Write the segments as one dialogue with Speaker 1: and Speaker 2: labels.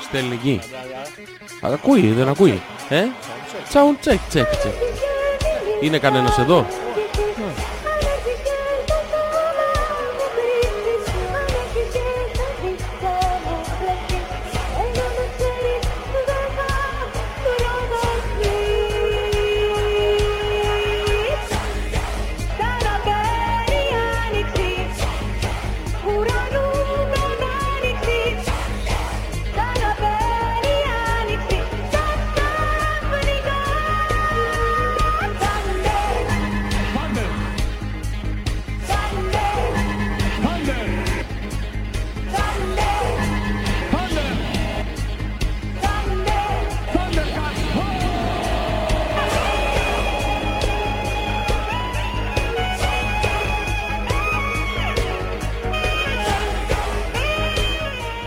Speaker 1: Στην ελληνική. Αλλά ακούει, δεν ακούει. Ε? Τσάουν τσεκ τσεκ τσεκ. Είναι κανένας εδώ.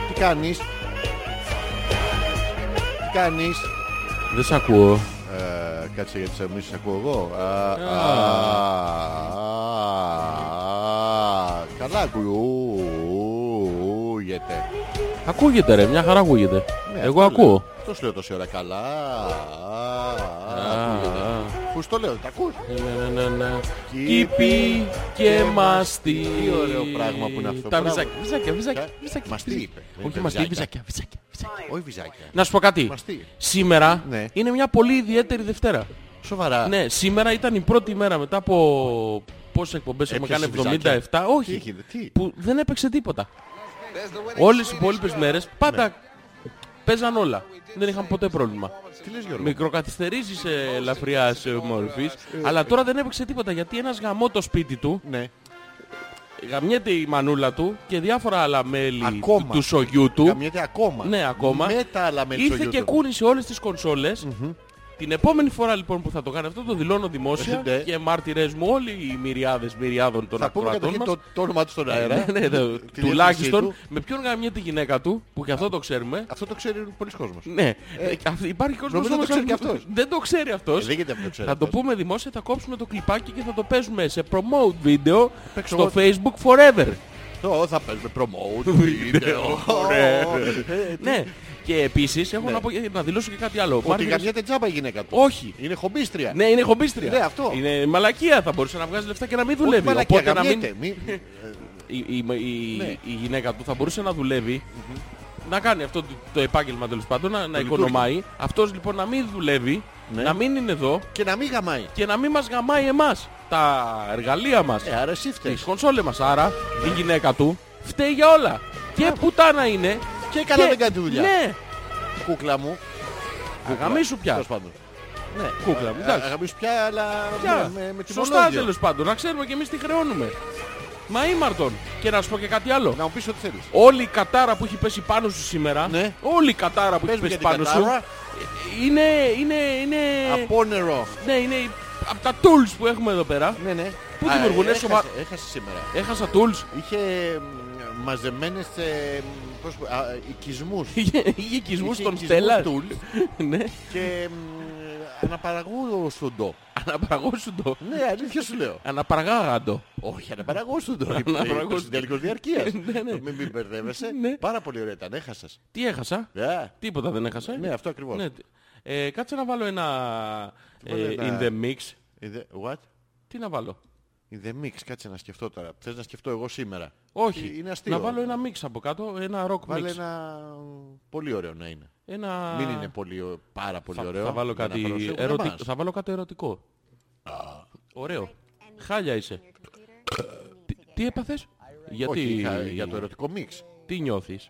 Speaker 2: Τι κάνεις Τι κάνεις
Speaker 1: Δεν σ' ακούω.
Speaker 2: Ε, Κάτσε γιατί σε μίσους ακούω εγώ Α, α, α, Καλά ακούγεται
Speaker 1: Ακούγεται ρε, μια χαρά ακούγεται.
Speaker 2: Ναι, αυτό
Speaker 1: Εγώ
Speaker 2: λέω.
Speaker 1: ακούω.
Speaker 2: Αυτό σου λέω τόση ώρα καλά
Speaker 1: Α, α.
Speaker 2: Πού στο λέω, τα ακούς
Speaker 1: Ναι, ναι, ναι, ναι.
Speaker 2: Κήπη
Speaker 1: Κήπη και μαστί.
Speaker 2: Τι ωραίο πράγμα που είναι
Speaker 1: Τα
Speaker 2: αυτό, μπράβο.
Speaker 1: βυζάκια, βυζάκια, βυζάκια.
Speaker 2: Κα-
Speaker 1: βυζάκια.
Speaker 2: μαστί είπε. Δεν
Speaker 1: Όχι
Speaker 2: είπε
Speaker 1: μαστί,
Speaker 2: βυζάκια.
Speaker 1: βυζάκια, βυζάκια. βυζάκια.
Speaker 2: Όχι βυζάκια
Speaker 1: Να σου πω κάτι.
Speaker 2: Μαστί.
Speaker 1: Σήμερα
Speaker 2: Ναι.
Speaker 1: είναι μια πολύ ιδιαίτερη Δευτέρα.
Speaker 2: Σοβαρά
Speaker 1: Ναι, σήμερα ήταν η πρώτη μέρα μετά από πόσες εκπομπές έχουμε κάνει,
Speaker 2: Έπιασες βυζάκια.
Speaker 1: 77. Όχι,
Speaker 2: έγινε, τι?
Speaker 1: που δεν έπαιξε τίποτα. Όλες οι υπόλοιπες μέρες πάντα
Speaker 2: Ναι.
Speaker 1: παίζαν όλα. Δεν είχαν ποτέ πρόβλημα.
Speaker 2: Τι λες Γιώργο
Speaker 1: Μικροκαθυστερήσεις ε, ελαφριάς ε, μορφής, αλλά τώρα δεν έπαιξε τίποτα γιατί ένας γαμώ το σπίτι του,
Speaker 2: Ναι
Speaker 1: γαμιέται η μανούλα του και διάφορα άλλα μέλη
Speaker 2: Ακόμα.
Speaker 1: του- του σογιού του.
Speaker 2: Καμιέται ακόμα
Speaker 1: Ναι, ακόμα.
Speaker 2: Με τα άλλα μέλη
Speaker 1: Ήρθε
Speaker 2: στο
Speaker 1: και
Speaker 2: YouTube.
Speaker 1: κούνησε όλες τις κονσόλες. Την επόμενη φορά λοιπόν που θα το κάνει αυτό το δηλώνω δημόσια
Speaker 2: Ε, ναι.
Speaker 1: και μάρτυρες μου όλοι οι μυριάδες μυριάδων των
Speaker 2: Θα πούμε
Speaker 1: ακροατών
Speaker 2: καταρχήν
Speaker 1: μας.
Speaker 2: το, το όνομά τους στον αέρα.
Speaker 1: Ναι, ναι, ναι,
Speaker 2: τη διεύθυνσή
Speaker 1: τουλάχιστον
Speaker 2: του.
Speaker 1: με ποιον γαμιέται η γυναίκα του που και αυτό το ξέρουμε.
Speaker 2: Αυτό το ξέρει πολλοί κόσμος.
Speaker 1: Ναι, Ε, αυ- υπάρχει κόσμος
Speaker 2: νομίζω το
Speaker 1: όμως
Speaker 2: ξέρει
Speaker 1: που
Speaker 2: και αυτός.
Speaker 1: δεν το ξέρει αυτός.
Speaker 2: Ε, δεν γίνεται να το ξέρει
Speaker 1: Θα το
Speaker 2: αυτός.
Speaker 1: πούμε δημόσια, θα κόψουμε το κλιπάκι και θα το παίζουμε σε promote video
Speaker 2: παίξω
Speaker 1: στο facebook forever.
Speaker 2: Ω, θα παίζουμε promote, βίντεο.
Speaker 1: ε, Ναι, και επίσης έχω να πω- ε, να δηλώσω και κάτι άλλο.
Speaker 2: Ε, Ναι. Ότι
Speaker 1: Μάρτυρες-
Speaker 2: γαμιέται τζάμπα η γυναίκα του.
Speaker 1: Όχι,
Speaker 2: Είναι χομπίστρια.
Speaker 1: Ναι, είναι χομπίστρια.
Speaker 2: Ναι, αυτό.
Speaker 1: Είναι μαλακία. Θα μπορούσε να βγάζει λεφτά και να μην
Speaker 2: Όχι
Speaker 1: δουλεύει.
Speaker 2: μαλακία,
Speaker 1: Οπότε να μην...
Speaker 2: γαμιέται. Μη-
Speaker 1: η, η, η,
Speaker 2: Ναι.
Speaker 1: η γυναίκα του θα μπορούσε να δουλεύει. Να κάνει αυτό το, το επάγγελμα τέλος πάντων, να, να οικονομάει. Αυτός λοιπόν να μην δουλεύει,
Speaker 2: Ναι.
Speaker 1: να μην είναι εδώ
Speaker 2: Και να μην γαμάει.
Speaker 1: και να μην μας γαμάει εμάς. Τα εργαλεία μας,
Speaker 2: Ε, Ναι. άρα εσύ φταίς.
Speaker 1: τις κονσόλες μας. Άρα η γυναίκα του φταίει για όλα. Και πουτάνα είναι.
Speaker 2: Και καλά δεν κάνει τη δουλειά.
Speaker 1: Ναι,
Speaker 2: Κούκλα μου.
Speaker 1: αγαμίσου πια.
Speaker 2: Τέλος πάντων.
Speaker 1: Κούκλα μου, εντάξει.
Speaker 2: Αγαπήσω πια, αλλά
Speaker 1: Πια.
Speaker 2: με- με την
Speaker 1: Σωστά τέλος πάντων. Να ξέρουμε και εμείς τι χρεώνουμε. Μα ήμαρτον. Και να σου πω και κάτι άλλο.
Speaker 2: Να μου πεις ό,τι θέλεις.
Speaker 1: Όλη η κατάρα που έχει πέσει πάνω σου σήμερα,
Speaker 2: Ναι.
Speaker 1: όλη η κατάρα που
Speaker 2: Πες
Speaker 1: έχει
Speaker 2: μου
Speaker 1: πέσει
Speaker 2: για την
Speaker 1: πάνω σου,
Speaker 2: κατάρα.
Speaker 1: είναι, είναι, είναι,
Speaker 2: Απόνερο.
Speaker 1: ναι, είναι από τα tools που έχουμε εδώ πέρα.
Speaker 2: Ναι, ναι.
Speaker 1: Πού
Speaker 2: Α,
Speaker 1: δημιουργουνέ
Speaker 2: έχασε-
Speaker 1: σοβα-
Speaker 2: Έχασε σήμερα.
Speaker 1: Έχασα tools.
Speaker 2: Είχε μ, μαζεμένες ε, μ, πώς πω, α, οικισμούς.
Speaker 1: Είχε- Είχε οικισμούς
Speaker 2: Είχε
Speaker 1: στον
Speaker 2: οικισμούς
Speaker 1: Στέλλα.
Speaker 2: tools.
Speaker 1: ναι,
Speaker 2: και μ, αναπαραγώ στον το.
Speaker 1: αναπαραγώσουντο.
Speaker 2: Ναι, αλήθεια σου λέω.
Speaker 1: Αναπαραγάγαντο.
Speaker 2: Όχι, αναπαραγώ στον το.
Speaker 1: Αναπαραγώ στον-
Speaker 2: Στην τελικός διαρκείας.
Speaker 1: Ναι, ναι.
Speaker 2: Μην μην μπερδεύεσαι.
Speaker 1: Ναι.
Speaker 2: Πάρα πολύ ωραία ήταν. Έχασες.
Speaker 1: Τι έχασα.
Speaker 2: Ναι.
Speaker 1: Τίποτα δεν έχασα.
Speaker 2: Ναι, αυτό ακριβώς.
Speaker 1: Ναι. Ε, κάτσε να βάλω ένα
Speaker 2: βάλε
Speaker 1: ε,
Speaker 2: ένα-
Speaker 1: in the mix.
Speaker 2: In the- What?
Speaker 1: Τι να βάλω.
Speaker 2: In the mix, κάτσε να σκεφτώ τώρα. Θες να σκεφτώ εγώ σήμερα. Ε,
Speaker 1: Όχι.
Speaker 2: Είναι αστείο.
Speaker 1: Να βάλω ένα mix από κάτω, ένα rock
Speaker 2: Βάλε
Speaker 1: mix.
Speaker 2: ένα... Πολύ ωραίο να είναι.
Speaker 1: Ένα...
Speaker 2: Μην είναι πολύ, ω- πάρα πολύ
Speaker 1: θα,
Speaker 2: ωραίο.
Speaker 1: θα βάλω
Speaker 2: Για να
Speaker 1: κάτι
Speaker 2: χαρώσουν
Speaker 1: ερωτι...
Speaker 2: εμάς.
Speaker 1: θα βάλω κάτι ερωτικό. Ωραίο. Χάλια είσαι. Ε, τι, τι έπαθες? Γιατί
Speaker 2: Όχι, είχα- για το ερωτικό μίξ.
Speaker 1: τι νιώθεις?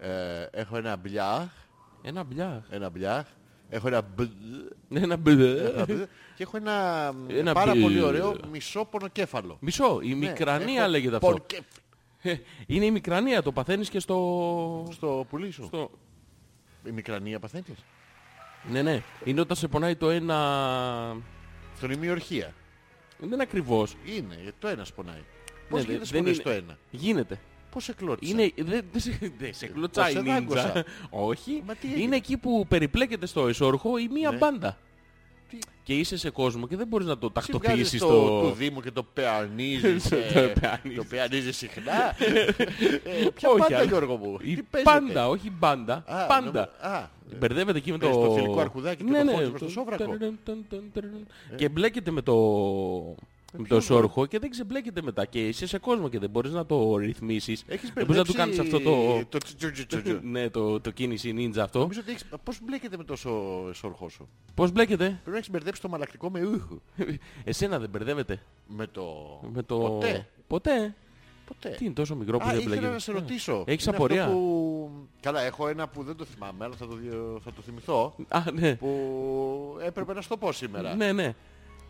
Speaker 2: Ε, έχω ένα μπλιάχ,
Speaker 1: Ένα μπλιάχ.
Speaker 2: ένα μπλιάχ, έχω ένα μπλ,
Speaker 1: Ένα μπλε.
Speaker 2: ένα μπλ και έχω ένα, μ,
Speaker 1: Ένα
Speaker 2: πάρα
Speaker 1: μπλ.
Speaker 2: πολύ ωραίο μισό πονοκέφαλο.
Speaker 1: Μισό. Η
Speaker 2: Ναι,
Speaker 1: μικρανία
Speaker 2: έχω
Speaker 1: λέγεται αυτό. Ε,
Speaker 2: πονκέφ-
Speaker 1: Είναι η μικρανία. Το παθαίνεις και στο...
Speaker 2: Στο πουλί σου.
Speaker 1: στο...
Speaker 2: Η μικρανία παθαίνεις.
Speaker 1: Ναι, ναι. Είναι όταν σε πονάει το ένα...
Speaker 2: Στον ημιορχία.
Speaker 1: Δεν είναι ακριβώς.
Speaker 2: Είναι, γιατί το ένας πονάει. Πώς
Speaker 1: Ναι, δε-
Speaker 2: γίνεται να
Speaker 1: δεν
Speaker 2: πονείς
Speaker 1: είναι-
Speaker 2: το ένα.
Speaker 1: Γίνεται.
Speaker 2: Πώς σε κλώτησα.
Speaker 1: Είναι, δεν δεν σε, δεν σε κλωτσάει
Speaker 2: σε
Speaker 1: η νίντζα.
Speaker 2: δάγκωσα.
Speaker 1: Όχι.
Speaker 2: Μα τι έγινε? Ναι.
Speaker 1: Είναι εκεί που περιπλέκεται στο εσόρχο η μία μπάντα.
Speaker 2: Τι-
Speaker 1: Και και είσαι σε κόσμο και δεν μπορείς να το τακτοποιήσεις
Speaker 2: Βγάζεις
Speaker 1: το...
Speaker 2: το, το Δήμο και το πεανίζεις, ε,
Speaker 1: Το πεανίζεις.
Speaker 2: το πεανίζεις συχνά. ε, ποια
Speaker 1: Όχι,
Speaker 2: πάντα,
Speaker 1: αλλά-
Speaker 2: Γιώργο μου.
Speaker 1: Η
Speaker 2: Τι παίζετε?
Speaker 1: πάντα, όχι μπάντα.
Speaker 2: Α, ναι,
Speaker 1: πάντα. Ε,
Speaker 2: νομι- α, ε,
Speaker 1: Μπερδεύεται εκεί με το... Ναι,
Speaker 2: Παίζεις το θηλυκό αρκουδάκι και το φώντι προς το σόβρακο. Ε.
Speaker 1: Τερν, τερν, τερν, τερν. Και μπλέκεται με το... Με το σόρχο και δεν ξεμπλέκεται μετά και είσαι σε κόσμο και δεν μπορείς να το ρυθμίσεις.
Speaker 2: έχεις
Speaker 1: δεν μπορείς να του κάνεις
Speaker 2: μπερδέψει
Speaker 1: αυτό το...
Speaker 2: το τσιτζουτζουτζουτζου.
Speaker 1: ναι, το, το κίνηση ninja αυτό.
Speaker 2: Νομίζω ότι έχεις... Πώς μπλέκεται με τόσο σορχό σου.
Speaker 1: Πώς μπλέκεται.
Speaker 2: Πρέπει να έχεις μπερδέψει το μαλακτικό με ούχου.
Speaker 1: Εσένα δεν μπερδεύεται.
Speaker 2: Με το...
Speaker 1: Με το...
Speaker 2: Ποτέ.
Speaker 1: Ποτέ.
Speaker 2: Ποτέ.
Speaker 1: Τι είναι τόσο μικρό που
Speaker 2: Α,
Speaker 1: δεν
Speaker 2: ήθελα
Speaker 1: μπλέκεται. Ε,
Speaker 2: να σε ρωτήσω.
Speaker 1: Έχεις
Speaker 2: Είναι
Speaker 1: απορία?
Speaker 2: αυτό Που... Καλά, έχω ένα που δεν το θυμάμαι, αλλά θα το, δι- θα το θυμηθώ.
Speaker 1: Α, ναι.
Speaker 2: Που έπρεπε να σου το πω σήμερα.
Speaker 1: Ναι, ναι.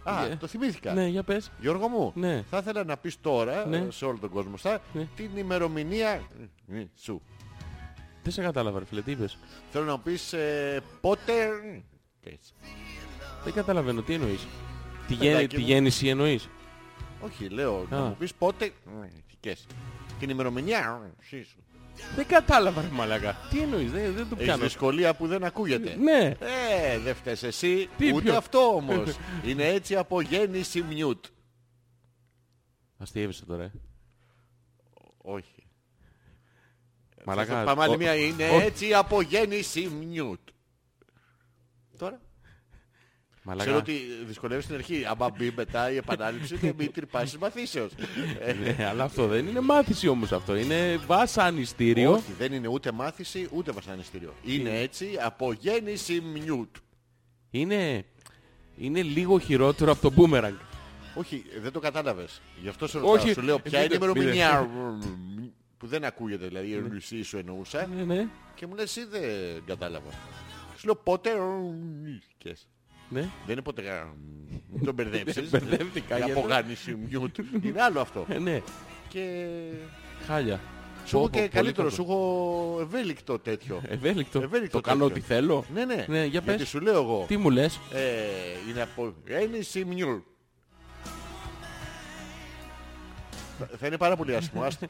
Speaker 2: Α,
Speaker 1: Ναι.
Speaker 2: το θυμήθηκα.
Speaker 1: Ναι, για πες.
Speaker 2: Γιώργο μου,
Speaker 1: Ναι.
Speaker 2: θα ήθελα να πεις τώρα
Speaker 1: Ναι.
Speaker 2: ε, σε όλο τον κόσμο στα,
Speaker 1: Ναι.
Speaker 2: την ημερομηνία ε, ε, σου.
Speaker 1: Δεν σε κατάλαβα, ρε φίλε, τι είπες.
Speaker 2: Θέλω να πεις ε, πότε... ε, και έτσι.
Speaker 1: Δεν καταλαβαίνω, τι εννοείς. Τη, γέ-
Speaker 2: Παιδάκι
Speaker 1: τη
Speaker 2: μου.
Speaker 1: γέννηση εννοείς.
Speaker 2: Όχι, λέω, να
Speaker 1: Α.
Speaker 2: μου πεις πότε... ε, και έτσι. Την ημερομηνία ε, εσύ σου.
Speaker 1: Δεν κατάλαβα, ρε μαλάκα. Τι εννοείς, δεν, δεν το
Speaker 2: Έχεις
Speaker 1: πιάνω.
Speaker 2: δυσκολία που δεν ακούγεται.
Speaker 1: Ναι,
Speaker 2: Ε, δεν φταίς εσύ,
Speaker 1: Τι,
Speaker 2: ούτε
Speaker 1: ποιο?
Speaker 2: αυτό όμως. Είναι έτσι από γέννηση μιούτ.
Speaker 1: αστείευεσαι τώρα. ε.
Speaker 2: Όχι.
Speaker 1: Ε, Μαλάκα.
Speaker 2: Θα Πάμε άλλη
Speaker 1: ο-
Speaker 2: μία. Είναι
Speaker 1: ο-
Speaker 2: έτσι από γέννηση μιούτ. Τώρα.
Speaker 1: Μαλάκα.
Speaker 2: Ξέρω ότι δυσκολεύεις στην αρχή. Άμα μπει μετά η επανάληψη, δεν μην τρυπάσεις μαθήσεως. Ε,
Speaker 1: Ναι, αλλά αυτό δεν είναι μάθηση όμως αυτό. Είναι βασανιστήριο.
Speaker 2: Όχι, δεν είναι ούτε μάθηση ούτε βασανιστήριο. Είναι έτσι από γέννηση μιούτ.
Speaker 1: Είναι... Είναι λίγο χειρότερο από το boomerang.
Speaker 2: Όχι, δεν το κατάλαβες. Γι' αυτό σε ρωτάω.
Speaker 1: Όχι,
Speaker 2: Σου λέω ποια
Speaker 1: δεν
Speaker 2: είναι η
Speaker 1: το-
Speaker 2: ημερομηνία που δεν ακούγεται, δηλαδή η εσύ σου εννοούσα.
Speaker 1: Ναι, ναι.
Speaker 2: Και μου λες εσύ δεν κατάλαβα. Σου λέω πότε... Και εσύ.
Speaker 1: ναι.
Speaker 2: Δεν είναι ποτέ κα- μην τον μπερδέψεις.
Speaker 1: Μπερδεύτηκα,
Speaker 2: Η
Speaker 1: γιατί-
Speaker 2: απογάνηση μιούτ. Είναι άλλο αυτό.
Speaker 1: Ε, ναι.
Speaker 2: Και...
Speaker 1: Χάλια.
Speaker 2: Σου
Speaker 1: Πω,
Speaker 2: έχω
Speaker 1: πω, πολύ
Speaker 2: και καλύτερο,
Speaker 1: κακό.
Speaker 2: σου έχω ευέλικτο τέτοιο.
Speaker 1: Ευέλικτο.
Speaker 2: Ευέλικτο
Speaker 1: Το κάνω
Speaker 2: τέτοιο.
Speaker 1: ό,τι θέλω.
Speaker 2: Ναι, ναι.
Speaker 1: Ναι, για
Speaker 2: Γιατί
Speaker 1: πες.
Speaker 2: σου λέω εγώ.
Speaker 1: Τι μου λες.
Speaker 2: Ε, είναι από γέννηση μιούτ. Θα- Θα είναι πάρα πολύ άσχημο. άστο.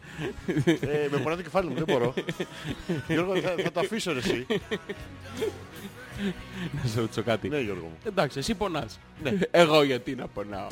Speaker 2: ε, με πονάει το κεφάλι μου, δεν μπορώ. Γιώργο, θα, θα το αφήσω ρε, εσύ.
Speaker 1: Να σε ρωτήσω κάτι.
Speaker 2: ναι, Γιώργο μου.
Speaker 1: Εντάξει, εσύ πονάς. Εγώ γιατί να πονάω.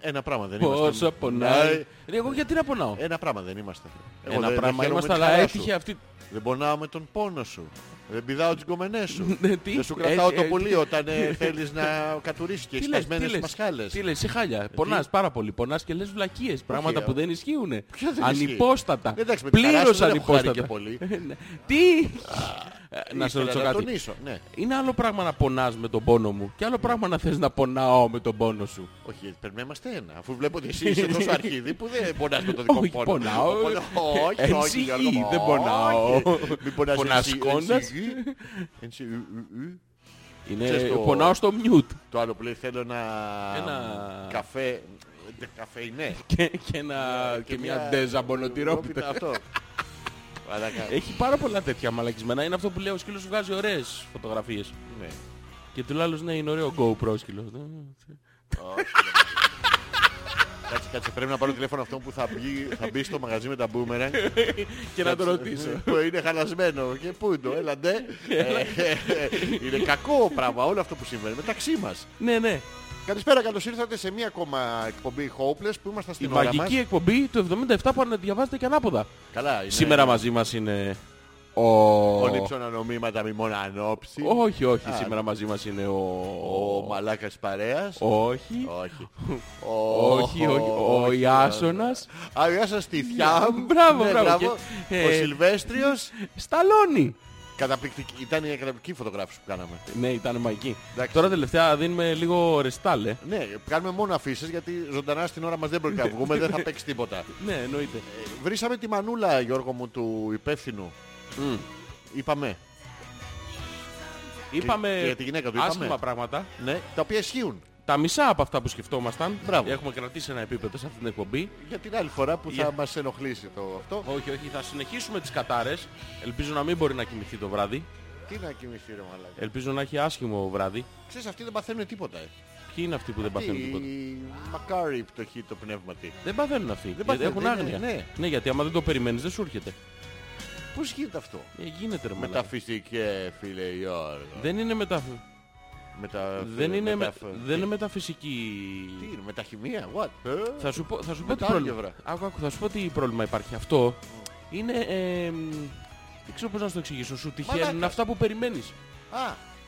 Speaker 2: Ένα πράγμα δεν είμαστε.
Speaker 1: Πόσο πονάει. Ρε, εγώ γιατί να πονάω.
Speaker 2: Ένα πράγμα δεν είμαστε. Εγώ
Speaker 1: Ένα
Speaker 2: δεν-
Speaker 1: πράγμα
Speaker 2: χαίρομαι
Speaker 1: είμαστε,
Speaker 2: τη
Speaker 1: αλλά
Speaker 2: χαρά σου.
Speaker 1: έτυχε αυτή.
Speaker 2: Δεν πονάω με τον πόνο σου. Δεν πηδάω τις κομμενές σου.
Speaker 1: Ναι, τι?
Speaker 2: Δεν σου κρατάω
Speaker 1: Ε,
Speaker 2: το
Speaker 1: ε,
Speaker 2: πουλί όταν ε, θέλεις να κατουρίσεις και
Speaker 1: Τι λες, τι
Speaker 2: σπασμένες
Speaker 1: λες,
Speaker 2: μασχάλες.
Speaker 1: Τι λες, σε χάλια. Πονάς πάρα πολύ. Πονάς και λες βλακίες. Πράγματα
Speaker 2: ε.
Speaker 1: που δεν ισχύουν.
Speaker 2: Ποιος δεν ισχύει?
Speaker 1: Ανυπόστατα.
Speaker 2: Ναι, εντάξει, με τη χαρά σου
Speaker 1: Πλήρως
Speaker 2: δεν έχω χάρη και
Speaker 1: ανυπόστατα.
Speaker 2: πολύ.
Speaker 1: Ναι. Τι. Ε, Να σε
Speaker 2: Ήθελα
Speaker 1: ρωτήσω
Speaker 2: να
Speaker 1: κάτι.
Speaker 2: τονίσω, ναι.
Speaker 1: Είναι άλλο πράγμα να πονάς με τον πόνο μου και άλλο πράγμα να θες να πονάω με τον πόνο σου.
Speaker 2: Όχι, γιατί πρέπει να είμαστε ένα. Αφού βλέπω ότι εσύ είσαι τόσο αρχίδι που δεν πονάς με το δικό
Speaker 1: Όχι,
Speaker 2: μου πόνο.
Speaker 1: πονάω. Ε,
Speaker 2: Πονάω. Όχι,
Speaker 1: Εν
Speaker 2: όχι,
Speaker 1: σιγή,
Speaker 2: Γιώργο μου,
Speaker 1: δεν πονάω.
Speaker 2: όχι. Μην πονάς εν σι- εν
Speaker 1: Πονασκώντας.
Speaker 2: σιγή. Εν σι- ε, ου- ου- ου.
Speaker 1: Είναι,
Speaker 2: Ξέρεις το-
Speaker 1: πονάω στο μιούτ
Speaker 2: Το άλλο που λέει θέλω ένα
Speaker 1: Ένα-
Speaker 2: καφέ. ε, Καφέ ναι.
Speaker 1: και, και, ένα, και, μια ντέζα μπονοτυρόπιτα.
Speaker 2: Αυτό. Μαλάκα,
Speaker 1: Έχει πάρα πολλά τέτοια μαλακισμένα. Είναι αυτό που λέει ο σκύλος σου βγάζει ωραίες φωτογραφίες.
Speaker 2: ναι.
Speaker 1: Και του άλλος ναι είναι ωραίο GoPro σκύλος. Ναι,
Speaker 2: Κάτσε, κάτσε, πρέπει να πάρω τηλέφωνο αυτό που θα μπει, θα μπει στο μαγαζί με τα μπούμερα.
Speaker 1: Και να το ρωτήσω.
Speaker 2: Που είναι χαλασμένο. Και πού είναι το, έλα ντε. Ε, είναι κακό πράγμα όλο αυτό που συμβαίνει μεταξύ μας.
Speaker 1: Ναι, ναι.
Speaker 2: Καλησπέρα, καλώς ήρθατε σε μία ακόμα εκπομπή Hopeless που είμαστε
Speaker 1: Η
Speaker 2: στην ώρα μας. Ναι.
Speaker 1: μαγική εκπομπή του 77 που αναδιαβάζεται και ανάποδα.
Speaker 2: Καλά, είναι...
Speaker 1: Σήμερα μαζί μας είναι ο...
Speaker 2: Ο Νίψον ανομήματα μη μόνο ανόψη.
Speaker 1: Όχι, όχι.
Speaker 2: Α.
Speaker 1: Σήμερα μαζί μας είναι ο...
Speaker 2: Ο μαλάκας παρέας.
Speaker 1: Όχι.
Speaker 2: Όχι.
Speaker 1: Όχι, όχι. Ο Ιάσονας.
Speaker 2: Α, ο Ιάσονας στη Θιά.
Speaker 1: Μπράβο,
Speaker 2: Ναι,
Speaker 1: μπράβο. Και-
Speaker 2: Ο
Speaker 1: ε,
Speaker 2: Σιλβέστριος.
Speaker 1: Σταλώνει.
Speaker 2: Καταπληκτική. Ήταν η καταπληκτική φωτογράφηση που κάναμε.
Speaker 1: Ναι, ήταν μαγική.
Speaker 2: Εντάξει.
Speaker 1: Τώρα τελευταία δίνουμε λίγο ε. ρεστάλε.
Speaker 2: Ναι, κάνουμε μόνο αφήσεις γιατί ζωντανά στην ώρα μας δεν πρόκειται να βγούμε, δεν θα παίξει τίποτα.
Speaker 1: Ναι, εννοείται.
Speaker 2: Ε, Βρήσαμε τη μανούλα, Γιώργο μου, του υπεύθυνου.
Speaker 1: Μμ.
Speaker 2: Είπαμε.
Speaker 1: Ε, Είπαμε
Speaker 2: και για τη γυναίκα του
Speaker 1: άσχημα
Speaker 2: είπαμε.
Speaker 1: πράγματα.
Speaker 2: Ναι, τα οποία ισχύουν.
Speaker 1: Τα μισά από αυτά που σκεφτόμασταν
Speaker 2: Μπράβο.
Speaker 1: έχουμε κρατήσει ένα επίπεδο σε αυτή την εκπομπή.
Speaker 2: Για την άλλη φορά που θα
Speaker 1: Για-
Speaker 2: μας ενοχλήσει το αυτό.
Speaker 1: Όχι, όχι, θα συνεχίσουμε τις κατάρες. Ελπίζω να μην μπορεί να κοιμηθεί το βράδυ.
Speaker 2: Τι να κοιμηθεί ρε μαλάκα.
Speaker 1: Ελπίζω να έχει άσχημο βράδυ.
Speaker 2: Ξέρεις, αυτοί δεν παθαίνουν τίποτα. Ε.
Speaker 1: Ποιοι είναι αυτοί που δεν παθαίνουν
Speaker 2: Τι,
Speaker 1: τίποτα.
Speaker 2: Μακάρι η πτωχή το πνεύμα τη.
Speaker 1: Δεν παθαίνουν αυτοί. γιατί
Speaker 2: παθαίνουν,
Speaker 1: έχουν
Speaker 2: είναι-
Speaker 1: άγνοια.
Speaker 2: ναι.
Speaker 1: γιατί άμα δεν το περιμένεις δεν σου έρχεται.
Speaker 2: Πώς γίνεται αυτό.
Speaker 1: Ε, γίνεται ρε μαλάκα.
Speaker 2: Μεταφυσικέ φίλε Γιώργο.
Speaker 1: Δεν είναι μετα...
Speaker 2: Μετα...
Speaker 1: Δεν είναι, με,
Speaker 2: μεταφ-
Speaker 1: δεν είναι μεταφυσική.
Speaker 2: Τι είναι, μεταχημία, what? Ε,
Speaker 1: Θα σου πω, θα σου πω τι
Speaker 2: Μετά
Speaker 1: πρόβλημα.
Speaker 2: άλγευρα.
Speaker 1: Άκου, άκου, θα σου πω τι πρόβλημα υπάρχει. Αυτό είναι. ε, μ, δεν ξέρω πώς να σου το εξηγήσω. Σου τυχαίνουν
Speaker 2: Μαλάκα.
Speaker 1: αυτά που περιμένεις.
Speaker 2: Α,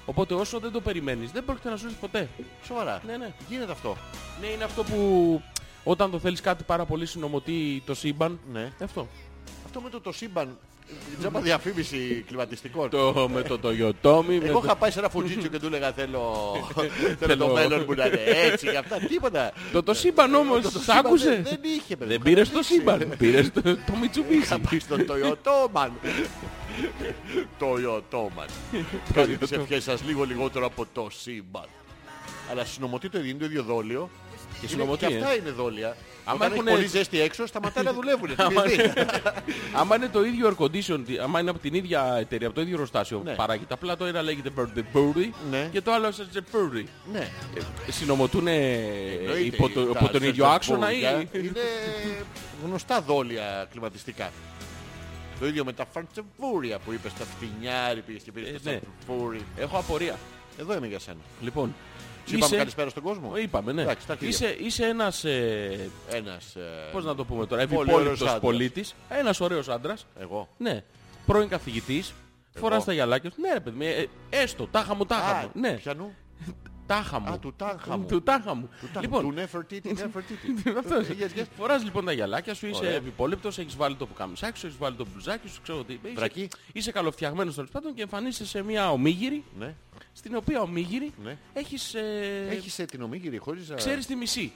Speaker 1: Οπότε όσο δεν το περιμένεις δεν πρόκειται να σου έρθει ποτέ.
Speaker 2: σοβαρά.
Speaker 1: Ναι, ναι.
Speaker 2: Γίνεται αυτό.
Speaker 1: Ναι, είναι αυτό που όταν το θέλεις κάτι πάρα πολύ συνομωτεί το σύμπαν.
Speaker 2: Ναι.
Speaker 1: Αυτό.
Speaker 2: Αυτό με το, το σύμπαν, ε, τζάμπα διαφήμιση κλιματιστικών.
Speaker 1: Ναι. Το, με το Toyotomi.
Speaker 2: Εγώ είχα πάει σε ένα φουτζίτσιο και του έλεγα θέλω, θέλω το
Speaker 1: Θέλω-
Speaker 2: μέλλον μου να είναι έτσι και αυτά. Τίποτα.
Speaker 1: Το, Ε, το σύμπαν όμως,
Speaker 2: Το- το
Speaker 1: σ' Ναι.
Speaker 2: σύμπαν
Speaker 1: άκουσες.
Speaker 2: δεν- Δεν είχε παιδί.
Speaker 1: Δεν πήρες το σύμπαν, πήρες το, το Mitsubishi.
Speaker 2: Είχα πάει στον Τοϊωτόμαν. Τοϊωτόμαν. Κάντε τις ευχές σας λίγο λιγότερο από το σύμπαν. Αλλά συνομωτεί το ίδιο, είναι το ίδιο δόλιο. Και,
Speaker 1: συνομωτεί,
Speaker 2: και
Speaker 1: ε.
Speaker 2: αυτά είναι δόλια.
Speaker 1: Άμα
Speaker 2: Άμα έχουν
Speaker 1: έχουνε-
Speaker 2: πολύ ζέστη έξω, σταματάει να δουλεύουν.
Speaker 1: Άμα είναι- Άμα είναι το ίδιο air condition, τι- άμα είναι από την ίδια εταιρεία, από το ίδιο εργοστάσιο
Speaker 2: Ναι.
Speaker 1: παράγει τα πλάτα, το ένα λέγεται Birthday Burry
Speaker 2: Ναι.
Speaker 1: και το άλλο Sausage Burry.
Speaker 2: ναι.
Speaker 1: Συνομωτούν
Speaker 2: Εννοείται,
Speaker 1: Ε, υπό, το,
Speaker 2: τα
Speaker 1: υπό τον ίδιο
Speaker 2: Σέρτερ
Speaker 1: άξονα ή...
Speaker 2: Μπούλια Είναι γνωστά δόλια κλιματιστικά. Το ίδιο με τα φαρτσεμπούρια που είπες, τα φτηνιάρι πήγες και
Speaker 1: Ε,
Speaker 2: πήρες
Speaker 1: ναι.
Speaker 2: τα φαρτσεμπούρι.
Speaker 1: Έχω απορία.
Speaker 2: Εδώ είμαι για σένα.
Speaker 1: Λοιπόν,
Speaker 2: Σου είπαμε καλησπέρα στον κόσμο.
Speaker 1: είπαμε, ναι.
Speaker 2: Εντάξει, τα αρχίδια.
Speaker 1: είσαι, είσαι ένας, ε,
Speaker 2: Ένας... ε,
Speaker 1: πώς να το πούμε τώρα,
Speaker 2: Πολύ ωραίος
Speaker 1: ευυπόλυτος
Speaker 2: άντρας.
Speaker 1: πολίτης, ένας ωραίος άντρας,
Speaker 2: Εγώ.
Speaker 1: ναι, πρώην καθηγητής, φοράς τα γυαλάκια σου, ναι ρε παιδί, μου, ε, έστω, τάχα μου, τάχα μου,
Speaker 2: Α,
Speaker 1: ναι,
Speaker 2: Πιανού.
Speaker 1: τάχα μου.
Speaker 2: Α, του τάχα μου.
Speaker 1: Του τάχα μου.
Speaker 2: Του τάχα-
Speaker 1: Λοιπόν,
Speaker 2: Του νεφερτίτη, νεφερτίτη.
Speaker 1: Αυτό.
Speaker 2: Yes, yes.
Speaker 1: Φοράς λοιπόν τα γυαλάκια σου, είσαι
Speaker 2: Ωραία.
Speaker 1: επιπόλεπτος, έχεις βάλει το πουκαμισάκι σου, έχεις βάλει το μπλουζάκι σου, ξέρω τι. είσαι-
Speaker 2: Βρακί.
Speaker 1: Είσαι καλοφτιαγμένος τέλος πάντων και εμφανίζεσαι σε μια ομίγυρη,
Speaker 2: Ναι.
Speaker 1: στην οποία ομίγυρη
Speaker 2: Ναι.
Speaker 1: έχεις... ε,
Speaker 2: Έχεις ε, την ομίγυρη χωρίς... να-
Speaker 1: Ξέρεις τη μισή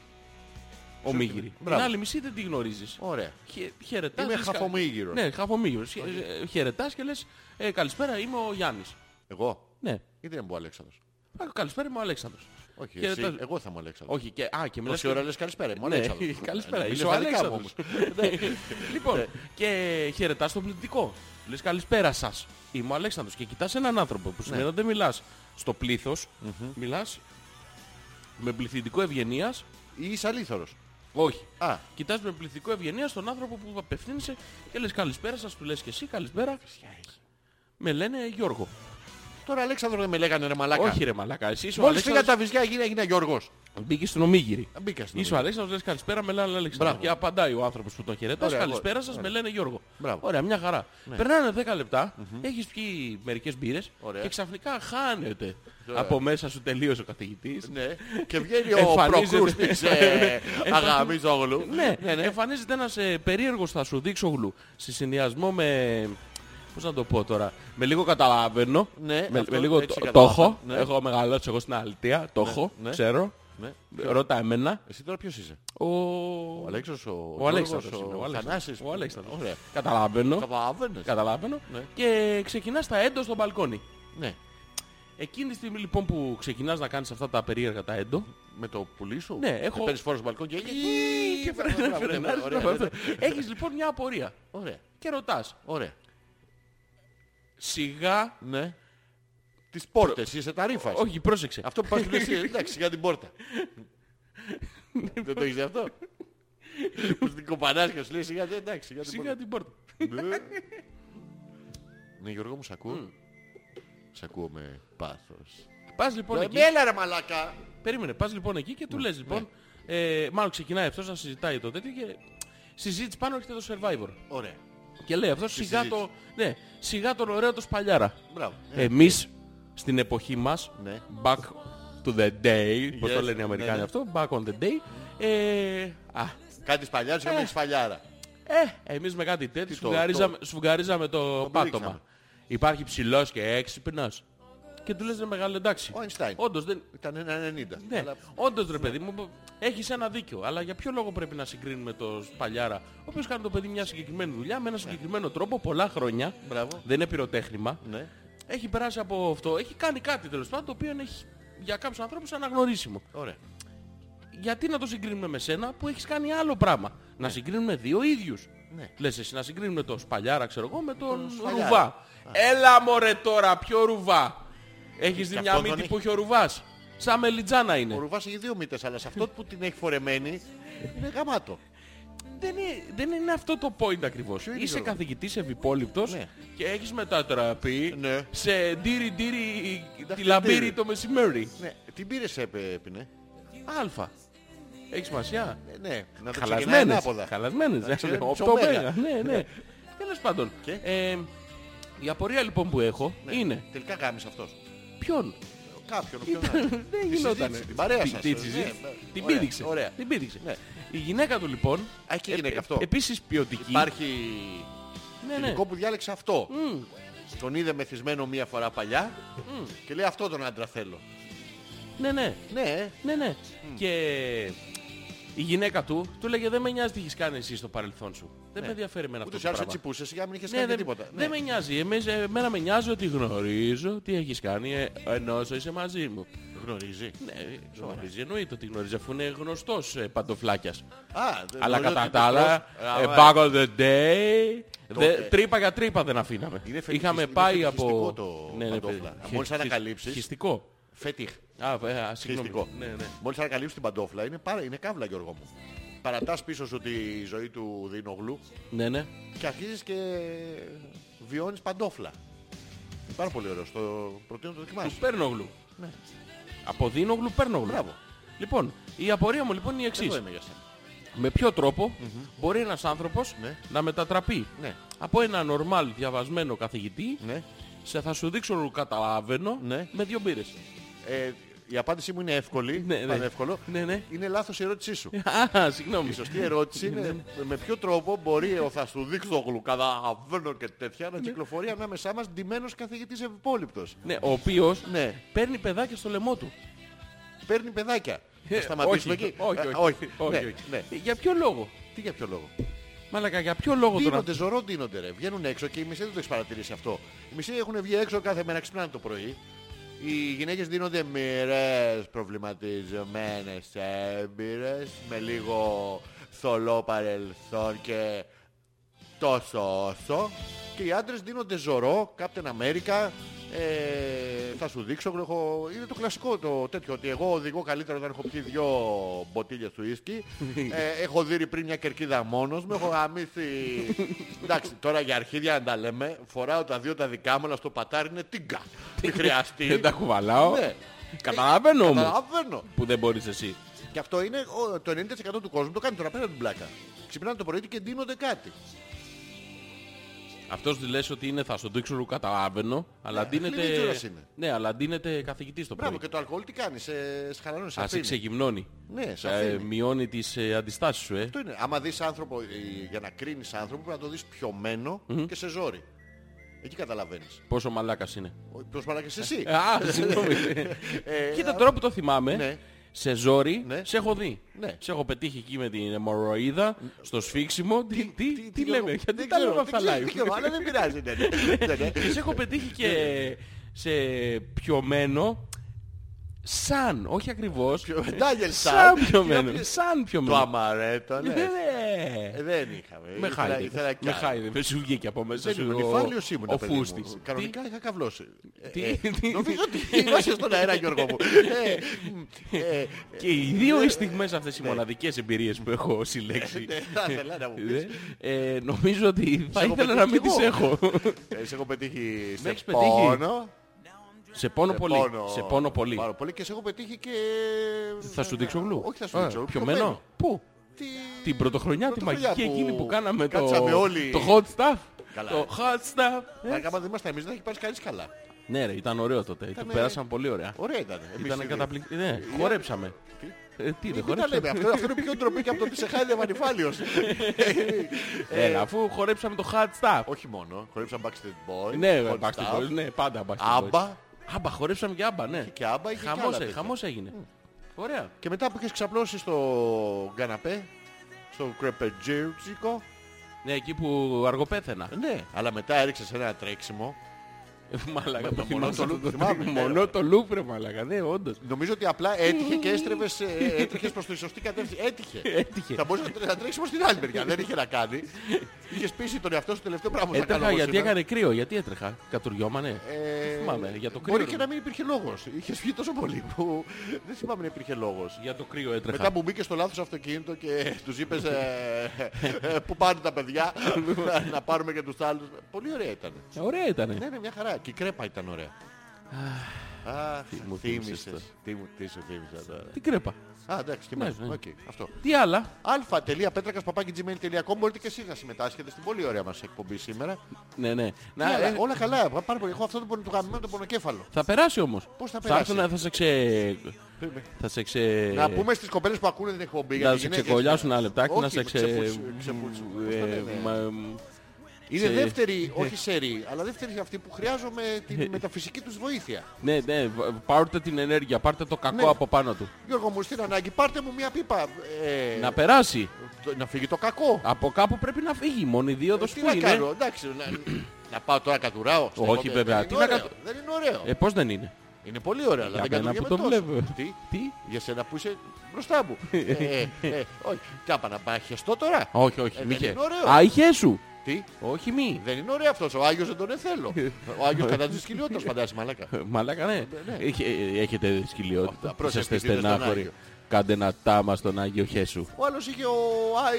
Speaker 1: ομίγυρη. Την
Speaker 2: Μπράβο.
Speaker 1: άλλη μισή δεν τη γνωρίζεις.
Speaker 2: Ωραία.
Speaker 1: Χε, χαιρετάς,
Speaker 2: Είμαι
Speaker 1: λες κα-
Speaker 2: χαφομίγυρος.
Speaker 1: Ναι, χαφομίγυρος. Χε- ε, Χαιρετάς και λες «Ε, καλησπέρα είμαι ο Γιάννης.
Speaker 2: Εγώ.
Speaker 1: Ναι.
Speaker 2: Γιατί δεν μου ο Αλέξανδρος.
Speaker 1: «Α, Καλησπέρα είμαι ο Αλέξανδρος.
Speaker 2: Όχι,
Speaker 1: Και
Speaker 2: εσύ.
Speaker 1: τα-
Speaker 2: Εγώ θα είμαι ο Αλέξανδρος.
Speaker 1: Όχι και... Α, και μιλάς
Speaker 2: Τόση
Speaker 1: και-
Speaker 2: ώρα λες καλησπέρα, είμαι ο
Speaker 1: Ναι,
Speaker 2: Αλέξανδρος.
Speaker 1: καλησπέρα.
Speaker 2: Ε,
Speaker 1: Είσαι
Speaker 2: μιλάς
Speaker 1: ο
Speaker 2: τα δικά μου
Speaker 1: Αλέξανδρος. Ναι. Λοιπόν, και χαιρετάς το πληθυντικό. Λες καλησπέρα σας. Είμαι ο Αλέξανδρος και κοιτάς έναν άνθρωπο που συνήθως δεν μιλάς στο πλήθος. Μιλάς με πληθυντικό ευγενίας.
Speaker 2: Ή είσαι αλήθωρος.
Speaker 1: Όχι.
Speaker 2: Α,
Speaker 1: Κοιτάς με πληθυντικό ευγενίας στον άνθρωπο που απευθύνεσαι και λες καλησπέρα σας, του λες και εσύ καλησπέρα. Με λένε Γιώργο.
Speaker 2: τώρα Αλέξανδρο δεν με λέγανε ρε μαλάκα.
Speaker 1: Όχι ρε μαλάκα, εσύ είσαι ο
Speaker 2: Μόλις φύγα
Speaker 1: Αλέξανδρος.
Speaker 2: τα βυζιά έγινα, έγινα Γιώργος.
Speaker 1: Μπήκε στην ομίγυρη.
Speaker 2: Μπήκα στην
Speaker 1: Είσαι ο Αλέξανδρος, λες καλησπέρα, με λένε Αλέξανδρο.
Speaker 2: Μπράβο.
Speaker 1: Και απαντάει ο άνθρωπος που τον χαιρετάς,
Speaker 2: Ωραία,
Speaker 1: καλησπέρα
Speaker 2: ωραία.
Speaker 1: σας, με λένε Γιώργο.
Speaker 2: Μπράβο. Ναι.
Speaker 1: Ωραία, μια χαρά. Περνάνε 10 λεπτά, έχεις πιει μερικές μπύρες
Speaker 2: Ωραία.
Speaker 1: και ξαφνικά χάνεται. Από μέσα σου τελείωσε ο καθηγητής.
Speaker 2: Ναι. Και βγαίνει ο
Speaker 1: Εμφανίζεται.
Speaker 2: προκρούστης ε, Αγαμίζογλου.
Speaker 1: Ναι, εμφανίζεται ένας ε, περίεργος θα σου δείξω γλου. Σε συνδυασμό με... Πώς να το πω τώρα. Με λίγο καταλαβαίνω.
Speaker 2: Ναι,
Speaker 1: με,
Speaker 2: αυτό
Speaker 1: με λίγο
Speaker 2: έτσι
Speaker 1: το- το
Speaker 2: καταλαβαίνω.
Speaker 1: έχω.
Speaker 2: Ναι.
Speaker 1: Έχω μεγαλώσει εγώ στην αλτία. Το έχω.
Speaker 2: ναι.
Speaker 1: Ξέρω.
Speaker 2: Ναι.
Speaker 1: Ρώτα εμένα.
Speaker 2: Εσύ τώρα ποιος είσαι.
Speaker 1: Ο,
Speaker 2: Ο Αλέξανδρος, ο,
Speaker 1: Ο
Speaker 2: Γιώργος,
Speaker 1: Αλέξανδρος. είναι,
Speaker 2: ο,
Speaker 1: Ο
Speaker 2: Θανάσης.
Speaker 1: Αλέξανδρος. Ο Αλέξανδρος.
Speaker 2: Ωραία.
Speaker 1: Καταλαβαίνω.
Speaker 2: Καταλαβαίνεις.
Speaker 1: Καταλαβαίνω.
Speaker 2: Ναι.
Speaker 1: Και ξεκινάς τα έντο στο μπαλκόνι.
Speaker 2: Ναι.
Speaker 1: Εκείνη τη στιγμή λοιπόν που ξεκινάς να κάνεις αυτά τα περίεργα τα έντο.
Speaker 2: Με το πουλί σου.
Speaker 1: Ναι, έχω-
Speaker 2: Παίρνεις φόρο στο μπαλκόνι και...
Speaker 1: Και φρένα-
Speaker 2: Ε, Μπράβο, μπράβο,
Speaker 1: φρενάρεις,
Speaker 2: ωραία,
Speaker 1: μπράβο,
Speaker 2: ναι.
Speaker 1: αυτό. Έχεις λοιπόν μια απορία.
Speaker 2: Ωραία.
Speaker 1: Και ρωτάς.
Speaker 2: Ωραία.
Speaker 1: Σιγά.
Speaker 2: Ναι. Τις πόρτες είσαι τα ρήφας.
Speaker 1: Όχι, πρόσεξε.
Speaker 2: Αυτό που πας και λες εσύ, εντάξει για την πόρτα. Δεν το έχεις δει αυτό. Που στην κοπανάς και σου λέει σιγά εντάξει για την
Speaker 1: Σιγά
Speaker 2: πόρτα.
Speaker 1: την πόρτα.
Speaker 2: Ναι. Ναι Γιώργο μου σ' ακούω. Σ' ακούω με πάθος.
Speaker 1: Πας λοιπόν
Speaker 2: Ε,
Speaker 1: εκεί.
Speaker 2: Έλα ρε μαλάκα.
Speaker 1: Περίμενε, πας λοιπόν εκεί
Speaker 2: Ναι,
Speaker 1: και του λες λοιπόν. ε, μάλλον ξεκινάει αυτός να συζητάει το τέτοιο και συζήτηση πάνω έρχεται το Survivor.
Speaker 2: Ωραία.
Speaker 1: Και λέει αυτός σιγά, το, ναι, σιγά τον ωραίο το σπαλιάρα.
Speaker 2: Μπράβο.
Speaker 1: Ε, Εμείς στην εποχή μας,
Speaker 2: Ναι.
Speaker 1: back to the day, πώς
Speaker 2: Yes,
Speaker 1: το λένε οι
Speaker 2: ναι,
Speaker 1: Αμερικάνοι
Speaker 2: ναι.
Speaker 1: αυτό, back on the day, ε, α,
Speaker 2: Κάτι σπαλιά σου με σφαλιάρα.
Speaker 1: ε, εμείς με κάτι τέτοιο
Speaker 2: Τι το-
Speaker 1: σφουγγαρίζαμε, σφουγγαρίζαμε το, πάτωμα.
Speaker 2: πηδήξαμε.
Speaker 1: Υπάρχει ψηλός και έξυπνος. Και του λες ρε μεγάλο εντάξει.
Speaker 2: Ο Einstein.
Speaker 1: Όντως δεν,
Speaker 2: Ήταν ένα 90.
Speaker 1: Ναι,
Speaker 2: Αλλά
Speaker 1: όντως ρε παιδί μου, έχεις ένα δίκιο. Αλλά για ποιο λόγο πρέπει να συγκρίνουμε το Σπαλιάρα, ο οποίος κάνει το παιδί μια συγκεκριμένη δουλειά με ένα συγκεκριμένο τρόπο πολλά χρόνια.
Speaker 2: Ναι. Μπράβο.
Speaker 1: Δεν είναι πυροτέχνημα.
Speaker 2: Ναι.
Speaker 1: Έχει περάσει από αυτό. Έχει κάνει κάτι τέλος πάντων το οποίο έχει για κάποιους ανθρώπους αναγνωρίσιμο.
Speaker 2: Ωραία.
Speaker 1: Γιατί να το συγκρίνουμε με σένα που έχεις κάνει άλλο πράγμα. Να συγκρίνουμε δύο ίδιους.
Speaker 2: Ναι.
Speaker 1: Λες εσύ να συγκρίνουμε το Σπαλιάρα ξέρω εγώ με τον
Speaker 2: Σπαλιάρα.
Speaker 1: Ρουβά. Έλα μωρέ τώρα, ποιο Ρουβά. Έχεις δει
Speaker 2: Και
Speaker 1: μια
Speaker 2: αυτόν
Speaker 1: μύτη
Speaker 2: τον
Speaker 1: που έχει ο Ρουβάς. Σαν μελιτζάνα είναι.
Speaker 2: Ο Ρουβάς έχει δύο μύτες αλλά σε αυτό που την έχει φορεμένη είναι γαμάτο.
Speaker 1: δεν είναι, δεν είναι αυτό το point ακριβώς.
Speaker 2: Ποιο είναι,
Speaker 1: Είσαι
Speaker 2: Γιώργο?
Speaker 1: καθηγητής ευυπόληπτος
Speaker 2: Ναι.
Speaker 1: και έχεις μετατραπεί
Speaker 2: Ναι.
Speaker 1: σε ντύρι ντύρι τη
Speaker 2: Δαχτυλίδι.
Speaker 1: λαμπύρι το μεσημέρι.
Speaker 2: Ναι, την πήρες έπινε.
Speaker 1: Αλφα. Έχεις σημασία.
Speaker 2: Ε, Ναι, να το ξεκινάει
Speaker 1: Χαλασμένες.
Speaker 2: ανάποδα.
Speaker 1: Χαλασμένες.
Speaker 2: Εντάξει,
Speaker 1: ε,
Speaker 2: είναι
Speaker 1: οκτώ
Speaker 2: ψωμένα.
Speaker 1: μέγα. Ναι, ναι. Τέλος πάντων.
Speaker 2: Και?
Speaker 1: Ε, η απορία λοιπόν που έχω
Speaker 2: Ναι.
Speaker 1: είναι
Speaker 2: Τελικά γάμισε αυτός.
Speaker 1: ποιον.
Speaker 2: Κάποιον, όποιον να είναι.
Speaker 1: Ήταν- Δεν γινόταν.
Speaker 2: συζήτηση, την παρέα σας.
Speaker 1: Την
Speaker 2: Ναι,
Speaker 1: συζήτηση.
Speaker 2: ναι.
Speaker 1: Την
Speaker 2: Ωραία,
Speaker 1: πήδηξε. Ε,
Speaker 2: ωραία.
Speaker 1: Την πήδηξε.
Speaker 2: Ναι.
Speaker 1: Η γυναίκα του λοιπόν.
Speaker 2: Α, και η γυναίκα αυτό.
Speaker 1: Επίσης ποιοτική.
Speaker 2: Υπάρχει
Speaker 1: Ναι, ναι.
Speaker 2: τελικό που διάλεξε αυτό. Τον είδε μεθυσμένο μία φορά παλιά και λέει αυτό τον άντρα θέλω.
Speaker 1: Ναι, ναι.
Speaker 2: Ναι,
Speaker 1: Ναι, ναι. Και η γυναίκα του του λέγε δεν με νοιάζει τι έχεις κάνει εσύ στο παρελθόν σου. Δεν με ενδιαφέρει εμένα αυτό
Speaker 2: Ναι. ούτως
Speaker 1: το
Speaker 2: ή άλλως
Speaker 1: πράγμα.
Speaker 2: τσιπούσες για να μην είχες
Speaker 1: Ναι,
Speaker 2: κάνει και
Speaker 1: δεν,
Speaker 2: τίποτα.
Speaker 1: δεν με νοιάζει. Εμείς, ε, εμένα με νοιάζει ότι γνωρίζω τι έχεις κάνει ε, ενώ είσαι μαζί μου.
Speaker 2: Γνωρίζει.
Speaker 1: Ναι, γνωρίζει. Εννοείται ότι γνωρίζει αφού είναι γνωστός ε, παντοφλάκιας.
Speaker 2: Α, δεν
Speaker 1: Αλλά
Speaker 2: γνωρίζω
Speaker 1: κατά
Speaker 2: ότι
Speaker 1: τα άλλα,
Speaker 2: τυπικός. Α,
Speaker 1: ε,
Speaker 2: ωραία.
Speaker 1: back of the day,
Speaker 2: Τότε.
Speaker 1: δε- τρύπα για τρύπα δεν αφήναμε.
Speaker 2: Είναι φετιχισ-
Speaker 1: Είχαμε
Speaker 2: είναι
Speaker 1: πάει
Speaker 2: φετιχιστικό
Speaker 1: από... Ναι,
Speaker 2: το παντόφλα.
Speaker 1: φε-
Speaker 2: Μόλις
Speaker 1: χι- χι-
Speaker 2: ανακαλύψεις.
Speaker 1: Χιστικό.
Speaker 2: Φετιχ.
Speaker 1: Α, ε, α, συγγνώμη.
Speaker 2: Χιστικό.
Speaker 1: Ναι, ναι.
Speaker 2: Μόλις ανακαλύψει την παντόφλα είναι, πάρα, είναι καύλα Γιώργο μου. Παρατάς πίσω σου τη ζωή του Δινογλου
Speaker 1: ναι, ναι.
Speaker 2: και αρχίζεις και βιώνεις παντόφλα. Είναι πάρα πολύ ωραίο. Στο προτείνω να το
Speaker 1: Του
Speaker 2: δοκιμάσεις.
Speaker 1: Πέρνογλου.
Speaker 2: Ναι.
Speaker 1: Από Δίνογλου Πέρνογλου.
Speaker 2: Μπράβο. Ε,
Speaker 1: Λοιπόν, η απορία μου λοιπόν είναι η εξής.
Speaker 2: Εδώ είμαι για σένα.
Speaker 1: Με ποιο τρόπο μπορεί ένας άνθρωπος
Speaker 2: Ναι.
Speaker 1: να μετατραπεί
Speaker 2: Ναι.
Speaker 1: από ένα νορμάλ διαβασμένο καθηγητή
Speaker 2: Ναι.
Speaker 1: σε θα σου δείξω καταλαβαίνω
Speaker 2: Ναι.
Speaker 1: με δύο μπύρες.
Speaker 2: Ε, η απάντησή μου είναι εύκολη.
Speaker 1: Ναι, ναι.
Speaker 2: Πανεύκολο.
Speaker 1: Ναι, ναι.
Speaker 2: Είναι λάθος η ερώτησή σου.
Speaker 1: Α, συγγνώμη.
Speaker 2: Η σωστή ερώτηση είναι με ποιο τρόπο μπορεί ο θα σου δείξω γλουκαδαβαίνω και τέτοια να κυκλοφορεί ανάμεσά μας ντυμένος καθηγητής ευυπόληπτος.
Speaker 1: Ναι, ο οποίος
Speaker 2: Ναι.
Speaker 1: παίρνει παιδάκια στο λαιμό του.
Speaker 2: Παίρνει παιδάκια.
Speaker 1: Ε,
Speaker 2: Θα σταματήσουμε
Speaker 1: όχι,
Speaker 2: εκεί.
Speaker 1: Όχι,
Speaker 2: Ε,
Speaker 1: όχι.
Speaker 2: Ναι,
Speaker 1: όχι, όχι.
Speaker 2: ναι.
Speaker 1: Ε, Για ποιο λόγο.
Speaker 2: Τι για ποιο λόγο.
Speaker 1: Μαλακα, για ποιο λόγο τώρα.
Speaker 2: Δίνονται, ζωρό δίνονται ρε. Βγαίνουν έξω και οι μισοί δεν το έχεις παρατηρήσει αυτό. Οι μισοί έχουν βγει έξω κάθε μέρα ξυπνάνε το πρωί. Οι γυναίκες δίνονται μοιρές, προβληματιζομένες, έμπειρες, με λίγο θολό παρελθόν και τόσο όσο. Και οι άντρες δίνονται ζωρό, Captain America, ε, θα σου δείξω, έχω... είναι το κλασικό το τέτοιο, ότι εγώ οδηγώ καλύτερα όταν έχω πιει δυο μποτίλια του ίσκι, ε, έχω δει πριν μια κερκίδα μόνος μου, έχω γαμίσει... Εντάξει, τώρα για αρχίδια να τα λέμε, φοράω τα δύο τα δικά μου, αλλά στο πατάρι είναι τίγκα. Μην χρειαστεί.
Speaker 1: Δεν τα κουβαλάω.
Speaker 2: Ναι.
Speaker 1: Καταλαβαίνω όμως
Speaker 2: Καταλαβαίνω.
Speaker 1: που δεν μπορείς εσύ.
Speaker 2: Και αυτό είναι ο- το 90% του κόσμου το κάνει τώρα πέρα από την πλάκα. Ξυπνάνε το πρωί και ντύνονται κάτι.
Speaker 1: Αυτός τη λες ότι είναι θα στο δείξω καταλαβαίνω, αλλά
Speaker 2: Ναι, λίγο
Speaker 1: ντύνεται...
Speaker 2: κιόλας είναι.
Speaker 1: Ναι, αλλά ντύνεται καθηγητής το
Speaker 2: Μπράβο
Speaker 1: πρωί.
Speaker 2: και το αλκοόλ τι κάνει, σε σχαλανώνει, σε
Speaker 1: Ας, σε
Speaker 2: αφήνει.
Speaker 1: ξεγυμνώνει.
Speaker 2: Ναι, σε
Speaker 1: Ε,
Speaker 2: αφήνει.
Speaker 1: μειώνει τις ε, αντιστάσεις σου, ε.
Speaker 2: Αυτό είναι. Άμα δεις άνθρωπο, ε, για να κρίνεις άνθρωπο πρέπει να το δεις πιωμένο και σε ζόρι. Εκεί καταλαβαίνεις.
Speaker 1: Πόσο μαλάκας είναι.
Speaker 2: Ο- Ποιος μαλάκες εσύ.
Speaker 1: Α, συγγνώμη.
Speaker 2: Ε,
Speaker 1: Κοίτα
Speaker 2: α,
Speaker 1: τώρα που το θυμάμαι.
Speaker 2: Ναι.
Speaker 1: Σε ζόρι,
Speaker 2: Ναι.
Speaker 1: σε έχω δει.
Speaker 2: Ναι.
Speaker 1: Σε έχω πετύχει εκεί με την αιμορροίδα, στο σφίξιμο. Τι, τι, τι, λέμε,
Speaker 2: δεν
Speaker 1: γιατί τα
Speaker 2: ξέρω,
Speaker 1: λέμε αυτά
Speaker 2: δεν
Speaker 1: live.
Speaker 2: ξέρω, δεν ξέρω, Ναι, Αλλά δεν πειράζει. ναι, ναι. Ναι, ναι.
Speaker 1: Και σε έχω πετύχει και σε πιωμένο, σαν, όχι ακριβώς,
Speaker 2: Πιο- Ντάγελ
Speaker 1: σαν
Speaker 2: Σαν.
Speaker 1: πιωμένος, σαν
Speaker 2: Το
Speaker 1: πιωμένος.
Speaker 2: αμαρέτο, ναι.
Speaker 1: Ναι.
Speaker 2: Ε, Δεν είχαμε.
Speaker 1: Με
Speaker 2: Ήθελα- ήθελα
Speaker 1: χάιδε.
Speaker 2: κι
Speaker 1: Με
Speaker 2: άλλο.
Speaker 1: χάιδε. Με σου βγήκε από μέσα
Speaker 2: Δεν
Speaker 1: σου.
Speaker 2: ήμουν
Speaker 1: ο-
Speaker 2: υφάλιος ήμουν.
Speaker 1: Ο
Speaker 2: παιδί μου.
Speaker 1: φούστης.
Speaker 2: Κανονικά είχα καυλώσει. Ε,
Speaker 1: Τι-
Speaker 2: ε,
Speaker 1: τι-
Speaker 2: Νομίζω ότι είμαστε στον αέρα, Γιώργο μου. Ε, ε, ε,
Speaker 1: Τι- Και οι δύο οι στιγμές αυτές οι μοναδικές εμπειρίες που έχω συλλέξει.
Speaker 2: ναι, Θα ήθελα να μου πεις.
Speaker 1: ε, ε, νομίζω ότι θα
Speaker 2: έχω
Speaker 1: ήθελα να
Speaker 2: πετύχει
Speaker 1: μην
Speaker 2: κι
Speaker 1: τις έχω.
Speaker 2: εγώ. Ε, Σε έχω πετύχει σε
Speaker 1: έχεις πετύχει.
Speaker 2: πόνο.
Speaker 1: σε πόνο
Speaker 2: σε
Speaker 1: πολύ. Σε πόνο πολύ.
Speaker 2: Πάρα πολύ και σε έχω πετύχει και...
Speaker 1: Θα σου δείξω γλου.
Speaker 2: Όχι θα σου
Speaker 1: Α,
Speaker 2: δείξω γλου.
Speaker 1: Πιωμένο. Πού.
Speaker 2: Τι...
Speaker 1: Την πρωτοχρονιά, τη
Speaker 2: Πρωτοχρονιά
Speaker 1: μαγική
Speaker 2: που
Speaker 1: εκείνη που κάναμε το,
Speaker 2: κάτσαμε όλοι.
Speaker 1: το hot stuff.
Speaker 2: Καλά. Ε.
Speaker 1: Το hot stuff.
Speaker 2: Άρα, Άμα δεν ήμασταν εμείς δεν έχει πάρει κανείς καλά.
Speaker 1: Ναι ρε, ήταν ωραίο τότε. Το πέρασαν πολύ ωραία.
Speaker 2: Ωραία ήταν. Εμείς
Speaker 1: Ήταν
Speaker 2: οι-
Speaker 1: καταπληκτικό. Ναι, χορέψαμε.
Speaker 2: Τι?
Speaker 1: Ε, τι δεν
Speaker 2: Μην τα λέμε.
Speaker 1: χορέψαμε.
Speaker 2: Αυτό, αυτό είναι πιο ντροπή και από το ότι σε χάιδε Βανιφάλιος.
Speaker 1: Έλα, αφού χορέψαμε το hot stuff.
Speaker 2: Ε, Όχι μόνο. Χορέψαν Backstreet Boys.
Speaker 1: Ναι,
Speaker 2: Hot
Speaker 1: Backstreet
Speaker 2: Stuff,
Speaker 1: Boys, ναι, πάντα Backstreet Boys.
Speaker 2: Άμπα.
Speaker 1: Άμπα, χορέψαμε και άμπα, ναι.
Speaker 2: Και άμπα είχε και
Speaker 1: Χαμός,
Speaker 2: άλλα
Speaker 1: ε,
Speaker 2: τέτοια.
Speaker 1: χαμός έγινε. Ωραία.
Speaker 2: Και μετά που έχεις ξαπλώσει στο καναπέ, στο κρεπετζίρτσικο.
Speaker 1: Ναι, εκεί που αργοπέθαινα.
Speaker 2: Ναι, αλλά μετά έριξες ένα τρέξιμο
Speaker 1: Μαλάκα, το
Speaker 2: θυμάμαι
Speaker 1: μόνο
Speaker 2: αυτό
Speaker 1: το
Speaker 2: το
Speaker 1: λούπ.
Speaker 2: θυμάμαι, ναι.
Speaker 1: Μόνο το λούπ, ρε μαλάκα. Ναι, όντως.
Speaker 2: Νομίζω ότι απλά έτυχε και έστρεβες, έτυχε προς τη σωστή κατεύθυνση. Έτυχε.
Speaker 1: Έτυχε.
Speaker 2: Θα μπορούσες να τρέξεις προς την άλλη μεριά. Δεν είχε να κάνει. Είχες πείσει τον εαυτό σου το τελευταίο πράγμα που θα κάνω.
Speaker 1: Έτρεχα
Speaker 2: εγώ
Speaker 1: γιατί
Speaker 2: σήμερα.
Speaker 1: έκανε κρύο, γιατί έτρεχα. Κατουριόμανε.
Speaker 2: Ε,
Speaker 1: Δεν θυμάμαι, για το
Speaker 2: Μπορεί
Speaker 1: κρύο.
Speaker 2: και να μην υπήρχε λόγος. Είχες βγει τόσο πολύ που δεν θυμάμαι να υπήρχε λόγος.
Speaker 1: Για το κρύο έτρεχα.
Speaker 2: Μετά που μπήκε στο λάθος αυτοκίνητο και τους είπες ε, πού πάνε τα παιδιά, να- να πάρουμε και τους άλλους. Πολύ ωραία ήταν.
Speaker 1: Ωραία ήτανε.
Speaker 2: Ναι, ναι, μια χαρά. Και η κρέπα ήταν ωραία. Αχ,
Speaker 1: μου θύμισες
Speaker 2: θύμισες.
Speaker 1: τώρα.
Speaker 2: Τι μου- τι σου θύμισα τώρα.
Speaker 1: Τι κρέπα.
Speaker 2: Α, εντάξει, τι
Speaker 1: Ναι, ναι.
Speaker 2: μάθαμε. Αυτό.
Speaker 1: Τι άλλα.
Speaker 2: αλφα.πέτρακα.gmail.com Μπορείτε και εσείς να συμμετάσχετε στην πολύ ωραία μας εκπομπή σήμερα.
Speaker 1: Ναι, ναι. Να,
Speaker 2: Να,
Speaker 1: ε,
Speaker 2: όλα καλά. Πάρα πολύ. Έχω αυτό το πονο- το γαμμένο το πονοκέφαλο.
Speaker 1: Θα περάσει όμως.
Speaker 2: Πώς θα
Speaker 1: Θα
Speaker 2: περάσει?
Speaker 1: έρθουν να θα σε ξε... Θα σε ξε...
Speaker 2: Να πούμε στις κοπέλες που ακούνε την εκπομπή. για
Speaker 1: Ε. να
Speaker 2: τις
Speaker 1: σε
Speaker 2: γυναίκες.
Speaker 1: ξεκολλιάσουν ένα λεπτάκι,
Speaker 2: Όχι,
Speaker 1: να σε ξε...
Speaker 2: ξεφούτσου- ξεφούτσου. Πώς το
Speaker 1: ε,
Speaker 2: λένε.
Speaker 1: μα-
Speaker 2: Είναι
Speaker 1: σε- ε.
Speaker 2: δεύτερη, όχι σερή, αλλά δεύτερη αυτή που χρειάζομαι την μεταφυσική τους βοήθεια.
Speaker 1: Ναι, ναι, βα- πάρτε την ενέργεια, πάρτε το κακό
Speaker 2: Ναι.
Speaker 1: από πάνω του.
Speaker 2: Γιώργο μου, στην ανάγκη, πάρτε μου μια πίπα. ε,
Speaker 1: Να περάσει.
Speaker 2: το- να φύγει το κακό.
Speaker 1: Από κάπου πρέπει να φύγει. Μόνη η δίωδος
Speaker 2: Ε, Τι
Speaker 1: που
Speaker 2: να
Speaker 1: είναι.
Speaker 2: κάνω, εντάξει. να- Να πάω τώρα κατουράω. στην
Speaker 1: Όχι,
Speaker 2: επόμενη.
Speaker 1: βέβαια,
Speaker 2: Δεν
Speaker 1: τι
Speaker 2: είναι
Speaker 1: να
Speaker 2: ωραίο,
Speaker 1: κατου-
Speaker 2: Δεν είναι ωραίο.
Speaker 1: Ε, πώς δεν είναι.
Speaker 2: Είναι πολύ ωραία, αλλά
Speaker 1: Για
Speaker 2: δεν
Speaker 1: μένα
Speaker 2: κατουργέμαι
Speaker 1: που το
Speaker 2: τόσο.
Speaker 1: βλέπω.
Speaker 2: Τι,
Speaker 1: Τι.
Speaker 2: για σένα που είσαι μπροστά μου. ε, ε, ε, όχι. Τι άπα να πάει χεστό τώρα.
Speaker 1: Όχι,
Speaker 2: Ε,
Speaker 1: όχι,
Speaker 2: δεν
Speaker 1: μη χε.
Speaker 2: είναι ωραίο. Ε,
Speaker 1: Α, είχε σου.
Speaker 2: Τι,
Speaker 1: Όχι, μη.
Speaker 2: δεν είναι ωραίο αυτός. Ο Άγιος δεν τον εθέλω. Ο Άγιος κατά της σκυλιότητας φαντάζει μαλάκα.
Speaker 1: Ε, Μαλάκα, ναι. Έχε- ε, Έχετε
Speaker 2: Αυτά,
Speaker 1: σκυλιότητα.
Speaker 2: πρόσεχε,
Speaker 1: Είσαστε
Speaker 2: επειδή δεν στον
Speaker 1: στενάχωροι.
Speaker 2: Άγιο.
Speaker 1: Κάντε ένα τάμα στον Άγιο Χέσου.
Speaker 2: Ο άλλος είχε ο Άι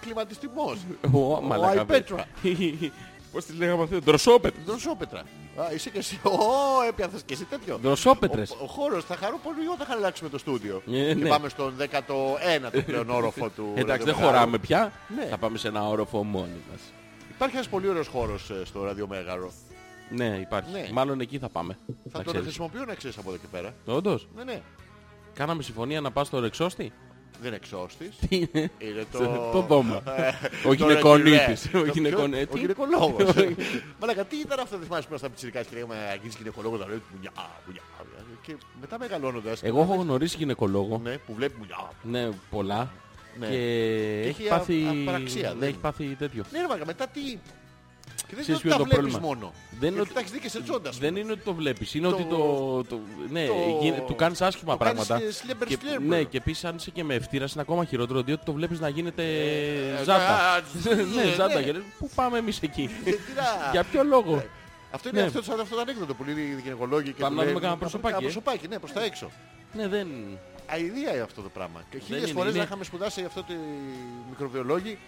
Speaker 2: κλιματιστημός.
Speaker 1: Ο,
Speaker 2: Άι Πέτρα.
Speaker 1: Πώς τη λέγαμε αυτή, Ντροσόπετρα.
Speaker 2: Δροσόπετρα. Α, είσαι και εσύ. Ω, έπιαθες και εσύ τέτοιο.
Speaker 1: Δροσόπετρες.
Speaker 2: Ο, ο χώρος θα χαρώ πολύ όταν θα αλλάξουμε το στούντιο.
Speaker 1: Ε,
Speaker 2: Και
Speaker 1: ναι.
Speaker 2: πάμε στον 19ο πλέον όροφο του.
Speaker 1: Εντάξει, δεν
Speaker 2: ραδιομεγάλου.
Speaker 1: χωράμε πια.
Speaker 2: Ναι.
Speaker 1: Θα πάμε σε ένα όροφο μόνοι μας.
Speaker 2: Υπάρχει ένας πολύ ωραίος χώρος ε, στο ραδιομέγαρο.
Speaker 1: Ναι, υπάρχει.
Speaker 2: Ναι.
Speaker 1: Μάλλον εκεί θα πάμε.
Speaker 2: Θα τον χρησιμοποιώ να ξέρεις από εδώ και πέρα.
Speaker 1: Όντως,
Speaker 2: Ναι, ναι.
Speaker 1: κάναμε συμφωνία να πας στο Ρεξώστη.
Speaker 2: Δεν είναι εξώστης.
Speaker 1: Τι είναι.
Speaker 2: Είναι το... Ε,
Speaker 1: Το, το δόμα. Ο
Speaker 2: το
Speaker 1: γυναικονίτης.
Speaker 2: ρεγκυρέ.
Speaker 1: Ο
Speaker 2: Το
Speaker 1: γυναικονέ-
Speaker 2: ποιο- Ο
Speaker 1: τι?
Speaker 2: γυναικολόγος. Μαλάκα, τι ήταν αυτό, δεν θυμάσαι που στα πιτσιρικά και λέγαμε «Αγγίζεις γυναικολόγο», τα λέω «Μουνιά, μουνιά». Και μετά μεγαλώνοντας...
Speaker 1: Εγώ έχω γνωρίσει γυναικολόγο.
Speaker 2: Ναι, που βλέπει «Μουνιά».
Speaker 1: Ναι, πολλά.
Speaker 2: Ναι.
Speaker 1: Και έχει
Speaker 2: έχει
Speaker 1: πάθει...
Speaker 2: α- απαραξία,
Speaker 1: ναι,
Speaker 2: δεν-
Speaker 1: έχει πάθει τέτοιο.
Speaker 2: Ναι, ρε μαλάκα, μετά τι... Και δεν
Speaker 1: Ξέρεις
Speaker 2: είναι
Speaker 1: ποιο
Speaker 2: ότι
Speaker 1: είναι το
Speaker 2: τα βλέπεις
Speaker 1: πρόβλημα?
Speaker 2: μόνο.
Speaker 1: Δεν είναι
Speaker 2: Γιατί
Speaker 1: ότι-
Speaker 2: τα έχεις δει και σε τσόντας.
Speaker 1: Δεν είναι ότι το βλέπεις, είναι
Speaker 2: Το-
Speaker 1: ότι το... το ναι,
Speaker 2: το-
Speaker 1: γίνε- του κάνεις άσχημα
Speaker 2: το κάνεις,
Speaker 1: πράγματα.
Speaker 2: ε, σλέμπερ,
Speaker 1: και,
Speaker 2: σλέμπερ.
Speaker 1: ναι, και επίσης αν είσαι και με ευτήρα είναι ακόμα χειρότερο, διότι το βλέπεις να γίνεται
Speaker 2: ε,
Speaker 1: ζάτα.
Speaker 2: α,
Speaker 1: ναι,
Speaker 2: ναι.
Speaker 1: ζάτα. και λες, Πού πάμε εμείς εκεί.
Speaker 2: Ε, τι να-
Speaker 1: Για ποιο λόγο.
Speaker 2: Αυτό είναι
Speaker 1: Ναι.
Speaker 2: αυτό, σαν αυτό το ανέκδοτο που λένε οι γυναικολόγοι και
Speaker 1: Πάμε
Speaker 2: του
Speaker 1: να δούμε κανένα
Speaker 2: λένε, «Να δούμε
Speaker 1: προσωπάκι, ε».
Speaker 2: προσωπάκι, ναι, προς τα έξω.
Speaker 1: ναι, δεν...
Speaker 2: αηδία είναι αυτό το πράγμα. Και χίλιες
Speaker 1: είναι,
Speaker 2: φορές
Speaker 1: είναι-
Speaker 2: να είχαμε σπουδάσει αυτό το μικροβιολόγοι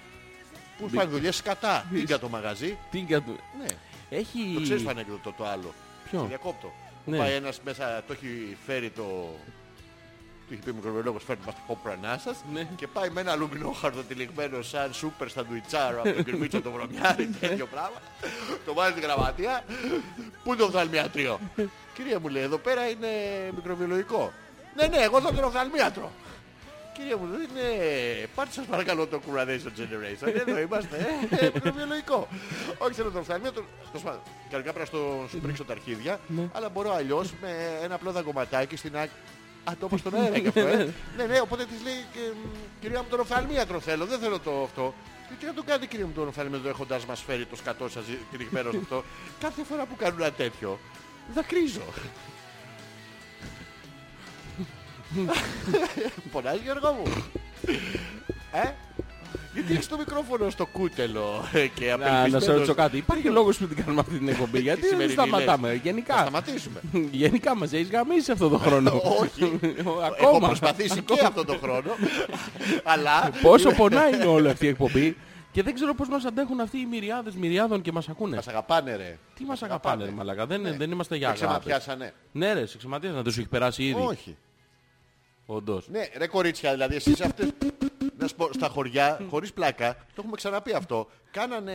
Speaker 2: που σπάνε δουλειές σκατά.
Speaker 1: Μη-
Speaker 2: για το μαγαζί.
Speaker 1: Τι κατου-
Speaker 2: Ναι.
Speaker 1: Έχει...
Speaker 2: Το ξέρεις το ανέκδοτο το άλλο.
Speaker 1: Ποιο?
Speaker 2: Το διακόπτω. Που
Speaker 1: Ναι.
Speaker 2: πάει ένας μέσα, το έχει φέρει το... Του είχε πει ο μικροβιολόγος φέρνει μας το πρανά σας
Speaker 1: Ναι.
Speaker 2: και πάει με ένα αλουμινόχαρτο τυλιγμένο σαν σούπερ σαντουιτσάρο από τον Κυρμίτσο το Βρωμιάρη,
Speaker 1: Ναι.
Speaker 2: τέτοιο πράγμα. το βάζει στην γραμματεία. Πού το οφθαλμιατρίο.
Speaker 1: Ναι.
Speaker 2: Κυρία μου λέει, εδώ πέρα είναι μικροβιολογικό. Ναι, ναι, εγώ θα τον οφθαλμίατρο. Κυρία μου, λέει, ναι, πάρτε σας παρακαλώ το Curation Generation. Εδώ είμαστε, ε, ε, μικροβιολογικό. Όχι, θέλω τον οφθαλμίατρο. τέλος πάντων, Κανονικά πρέπει να στο σου πρίξω τα αρχίδια, αλλά μπορώ αλλιώς με ένα απλό δαγκωματάκι στην άκρη. Α, το είπα στον αέρα και αυτό, ε. ναι, ναι, οπότε της λέει, «Και, μ, κυρία μου, τον οφθαλμίατρο θέλω, δεν θέλω το αυτό. Και τι να τον κάνετε κυρία μου τον οφθαλμίατρο έχοντας μας φέρει το σκατό σας κηρυγμένο σε αυτό. Κάθε φορά που κάνω ένα τέτοιο, δακρύζω. Πονάει Γιώργο μου. ε? Γιατί έχεις το μικρόφωνο στο κούτελο ε, και
Speaker 1: Να, να
Speaker 2: απελπισμένος.
Speaker 1: σε ρωτήσω κάτι. Υπάρχει λόγος που την κάνουμε αυτή την εκπομπή.
Speaker 2: Τη
Speaker 1: Γιατί δεν
Speaker 2: σημερινή
Speaker 1: σταματάμε.
Speaker 2: λες. Θα
Speaker 1: Γενικά.
Speaker 2: σταματήσουμε.
Speaker 1: Γενικά μας έχεις γαμίσει αυτό το χρόνο.
Speaker 2: Όχι. Έχω
Speaker 1: Ακόμα.
Speaker 2: προσπαθήσει και αυτόν τον χρόνο. αλλά...
Speaker 1: Πόσο πονάει είναι όλη αυτή η εκπομπή. Και δεν ξέρω πώς μας αντέχουν αυτοί οι μυριάδες μυριάδων και μας ακούνε.
Speaker 2: Μας Ναι. αγαπάνε ρε.
Speaker 1: Τι μας αγαπάνε, ρε μαλακά. Δεν, δεν είμαστε για
Speaker 2: Με
Speaker 1: αγάπη.
Speaker 2: ξεμαπιάσανε.
Speaker 1: Ναι, ρε, σε ξεματίας να τους έχει περάσει ήδη.
Speaker 2: Όχι.
Speaker 1: Όντως.
Speaker 2: Ναι, ρε κορίτσια, δηλαδή εσείς αυτές... Να σου πω, στα χωριά, χωρίς πλάκα, το έχουμε ξαναπεί αυτό, κάνανε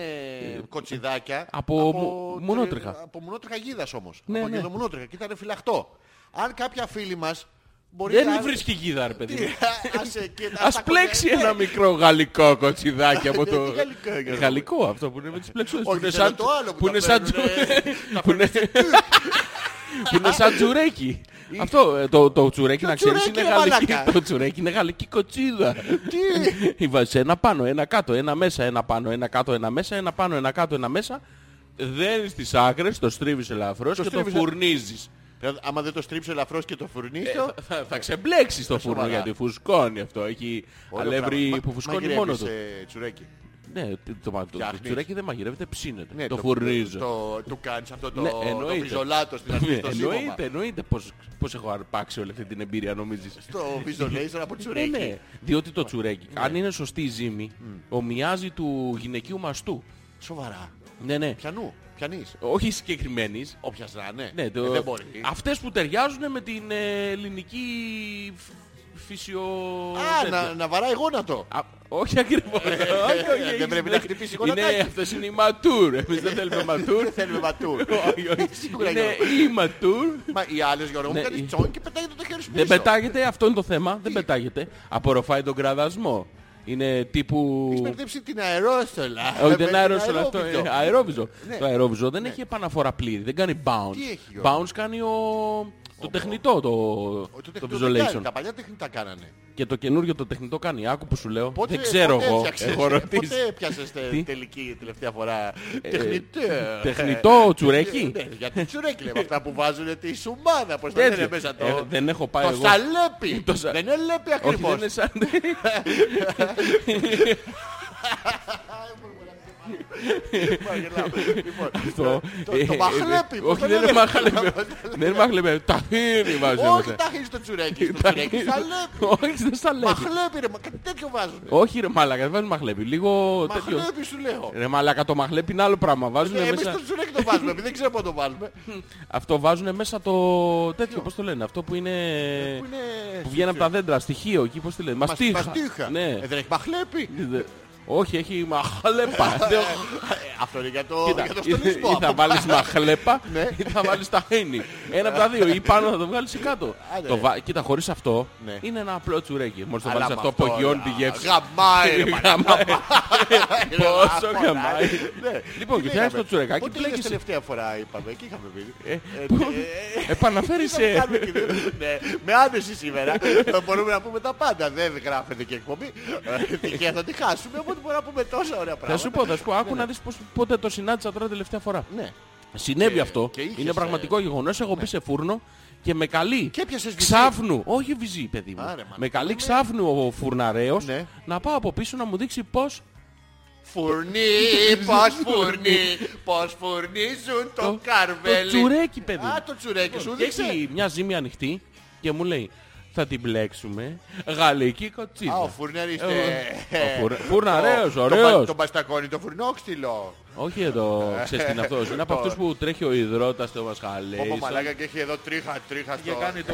Speaker 2: κοτσιδάκια...
Speaker 1: Ε, Από μου- μονότριχα.
Speaker 2: Από μονότριχα γίδας όμως.
Speaker 1: Ναι,
Speaker 2: από
Speaker 1: ναι.
Speaker 2: γεδομονότριχα και ήταν φυλαχτό. Αν κάποια φίλη μας... Μπορεί
Speaker 1: Δεν
Speaker 2: να-
Speaker 1: βρίσκει γίδα, ρε παιδί.
Speaker 2: Τι,
Speaker 1: μου.
Speaker 2: α- ας, ε, και- ας
Speaker 1: Ας
Speaker 2: τα
Speaker 1: πλέξει
Speaker 2: κοντά-
Speaker 1: ένα μικρό γαλλικό κοτσιδάκι από
Speaker 2: Ναι,
Speaker 1: το...
Speaker 2: τι γαλλικό έγινε.
Speaker 1: Γαλλικό αυτό που είναι με τις πλέξεις.
Speaker 2: Όχι, θέλω το άλλο που
Speaker 1: Που
Speaker 2: τα ε,
Speaker 1: είναι σαν
Speaker 2: παίρνουνε,
Speaker 1: τζου- που είναι- που είναι σαν τσουρέκι. Αυτό ε, το, το τσουρέκι να ξέρεις
Speaker 2: τσουρέκι,
Speaker 1: είναι
Speaker 2: ρε
Speaker 1: γαλλική.
Speaker 2: μαλάκα.
Speaker 1: Το τσουρέκι είναι γαλλική κοτσίδα. Τι. Βάζεις ένα πάνω, ένα κάτω, ένα μέσα, ένα πάνω, ένα κάτω, ένα μέσα, ένα πάνω, ένα κάτω, ένα μέσα. δένεις τις άκρες, το στρίβεις ελαφρώς
Speaker 2: Το
Speaker 1: και το
Speaker 2: στρίβεις ε-
Speaker 1: φουρνίζεις.
Speaker 2: Ε, Άμα δεν το στρίψω ελαφρώς και το φουρνίσω...
Speaker 1: Ε, Θα, θα, θα ξεμπλέξεις το φούρνο
Speaker 2: σοβαρά.
Speaker 1: γιατί φουσκώνει αυτό. Έχει αλεύρι που φουσκώνει μόνο του.
Speaker 2: Τσουρέκι.
Speaker 1: Ναι, τι- το, μα- το, το
Speaker 2: ε. Φτιάχνεις.
Speaker 1: τσουρέκι δεν μαγειρεύεται, ψήνεται.
Speaker 2: Ναι,
Speaker 1: το, φουρνίζω.
Speaker 2: Το, του κάνεις αυτό το,
Speaker 1: Ναι,
Speaker 2: το
Speaker 1: εννοείται.
Speaker 2: βυζολάτο στην
Speaker 1: Ναι,
Speaker 2: αρχή στο σήμα.
Speaker 1: εννοείται, εννοείται πώς, πώς έχω αρπάξει όλη αυτή την εμπειρία νομίζεις.
Speaker 2: Το βυζολέιζερ από
Speaker 1: Ναι,
Speaker 2: τσουρέκι.
Speaker 1: ναι. Διότι το τσουρέκι,
Speaker 2: Ναι.
Speaker 1: αν είναι σωστή η ζύμη, ομοιάζει του γυναικείου μαστού.
Speaker 2: Σοβαρά.
Speaker 1: Ναι, ναι.
Speaker 2: Πιανού. Πιανείς.
Speaker 1: Όχι συγκεκριμένης.
Speaker 2: Όποιας ζράνε.
Speaker 1: Ναι, το...
Speaker 2: Ε, δεν μπορεί.
Speaker 1: Αυτές που ταιριάζουν με την ε, ελληνική φ- φυσιο...
Speaker 2: Α,
Speaker 1: τέτοια.
Speaker 2: να, να βαράει γόνατο.
Speaker 1: Α, όχι ακριβώς.
Speaker 2: Ε,
Speaker 1: όχι, όχι, έχεις
Speaker 2: πρέπει να
Speaker 1: δίκιο.
Speaker 2: χτυπήσει
Speaker 1: Είναι
Speaker 2: γονατάκι.
Speaker 1: αυτός είναι η ματούρ. Εμείς δεν θέλουμε ματούρ.
Speaker 2: Δεν θέλουμε βατού.
Speaker 1: Όχι, όχι.
Speaker 2: Σίγουρα
Speaker 1: Είναι
Speaker 2: Γιώργο.
Speaker 1: η ματούρ.
Speaker 2: Μα οι άλλες Γιώργο μου
Speaker 1: Ναι,
Speaker 2: κάνεις
Speaker 1: η-
Speaker 2: τσόν και πετάγεται το χέρι σου
Speaker 1: Δεν
Speaker 2: πίσω.
Speaker 1: πετάγεται, αυτό είναι το θέμα. Δεν πετάγεται. Απορροφάει τον κραδασμό. Είναι τύπου...
Speaker 2: Έχεις Ε, μπερδέψει την αερόστολα.
Speaker 1: Όχι,
Speaker 2: Με
Speaker 1: δεν
Speaker 2: την
Speaker 1: αερόστολο αυτό.
Speaker 2: αερόβιτο.
Speaker 1: είναι Αερόβιζο.
Speaker 2: Ναι.
Speaker 1: Το αερόβιζο δεν έχει επαναφορά πλήρη, δεν κάνει bounce.
Speaker 2: Τι έχει, Γιώργο?
Speaker 1: Bounce κάνει ο... το τεχνητό
Speaker 2: Ο-
Speaker 1: το, το
Speaker 2: τεχνητό δεν κάνει.
Speaker 1: visualization.
Speaker 2: Τα παλιά τεχνητά κάνανε.
Speaker 1: Και το καινούριο το τεχνητό κάνει. Άκου που σου λέω.
Speaker 2: Πότε-
Speaker 1: δεν ξέρω
Speaker 2: πότε
Speaker 1: εγώ.
Speaker 2: έφτιαξες-
Speaker 1: Έχω ρωτήσει.
Speaker 2: Πότε έπιασες τε-
Speaker 1: Τι? Ε,
Speaker 2: τελική τελευταία φορά τεχνητό.
Speaker 1: τεχνητό τσουρέκι.
Speaker 2: Ναι, γιατί τσουρέκι λέμε αυτά που βάζουν τη σουμάδα. Πώς τα
Speaker 1: Τέτοιο.
Speaker 2: λένε μέσα το...
Speaker 1: Ε, δεν έχω πάει
Speaker 2: Το
Speaker 1: εγώ.
Speaker 2: σαλέπι.
Speaker 1: Το σα-
Speaker 2: Δεν είναι λέπι
Speaker 1: Όχι, δεν
Speaker 2: ακριβώς.
Speaker 1: είναι σαν...
Speaker 2: Μα, γελάω. Λοιπόν,
Speaker 1: το...
Speaker 2: Το το μαχλέπι.
Speaker 1: Ε, Όχι,
Speaker 2: πώς το
Speaker 1: δεν είναι
Speaker 2: λένε.
Speaker 1: μαχλέπι. Δεν είναι μαχλέπι. Ταχύνι βάζω
Speaker 2: Όχι,
Speaker 1: μέσα.
Speaker 2: τα έχεις το τσουρέκι. στο τσουρέκι σαλέπι.
Speaker 1: Όχι, δεν στα λέει.
Speaker 2: Μαχλέπι ρε, μα κάτι τέτοιο βάζουν.
Speaker 1: Όχι ρε μάλακα, δεν βάζουν μαχλέπι. Λίγο τέτοιο.
Speaker 2: Μαχλέπι σου λέω. Ε,
Speaker 1: Ρε μαλάκα το μαχλέπι είναι άλλο πράγμα. Βάζουν
Speaker 2: Εμείς
Speaker 1: μέσα...
Speaker 2: το τσουρέκι το βάζουμε, επειδή δεν ξέρω πού το βάλουμε.
Speaker 1: Αυτό βάζουν μέσα το τέτοιο, πώς το λένε, αυτό που είναι...
Speaker 2: Ε, Που είναι...
Speaker 1: Ε, Που βγαίνει από τα δέντρα, στοιχείο εκεί, πώς τη λένε,
Speaker 2: Μας-
Speaker 1: μαστίχα.
Speaker 2: μαστίχα.
Speaker 1: Ναι.
Speaker 2: Ε, δεν έχει μαχλέπι.
Speaker 1: Δε- Όχι, έχει μαχλέπα.
Speaker 2: Ε, Αυτό είναι για το,
Speaker 1: Κοίτα,
Speaker 2: για το
Speaker 1: ή-
Speaker 2: στολισμό.
Speaker 1: ή θα βάλεις μαχλέπα
Speaker 2: Ναι.
Speaker 1: ή θα βάλεις ταχύνι. Ένα από τα δύο, ή πάνω θα το βγάλεις ή κάτω.
Speaker 2: Άντε,
Speaker 1: Το
Speaker 2: ρε.
Speaker 1: βα- Κοίτα, χωρίς αυτό
Speaker 2: Ναι.
Speaker 1: είναι ένα απλό τσουρέκι. Μόλις το
Speaker 2: Αλλά
Speaker 1: βάλεις
Speaker 2: με
Speaker 1: αυτό, απογειώνει τη
Speaker 2: α,
Speaker 1: γεύση. Ε,
Speaker 2: Γαμάει ρε μαλάκα.
Speaker 1: Γαμάει. Πόσο
Speaker 2: Γαμάει.
Speaker 1: γαμάει.
Speaker 2: Ναι.
Speaker 1: Λοιπόν, και
Speaker 2: Τι
Speaker 1: φτιάχνεις
Speaker 2: λέγαμε.
Speaker 1: το τσουρεκάκι,
Speaker 2: Πότε
Speaker 1: πλέκεις-
Speaker 2: λέγες τελευταία φορά είπαμε και είχαμε πει. Ε, ε,
Speaker 1: που-
Speaker 2: ε,
Speaker 1: Επαναφέρεις
Speaker 2: Τι θα
Speaker 1: σε...
Speaker 2: κάνουμε και δεν- ναι, Με άνεση σήμερα. Ε, Μπορούμε να πούμε τα πάντα. Δεν γράφεται και εκπομπή. Ε, Τυχαία θα τη χάσουμε. Οπότε μπορούμε να πούμε τόσα ωραία πράγματα.
Speaker 1: Θα σου πω, θα σου πω, άκου να δεις πώς- πότε το συνάντησα τώρα τελευταία φορά.
Speaker 2: Ναι.
Speaker 1: Συνέβη
Speaker 2: Και-
Speaker 1: αυτό.
Speaker 2: και είχες, ε, ναι.
Speaker 1: είναι πραγματικό γεγονός. Έχω μπει σε φούρνο και με καλεί.
Speaker 2: Και έπιασες βυζί.
Speaker 1: Ξάφνου. Όχι βυζί, παιδί μου.
Speaker 2: Άρε, μα,
Speaker 1: με καλεί
Speaker 2: ναι.
Speaker 1: ξάφνου ο φουρναρέος
Speaker 2: Ναι.
Speaker 1: να πάω από πίσω να μου δείξει πώς
Speaker 2: Φουρνί, πως φουρνί, πως φουρνίζουν το καρβέλι.
Speaker 1: το τσουρέκι, παιδί.
Speaker 2: Α, το τσουρέκι σου
Speaker 1: Και
Speaker 2: δείξε.
Speaker 1: έχει μια ζύμη ανοιχτή και μου λέει θα την μπλέξουμε γαλλική κοτσίδα.
Speaker 2: Α, ο φουρνέρης
Speaker 1: Ε,
Speaker 2: είναι...
Speaker 1: ο φουρ- φουρναρέος,
Speaker 2: Το-
Speaker 1: ωραίος.
Speaker 2: το μπα- Το μπαστακόνι, το φουρνόξυλο.
Speaker 1: Όχι εδώ, ξέρεις τι είναι αυτός. Είναι από αυτούς που τρέχει ο υδρότας στο Βασχαλέ.
Speaker 2: Όπω μαλάκα και έχει εδώ τρίχα, τρίχα
Speaker 1: Και
Speaker 2: στο...
Speaker 1: κάνει το...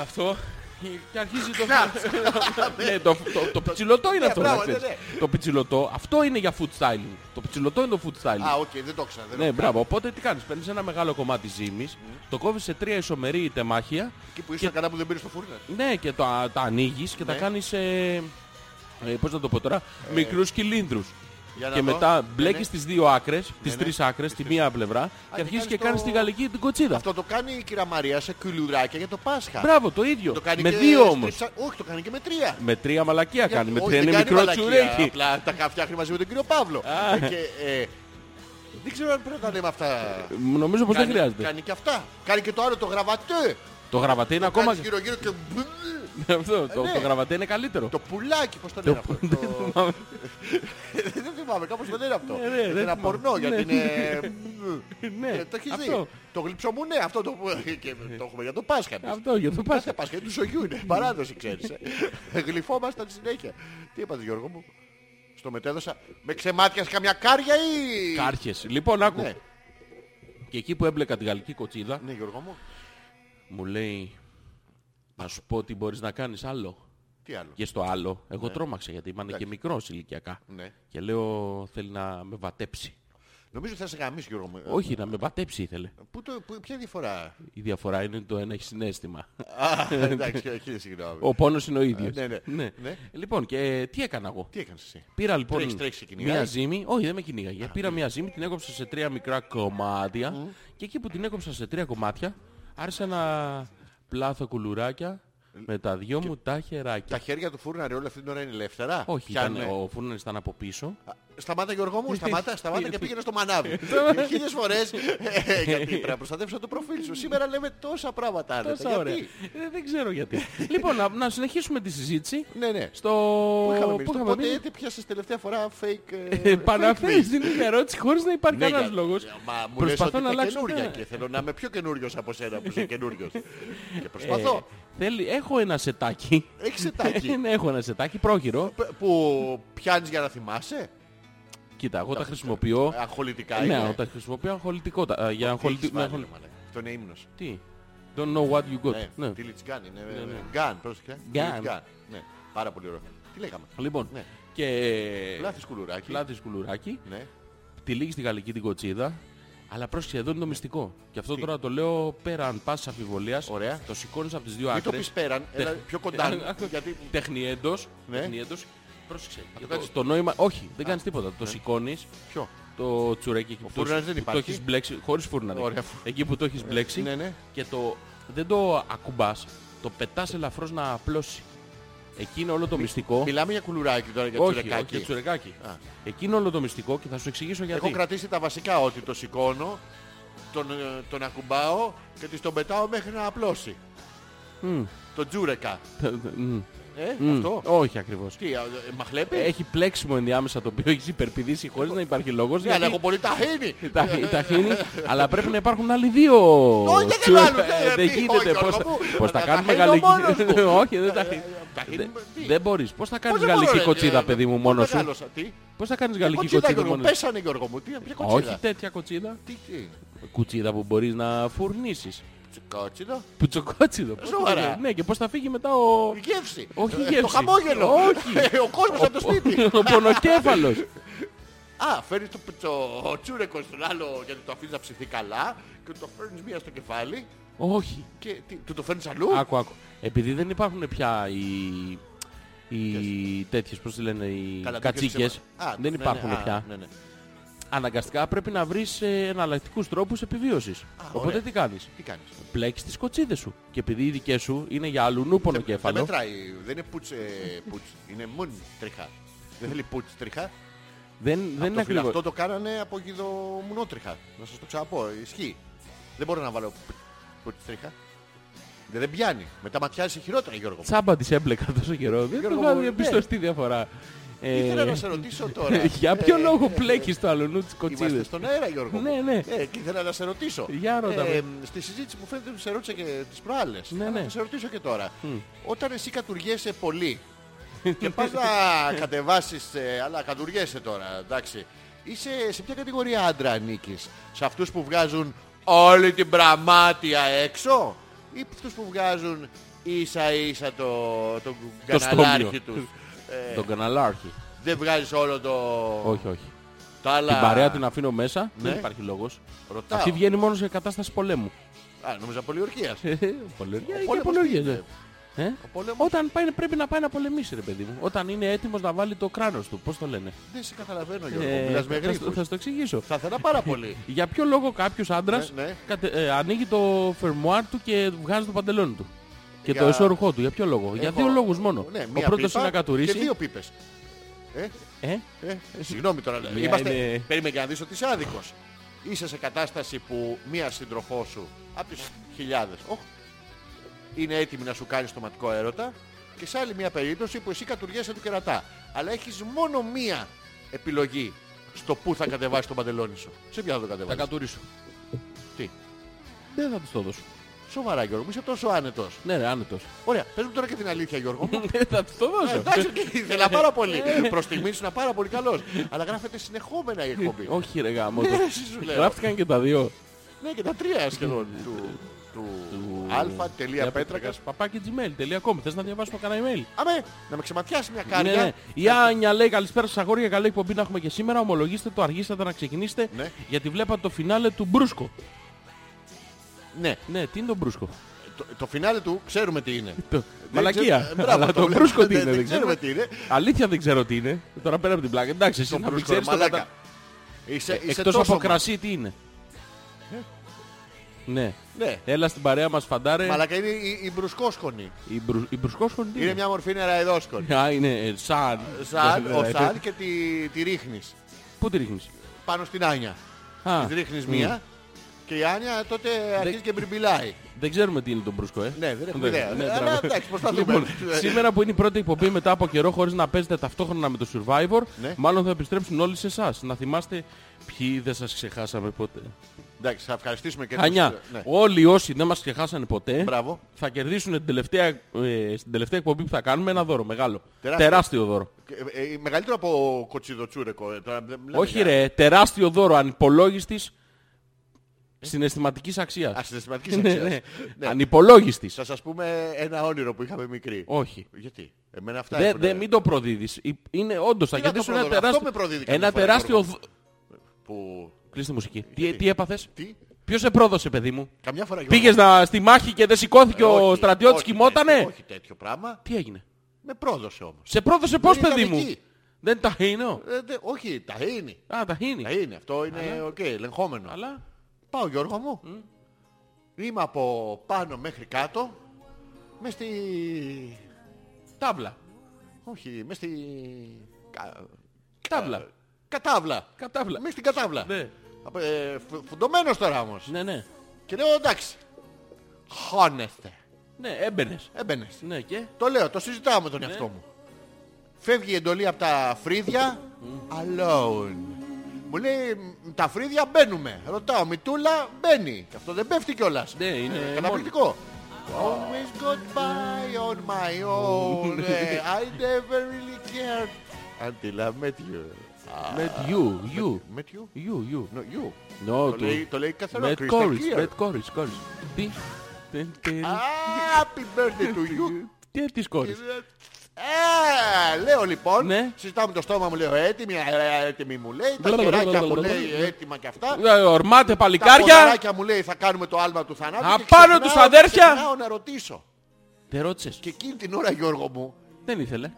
Speaker 1: αυτό και αρχίζει το... ναι, το, το, το πιτσιλωτό είναι
Speaker 2: Ναι,
Speaker 1: αυτό.
Speaker 2: μπράβο,
Speaker 1: να ξέρεις.
Speaker 2: ναι, ναι.
Speaker 1: Το πιτσιλωτό, αυτό είναι για food styling. Το πιτσιλωτό είναι το food
Speaker 2: Α,
Speaker 1: styling.
Speaker 2: οκ, δεν το ξέρω. δεν
Speaker 1: Ναι,
Speaker 2: το-
Speaker 1: μπράβο. Οπότε τι κάνεις, παίρνεις ένα μεγάλο κομμάτι ζύμης, το κόβεις σε τρία ισομερή τεμάχια,
Speaker 2: Εκεί που ήσουν καλά που δεν πήρες το φούρνο.
Speaker 1: ναι, και τα, τα ανοίγεις και τα
Speaker 2: Ναι.
Speaker 1: κάνεις... Ε, ε, πώς να το πω τώρα, μικρούς κυλίνδρους.
Speaker 2: Για να
Speaker 1: Και
Speaker 2: δω.
Speaker 1: μετά
Speaker 2: Ναι,
Speaker 1: μπλέκεις
Speaker 2: ναι.
Speaker 1: τις δύο άκρες, τις
Speaker 2: ναι.
Speaker 1: τρεις άκρες, τη μία πλευρά και
Speaker 2: και
Speaker 1: αρχίζεις και
Speaker 2: κάνεις
Speaker 1: κάνεις
Speaker 2: το-
Speaker 1: τη γαλλική την κοτσίδα.
Speaker 2: Αυτό το κάνει η κυρία Μαρία σε κουλουράκια για το Πάσχα.
Speaker 1: Μπράβο, το ίδιο.
Speaker 2: Το κάνει
Speaker 1: Με
Speaker 2: και
Speaker 1: δύο όμως.
Speaker 2: στριψα- Όχι, το κάνει και με τρία.
Speaker 1: Με τρία μαλακία κάνει. Με
Speaker 2: Όχι,
Speaker 1: τρία
Speaker 2: δεν
Speaker 1: είναι
Speaker 2: κάνει
Speaker 1: μικρό
Speaker 2: μαλακία,
Speaker 1: τσουρέκι.
Speaker 2: Απλά τα κα- φτιάχνει μαζί με τον κύριο Παύλο. Και, ε, δεν ξέρω αν πρέπει να τα λέμε αυτά.
Speaker 1: Νομίζω πως δεν
Speaker 2: Κάνει-
Speaker 1: χρειάζεται.
Speaker 2: Κάνει και αυτά. Κάνει και το άλλο το γραβατέ.
Speaker 1: Το γραβατέ είναι ακόμα...
Speaker 2: Ακόμα γύρω γύρω και μπλ.
Speaker 1: Αυτό, το,
Speaker 2: ναι.
Speaker 1: το γραβατέ είναι καλύτερο.
Speaker 2: Το πουλάκι, πώς το λένε αυτό. Το- Ε, Δεν θυμάμαι, κάπως το λένε αυτό.
Speaker 1: Ναι, ναι, δεν
Speaker 2: Είναι ένα
Speaker 1: θυμάμαι.
Speaker 2: πορνό γιατί
Speaker 1: Ναι.
Speaker 2: είναι...
Speaker 1: Ναι,
Speaker 2: Ε, Το έχεις
Speaker 1: αυτό.
Speaker 2: δει. Το γλυψό μου ναι, αυτό το, και το έχουμε για το Πάσχα. εμείς.
Speaker 1: Αυτό για το πας.
Speaker 2: Κάθε Πάσχα είναι του Σογιού είναι. Παράδοση ξέρεις. ε. Γλυφόμασταν συνέχεια. Τι είπατε Γιώργο μου. Στο μετέδωσα. Με ξεμάτιας καμιά κάρια ή...
Speaker 1: Κάρχες. Λοιπόν, άκου.
Speaker 2: Ναι.
Speaker 1: Και εκεί που έμπλεκα τη γαλλική κοτσίδα,
Speaker 2: Ναι Γιώργο μου.
Speaker 1: μου λέει... Να σου πω τι μπορείς να κάνεις άλλο.
Speaker 2: Τι άλλο.
Speaker 1: Και στο άλλο, εγώ τρόμαξα γιατί ήμουν και μικρός ηλικιακά.
Speaker 2: Ναι.
Speaker 1: Και λέω θέλει να με βατέψει.
Speaker 2: Νομίζω θα σε γαμίσει Γιώργο μου.
Speaker 1: Όχι, να με βατέψει ήθελε.
Speaker 2: Πού το, πού- ποια διαφορά.
Speaker 1: Η διαφορά είναι το ένα έχει συνέστημα.
Speaker 2: Α, εντάξει, χίλια συγγνώμη.
Speaker 1: Ε, Ο πόνος είναι ο ίδιος.
Speaker 2: ναι, ναι. Ναι.
Speaker 1: Λοιπόν, και τι έκανα εγώ.
Speaker 2: Τι έκανες εσύ.
Speaker 1: Πήρα λοιπόν
Speaker 2: Τρέχεις, τρέχεις ναι. και κυνηγάει.
Speaker 1: μία ζύμη, όχι δεν με κυνήγαγε, πήρα μία ζύμη, την έκοψα σε τρία μικρά κομμάτια και εκεί που την έκοψα σε τρία κομμάτια άρχισα να πλάθω κουλουράκια Με τα δυο μου τα χεράκια.
Speaker 2: Τα χέρια του φούρναρη όλη αυτή την ώρα είναι ελεύθερα.
Speaker 1: Όχι, ήταν,
Speaker 2: Πιάνε.
Speaker 1: ο φούρνης ήταν από πίσω.
Speaker 2: Α, Σταμάτα Γιώργο μου, σταμάτα, σταμάτα και πήγαινε στο μανάβι. Χίλιες φορές, ε, γιατί πρέπει να προστατεύσω το προφίλ σου. Σήμερα λέμε τόσα πράγματα
Speaker 1: Τόσα
Speaker 2: άνετα.
Speaker 1: ωραία.
Speaker 2: Γιατί.
Speaker 1: Ε, δεν ξέρω γιατί. λοιπόν, να, να συνεχίσουμε τη συζήτηση.
Speaker 2: Ναι, ναι.
Speaker 1: Στο...
Speaker 2: Πού είχαμε μείνει,
Speaker 1: πού
Speaker 2: στο
Speaker 1: είχαμε
Speaker 2: πότε
Speaker 1: μείνει?
Speaker 2: τι πιάσες τελευταία φορά fake... ε,
Speaker 1: Ε,
Speaker 2: fake
Speaker 1: Πάνω αυτή
Speaker 2: news.
Speaker 1: την ερώτηση χωρίς να υπάρχει
Speaker 2: Ναι,
Speaker 1: κανένας
Speaker 2: για-
Speaker 1: λόγος.
Speaker 2: Μα μου λες ότι
Speaker 1: Προσπαθώ να
Speaker 2: είναι
Speaker 1: αλλάξω
Speaker 2: καινούρια
Speaker 1: θέμα.
Speaker 2: και θέλω να είμαι πιο καινούριος από σένα που είσαι καινούριος. και προσπαθώ.
Speaker 1: Ε, θέλει, έχω ένα σετάκι.
Speaker 2: Έχεις σετάκι.
Speaker 1: Ναι, έχω ένα σετάκι πρόχειρο.
Speaker 2: Π- Που πιάνεις για να θυμάσαι.
Speaker 1: Κοίτα, εγώ τα χρησιμοποιώ.
Speaker 2: Αγχολητικά
Speaker 1: Ναι,
Speaker 2: είναι.
Speaker 1: όταν χρησιμοποιώ αγχολητικότητα. Α, Για
Speaker 2: Τι έχεις
Speaker 1: αγχολητικό.
Speaker 2: βάλει, ρε μαλάκα. Αυτό είναι ύμνος.
Speaker 1: Τι. Don't know what you got.
Speaker 2: Ναι,
Speaker 1: Ναι.
Speaker 2: τη Λιτσγκάν είναι.
Speaker 1: Ναι, ναι.
Speaker 2: Γκάν, πρόσεχε.
Speaker 1: Γκάν.
Speaker 2: Γκάν, Ναι, πάρα πολύ ωραίο. Τι λέγαμε.
Speaker 1: Λοιπόν,
Speaker 2: Ναι.
Speaker 1: και.
Speaker 2: Λάθη σκουλουράκι.
Speaker 1: Ε, Λάθη κουλουράκι.
Speaker 2: Ναι.
Speaker 1: Τη λύγεις στη γαλλική την κοτσίδα. Αλλά πρόσεξε, εδώ είναι το μυστικό. Και αυτό τώρα το λέω πέραν πάσα αμφιβολίας.
Speaker 2: Ωραία.
Speaker 1: Το σηκώνεις από τις δύο
Speaker 2: Μην το
Speaker 1: άκρες.
Speaker 2: πεις πέραν, έλα πιο κοντά. γιατί
Speaker 1: Τεχνιέντο.
Speaker 2: Ναι.
Speaker 1: Πρόσεξε.
Speaker 2: το
Speaker 1: Το,
Speaker 2: κάνεις.
Speaker 1: το νόημα. Όχι, δεν κάνεις τίποτα. Το σηκώνεις.
Speaker 2: Ποιο.
Speaker 1: Το τσουρέκι εκεί που το-
Speaker 2: Ναι. φούρνας δεν
Speaker 1: που το
Speaker 2: υπάρχει.
Speaker 1: έχεις μπλέξει. Χωρίς φούρναρη.
Speaker 2: Ωραία.
Speaker 1: Εκεί που το έχεις μπλέξει.
Speaker 2: Ναι, ναι.
Speaker 1: και το, δεν το ακουμπάς, το πετάς ελαφρώς να απλώσει. Εκεί είναι όλο το μυστικό.
Speaker 2: Μιλάμε για κουλουράκι τώρα, για
Speaker 1: όχι, όχι, για
Speaker 2: τσουρεκάκι.
Speaker 1: τσουρεκάκι.
Speaker 2: Α.
Speaker 1: Εκεί είναι όλο το μυστικό και θα σου εξηγήσω γιατί.
Speaker 2: Έχω κρατήσει τα βασικά ότι το σηκώνω, τον, ε, τον ακουμπάω και της τον πετάω μέχρι να απλώσει. Το τζούρεκα.
Speaker 1: Μμμ.
Speaker 2: Ε,
Speaker 1: Μμμ.
Speaker 2: αυτό.
Speaker 1: Όχι ακριβώς.
Speaker 2: Τι, α, ε, μαχλέπι.
Speaker 1: Έχει πλέξιμο ενδιάμεσα το οποίο έχει υπερπηδήσει χωρίς να υπάρχει λόγος.
Speaker 2: Ναι, αλλά
Speaker 1: γιατί
Speaker 2: έχω πολύ ταχύνη.
Speaker 1: τα- τα χύνει, αλλά πρέπει να υπάρχουν άλλοι δύο.
Speaker 2: Όχι, δεν
Speaker 1: τσουρε-
Speaker 2: κάνω, δεν-
Speaker 1: Δεν
Speaker 2: τι,
Speaker 1: γίνεται.
Speaker 2: όχι,
Speaker 1: Πώς
Speaker 2: Γιώργο μου,
Speaker 1: θα- Πώς θα
Speaker 2: τα
Speaker 1: κάνουμε
Speaker 2: χύνω
Speaker 1: γαλλική.
Speaker 2: μόνος Ε, μου.
Speaker 1: Όχι, δεν τα χύνει.
Speaker 2: Τα χύνω,
Speaker 1: Δεν-
Speaker 2: τι.
Speaker 1: Δεν μπορείς. Πώς θα κάνεις
Speaker 2: Πώς δεν μπορώ,
Speaker 1: γαλλική
Speaker 2: ρε,
Speaker 1: κοτσίδα,
Speaker 2: ε,
Speaker 1: παιδί μου,
Speaker 2: πώς
Speaker 1: μόνος σου.
Speaker 2: μεγάλωσα, Τι.
Speaker 1: Πώς θα κάνεις γαλλική
Speaker 2: Κοτσίδα,
Speaker 1: κοτσίδα
Speaker 2: Γιώργο, μου,
Speaker 1: μόνος σου.
Speaker 2: πέσανε Γιώργο μου. Τι, ποια
Speaker 1: Όχι
Speaker 2: κοτσίδα.
Speaker 1: τέτοια κοτσίδα.
Speaker 2: Τι, τι.
Speaker 1: Κουτσίδα που μπορείς να φουρνήσεις.
Speaker 2: Κότσιδα.
Speaker 1: Πουτσοκότσιδο. Πώς το
Speaker 2: Σοβαρά.
Speaker 1: λένε. Ναι, και πώς θα φύγει μετά ο...
Speaker 2: Γεύση.
Speaker 1: Όχι
Speaker 2: Ε,
Speaker 1: γεύση.
Speaker 2: Το χαμόγελο.
Speaker 1: Όχι.
Speaker 2: Ε, Ο κόσμος από το σπίτι.
Speaker 1: Ο πονοκέφαλος.
Speaker 2: Α, φέρνεις το, το τσούρεκος στον άλλο γιατί το αφήνεις να ψηθεί καλά και το φέρνεις μία στο κεφάλι
Speaker 1: Όχι.
Speaker 2: και τι, του το φέρνεις αλλού.
Speaker 1: Άκου, άκου. Επειδή δεν υπάρχουν πια οι... Οι τέτοιες, πώς τη λένε, οι
Speaker 2: Καλά, το
Speaker 1: κατσίκες
Speaker 2: γεύση- Α, ναι,
Speaker 1: δεν
Speaker 2: ναι,
Speaker 1: υπάρχουν
Speaker 2: ναι, α,
Speaker 1: πια.
Speaker 2: ναι, ναι.
Speaker 1: Αναγκαστικά πρέπει να βρεις ε, εναλλακτικούς τρόπους επιβίωσης. Οπότε
Speaker 2: ωραία.
Speaker 1: τι κάνεις.
Speaker 2: Τι κάνεις.
Speaker 1: Πλέξεις τις κοτσίδες σου. Και επειδή οι δικές σου είναι για αλλού νου
Speaker 2: Δεν
Speaker 1: πονοκέφαλο,
Speaker 2: μετράει. Δεν είναι πουτς, ε, πουτς. Είναι μουν τριχά. Δεν θέλει πουτς τριχά.
Speaker 1: δεν, δεν είναι
Speaker 2: το
Speaker 1: ακριβώς.
Speaker 2: Αυτό το κάνανε από γιδομουνό τριχά. Να σας το ξαναπώ. Ισχύει. Δεν μπορώ να βάλω πουτ- πουτς τριχά. Δεν, δεν πιάνει. Μετά ματιάζει χειρότερα Γιώργο. μου.
Speaker 1: Τσάμπα της έμπλεκα τόσο καιρό. Δεν
Speaker 2: Γιώργο
Speaker 1: το
Speaker 2: μου,
Speaker 1: είχα
Speaker 2: ναι.
Speaker 1: διαπιστωθεί διαφορά. Ε,
Speaker 2: Ήθελα να σε ρωτήσω τώρα.
Speaker 1: Για ποιο
Speaker 2: Ε,
Speaker 1: λόγο
Speaker 2: ε,
Speaker 1: πλέκεις το αλουνού τις
Speaker 2: Είμαστε
Speaker 1: κοτσίδες.
Speaker 2: στον αέρα, Γιώργο. μου.
Speaker 1: Ναι, ναι.
Speaker 2: Ε, και ήθελα να σε ρωτήσω. Ε,
Speaker 1: Για ρώτα με.
Speaker 2: στη συζήτηση που φαίνεται ότι σε ρώτησα και τις προάλλες.
Speaker 1: Ναι,
Speaker 2: Αλλά
Speaker 1: ναι.
Speaker 2: Θα σε ρωτήσω και τώρα. Όταν εσύ κατουργέσαι πολύ και πας να κατεβάσεις, ε, αλλά κατουργέσαι τώρα, εντάξει. Είσαι σε ποια κατηγορία άντρα ανήκεις. Σε αυτούς που βγάζουν όλη την πραμάτια έξω ή αυτούς που βγάζουν ίσα ίσα το, το,
Speaker 1: Το
Speaker 2: καναλάρχη
Speaker 1: στόμιο.
Speaker 2: τους. Ε,
Speaker 1: Τον καναλάρχη.
Speaker 2: δεν βγάζεις όλο το...
Speaker 1: Όχι, όχι.
Speaker 2: τα άλλα-
Speaker 1: Την παρέα την αφήνω μέσα.
Speaker 2: Ναι.
Speaker 1: Δεν υπάρχει λόγος.
Speaker 2: Ρωτάω.
Speaker 1: Αυτή βγαίνει μόνο σε κατάσταση πολέμου.
Speaker 2: Α, νόμιζα πολιορκίας.
Speaker 1: Πολεμία
Speaker 2: Ο
Speaker 1: είναι
Speaker 2: πόλεμος
Speaker 1: πολεμία,
Speaker 2: τι
Speaker 1: ναι.
Speaker 2: είναι?
Speaker 1: Ε?
Speaker 2: Ο πόλεμος
Speaker 1: Όταν πάει, πρέπει να πάει να πολεμήσει, ρε παιδί μου. Όταν είναι έτοιμος να βάλει το κράνος του. Πώς το λένε.
Speaker 2: δεν σε καταλαβαίνω Γιώργο,
Speaker 1: Ε,
Speaker 2: μιλάς με
Speaker 1: θα, στο-
Speaker 2: γρήγορα.
Speaker 1: θα στο εξηγήσω.
Speaker 2: Θα ήθελα πάρα πολύ.
Speaker 1: Για ποιο λόγο κάποιος άντρας
Speaker 2: Ναι, ναι.
Speaker 1: κατε- ε, ανοίγει το φερμουάρ του και βγάζει το παντελόνι του. Και
Speaker 2: Για-
Speaker 1: το εσώρουχό του. Για ποιο λόγο. Για
Speaker 2: Έχω-
Speaker 1: δύο λόγους μόνο.
Speaker 2: Ναι,
Speaker 1: Ο
Speaker 2: μία
Speaker 1: πρώτος
Speaker 2: πίπα
Speaker 1: είναι να κατουρίσει.
Speaker 2: Και δύο πίπες. Ε,
Speaker 1: Ε?
Speaker 2: ε, συγγνώμη τώρα.
Speaker 1: Μία
Speaker 2: Είμαστε,
Speaker 1: είναι-
Speaker 2: Περίμενε και να δεις ότι είσαι άδικος. Είσαι σε κατάσταση που μία σύντροφό σου από τις χιλιάδες οχ, είναι έτοιμη να σου κάνει στοματικό έρωτα και σε άλλη μία περίπτωση που εσύ κατουργέσαι του κερατά. Αλλά έχεις μόνο μία επιλογή στο που θα κατεβάσει το παντελόνι σου. Σε ποια θα το
Speaker 1: Θα
Speaker 2: κατεβάσεις.
Speaker 1: κατουρίσω.
Speaker 2: Τι?
Speaker 1: Δεν Ναι, θα τους το δώσω.
Speaker 2: Σοβαρά Γιώργο, μου, είσαι τόσο άνετος.
Speaker 1: Ναι, ρε, άνετος.
Speaker 2: Ωραία, πες μου τώρα και την αλήθεια Γιώργο μου.
Speaker 1: Δεν θα τους το
Speaker 2: Ε,
Speaker 1: δώσω.
Speaker 2: Εντάξει, και ήθελα
Speaker 1: ναι.
Speaker 2: πάρα πολύ. Προς στιγμή ήσουν πάρα πολύ καλός. Αλλά γράφεται συνεχόμενα η εκπομπή.
Speaker 1: Όχι ρε γάμο.
Speaker 2: Ναι, εσύ σου λέω.
Speaker 1: Γράφτηκαν και τα δύο.
Speaker 2: Ναι, και τα τρία σχεδόν του. του αλφα.πέτρακα.
Speaker 1: Παπάκι gmail.com. Θες να διαβάσουμε κανένα email.
Speaker 2: Αμέ, να με ξεματιάσει μια
Speaker 1: Ναι, ναι.
Speaker 2: κάρτα.
Speaker 1: Η Άνια λέει καλησπέρα σας αγόρια, καλή εκπομπή να έχουμε και σήμερα. Ομολογήστε το, αργήσατε να ξεκινήσετε.
Speaker 2: Ναι.
Speaker 1: Γιατί βλέπατε το φινάλε του Μπρούσκο.
Speaker 2: Ναι,
Speaker 1: Ναι, τι είναι το Μπρούσκο.
Speaker 2: το, το φινάλε του ξέρουμε τι είναι.
Speaker 1: Το-
Speaker 2: Δεν
Speaker 1: Μαλακία.
Speaker 2: ξέρω- Ε, μπράβο,
Speaker 1: Αλλά το
Speaker 2: βλέπω. Ναι,
Speaker 1: Μπρούσκο τι
Speaker 2: Δεν-
Speaker 1: είναι,
Speaker 2: Δεν
Speaker 1: δεν
Speaker 2: ξέρουμε
Speaker 1: ξέρω.
Speaker 2: τι είναι.
Speaker 1: Αλήθεια δεν ξέρω τι είναι. Τώρα πέρα από την πλάκα. Εντάξει, εσύ
Speaker 2: Το
Speaker 1: να μην
Speaker 2: μπρούσκο, ρε
Speaker 1: ξέρεις το
Speaker 2: μαλάκα.
Speaker 1: κατα-
Speaker 2: Είσαι, είσαι
Speaker 1: Εκτός από
Speaker 2: τόσο μα-
Speaker 1: κρασί τι είναι. Ναι.
Speaker 2: Ε. Ναι.
Speaker 1: Έλα στην παρέα μας φαντάρε.
Speaker 2: Μαλακά είναι η, η μπρουσκόσκονη.
Speaker 1: Η, μπρου, η μπρουσκόσχονη τι
Speaker 2: Είναι μια μορφή νεραϊδόσκονη.
Speaker 1: Α, είναι ε, σαν.
Speaker 2: Σαν,
Speaker 1: Ε,
Speaker 2: ο
Speaker 1: ε,
Speaker 2: σαν και τη, τη ρίχνεις
Speaker 1: Πού τη ρίχνεις.
Speaker 2: πάνω στην Άνια.
Speaker 1: Α,
Speaker 2: Της ρίχνεις μία και η Άνια τότε αρχίζει και μπριμπιλάει.
Speaker 1: δεν ξέρουμε τι είναι το μπρουσκό, ε.
Speaker 2: Ναι, δεν έχουμε
Speaker 1: Ναι,
Speaker 2: ιδέα.
Speaker 1: ναι,
Speaker 2: Αλλά
Speaker 1: μπράβο.
Speaker 2: εντάξει, προσπαθούμε. Ε.
Speaker 1: Λοιπόν, σήμερα που είναι η πρώτη εκπομπή μετά από καιρό χωρίς να παίζετε ταυτόχρονα με το Survivor,
Speaker 2: Ναι.
Speaker 1: μάλλον θα επιστρέψουν όλοι σε εσάς. Να θυμάστε ποιοι δεν σας ξεχάσαμε ποτέ.
Speaker 2: Εντάξει, θα ευχαριστήσουμε και τους-
Speaker 1: Χανιά,
Speaker 2: ναι.
Speaker 1: όλοι όσοι δεν μας ξεχάσανε ποτέ
Speaker 2: Μπράβο.
Speaker 1: θα κερδίσουν την τελευταία, ε, στην τελευταία εκπομπή που θα κάνουμε ένα δώρο μεγάλο.
Speaker 2: Τεράστιο.
Speaker 1: Τεράστιο δώρο.
Speaker 2: Και, ε, ε, Μεγαλύτερο από κοτσιδοτσούρεκο. ε, τώρα δεν μιλάμε
Speaker 1: Όχι
Speaker 2: για-
Speaker 1: ρε, τεράστιο δώρο ανυπολόγιστης συναισθηματικής αξίας.
Speaker 2: Ασυναισθηματικής
Speaker 1: Ναι,
Speaker 2: αξίας.
Speaker 1: ναι.
Speaker 2: Ναι.
Speaker 1: Ανυπολόγιστης.
Speaker 2: Θα σας πούμε ένα όνειρο που είχαμε μικροί.
Speaker 1: Όχι.
Speaker 2: Γιατί. Εμένα αυτά
Speaker 1: Δε,
Speaker 2: έχουν-
Speaker 1: δε, μην το προδίδεις. Ε, Είναι όντως, θα
Speaker 2: Τι να το
Speaker 1: κερδίσουν ένα
Speaker 2: προδώ, αυτό
Speaker 1: τεράστιο...
Speaker 2: με προδίδει κάθε
Speaker 1: Ένα
Speaker 2: φορά,
Speaker 1: τεράστιο...
Speaker 2: Γιώργο. Που...
Speaker 1: Κλείστε μουσική. Τι, τι έπαθες.
Speaker 2: Τι.
Speaker 1: Ποιος σε πρόδωσε, παιδί μου.
Speaker 2: Καμιά φορά... Γιώργο,
Speaker 1: Πήγες να, στη μάχη και δεν σηκώθηκε
Speaker 2: ε,
Speaker 1: ο
Speaker 2: όχι,
Speaker 1: στρατιώτης,
Speaker 2: όχι
Speaker 1: κοιμότανε.
Speaker 2: τέτοιο- Όχι τέτοιο πράγμα.
Speaker 1: Τι έγινε.
Speaker 2: Με πρόδωσε όμως.
Speaker 1: Σε πρόδωσε πώς,
Speaker 2: Δεν ήταν
Speaker 1: παιδί μου.
Speaker 2: εκεί.
Speaker 1: Δεν τα χύνω.
Speaker 2: Ε, δε- όχι, τα είναι.
Speaker 1: Α, τα χύνει.
Speaker 2: Τα είναι. Αυτό είναι οκ, ελεγχόμενο.
Speaker 1: Αλλά...
Speaker 2: Πάω Γιώργο μου. Είμαι από πάνω μέχρι κάτω. Μες στη...
Speaker 1: Τάβλα.
Speaker 2: Όχι, μες στη... κα-
Speaker 1: Τάβλα.
Speaker 2: Κατάβλα.
Speaker 1: Κατάβλα.
Speaker 2: Μες στην κατάβλα.
Speaker 1: Ναι.
Speaker 2: Απ- Ε, φου- φουντωμένος τώρα όμως.
Speaker 1: Ναι, ναι.
Speaker 2: Και λέω εντάξει. Χώνεστε.
Speaker 1: Ναι, έμπαινες.
Speaker 2: Έμπαινες.
Speaker 1: Ναι, και...
Speaker 2: Το λέω, το συζητάω
Speaker 1: Ναι.
Speaker 2: με τον εαυτό μου. Φεύγει η εντολή από τα φρύδια. Alone. Μου λέει «Μ, τα φρύδια μπαίνουμε. Ρωτάω, Μητούλα μπαίνει. Και αυτό δεν πέφτει κιόλας.
Speaker 1: Ναι, είναι μόνο.
Speaker 2: Καταπληκτικό. Always got by on my own.
Speaker 1: Ναι.
Speaker 2: Ε, I never really cared. Until I met you.
Speaker 1: Met you, you.
Speaker 2: Met you?
Speaker 1: You, you.
Speaker 2: No, you.
Speaker 1: No,
Speaker 2: Το
Speaker 1: του.
Speaker 2: λέει, το λέει καθαρό.
Speaker 1: Met
Speaker 2: crystal
Speaker 1: chorus,
Speaker 2: clear.
Speaker 1: met chorus, chorus. Τι. Τι, τι,
Speaker 2: Ah, Happy birthday to you.
Speaker 1: Τι της κόρης.
Speaker 2: Ε, λέω λοιπόν,
Speaker 1: Ναι.
Speaker 2: συζητάω με το στόμα μου, λέω έτοιμη, ε, έτοιμη μου λέει, τα κεράκια μου λέει έτοιμα και αυτά.
Speaker 1: Ε, Ορμάτε
Speaker 2: Τα
Speaker 1: παλικάρια.
Speaker 2: ποδαράκια μου λέει θα κάνουμε το άλμα του θανάτου.
Speaker 1: Α,
Speaker 2: και
Speaker 1: πάνω
Speaker 2: ξεχνάω-
Speaker 1: τους αδέρφια.
Speaker 2: Ξεχνάω να ρωτήσω.
Speaker 1: Τε ρώτησες.
Speaker 2: Και εκείνη την ώρα Γιώργο μου
Speaker 1: Δεν ήθελε.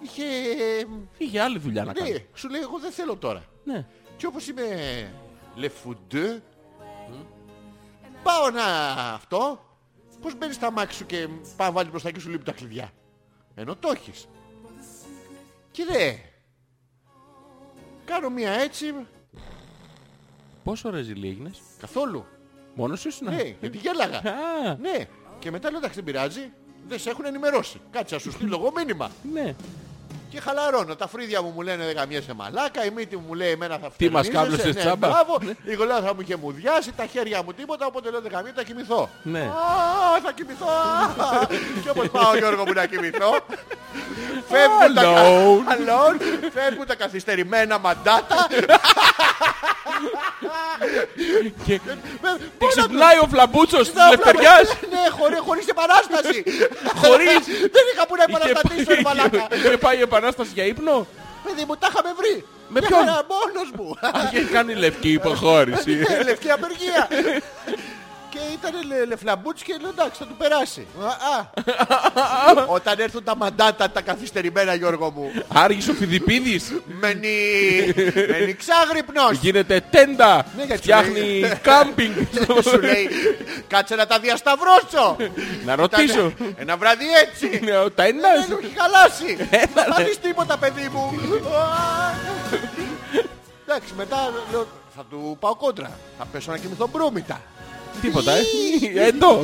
Speaker 2: είχε...
Speaker 1: Είχε άλλη δουλειά να
Speaker 2: Ναι,
Speaker 1: κάνει.
Speaker 2: σου λέει εγώ δεν θέλω τώρα.
Speaker 1: Ναι.
Speaker 2: Και όπως είμαι λεφουντέ, πάω να αυτό, πώς μπαίνεις στα μάξι σου και πάω να βάλεις μπροστά και σου λείπουν τα κλειδιά. Ενώ το έχεις. Και δε, κάνω μία έτσι,
Speaker 1: Πόσο ρε ζηλή έγινες.
Speaker 2: καθόλου.
Speaker 1: Μόνος σου ήσουν.
Speaker 2: Ναι, γιατί γέλαγα.
Speaker 1: Α,
Speaker 2: ναι, και μετά λέω εντάξει δεν πειράζει, δεν σε έχουν ενημερώσει. Κάτσε να σου στείλω εγώ μήνυμα.
Speaker 1: ναι.
Speaker 2: Και χαλαρώνω. Τα φρύδια μου μου λένε δεν γαμιέσαι μαλάκα. Η μύτη μου μου λέει εμένα θα
Speaker 1: Τι
Speaker 2: φτιάξει.
Speaker 1: μας κάμπλωσες, τσάμπα.
Speaker 2: Μπράβο.
Speaker 1: Ναι.
Speaker 2: Η γολά θα μου είχε μουδιάσει. Τα χέρια μου τίποτα. Οπότε λέω δεν γαμιέσαι, θα κοιμηθώ.
Speaker 1: Ναι.
Speaker 2: Α, θα κοιμηθώ. α. και όπως πάω Γιώργο μου να κοιμηθώ. Φεύγουν τα,
Speaker 1: Alone.
Speaker 2: Alone. Φεύγουν τα καθυστερημένα μαντάτα.
Speaker 1: Και
Speaker 2: Μόνα
Speaker 1: ξυπνάει ο φλαμπούτσος της
Speaker 2: τους.
Speaker 1: Λευτεριάς.
Speaker 2: Ναι, χωρί, χωρίς επανάσταση.
Speaker 1: Χωρίς.
Speaker 2: Δεν είχα που να επαναστατήσω, ρε μαλάκα.
Speaker 1: Είχε πάει η επανάσταση για ύπνο.
Speaker 2: Παιδί μου, τα είχαμε βρει.
Speaker 1: Με
Speaker 2: Μια
Speaker 1: ποιον?
Speaker 2: χαρά, μόνος μου.
Speaker 1: Είχε κάνει λευκή υποχώρηση.
Speaker 2: Ε, λευκή απεργία. και ήταν λε, λεφλαμπούτς και λέω εντάξει θα του περάσει. Α, α. Όταν έρθουν τα μαντάτα τα καθυστερημένα Γιώργο μου.
Speaker 1: Άργησε ο Φιδιπίδης.
Speaker 2: Μένει, μένει ξάγρυπνος.
Speaker 1: Γίνεται τέντα.
Speaker 2: Ναι, γιατί
Speaker 1: Φτιάχνει
Speaker 2: λέει-
Speaker 1: κάμπινγκ.
Speaker 2: Σου λέει κάτσε να τα διασταυρώσω.
Speaker 1: Να ρωτήσω.
Speaker 2: Ήταν Ένα βράδυ έτσι.
Speaker 1: Ναι, ο- Τα
Speaker 2: Δεν
Speaker 1: εννάς.
Speaker 2: του έχει χαλάσει.
Speaker 1: Έλα,
Speaker 2: Θα
Speaker 1: ρε.
Speaker 2: δεις τίποτα παιδί μου. Εντάξει μετά λέω θα του πάω κόντρα. Θα πέσω να κοιμηθώ μπρούμητα.
Speaker 1: Τίποτα, ε.
Speaker 2: Ναι.
Speaker 1: Έντο.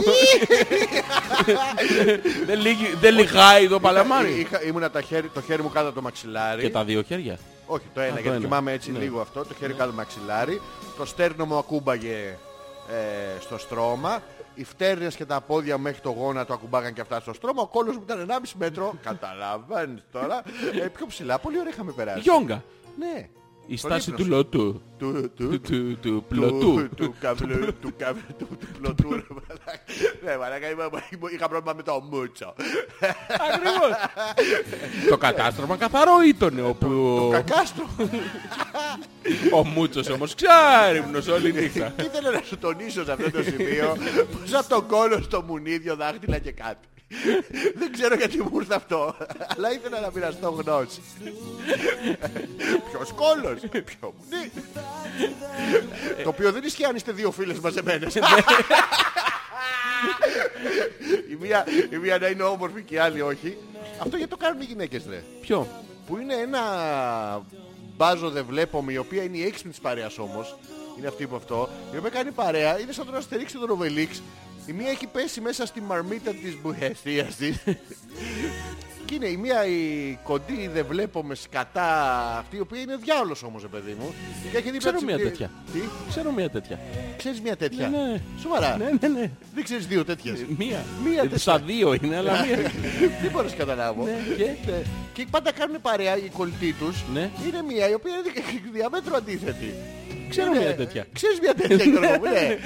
Speaker 1: Δεν λύγει- Δεν λιγάει το παλαμάρι.
Speaker 2: Είχα- Ήμουνα τα χέρι- το χέρι μου κάτω από το μαξιλάρι.
Speaker 1: Και τα δύο χέρια.
Speaker 2: Όχι, το ένα,
Speaker 1: το
Speaker 2: γιατί
Speaker 1: ένα.
Speaker 2: κοιμάμαι έτσι
Speaker 1: Ναι.
Speaker 2: λίγο αυτό, το χέρι κάτω από το μαξιλάρι. Το στέρνο μου ακούμπαγε ε, στο στρώμα. Οι φτέρνες και τα πόδια μέχρι το γόνατο ακουμπάγαν και αυτά στο στρώμα. Ο κόλος μου ήταν 1,5 μέτρο. Καταλαβαίνεις τώρα. Ε, πιο ψηλά, πολύ ωραία είχαμε περάσει.
Speaker 1: Γιόγκα.
Speaker 2: Ναι.
Speaker 1: Η
Speaker 2: Πολύ
Speaker 1: στάση του
Speaker 2: πλωσή.
Speaker 1: λωτού.
Speaker 2: Του, του,
Speaker 1: Του- του- Του
Speaker 2: του
Speaker 1: πλωτού.
Speaker 2: του καβλου- του καβλου- του- του πλωτού. ρε μαλάκα. Ναι, μαλάκα, είμαι- είχα πρόβλημα με το μούτσο.
Speaker 1: Ακριβώς. Το κατάστρωμα καθαρό ήταν. Όπου ο-
Speaker 2: Κακάστρο.
Speaker 1: ο Μούτσος όμως ξάριμνος όλη νύχτα.
Speaker 2: Ήθελα να σου τονίσω σε αυτό το σημείο πως από τον κόλο στο μουνίδιο δάχτυλα και κάτι. Δεν ξέρω γιατί μου ήρθε αυτό, αλλά ήθελα να μοιραστώ γνώση. Ποιος κόλλος, ποιο μουνί. Το οποίο δεν ισχύει αν είστε δύο φίλες μαζεμένες. η, μία, η μία να είναι όμορφη και η άλλη όχι. Αυτό γιατί το κάνουν οι γυναίκες, ρε.
Speaker 1: Ποιο.
Speaker 2: Που είναι ένα μπάζο δεν βλέπω, η οποία είναι η έξυπνη της παρέας όμως. Είναι αυτή που αυτό. Η οποία κάνει παρέα, είναι σαν τον Αστερίξ και τον Οβελίξ. Η μία έχει πέσει μέσα στη μαρμίτα της μπουχευτίας της. και είναι η μία η κοντή δεν βλέπω με σκατά αυτή, η οποία είναι ο διάολος όμως, ρε παιδί μου. Και έχει δίπλα
Speaker 1: Ξέρω
Speaker 2: της-
Speaker 1: μία τέτοια.
Speaker 2: Τι,
Speaker 1: Ξέρω μία τέτοια.
Speaker 2: ξέρεις μια τέτοια.
Speaker 1: Ναι, ναι.
Speaker 2: Σοβαρά.
Speaker 1: Ναι, ναι, ναι.
Speaker 2: Δεν ξέρεις δύο τέτοιες.
Speaker 1: Μία.
Speaker 2: Μία
Speaker 1: Ε, Στα δύο είναι, αλλά μία.
Speaker 2: Δεν μπορώ να σε καταλάβω.
Speaker 1: Ναι, και?
Speaker 2: Ναι. Και πάντα κάνουν παρέα οι κολλητοί τους.
Speaker 1: Ναι.
Speaker 2: Είναι μία η οποία είναι διαμέτρο αντίθετη.
Speaker 1: Ξέρω
Speaker 2: Είναι-
Speaker 1: μια τέτοια.
Speaker 2: Ναι, Ξέρεις μια τέτοια Γιώργο μου, ναι. Ε,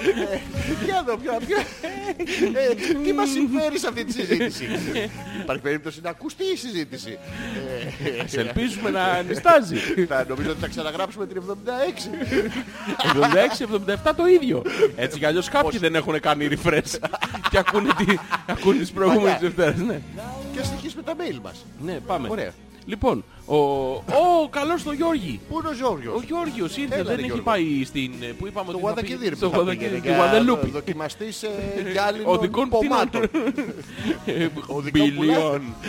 Speaker 2: Για δω ποια, ποια. Ε, Τι μας συμφέρει σε αυτή τη συζήτηση. Υπάρχει περίπτωση να ακουστεί η συζήτηση. Ε,
Speaker 1: Σε ελπίζουμε να ανιστάζει.
Speaker 2: Θα νομίζω ότι θα ξαναγράψουμε την 76.
Speaker 1: 76-77 το ίδιο. Έτσι κι αλλιώς κάποιοι δεν έχουν κάνει refresh και ακούνε, τη, ακούνε τις προηγούμενες
Speaker 2: Παλιά.
Speaker 1: Δευτέρες. Ναι.
Speaker 2: Και συνεχίσουμε τα mail μας.
Speaker 1: ναι, πάμε.
Speaker 2: Ωραία.
Speaker 1: Λοιπόν, ο, ο καλός το Γιώργη.
Speaker 2: Πού είναι ο
Speaker 1: Ο
Speaker 2: Γιώργος.
Speaker 1: Γιώργος ήρθε,
Speaker 2: Έλα, ρε,
Speaker 1: δεν έχει
Speaker 2: Γιώργο.
Speaker 1: πάει στην... ε, Που είπαμε
Speaker 2: Το
Speaker 1: ότι θα πήγε-
Speaker 2: Γουαδακιδίρ.
Speaker 1: Στο
Speaker 2: που θα
Speaker 1: Γουαδακίδη,
Speaker 2: πήγαινε
Speaker 1: στη
Speaker 2: για
Speaker 1: Γουαδελούπη.
Speaker 2: Δοκιμαστής ε, γυάλινων
Speaker 1: Οδικών
Speaker 2: πομάτων.
Speaker 1: πτηνάτων. Ε,
Speaker 2: Οδικών
Speaker 1: Μπιλιών.
Speaker 2: Τι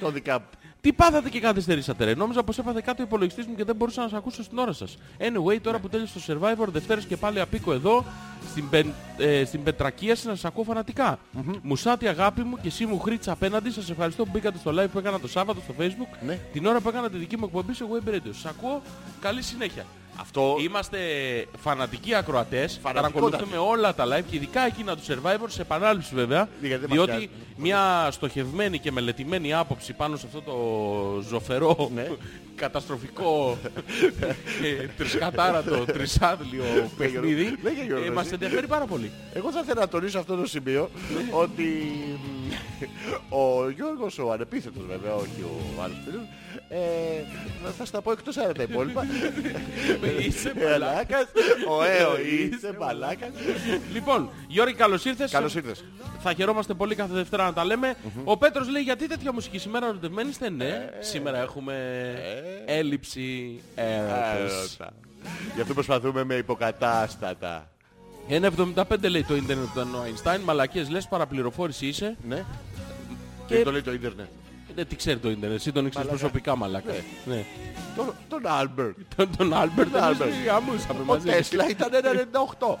Speaker 2: Το δικά
Speaker 1: Τι πάθατε και καθυστερήσατε ρε. Νόμιζα πως έπαθε κάτι ο υπολογιστής μου και δεν μπορούσα να σας ακούσω στην ώρα σας. Anyway, τώρα που τέλειωσε το Survivor, Δευτέρες και πάλι απίκω εδώ, στην, πεν, ε, στην Πετρακίαση να σας ακούω φανατικά. Μουσάτη αγάπη μου και εσύ μου χρήτσα απέναντι. Σας ευχαριστώ που μπήκατε στο live που έκανα το Σάββατο στο Facebook.
Speaker 2: Ναι.
Speaker 1: Την ώρα που έκανα τη δική μου εκπομπή σε Web Radio. Σας ακούω. Καλή συνέχεια.
Speaker 2: Αυτό
Speaker 1: Είμαστε φανατικοί ακροατές,
Speaker 2: Φανατικότατοι.
Speaker 1: παρακολουθούμε όλα τα live και ειδικά εκείνα του Survivor σε επανάληψη βέβαια.
Speaker 2: Ναι, Γιατί δεν μας
Speaker 1: διότι
Speaker 2: πιάνει.
Speaker 1: μια στοχευμένη και μελετημένη άποψη πάνω σε αυτό το ζωφερό,
Speaker 2: Ναι.
Speaker 1: καταστροφικό, ε,
Speaker 2: Ναι.
Speaker 1: τρισκατάρατο, τρισάδλιο παιχνίδι
Speaker 2: Λέγε, Ναι, Γιώργο,
Speaker 1: ε,
Speaker 2: εσύ.
Speaker 1: μας ενδιαφέρει πάρα πολύ.
Speaker 2: Εγώ θα ήθελα να τονίσω αυτό το σημείο ότι μ, ο Γιώργος ο ανεπίθετος βέβαια, όχι ο άλλος φίλος, ε, θα στα πω εκτός αέρα τα υπόλοιπα. Ναι.
Speaker 1: Ε,
Speaker 2: Ε,
Speaker 1: Είσαι μαλάκας.
Speaker 2: Μαλάκας, ο Έο είσαι μαλάκας.
Speaker 1: Λοιπόν, Γιώργη καλώς ήρθες.
Speaker 2: Καλώς ήρθες.
Speaker 1: Θα χαιρόμαστε πολύ κάθε Δευτέρα να τα λεμε Ο Πέτρος λέει γιατί τέτοια μουσική σήμερα ερωτευμένη είστε. Ναι,
Speaker 2: Ε.
Speaker 1: σήμερα έχουμε έλλειψη έρωτος.
Speaker 2: Έρωτα. Γι' αυτό προσπαθούμε με υποκατάστατα.
Speaker 1: 1.75 λέει το ίντερνετ του ο Αϊνστάιν. Μαλακίες λες παραπληροφόρηση είσαι.
Speaker 2: Ναι.
Speaker 1: Και-
Speaker 2: Και το λέει το ίντερνετ.
Speaker 1: Δεν τι ξέρει το ίντερνετ, εσύ τον ήξερες
Speaker 2: Μαλάκα.
Speaker 1: προσωπικά μαλακά.
Speaker 2: Ναι.
Speaker 1: Ναι.
Speaker 2: Τον- Τον Άλμπερτ.
Speaker 1: Τον- Τον Άλμπερτ
Speaker 2: Τον Άλμπερτ.
Speaker 1: εμείς γαμούσαμε
Speaker 2: Ο
Speaker 1: μαζί.
Speaker 2: Τέσλα ήταν ένα 98.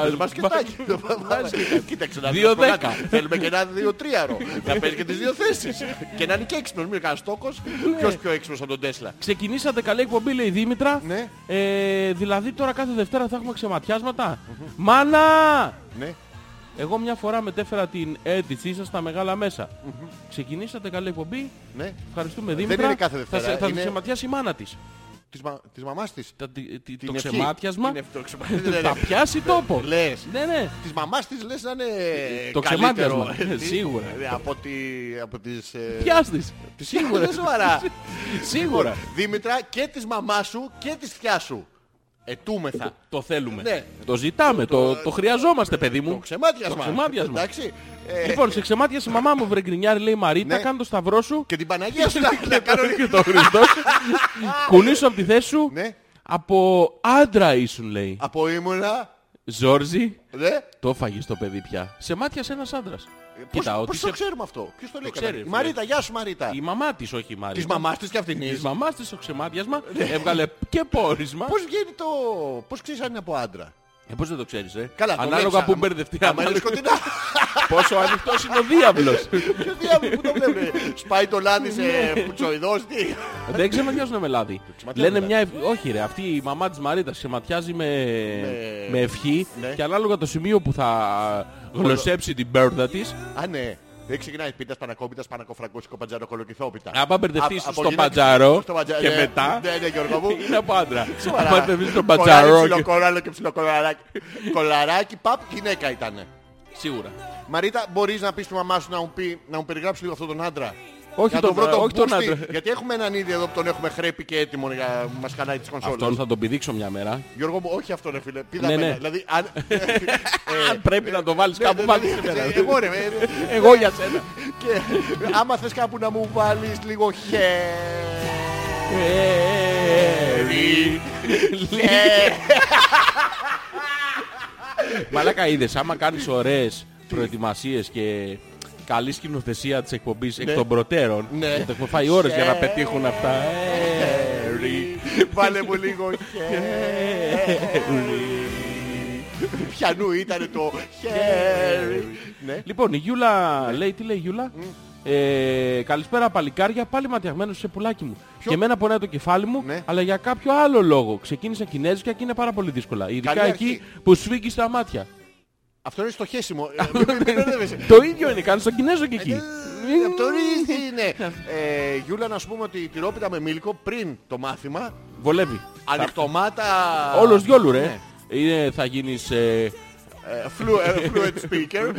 Speaker 2: Παίζει μπασκετάκι. Το μπασκετάκι. Κοίταξε να δεις
Speaker 1: Δύο
Speaker 2: το
Speaker 1: δέκα.
Speaker 2: κοράκι. Θέλουμε και ένα δύο τρίαρο. Να παίζει και τις δύο θέσεις. Και να είναι και έξυπνος. Μην είναι στόκος. Ποιος πιο έξυπνος από τον Τέσλα.
Speaker 1: Ξεκινήσατε καλή εκπομπή, λέει η Δήμητρα.
Speaker 2: Ναι.
Speaker 1: Ε, δηλαδή τώρα κάθε Δευτέρα θα έχουμε ξεματιάσματα. Μάνα!
Speaker 2: Ναι.
Speaker 1: Εγώ μια φορά μετέφερα την αίτησή σας στα μεγάλα μέσα. Ξεκινήσατε καλή εκπομπή.
Speaker 2: Ναι.
Speaker 1: Ευχαριστούμε Δήμητρα.
Speaker 2: είναι κάθε Δευτέρα,
Speaker 1: Θα, σε- θα
Speaker 2: είναι-
Speaker 1: την ξεματιάσει η μάνα της.
Speaker 2: Της μα- Της μαμάς της.
Speaker 1: Τα- τη- τη-
Speaker 2: Την
Speaker 1: το
Speaker 2: ευχή.
Speaker 1: ξεμάτιασμα
Speaker 2: Είναι αυτό, το ξεμάτιασμα.
Speaker 1: θα πιάσει τόπο.
Speaker 2: Λες.
Speaker 1: Ναι, ναι.
Speaker 2: Της μαμάς της λες να είναι
Speaker 1: Το
Speaker 2: καλύτερο.
Speaker 1: ξεμάτιασμα,
Speaker 2: Τι-
Speaker 1: σίγουρα.
Speaker 2: ε, Από τη- από τις... ε,
Speaker 1: Πιάσ' της.
Speaker 2: τις Σίγουρα. Ναι. Δεν σοβαρά.
Speaker 1: Σίγουρα.
Speaker 2: Λοιπόν, Δήμητρα και της μαμάς σου και της θειάς σου. Ετούμεθα.
Speaker 1: Το θέλουμε.
Speaker 2: Ναι.
Speaker 1: Το ζητάμε. Το, το, χρειαζόμαστε, παιδί μου.
Speaker 2: Το ξεμάτιασμα.
Speaker 1: Το ξεμάτιασμα.
Speaker 2: Εντάξει. Ε,
Speaker 1: Λοιπόν, σε ξεμάτιασε η μαμά μου, βρε γκρινιάρη, λέει η Μαρίτα,
Speaker 2: Ναι.
Speaker 1: κάνε το σταυρό σου.
Speaker 2: Και την Παναγία σου να- να κάνω
Speaker 1: και το Χριστό. Κουνήσου από τη θέση σου.
Speaker 2: Ναι.
Speaker 1: Από άντρα ήσουν, λέει.
Speaker 2: Από ήμουνα,
Speaker 1: Ζόρζι,
Speaker 2: ναι.
Speaker 1: το φάγει το παιδί πια. Σε μάτιασε ένας άντρας. Κοίτα,
Speaker 2: Ε, Πώς,
Speaker 1: ότι
Speaker 2: πώς
Speaker 1: σε-
Speaker 2: το ξέρουμε αυτό. Ποιος το λέει.
Speaker 1: ξέρει,
Speaker 2: κατά- Η
Speaker 1: φίλε.
Speaker 2: Μαρίτα, γεια σου Μαρίτα.
Speaker 1: η μαμά της, όχι η
Speaker 2: Της
Speaker 1: Μαρίτα.
Speaker 2: μαμάς της και αυτήν.
Speaker 1: Της μαμάς της στο ξεμάτιασμα έβγαλε και πόρισμα.
Speaker 2: Πώς βγαίνει το... Πώς ξέρεις αν είναι από άντρα.
Speaker 1: Ε, πώς δεν το ξέρεις, ε.
Speaker 2: Καλά, το λέξα.
Speaker 1: Ανάλογα που
Speaker 2: Άμα-
Speaker 1: μπερδευτεί.
Speaker 2: Άμα είναι
Speaker 1: ανάλογα-
Speaker 2: σκοτεινά.
Speaker 1: Πόσο ανοιχτός είναι ο διάβλος.
Speaker 2: Ποιο διάβολο που το βλέπουν. Σπάει το λάδι σε
Speaker 1: Ναι.
Speaker 2: πουτσοειδός. Τι.
Speaker 1: Δεν ξεματιάζουν με λάδι.
Speaker 2: ξεματιάζουν
Speaker 1: Λένε
Speaker 2: με
Speaker 1: μια. ευ- Όχι, ρε, αυτή η μαμά της Μαρίτας ξεματιάζει με,
Speaker 2: Με-
Speaker 1: με ευχή
Speaker 2: Ναι.
Speaker 1: και ανάλογα το σημείο που θα γλωσσέψει την μπέρδα της,
Speaker 2: Α, ναι. Δεν ξεκινάει πίτα πανακόπιτα, πανακοφραγκός, κοπαντζάρο, κολοκυθόπιτα.
Speaker 1: άμα μπερδευτείς
Speaker 2: Α- από
Speaker 1: στο
Speaker 2: γυναίκα-
Speaker 1: πατζάρο
Speaker 2: στο πατζα-
Speaker 1: και
Speaker 2: ναι,
Speaker 1: μετά
Speaker 2: Ναι, ναι, Γιώργο μου.
Speaker 1: είναι από άντρα.
Speaker 2: Σοβαρά.
Speaker 1: Άμα μπερδευτείς στο
Speaker 2: Κολάρι,
Speaker 1: πατζάρο. και-
Speaker 2: ψιλοκοράλο και ψιλοκολαράκι. Κολαράκι, παπ, γυναίκα ήτανε.
Speaker 1: Σίγουρα.
Speaker 2: Μαρίτα, μπορείς να πεις στη μαμά σου να μου, πει, να μου περιγράψεις λίγο αυτόν τον άντρα.
Speaker 3: Όχι
Speaker 2: να
Speaker 3: τον-
Speaker 2: τον βρω τον
Speaker 3: όχι τον
Speaker 2: Μπούστη,
Speaker 3: άντρα.
Speaker 2: Γιατί έχουμε έναν ήδη εδώ που τον έχουμε χρέπει και έτοιμο για να μας χαλάει τις κονσόλες.
Speaker 1: Αυτόν θα τον πηδήξω μια μέρα.
Speaker 2: Γιώργο μου, όχι αυτό ρε φίλε. Πήδαμε.
Speaker 1: Ναι, ναι.
Speaker 2: ένα. Δηλαδή, αν... Ε,
Speaker 1: Αν Ε, πρέπει να το βάλεις κάπου
Speaker 2: δηλαδή,
Speaker 1: μαζί
Speaker 2: Εγώ ρε. ε,
Speaker 1: Εγώ για σένα.
Speaker 2: Και άμα θες κάπου να μου βάλεις λίγο χέρι.
Speaker 1: Ε,
Speaker 2: ε,
Speaker 1: Μαλάκα είδες, άμα κάνεις ωραίες προετοιμασίες και καλή σκηνοθεσία της εκπομπής εκ των προτέρων.
Speaker 2: Ναι. Ε.
Speaker 1: γιατί Έχουμε φάει ώρες για να πετύχουν αυτά. Ε,
Speaker 2: Βάλε μου λίγο
Speaker 1: ε.
Speaker 2: χέρι. Πιανού ήταν το χέρι. Ναι.
Speaker 1: Λοιπόν, η Γιούλα λέει, τι λέει η Γιούλα. Ε, καλησπέρα παλικάρια, πάλι ματιαγμένος σε πουλάκι μου. Και εμένα πονάει το κεφάλι μου,
Speaker 2: Ναι.
Speaker 1: αλλά για κάποιο άλλο λόγο. Ξεκίνησα κινέζικα και είναι πάρα πολύ δύσκολα. Ειδικά
Speaker 2: Καλή
Speaker 1: εκεί
Speaker 2: αρχή.
Speaker 1: που σφίγγει τα μάτια.
Speaker 2: Αυτό είναι στο χέσιμο. Ε, μην- μην μπερδεύεσαι.
Speaker 1: Το ίδιο είναι, κάνεις τον κινέζο και εκεί. Ναι.
Speaker 2: Ε, Αυτό είναι. Ε, Γιούλα, να σου πούμε ότι τη ρόπιτα με μίλκο πριν το μάθημα.
Speaker 1: Βολεύει.
Speaker 2: Ανοιχτομάτα.
Speaker 1: Όλος διόλου
Speaker 2: ναι.
Speaker 1: ρε. Είναι, θα γίνεις... ε,
Speaker 2: Ε, flu- ε, Fluent speaker.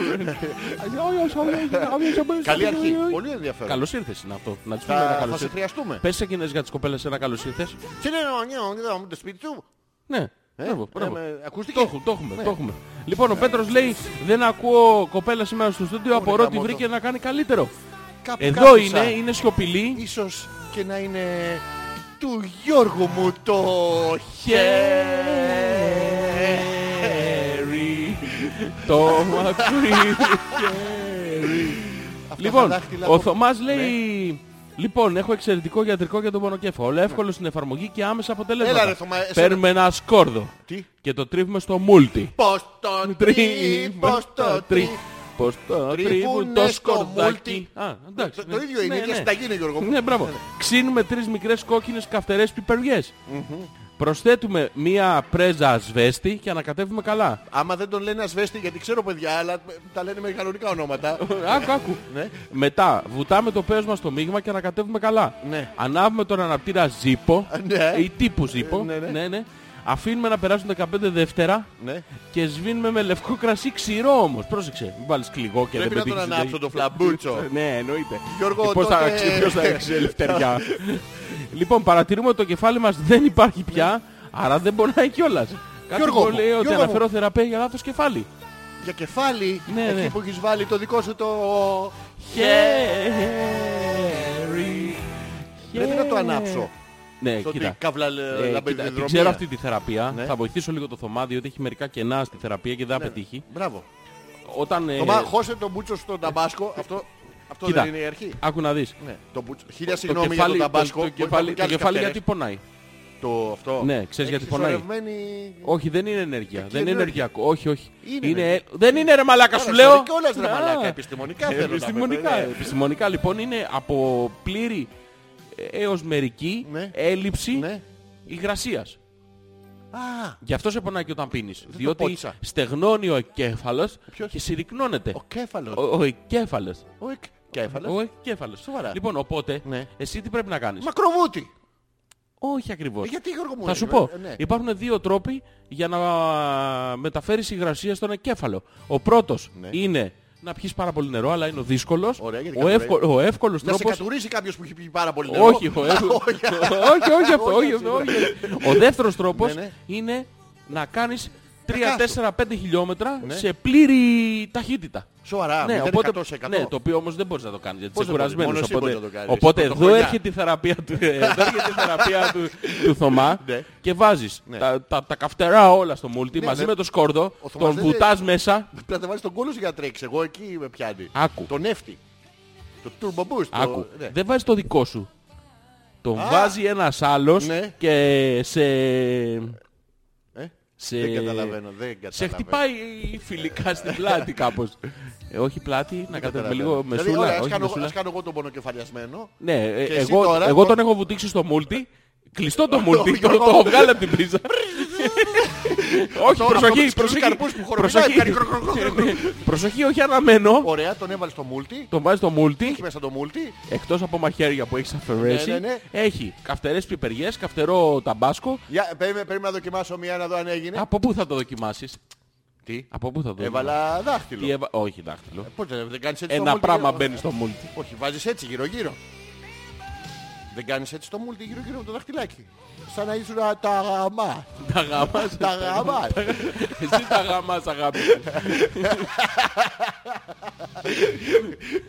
Speaker 2: Καλή αρχή. Πολύ ενδιαφέρον.
Speaker 1: Καλώς ήρθες είναι αυτό. Να της πούμε ένα
Speaker 2: Θα, θα
Speaker 1: καλώς
Speaker 2: σε
Speaker 1: ήρθες.
Speaker 2: χρειαστούμε.
Speaker 1: Πες σε κινέζικα της κοπέλας ένα καλώς ήρθες.
Speaker 2: Τι είναι ο νέο, δεν θα μου το σπίτι του.
Speaker 1: Ναι,
Speaker 2: Ε,
Speaker 1: μπράβο,
Speaker 2: ε,
Speaker 1: μπράβο.
Speaker 2: με- ακούστηκε.
Speaker 1: Το έχουμε, το
Speaker 2: Ναι.
Speaker 1: έχουμε, το έχουμε. Λοιπόν, ο Πέτρος λέει, δεν ακούω κοπέλα σήμερα στο στούντιο, απορώ ότι
Speaker 2: γαμώτο.
Speaker 1: βρήκε να κάνει καλύτερο.
Speaker 2: Κάπου
Speaker 1: Εδώ
Speaker 2: κάθισα.
Speaker 1: είναι, είναι σιωπηλή.
Speaker 2: Ίσως και να είναι του Γιώργου μου το χέρι.
Speaker 1: Το μακρύ χέρι.
Speaker 2: Αυτά
Speaker 1: Λοιπόν,
Speaker 2: τα δάχτυλα Ναι.
Speaker 1: ο
Speaker 2: που-
Speaker 1: Θωμάς λέει... Λοιπόν, έχω εξαιρετικό γιατρικό για τον πονοκέφαλο. Όλο εύκολο στην εφαρμογή και άμεσα αποτελέσματα.
Speaker 2: Ναι. Έλα, ρε, Θωμά, εσένα-
Speaker 1: Παίρνουμε ένα σκόρδο
Speaker 2: Τι?
Speaker 1: και το τρίβουμε στο μούλτι.
Speaker 2: Πώς τον τρι, πώς το τρι.
Speaker 1: Πώς το τρίβουν
Speaker 2: Τρίβουνε
Speaker 1: το
Speaker 2: στο
Speaker 1: σκορδάκι.
Speaker 2: μούλτι.
Speaker 1: Α, εντάξει.
Speaker 2: Το- Το ίδιο είναι,
Speaker 1: Ναι,
Speaker 2: η ίδια
Speaker 1: ναι.
Speaker 2: συνταγή είναι Γιώργο μου.
Speaker 1: Ναι, μπράβο. Ξύνουμε τρεις μικρές κόκκινες καυτερές πιπεριές. Προσθέτουμε μία πρέζα ασβέστη και ανακατεύουμε καλά.
Speaker 2: Άμα δεν τον λένε ασβέστη, γιατί ξέρω παιδιά, αλλά ε, τα λένε με κανονικά ονόματα.
Speaker 1: Άκου, άκου.
Speaker 2: Ναι.
Speaker 1: Μετά βουτάμε το πέος μας στο μείγμα και ανακατεύουμε καλά.
Speaker 2: Ναι.
Speaker 1: Ανάβουμε τον αναπτήρα ζύπο
Speaker 2: Ναι.
Speaker 1: ή τύπου ζύπο.
Speaker 2: Ε, ναι, ναι.
Speaker 1: Αφήνουμε να περάσουν 15 δεύτερα
Speaker 2: Ναι.
Speaker 1: και σβήνουμε με λευκό κρασί ξηρό όμως. Πρόσεξε, μην βάλεις κλιγό και
Speaker 2: Πρέπει
Speaker 1: δεν
Speaker 2: να τον
Speaker 1: πετύχεις
Speaker 2: ανάψω
Speaker 1: συνταγή.
Speaker 2: το φλαμπούτσο.
Speaker 1: Ναι, εννοείται.
Speaker 2: Γιώργο,
Speaker 1: Και πώς θα
Speaker 2: τότε-
Speaker 1: αξι- ποιος θα αξίζει ελευθεριά. λοιπόν, παρατηρούμε ότι το κεφάλι μας δεν υπάρχει πια, άρα δεν πονάει κιόλας. Κάτι
Speaker 2: Ναι. Γιώργο
Speaker 1: που
Speaker 2: μου,
Speaker 1: λέει ότι
Speaker 2: Γιώργο μου.
Speaker 1: αναφέρω θεραπεία για λάθος κεφάλι.
Speaker 2: Για κεφάλι,
Speaker 1: Ναι, ναι.
Speaker 2: εκεί που έχεις βάλει το δικό σου το...
Speaker 1: Χέρι.
Speaker 2: Πρέπει να το ανάψω.
Speaker 1: Ναι,
Speaker 2: Στο
Speaker 1: κοίτα.
Speaker 2: ότι καύλα
Speaker 1: Ε,
Speaker 2: ε,
Speaker 1: κοίτα, την
Speaker 2: λαμπερδιδρομία.
Speaker 1: ξέρω αυτή τη θεραπεία.
Speaker 2: Ναι.
Speaker 1: Θα βοηθήσω λίγο το Θωμά, διότι έχει μερικά κενά στη θεραπεία και δεν θα πετύχει.
Speaker 2: Μπράβο.
Speaker 1: Όταν. ε,
Speaker 2: Θωμά, χώσε τον μπούτσο στο ταμπάσκο. Αυτό, αυτό
Speaker 1: Κοίτα.
Speaker 2: δεν είναι η αρχή.
Speaker 1: Άκου να δεις.
Speaker 2: Ναι. Το μπούτσο. Χίλια
Speaker 1: Το
Speaker 2: συγγνώμη για
Speaker 1: κεφάλι,
Speaker 2: τον
Speaker 1: το,
Speaker 2: ταμπάσκο. μπορεί να
Speaker 1: κεφάλι,
Speaker 2: έχουν
Speaker 1: το
Speaker 2: κι άλλες
Speaker 1: κεφάλι
Speaker 2: καυτέρες.
Speaker 1: γιατί πονάει.
Speaker 2: Το αυτό.
Speaker 1: Ναι, ξέρεις
Speaker 2: Έχει
Speaker 1: γιατί πονάει.
Speaker 2: συσσωρευμένη-
Speaker 1: Όχι, δεν είναι ενέργεια. Δεν είναι
Speaker 2: ενέργεια.
Speaker 1: ενεργειακό. Όχι, όχι.
Speaker 2: Είναι
Speaker 1: Δεν είναι ρε μαλάκα, σου
Speaker 2: Άρα,
Speaker 1: λέω.
Speaker 2: sorry κιόλας, ρε
Speaker 1: Α,
Speaker 2: μαλάκα. Επιστημονικά θέλω να με
Speaker 1: επιστημονικά,
Speaker 2: πες, ναι.
Speaker 1: επιστημονικά λοιπόν είναι από πλήρη ε, έως μερική
Speaker 2: Ναι.
Speaker 1: έλλειψη
Speaker 2: Ναι.
Speaker 1: υγρασίας.
Speaker 2: Α,
Speaker 1: Γι' αυτό σε πονάει και όταν πίνεις.
Speaker 2: το
Speaker 1: διότι
Speaker 2: πότισα.
Speaker 1: στεγνώνει ο εκέφαλος και συρρυκνώνεται.
Speaker 2: ο κέφαλος.
Speaker 1: Ο, ο εκέφαλος.
Speaker 2: Ο εκ- κέφαλος.
Speaker 1: Ο εκέφαλος.
Speaker 2: Σοβαρά.
Speaker 1: Λοιπόν, οπότε,
Speaker 2: Ναι.
Speaker 1: εσύ τι πρέπει να κάνεις.
Speaker 2: Μακροβούτι.
Speaker 1: Όχι ακριβώς.
Speaker 2: Ε, Γιατί Γιώργο μου.
Speaker 1: Θα
Speaker 2: ρε,
Speaker 1: σου
Speaker 2: ε,
Speaker 1: πω.
Speaker 2: ναι.
Speaker 1: Υπάρχουν δύο τρόποι για να μεταφέρεις υγρασία στον εγκέφαλο. Ο πρώτος
Speaker 2: Ναι.
Speaker 1: είναι να πιεις πάρα πολύ νερό, αλλά είναι ο δύσκολος.
Speaker 2: Ωραία, γιατί
Speaker 1: ο,
Speaker 2: κατουράει.
Speaker 1: εύκολο, ο εύκολος
Speaker 2: Να σε
Speaker 1: τρόπος...
Speaker 2: κατουρίσει κάποιος που έχει πει πάρα πολύ νερό.
Speaker 1: Όχι, ο εύκολος...
Speaker 2: Α, όχι.
Speaker 1: όχι, όχι αυτό. όχι,
Speaker 2: Όχι,
Speaker 1: αυτό,
Speaker 2: σίγουρα.
Speaker 1: όχι. Ο δεύτερος τρόπος
Speaker 2: Ναι, ναι.
Speaker 1: είναι να κάνεις
Speaker 2: κάθω.
Speaker 1: 3-4-5 χιλιόμετρα
Speaker 2: Ναι.
Speaker 1: σε πλήρη ταχύτητα.
Speaker 2: Σοβαρά.
Speaker 1: ναι,
Speaker 2: 0%
Speaker 1: οπότε,
Speaker 2: σε 100.
Speaker 1: ναι, το οποίο όμως δεν μπορείς να το κάνεις γιατί
Speaker 2: Πώς
Speaker 1: είσαι
Speaker 2: δεν μπορείς,
Speaker 1: κουρασμένος.
Speaker 2: μόνος εσύ
Speaker 1: Οπότε,
Speaker 2: μπορείς να το κάνεις.
Speaker 1: οπότε εδώ
Speaker 2: Πρωτοχρονιά.
Speaker 1: έρχεται η θεραπεία του, ε, εδώ έρχεται η θεραπεία του, του Θωμά
Speaker 2: Ναι.
Speaker 1: και βάζεις
Speaker 2: Ναι.
Speaker 1: τα, τα, τα καυτερά όλα στο μούλτι
Speaker 2: Ναι,
Speaker 1: μαζί
Speaker 2: ναι.
Speaker 1: με το σκόρδο,
Speaker 2: Ο Θωμάς
Speaker 1: τον
Speaker 2: δεν είναι-
Speaker 1: βουτάς μέσα.
Speaker 2: Πρέπει να τα βάλεις τον κόλλο σου για να τρέξεις. Εγώ εκεί με πιάνει.
Speaker 1: Άκου.
Speaker 2: Το νεύτη. Το turbo boost. το-
Speaker 1: Άκου,
Speaker 2: ναι.
Speaker 1: δεν βάζεις το δικό σου. Τον
Speaker 2: Α.
Speaker 1: βάζει ένας άλλος
Speaker 2: Ναι.
Speaker 1: και σε...
Speaker 2: Ε,
Speaker 1: σε...
Speaker 2: Δεν καταλαβαίνω. Δεν καταλαβαίνω.
Speaker 1: Σε χτυπάει φιλικά στην πλάτη κάπως. Ε, όχι πλάτη, να κατέβουμε
Speaker 2: Καταλαβαίνω.
Speaker 1: λίγο
Speaker 2: Δηλαδή,
Speaker 1: μεσούλα.
Speaker 2: ωραία, ας
Speaker 1: όχι
Speaker 2: κάνω-
Speaker 1: μεσούλα.
Speaker 2: Ας κάνω εγώ τον πονοκεφαλιασμένο.
Speaker 1: Ναι, ε,
Speaker 2: Και εσύ
Speaker 1: εγώ,
Speaker 2: τώρα,
Speaker 1: εγώ
Speaker 2: το-
Speaker 1: τον έχω βουτήξει στο μούλτι. Κλειστό το μούλτι, το,
Speaker 2: Γιώργο.
Speaker 1: το έχω βγάλει από την πρίζα. όχι,
Speaker 2: Αυτό- αυτό με
Speaker 1: προσοχή,
Speaker 2: τους
Speaker 1: προσοχή.
Speaker 2: καρπούς που χοροπηδάει,
Speaker 1: προσοχή.
Speaker 2: κάνει κροκ, κροκ, κροκ, κροκ.
Speaker 1: προσοχή, όχι αναμένω.
Speaker 2: Ωραία, τον έβαλε στο μούλτι.
Speaker 1: Τον βάζει στο μούλτι,
Speaker 2: Έχει μέσα το μούλτι.
Speaker 1: εκτός από μαχαίρια που έχεις
Speaker 2: Ναι,
Speaker 1: αφαιρέσει.
Speaker 2: ναι, ναι.
Speaker 1: Έχει καυτερές πιπεριές, καυτερό ταμπάσκο.
Speaker 2: Για, περίμενε, περίμενε να δοκιμάσω μία να δω αν έγινε.
Speaker 1: Από πού θα το δοκιμάσεις.
Speaker 2: Τι.
Speaker 1: Από πού θα το
Speaker 2: Ναι. Έβαλα
Speaker 1: δούμε? Τι
Speaker 2: δάχτυλο.
Speaker 1: έβα- Όχι δάχτυλο.
Speaker 2: Πώς δεν δεν κάνεις έτσι το
Speaker 1: Ένα
Speaker 2: multi,
Speaker 1: Ε,
Speaker 2: ε,
Speaker 1: πράγμα
Speaker 2: γύρω-
Speaker 1: μπαίνει στο μούλτι.
Speaker 2: Όχι, βάζεις έτσι γύρω-γύρω. Δεν κάνεις έτσι το μούλτι γύρω-γύρω με το δαχτυλάκι. Σαν να ήσουν α, τα γαμά.
Speaker 1: Τα γαμάς.
Speaker 2: Τα γαμά.
Speaker 1: Εσύ τα γαμάς αγάπη.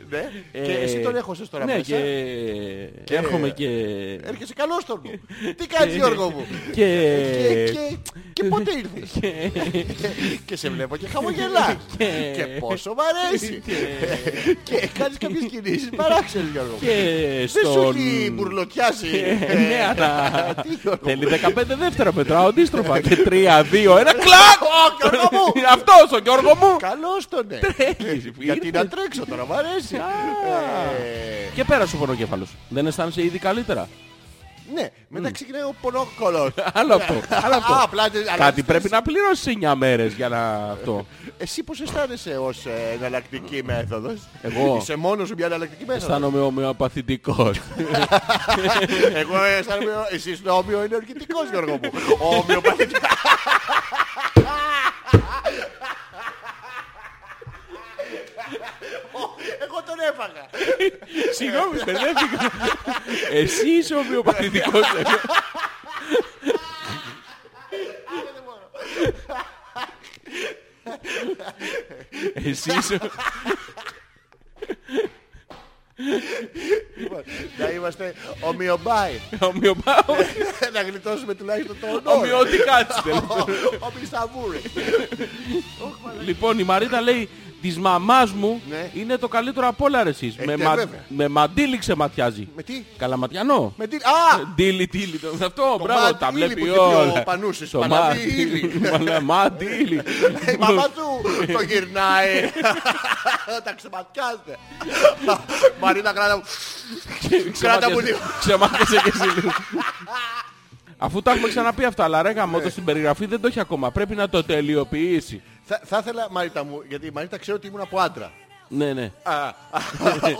Speaker 2: Ναι. Και εσύ τον έχωσες τώρα
Speaker 1: Ε, Ναι,
Speaker 2: μέσα.
Speaker 1: και... και έρχομαι και...
Speaker 2: Έρχεσαι καλός στον μου. Τι κάνεις Γιώργο μου. Και,
Speaker 1: Και...
Speaker 2: και, και πότε ήρθες. Και- και σε βλέπω και χαμογελάς.
Speaker 1: Και-
Speaker 2: και πόσο μ' αρέσει. και κάνεις κάποιες κινήσεις παράξενες Γιώργο μου.
Speaker 1: Και
Speaker 2: Δεν σου
Speaker 1: στον...
Speaker 2: έχει μπουρλωτιάσει.
Speaker 1: Ε, Ναι, αλλά...
Speaker 2: Τι Γιώργο μου.
Speaker 1: Θέλει 15 δεύτερα μετράω αντίστροφα. Και 3, 2, 1, κλακ!
Speaker 2: Ω, Γιώργο
Speaker 1: Ναι,
Speaker 2: μου.
Speaker 1: Αυτός ο Γιώργο μου!
Speaker 2: Καλώς τον ναι.
Speaker 1: Τρέχεις,
Speaker 2: Γιατί
Speaker 1: ήρθες.
Speaker 2: να τρέξω τώρα, μ' αρέσει. Ε,
Speaker 1: Και πέρασε ο πονοκέφαλος. Δεν αισθάνεσαι ήδη καλύτερα.
Speaker 2: Ναι, μετά ξεκινάει ο πονόκολος.
Speaker 1: Άλλο αυτό. Άλλο αυτό.
Speaker 2: Ναι. Α, απλά δεν- αλλά
Speaker 1: Κάτι
Speaker 2: εσύ- Ε,
Speaker 1: πρέπει να πληρώσει 9 μέρες για να αυτό.
Speaker 2: Εσύ πώς αισθάνεσαι ως ε, εναλλακτική μέθοδος.
Speaker 1: Εγώ?
Speaker 2: Είσαι μόνος σου μια εναλλακτική μέθοδος.
Speaker 1: Αισθάνομαι ομοιοπαθητικός.
Speaker 2: Εγώ αισθάνομαι... Εσύ είσαι ομοιοενεργητικός Γιώργο μου. Ομοιοπαθητικός. Εγώ τον έφαγα.
Speaker 1: Συγγνώμη, μπερδεύτηκα. Εσύ είσαι ομοιοπαθητικός. Εσύ είσαι...
Speaker 2: Να είμαστε ομοιομπάι.
Speaker 1: Ομοιοπάω.
Speaker 2: Να γλιτώσουμε τουλάχιστον το όνομα.
Speaker 1: Ομοιωτικά της τέλος.
Speaker 2: Ομοιοσταβούρη.
Speaker 1: Λοιπόν, η Μαρίτα λέει της μαμάς μου
Speaker 2: Ναι.
Speaker 1: είναι το καλύτερο απ' όλα ρε εσείς.
Speaker 2: Ε,
Speaker 1: Με
Speaker 2: ναι,
Speaker 1: μα-
Speaker 2: βέβαια.
Speaker 1: Με μαντήλι ξεματιάζει.
Speaker 2: Με τι?
Speaker 1: Καλαματιανό.
Speaker 2: Με τι... Α!
Speaker 1: Ντίλι, τίλι, το- αυτό, μπράβο,
Speaker 2: μάτι
Speaker 1: τα
Speaker 2: ύλι που
Speaker 1: βλέπει
Speaker 2: είχε πει
Speaker 1: όλα.
Speaker 2: ο Πανούσης,
Speaker 1: Το
Speaker 2: Παναδί
Speaker 1: μάτι
Speaker 2: ύλι.
Speaker 1: Μαλά, μάτι ύλι.
Speaker 2: Η μαμά του το γυρνάει. Τα ξεματιάζεται. Μαρίνα κράτα μου. Κράτα μου λίγο.
Speaker 1: Ξεμάτιασε και εσύ λίγο. Αφού τα έχουμε ξαναπεί αυτά, αλλά ρε
Speaker 2: Ναι.
Speaker 1: γαμώτο στην περιγραφή δεν το έχει ακόμα. Πρέπει να το τελειοποιήσει.
Speaker 2: Θα- Θα ήθελα Μαρίτα μου, γιατί η Μαρίτα ξέρω ότι ήμουν από άντρα.
Speaker 1: Ναι, ναι.
Speaker 2: Α,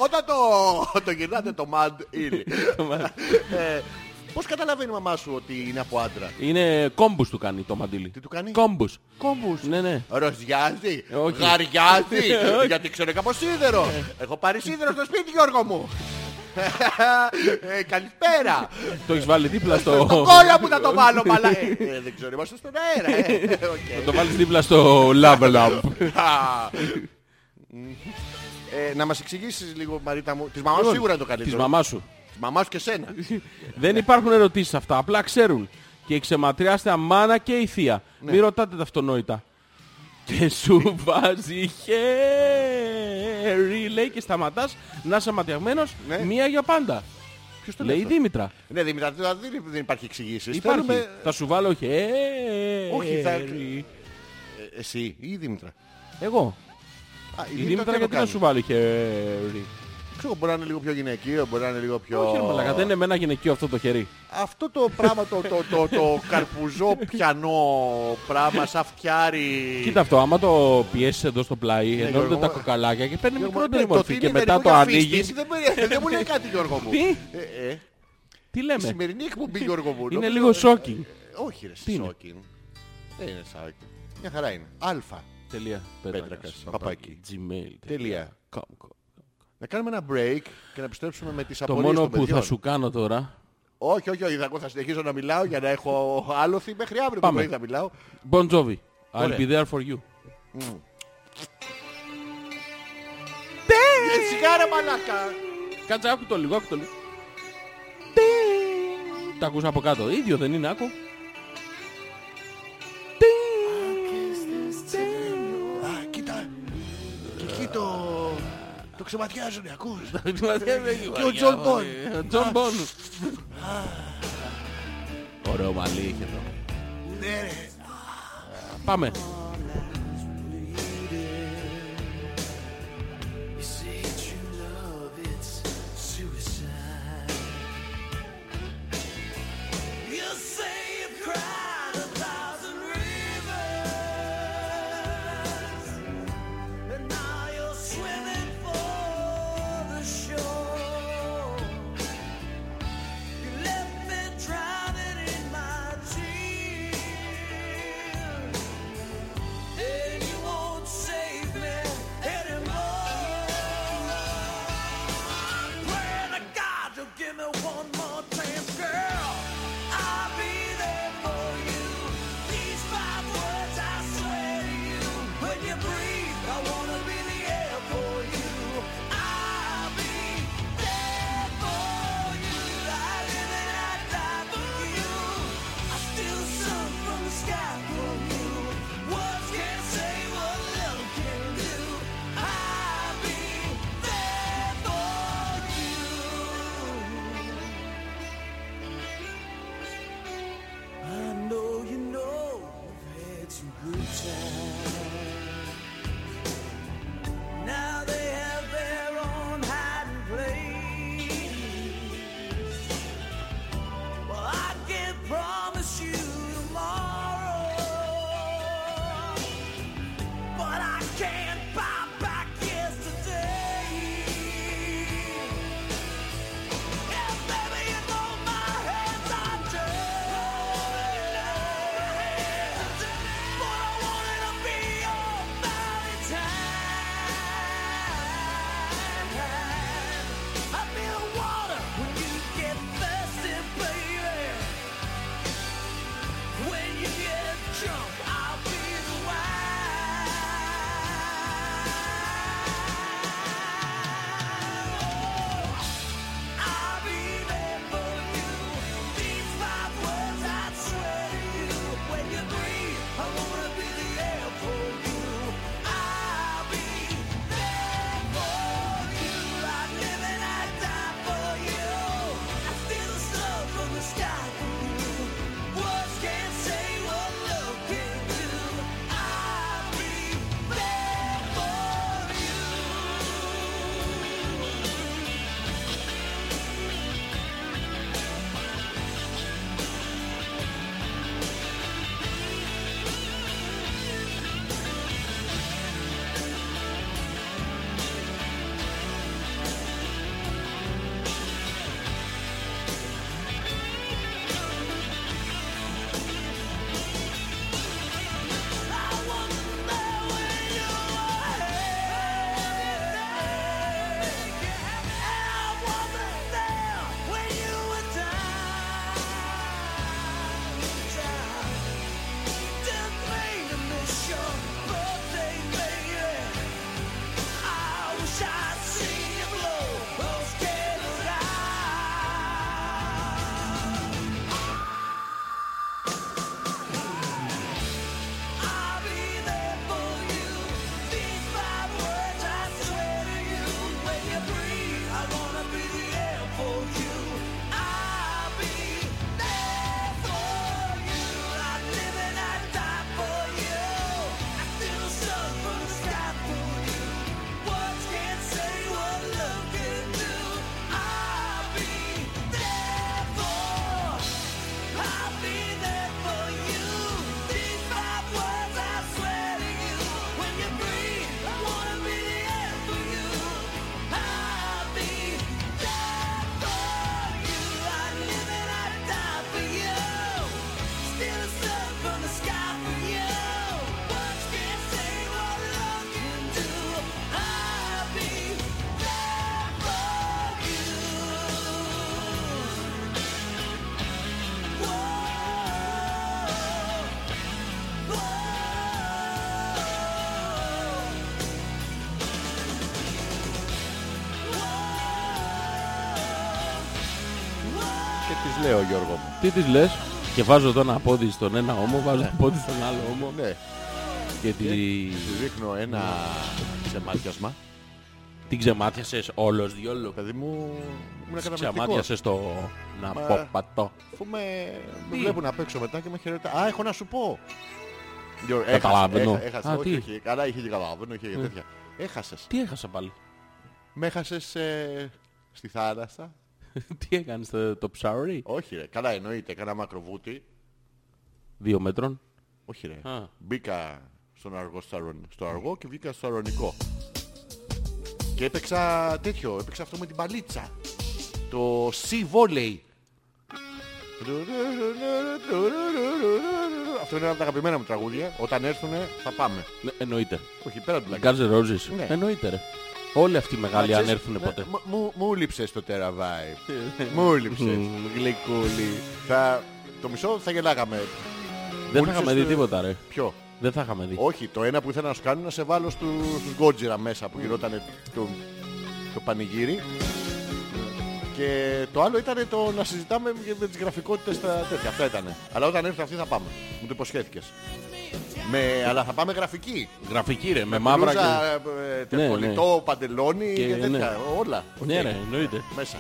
Speaker 2: Όταν το, το γυρνάτε το μαντ ύλι. ε, Πώς καταλαβαίνει η μαμά σου ότι είναι από άντρα.
Speaker 1: Είναι κόμπους του κάνει το μαντήλι.
Speaker 2: Τι του κάνει.
Speaker 1: Κόμπους.
Speaker 2: Κόμπους.
Speaker 1: Ναι, ναι.
Speaker 2: Ροζιάζει,
Speaker 1: Ε, όχι.
Speaker 2: γαριάζει,
Speaker 1: Ε, όχι.
Speaker 2: γιατί ξέρω κάπως σίδερο. Έχω πάρει σίδερο στο σπίτι Γιώργο μου. Ε, Καλησπέρα.
Speaker 1: Το έχεις βάλει δίπλα στο...
Speaker 2: Το κόλλα μου να το βάλω μαλά. Ε, ε, Δεν ξέρω, είμαστε στον αέρα. ε.
Speaker 1: Θα
Speaker 2: Οκ.
Speaker 1: το βάλεις δίπλα στο love lamp.
Speaker 2: Α. Ε, Να μας εξηγήσεις λίγο Μαρίτα μου. Της μαμάς σου σίγουρα είναι το
Speaker 1: Της
Speaker 2: καλύτερο.
Speaker 1: μαμάς σου.
Speaker 2: Λοιπόν, Της Ε, μαμάς σου και σένα.
Speaker 1: Δεν υπάρχουν ερωτήσεις αυτά, απλά ξέρουν. Και ξεματριάστε μάνα και η θεία.
Speaker 2: Ναι.
Speaker 1: Μην ρωτάτε τα αυτονόητα. Και σου βάζει χέρι, λέει και σταματάς να είσαι ματιαγμένος
Speaker 2: Ναι.
Speaker 1: μία για πάντα. Ποιος το λέει, η Δήμητρα.
Speaker 2: Ναι Δήμητρα, δεν- δεν δεν υπάρχει εξηγήσεις.
Speaker 1: Υπάρχει.
Speaker 2: Θέλουμε-
Speaker 1: Θα σου βάλω χέρι.
Speaker 2: Όχι, θα- Ε, Εσύ ή η Δήμητρα.
Speaker 1: Εγώ.
Speaker 2: Α,
Speaker 1: Η Δήμητρα
Speaker 2: δεν το
Speaker 1: γιατί θα
Speaker 2: κάνει.
Speaker 1: σου βάλει χέρι.
Speaker 2: Ξέρω, μπορεί να είναι λίγο πιο γυναικείο, μπορεί να είναι λίγο πιο...
Speaker 1: Όχι, ρε μαλάκα, δεν είναι εμένα γυναικείο αυτό το χέρι.
Speaker 2: Αυτό το πράγμα, το, το, το, το καρπουζό πιανό πράγμα, σαν φτιάρι.
Speaker 1: Κοίτα αυτό, άμα το πιέσεις εδώ στο πλάι, ενώνονται
Speaker 2: Γιώργο,
Speaker 1: τα
Speaker 2: ε,
Speaker 1: κοκαλάκια και παίρνει
Speaker 2: Γιώργο,
Speaker 1: μικρότερη
Speaker 2: ναι,
Speaker 1: μορφή.
Speaker 2: τι
Speaker 1: Και
Speaker 2: είναι,
Speaker 1: μετά
Speaker 2: δεν
Speaker 1: το
Speaker 2: μου αφήσεις,
Speaker 1: ανοίγει.
Speaker 2: Δεν, μου- δεν μου λέει κάτι Γιώργο μου.
Speaker 1: Τι?
Speaker 2: Ε, ε,
Speaker 1: Τι
Speaker 2: η
Speaker 1: λέμε.
Speaker 2: σημερινή εκπομπή Γιώργο μου.
Speaker 1: Είναι λίγο
Speaker 2: νομίζω-
Speaker 1: shocking.
Speaker 2: Όχι ρε,
Speaker 1: Τι είναι?
Speaker 2: σόκιν. Δεν είναι σόκιν. Μια χαρά είναι. Αλφα.
Speaker 1: Τελεία.
Speaker 2: Πέτρακας, παπάκι.
Speaker 1: Gmail.
Speaker 2: Τελεία. Να κάνουμε ένα break και να επιστρέψουμε με τις
Speaker 1: Το
Speaker 2: απορίες
Speaker 1: μόνο
Speaker 2: των
Speaker 1: που
Speaker 2: παιδιών.
Speaker 1: θα σου κάνω τώρα.
Speaker 2: Όχι, όχι, όχι. Εγώ θα συνεχίσω να μιλάω για να έχω άλοθη μέχρι αύριο το
Speaker 1: Πάμε.
Speaker 2: πρωί θα μιλάω.
Speaker 1: Bon Jovi. I'll
Speaker 2: Ωραία.
Speaker 1: be there for you.
Speaker 2: Ε, σιγά ρε μαλάκα.
Speaker 1: Κάτσε, άκου το λίγο, άκου το λίγο. Τα ακούς από κάτω. Ίδιο δεν είναι, άκου.
Speaker 2: Α, κοίτα. Και εκεί το... Το ξεματιάζουνε, ακούς.
Speaker 1: Και
Speaker 2: ο John Bon.
Speaker 1: John Bon. Ωραίο μαλλί είχε εδώ.
Speaker 2: Ναι, ρε.
Speaker 1: Πάμε.
Speaker 3: Drowning in my tears
Speaker 2: λέω Γιώργο μου.
Speaker 1: Τι της λες, και βάζω εδώ ένα πόδι στον ένα ώμο, βάζω ένα πόδι στον άλλο ώμο.
Speaker 2: Ναι,
Speaker 1: Και τη...
Speaker 2: σου δείχνω ένα ξεμάτιασμα.
Speaker 1: την ξεμάτιασες όλος διόλου.
Speaker 2: Παιδί μου, ήμουν καταπληκτικός.
Speaker 1: Ξεμάτιασες το. Να
Speaker 2: Μα-
Speaker 1: πω πατώ.
Speaker 2: Αφού με, με
Speaker 1: Τι?
Speaker 2: βλέπουν απ' έξω μετά και με χαιρετά. Α, έχω να σου πω. Γιώργο,
Speaker 1: Καταλαβαίνω.
Speaker 2: έχασε, έχασε,
Speaker 1: Α,
Speaker 2: όχι,
Speaker 1: τι?
Speaker 2: όχι, καλά είχε και καταλαβαίνω, είχε και
Speaker 1: Ναι.
Speaker 2: τέτοια. Έχασες.
Speaker 1: Τι έχασα πάλι.
Speaker 2: Με έχασες ε, στη θάλασσα.
Speaker 1: Τι έκανες το, το ψάρι.
Speaker 2: Όχι ρε, καλά εννοείται, κάνα μακροβούτι.
Speaker 1: Δύο μέτρων.
Speaker 2: Όχι ρε.
Speaker 1: Α.
Speaker 2: Μπήκα στον αργό, στο, αρων- στο αργό και βγήκα στο αρωνικό. Και έπαιξα τέτοιο, έπαιξα αυτό με την παλίτσα. Το Sea Volley. Αυτό είναι ένα από τα αγαπημένα μου τραγούδια. Όταν έρθουνε θα πάμε.
Speaker 1: Ναι, εννοείται.
Speaker 2: Όχι, πέρα του
Speaker 1: Guns N' Roses.
Speaker 2: Ναι.
Speaker 1: Εννοείται ρε. Όλοι αυτοί οι μεγάλοι αν
Speaker 2: Ξέρεις,
Speaker 1: έρθουν
Speaker 2: ναι,
Speaker 1: ποτέ.
Speaker 2: μ- μου- Μου λείψες το Terra Vibe. Μου λείψες.
Speaker 1: Γλυκούλη.
Speaker 2: Θα- Το μισό θα γελάγαμε.
Speaker 1: Δεν
Speaker 2: Μου
Speaker 1: θα είχαμε
Speaker 2: λείψες
Speaker 1: δει
Speaker 2: το-
Speaker 1: τίποτα ρε.
Speaker 2: Ποιο.
Speaker 1: Δεν θα είχαμε δει.
Speaker 2: Όχι, το ένα που ήθελα να σου κάνω είναι να σε βάλω στου, στους Γκότζιρα μέσα
Speaker 1: Mm.
Speaker 2: που γινόταν το, το πανηγύρι. Και το άλλο ήταν το να συζητάμε για- με τις γραφικότητες τα τέτοια. Αυτά ήταν. Αλλά όταν έρθει αυτή θα πάμε. Μου το υποσχέθηκες. Με, αλλά θα πάμε γραφική.
Speaker 1: Γραφική ρε, με μαύρα και...
Speaker 2: Μπλούζα, ε, τε-
Speaker 1: Ναι, ναι.
Speaker 2: κολλητό, παντελόνι
Speaker 1: Και-
Speaker 2: και, τέτοια.
Speaker 1: ναι.
Speaker 2: Όλα.
Speaker 1: Ναι
Speaker 2: Οκ.
Speaker 1: ρε, εννοείται.
Speaker 2: Μέσα.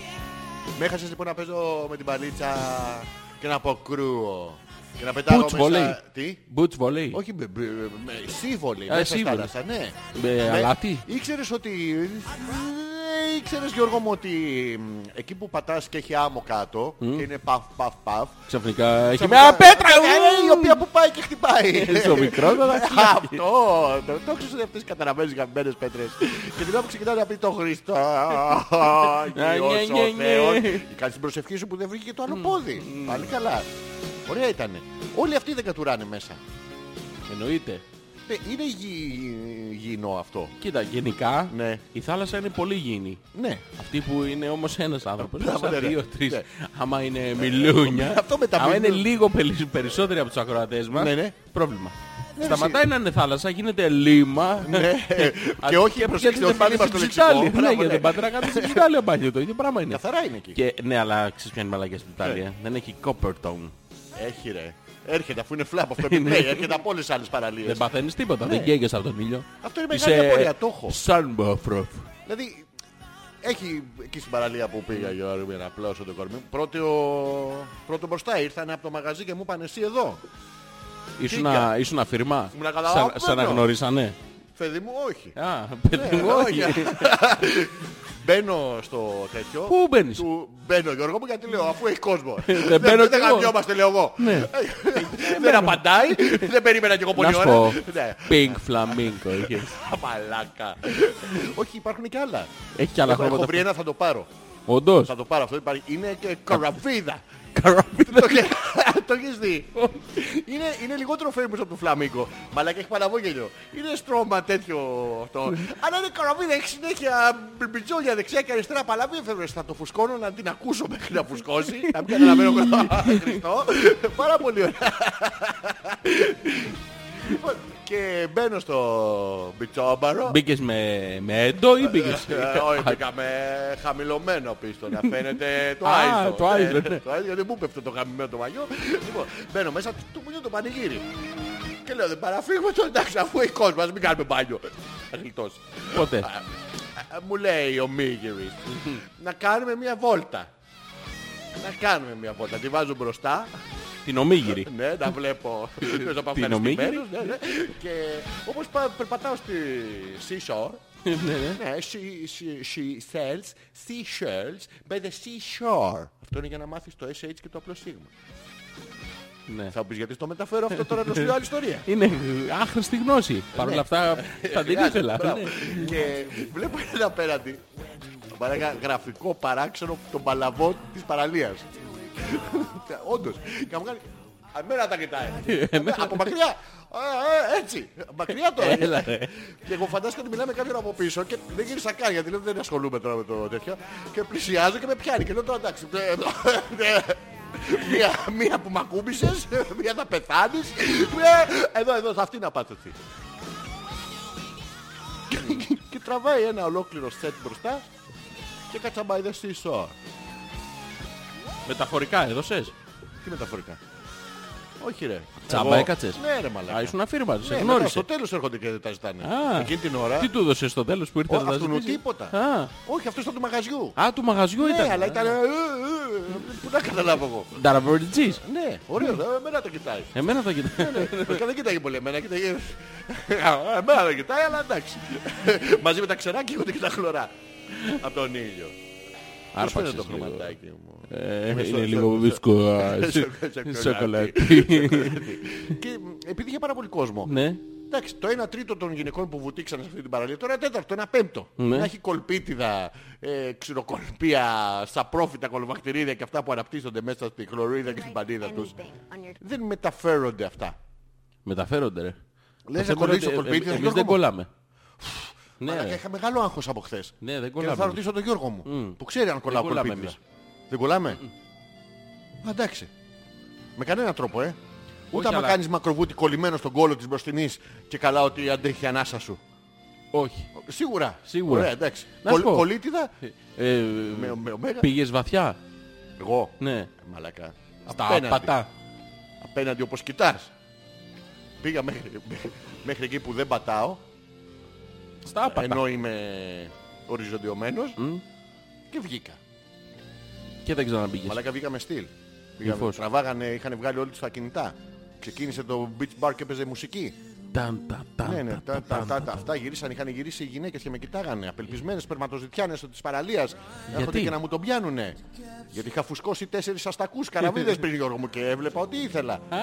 Speaker 2: Με έχασες λοιπόν να παίζω με την παλίτσα και να αποκρούω. Και να πετάω
Speaker 1: Πουτς βολέι.
Speaker 2: μέσα... Τι?
Speaker 1: Boots volley.
Speaker 2: Όχι με, με, με σύμβολη,
Speaker 1: Α,
Speaker 2: μέσα
Speaker 1: Ε, σύμβολη.
Speaker 2: στα ράστα, ναι.
Speaker 1: Με αλάτι.
Speaker 2: Ήξερες ότι... ε, Ήξερες Γιώργο μου ότι μ, εκεί που πατάς και έχει άμμο κάτω και είναι παφ παφ παφ
Speaker 1: Ξαφνικά έχει
Speaker 2: ξαφνικά-
Speaker 1: μια πέτρα.
Speaker 2: Ε, Η οποία που πάει και χτυπάει Ε,
Speaker 1: Στο μικρότερο.
Speaker 2: Αυτό Το, το ξέρεις ότι αυτές οι καταλαβαίνεις γαμμένες πέτρες Και την ώρα που ξεκινάει να πει το Χριστό Κύριος
Speaker 1: ναι, ναι,
Speaker 2: ο
Speaker 1: ναι.
Speaker 2: Θεός Κάνεις την προσευχή σου που δεν βρήκε και το άλλο πόδι Πάλι καλά Ωραία ήτανε Όλοι αυτοί δεν κατουράνε μέσα
Speaker 1: Εννοείται.
Speaker 2: ναι, είναι γι- υγιεινό αυτό.
Speaker 1: Κοίτα, γενικά
Speaker 2: Ναι.
Speaker 1: η θάλασσα είναι πολύ γήινη.
Speaker 2: Ναι.
Speaker 1: Αυτή που είναι όμως ένας άνθρωπος,
Speaker 2: Μπράβο, ναι,
Speaker 1: σαν
Speaker 2: ρε.
Speaker 1: δύο-τρεις.
Speaker 2: Ναι.
Speaker 1: Άμα είναι μιλούνια,
Speaker 2: Αυτό με τα
Speaker 1: άμα είναι
Speaker 2: μιλούνια.
Speaker 1: λίγο πελι- περισσότεροι από τους ακροατές μας,
Speaker 2: Ναι, ναι.
Speaker 1: πρόβλημα.
Speaker 2: Ναι,
Speaker 1: Σταματάει
Speaker 2: εσύ.
Speaker 1: να είναι θάλασσα, γίνεται λίμα.
Speaker 2: Ναι. και όχι, προσέξτε, ότι πάλι είμαστε στο λεξικό.
Speaker 1: Ναι,
Speaker 2: Μπράβο,
Speaker 1: για
Speaker 2: ναι.
Speaker 1: την πατρά κάτω στην Ιταλία μπάνιο το ίδιο πράγμα είναι.
Speaker 2: Καθαρά Ναι. είναι εκεί.
Speaker 1: Και, ναι, αλλά ξέρεις ποια είναι η μαλακία στην Ιταλία. Δεν έχει copper tone.
Speaker 2: Έχει ρε. Έρχεται αφού είναι φλαπ αυτό επιπλέει. Έρχεται από όλες τις άλλες παραλίες.
Speaker 1: Δεν παθαίνεις τίποτα, δεν καίγεσαι από τον ήλιο.
Speaker 2: Ναι. Αυτό είναι μεγάλη απορία. Το έχω.
Speaker 1: sunbuff.
Speaker 2: Δηλαδή έχει εκεί στην παραλία που πήγα Γιώργο για να πλώσω το κορμί μου. Πρώτο, πρώτο μπροστά ήρθανε από το μαγαζί και μου είπαν εσύ εδώ.
Speaker 1: Ήσουν,
Speaker 2: Φύγα.
Speaker 1: ήσουν αφηρημά.
Speaker 2: Ήμουν
Speaker 1: Σαν,
Speaker 2: καταλαβαίνω.
Speaker 1: σαν να γνωρίσανε.
Speaker 2: Φεδί μου όχι.
Speaker 1: Α, παιδί μου,
Speaker 2: Ε,
Speaker 1: όχι.
Speaker 2: Μπαίνω στο τέτοιο.
Speaker 1: Πού μπαίνεις?
Speaker 2: Του μπαίνω Γιώργο μου γιατί λέω αφού έχεις κόσμο.
Speaker 1: μπαίνω
Speaker 2: Ε, δεν
Speaker 1: κι εγώ.
Speaker 2: γαμιόμαστε λέω εγώ. Ναι.
Speaker 1: Δεν απαντάει.
Speaker 2: Δεν περίμενα και εγώ
Speaker 1: Να
Speaker 2: πολύ
Speaker 1: σου
Speaker 2: ώρα.
Speaker 1: πω.
Speaker 2: Ναι.
Speaker 1: Pink flamingo. είχες.
Speaker 2: Μαλάκα. Όχι, υπάρχουν και άλλα.
Speaker 1: Έχει κι άλλα
Speaker 2: Έχω, έχω βρει
Speaker 1: χρώματα.
Speaker 2: ένα, θα το πάρω.
Speaker 1: Όντως.
Speaker 2: Θα το πάρω αυτό. Υπάρχει. Είναι και καραβίδα.
Speaker 1: Καραβίδα.
Speaker 2: το το έχεις δει. είναι, είναι λιγότερο famous από το φλαμίκο. Μαλάκα έχει παραβόγελιο. Είναι στρώμα τέτοιο αυτό. Αλλά είναι καραβίδα. Έχει συνέχεια μπιμπιτζόλια δεξιά και αριστερά. Παλαβή εφεύρε. Θα το φουσκώνω να την ακούσω μέχρι να φουσκώσει. να μην καταλαβαίνω καλά. Χριστό. Πάρα πολύ ωραία. Λοιπόν, και μπαίνω στο μπιτσόμπαρο.
Speaker 1: Μπήκες με, με έντο ή μπήκες.
Speaker 2: Ε, Όχι, μπήκα με χαμηλωμένο πίστο να φαίνεται το
Speaker 1: Α,
Speaker 2: άιζο.
Speaker 1: το άϊζο,
Speaker 2: Ναι,
Speaker 1: ναι.
Speaker 2: Το άϊζο, γιατί μου πέφτει το χαμηλωμένο το μαγιό. Λοιπόν, μπαίνω μέσα, του μου το πανηγύρι. Και λέω, δεν παραφύγουμε το εντάξει, αφού έχει κόσμο, ας μην κάνουμε μπάνιο. Θα γλιτώσει.
Speaker 1: Ποτέ.
Speaker 2: Ε, Μου λέει ο Μίγυρης, να κάνουμε μια βόλτα. Να κάνουμε μια βόλτα. Τη βάζω μπροστά,
Speaker 1: Την ομίγυρη.
Speaker 2: ναι, να βλέπω. Ποιος από αυτά
Speaker 1: Την
Speaker 2: είναι
Speaker 1: ομίγυρη.
Speaker 2: στημένος, ναι, ναι. Και όπως πα- περπατάω στη seashore,
Speaker 1: Ναι, ναι.
Speaker 2: ναι, she, she, she sells seashells by the seashore. Αυτό είναι για να μάθεις το SH και το απλό σίγμα.
Speaker 1: Ναι.
Speaker 2: Θα μου πεις γιατί στο μεταφέρω αυτό τώρα το στην άλλη ιστορία.
Speaker 1: Είναι άχρηστη γνώση. Παρ' όλα αυτά θα την
Speaker 2: Χρειάζεται,
Speaker 1: ήθελα.
Speaker 2: μπράβο.
Speaker 1: Ναι.
Speaker 2: Και βλέπω ένα απέναντι. Παράγα γραφικό παράξενο τον παλαβό της παραλίας. Όντως. Και μου κάνει... Εμένα τα κοιτάει. Από μακριά. Ε, ε, Έτσι. Μακριά τώρα.
Speaker 1: Έλα, ρε.
Speaker 2: Και εγώ φαντάστηκα ότι μιλάμε κάποιον από πίσω και δεν γύρισα καν γιατί λέω δηλαδή δεν ασχολούμαι τώρα με το τέτοιο. Και πλησιάζω και με πιάνει και λέω τώρα εντάξει. ε, ε, Μία, μία που μ' ακούμπησες, μία θα πεθάνεις. μία- Εδώ, εδώ, σε αυτή να πάτε εσύ. και τραβάει ένα ολόκληρο σετ μπροστά και κατσαμπάει δε στη
Speaker 1: Μεταφορικά έδωσες.
Speaker 2: Τι μεταφορικά. Όχι ρε.
Speaker 1: Τσάμπα
Speaker 2: Εγώ-
Speaker 1: έκατσες.
Speaker 2: Ναι ρε μαλάκα.
Speaker 1: Α, ήσουν αφήρμα, σε
Speaker 2: Ναι, μετά
Speaker 1: γνώρισε.
Speaker 2: στο τέλος έρχονται και τα ζητάνε.
Speaker 1: Α.
Speaker 2: Εκείνη την ώρα.
Speaker 1: Τι του έδωσες στο τέλος που ήρθες
Speaker 2: Ο-
Speaker 1: να τα
Speaker 2: αυτού νου
Speaker 1: ζητήσεις?
Speaker 2: τίποτα.
Speaker 1: Α,
Speaker 2: Όχι, αυτός ήταν του μαγαζιού.
Speaker 1: α, του μαγαζιού
Speaker 2: Ναι,
Speaker 1: ήταν.
Speaker 2: αλλά ήταν... ε, ε, ε, Πού να καταλάβω εγώ.
Speaker 1: Νταραβερτζής.
Speaker 2: Ναι, ωραίο. Εμένα το κοιτάει.
Speaker 1: Εμένα το κοιτάει.
Speaker 2: Βασικά δεν κοιτάει πολύ εμένα, κοιτάει... Α, Εμένα δεν κοιτάει, αλλά εντάξει. Μαζί με τα ξερά καίγονται και τα χλωρά. Από τον ήλιο. Πώς παίρνει
Speaker 1: Άρπαξες
Speaker 2: το
Speaker 1: λίγο.
Speaker 2: χρωματάκι μου.
Speaker 1: Ε,
Speaker 2: Με στο-
Speaker 1: Είναι
Speaker 2: στο-
Speaker 1: λίγο βίσκο.
Speaker 2: Σοκολάτι.
Speaker 1: Σοκολάτι.
Speaker 2: Και μ, επειδή είχε πάρα πολύ κόσμο.
Speaker 1: Ναι.
Speaker 2: Εντάξει, το 1 τρίτο των γυναικών που βουτήξαν σε αυτή την παραλία, τώρα τέταρτο, ένα πέμπτο.
Speaker 1: Ναι.
Speaker 2: Να έχει κολπίτιδα, ε, ξηροκολπία, σαπρόφυτα, κολοβακτηρίδια και αυτά που αναπτύσσονται μέσα στη χλωρίδα και στην πανίδα τους. Δεν μεταφέρονται αυτά.
Speaker 1: Μεταφέρονται ρε.
Speaker 2: Λες
Speaker 1: Το
Speaker 2: να
Speaker 1: θέμα
Speaker 2: κολλήσει
Speaker 1: είναι
Speaker 2: ο
Speaker 1: ότι
Speaker 2: κολπίτιδα.
Speaker 1: εμ-
Speaker 2: τον
Speaker 1: Εμείς
Speaker 2: Γιώργο
Speaker 1: δεν
Speaker 2: μου.
Speaker 1: κολλάμε. Ναι,
Speaker 2: Μαλάκα,
Speaker 1: ρε.
Speaker 2: είχα μεγάλο άγχος από χθες.
Speaker 1: ναι, δεν
Speaker 2: Και θα
Speaker 1: κολλάμε.
Speaker 2: ρωτήσω τον Γιώργο μου, που ξέρει αν κολλάω
Speaker 1: κολλάμε
Speaker 2: κολπίτιδα. Δεν κολλάμε. Α, Εντάξει. Με κανένα τρόπο, ε. Ούτε άμα
Speaker 1: αλλά-
Speaker 2: κάνεις μακροβούτι κολλημένο στον κόλο της μπροστινής και καλά ότι αντέχει η ανάσα σου.
Speaker 1: Όχι.
Speaker 2: Σίγουρα.
Speaker 1: Σίγουρα.
Speaker 2: Ωραία, εντάξει.
Speaker 1: Να σου
Speaker 2: Κολ-
Speaker 1: πω.
Speaker 2: κολίτιδα
Speaker 1: Ε,
Speaker 2: με, με ωμέγα.
Speaker 1: Πήγες βαθιά.
Speaker 2: Εγώ. Ε,
Speaker 1: Ναι.
Speaker 2: Μαλακά.
Speaker 1: Στα απατά.
Speaker 2: Απέναντι όπως κοιτάς. Πήγα μέχρι, μέχρι εκεί που δεν πατάω.
Speaker 1: Στα απατά.
Speaker 2: Ενώ είμαι οριζοντιωμένος. Και βγήκα.
Speaker 1: Και δεν ξαναμπήγες.
Speaker 2: Μαλάκα βγήκα με στυλ. Πήγα-
Speaker 1: Λυφός.
Speaker 2: Τραβάγανε, είχαν βγάλει όλοι τους τα κινητά. Ξεκίνησε το beach bar και έπαιζε μουσική.
Speaker 1: Ταν, τα, τα,
Speaker 2: Ναι, ναι,
Speaker 1: τα,
Speaker 2: τα, τα, τα, τα, αυτά γυρίσαν, είχαν γυρίσει οι γυναίκες και με κοιτάγανε. Απελπισμένες σπερματοζητιάνες της παραλίας. Έρχονται και να μου τον πιάνουνε. Γιατί είχα φουσκώσει τέσσερις αστακούς καραβίδες πριν Γιώργο μου και έβλεπα ότι ήθελα.
Speaker 1: Α,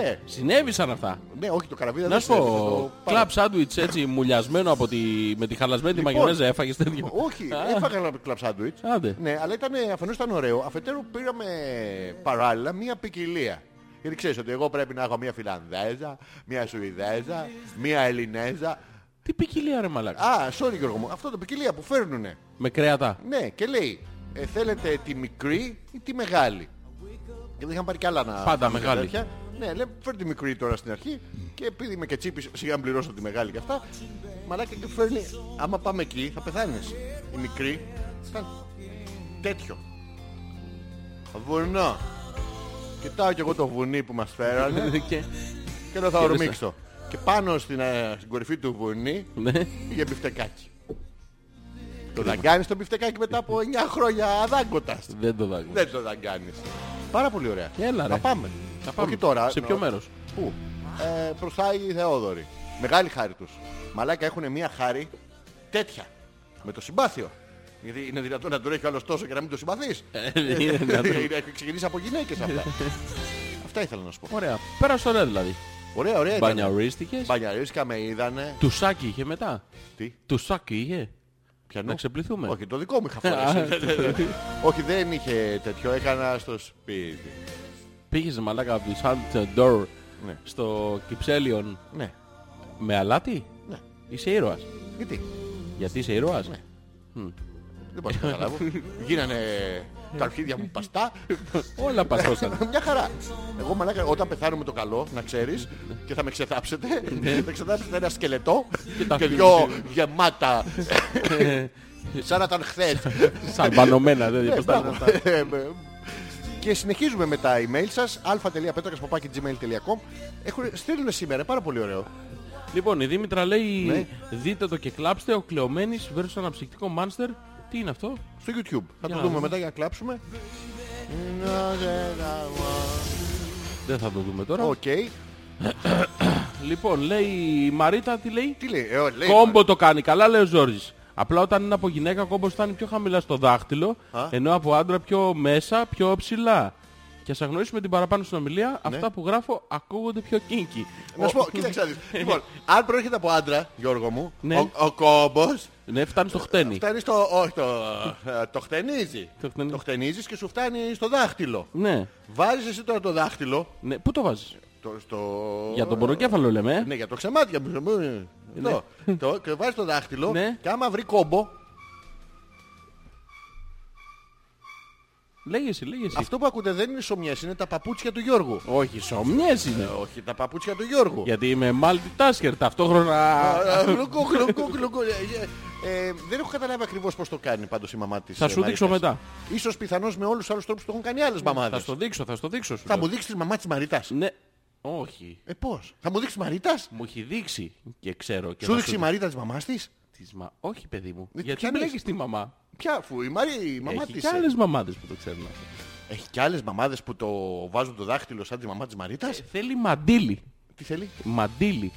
Speaker 2: Ναι.
Speaker 1: συνέβησαν αυτά.
Speaker 2: Ναι, όχι το καραβίδα
Speaker 1: Να
Speaker 2: δεν
Speaker 1: σου
Speaker 2: συνέβη, θα
Speaker 1: πω,
Speaker 2: το πάρω.
Speaker 1: κλαμπ σάντουιτς έτσι μουλιασμένο από τη, με τη χαλασμένη
Speaker 2: Λοιπόν.
Speaker 1: τη μαγιονέζα έφαγες τέτοιο.
Speaker 2: Όχι,
Speaker 1: Α,
Speaker 2: έφαγα ένα κλαμπ σάντουιτς.
Speaker 1: Άντε.
Speaker 2: Ναι, αλλά ήταν, αφενός ήταν ωραίο. Αφετέρου πήραμε παράλληλα μία ποικιλία. Γιατί ξέρεις ότι εγώ πρέπει να έχω μία Φιλανδέζα, μία Σουηδέζα, μία Ελληνέζα.
Speaker 1: Τι ποικιλία ρε μαλάκα.
Speaker 2: Α, sorry Γιώργο μου, αυτό το ποικιλία που φέρνουνε.
Speaker 1: Με κρέατα.
Speaker 2: Ναι, και λέει, ε, θέλετε τη μικρή ή τη μεγάλη. Και δεν είχαν πάρει κι άλλα να...
Speaker 1: Πάντα
Speaker 2: να
Speaker 1: μεγάλη.
Speaker 2: τέτοια. Ναι, λέει, φέρ τη μικρή τώρα στην αρχή και επειδή είμαι και τσίπης, σιγά μην πληρώσω τη μεγάλη και αυτά. Μαλάκα και φέρνει, άμα πάμε εκεί θα πεθάνεις. Η μικρή ήταν τέτοιο. Βουνό. Κοιτάω κι εγώ το βουνί που μας φέρανε
Speaker 1: Και-
Speaker 2: και το θα ορμήξω. Και πάνω στην, ε, στην κορυφή του βουνί
Speaker 1: Ναι.
Speaker 2: για μπιφτεκάκι. Το δαγκάνεις το μπιφτεκάκι μετά από 9 χρόνια αδάγκωτας.
Speaker 1: Δεν το δάγκω.
Speaker 2: Δεν το δαγκάνεις. Πάρα πολύ ωραία.
Speaker 1: Έλα, ρε.
Speaker 2: Να πάμε.
Speaker 1: Θα πάμε.
Speaker 2: Όχι τώρα.
Speaker 1: Σε ποιο
Speaker 2: Νο-
Speaker 1: μέρος.
Speaker 2: Πού. Ε, προς Άγιοι Θεόδωροι. Μεγάλη χάρη τους. Μαλάκα έχουν μια χάρη τέτοια. Με το συμπάθειο. Γιατί είναι δυνατόν να τον έχει ο άλλος τόσο και να μην το συμπαθείς.
Speaker 1: Ε, Είναι δυνατόν.
Speaker 2: Είναι- Έχει ξεκινήσει από γυναίκες αυτά. αυτά ήθελα να σου πω.
Speaker 1: Ωραία. Πέρασε ωραία
Speaker 2: Ε, ναι,
Speaker 1: δηλαδή.
Speaker 2: Ωραία, ωραία. ήταν.
Speaker 1: Μπανιαουρίστηκες.
Speaker 2: Μπανιαρίσκα με είδανε.
Speaker 1: Τουσάκι είχε μετά.
Speaker 2: Τι.
Speaker 1: Τουσάκι είχε.
Speaker 2: Πιανού.
Speaker 1: Να ξεπληθούμε.
Speaker 2: Όχι, το δικό μου είχα
Speaker 1: ναι,
Speaker 2: φορέσει. Όχι, δεν είχε τέτοιο. Έκανα στο σπίτι.
Speaker 1: Πήγες μαλάκα από τη Σαντεντόρ
Speaker 2: Ναι.
Speaker 1: στο Κυψέλιον
Speaker 2: Ναι,
Speaker 1: με αλάτι.
Speaker 2: ναι.
Speaker 1: Είσαι ήρωας.
Speaker 2: Γιατί.
Speaker 1: Γιατί είσαι ήρωας.
Speaker 2: Ναι. Δεν μπορώ να καταλάβω. Γίνανε τα αρχίδια μου παστά.
Speaker 1: Όλα παστώσαν.
Speaker 2: Μια χαρά. Εγώ μαλάκα, όταν πεθάνω με το καλό, να ξέρεις, και θα με ξεθάψετε, θα ξεθάψετε ένα σκελετό
Speaker 1: Ναι. τα Ναι.
Speaker 2: και δυο γεμάτα. Σαν να ήταν χθες.
Speaker 1: Σαλβανωμένα. Δεν
Speaker 2: Ε,
Speaker 1: διαπιστώνω
Speaker 2: μπράβο.
Speaker 1: αυτά.
Speaker 2: Ε, ε, Και συνεχίζουμε με τα email σας α.πέτρακα.gmail.com Έχουν, στέλνουν σήμερα, πάρα πολύ ωραίο.
Speaker 1: Λοιπόν, η Δήμητρα λέει
Speaker 2: Ναι.
Speaker 1: δείτε το και κλάψτε. Ο κλεωμένης versus αναψυκτικό μάνστερ. Τι είναι αυτό.
Speaker 2: Στο YouTube. Θα
Speaker 1: Για να
Speaker 2: το δούμε
Speaker 1: δούμε.
Speaker 2: μετά για να κλάψουμε.
Speaker 1: Δεν θα το δούμε τώρα.
Speaker 2: Οκ.
Speaker 1: Λοιπόν, λέει η Μαρίτα τι λέει.
Speaker 2: Τι λέει, ε, ο, λέει.
Speaker 1: Κόμπο το κάνει. Καλά λέει ο Ζόρζης. Απλά όταν είναι από γυναίκα κόμπος φτάνει πιο χαμηλά στο δάχτυλο,
Speaker 2: Α.
Speaker 1: ενώ από άντρα πιο μέσα, πιο ψηλά. Και ας αγνωρίσουμε την παραπάνω συνομιλία,
Speaker 2: Ναι.
Speaker 1: αυτά που γράφω ακούγονται πιο κίνκι.
Speaker 2: Να σου πω, κοίταξε να δεις. Λοιπόν, αν προέρχεται από άντρα, Γιώργο μου,
Speaker 1: Ναι.
Speaker 2: ο, ο κόμπος
Speaker 1: Ναι, φτάνει στο χτένι.
Speaker 2: φτάνει στο... Όχι, το, ε, το χτενίζει.
Speaker 1: Το χτενίζει.
Speaker 2: Το χτενίζεις και σου φτάνει στο δάχτυλο.
Speaker 1: Ναι.
Speaker 2: Βάζεις εσύ τώρα το δάχτυλο
Speaker 1: ναι. Πού το βάζεις.
Speaker 2: το- στο...
Speaker 1: Για τον πονοκέφαλο λέμε. ε.
Speaker 2: Ναι, για το ξεμάτια μου. μου, αυτό. Το, και βάζεις το δάχτυλο
Speaker 1: Ναι.
Speaker 2: και άμα βρει κόμπο.
Speaker 1: Λέγε εσύ, λέγε εσύ.
Speaker 2: Αυτό που ακούτε δεν είναι σομιές, είναι τα παπούτσια του Γιώργου.
Speaker 1: Όχι, σομιές είναι.
Speaker 2: Όχι, τα παπούτσια του Γιώργου.
Speaker 1: Γιατί είμαι multitasker ταυτόχρονα.
Speaker 2: Α, ε, γλουκού, γλουκού, γλουκού. Ε, ε, δεν έχω καταλάβει ακριβώς πώς το κάνει πάντως η μαμά της.
Speaker 1: Θα
Speaker 2: ε,
Speaker 1: σου δείξω
Speaker 2: Μαρίτας.
Speaker 1: μετά. Ναι,
Speaker 2: Ίσως πιθανώς με όλους τους άλλους τρόπους που το έχουν κάνει άλλες μαμάδες.
Speaker 1: Θα στο δείξω, θα στο δείξω. σου
Speaker 2: Θα
Speaker 1: λέω.
Speaker 2: μου δείξεις τη μαμά της Μαρίτας.
Speaker 1: Ναι. Όχι.
Speaker 2: Ε, πώς. Θα μου δείξεις τη Μαρίτας.
Speaker 1: Μου έχει δείξει και ξέρω. Και
Speaker 2: Σου
Speaker 1: θα
Speaker 2: δείξει η Μαρίτα της μαμάς της.
Speaker 1: Της μα... Όχι, παιδί μου.
Speaker 2: Ε,
Speaker 1: Γιατί
Speaker 2: ποια λες?
Speaker 1: λέγεις τη μαμά.
Speaker 2: Ποια αφού η Μαρή, η μαμά
Speaker 1: Έχει
Speaker 2: της.
Speaker 1: και
Speaker 2: ε.
Speaker 1: άλλες μαμάδες που το ξέρουν αυτό.
Speaker 2: Έχει και άλλες μαμάδες που το βάζουν το δάχτυλο σαν τη μαμά της Μαρίτας.
Speaker 1: Ε, Θέλει μαντίλι.
Speaker 2: Τι θέλει.
Speaker 1: Μαντίλι.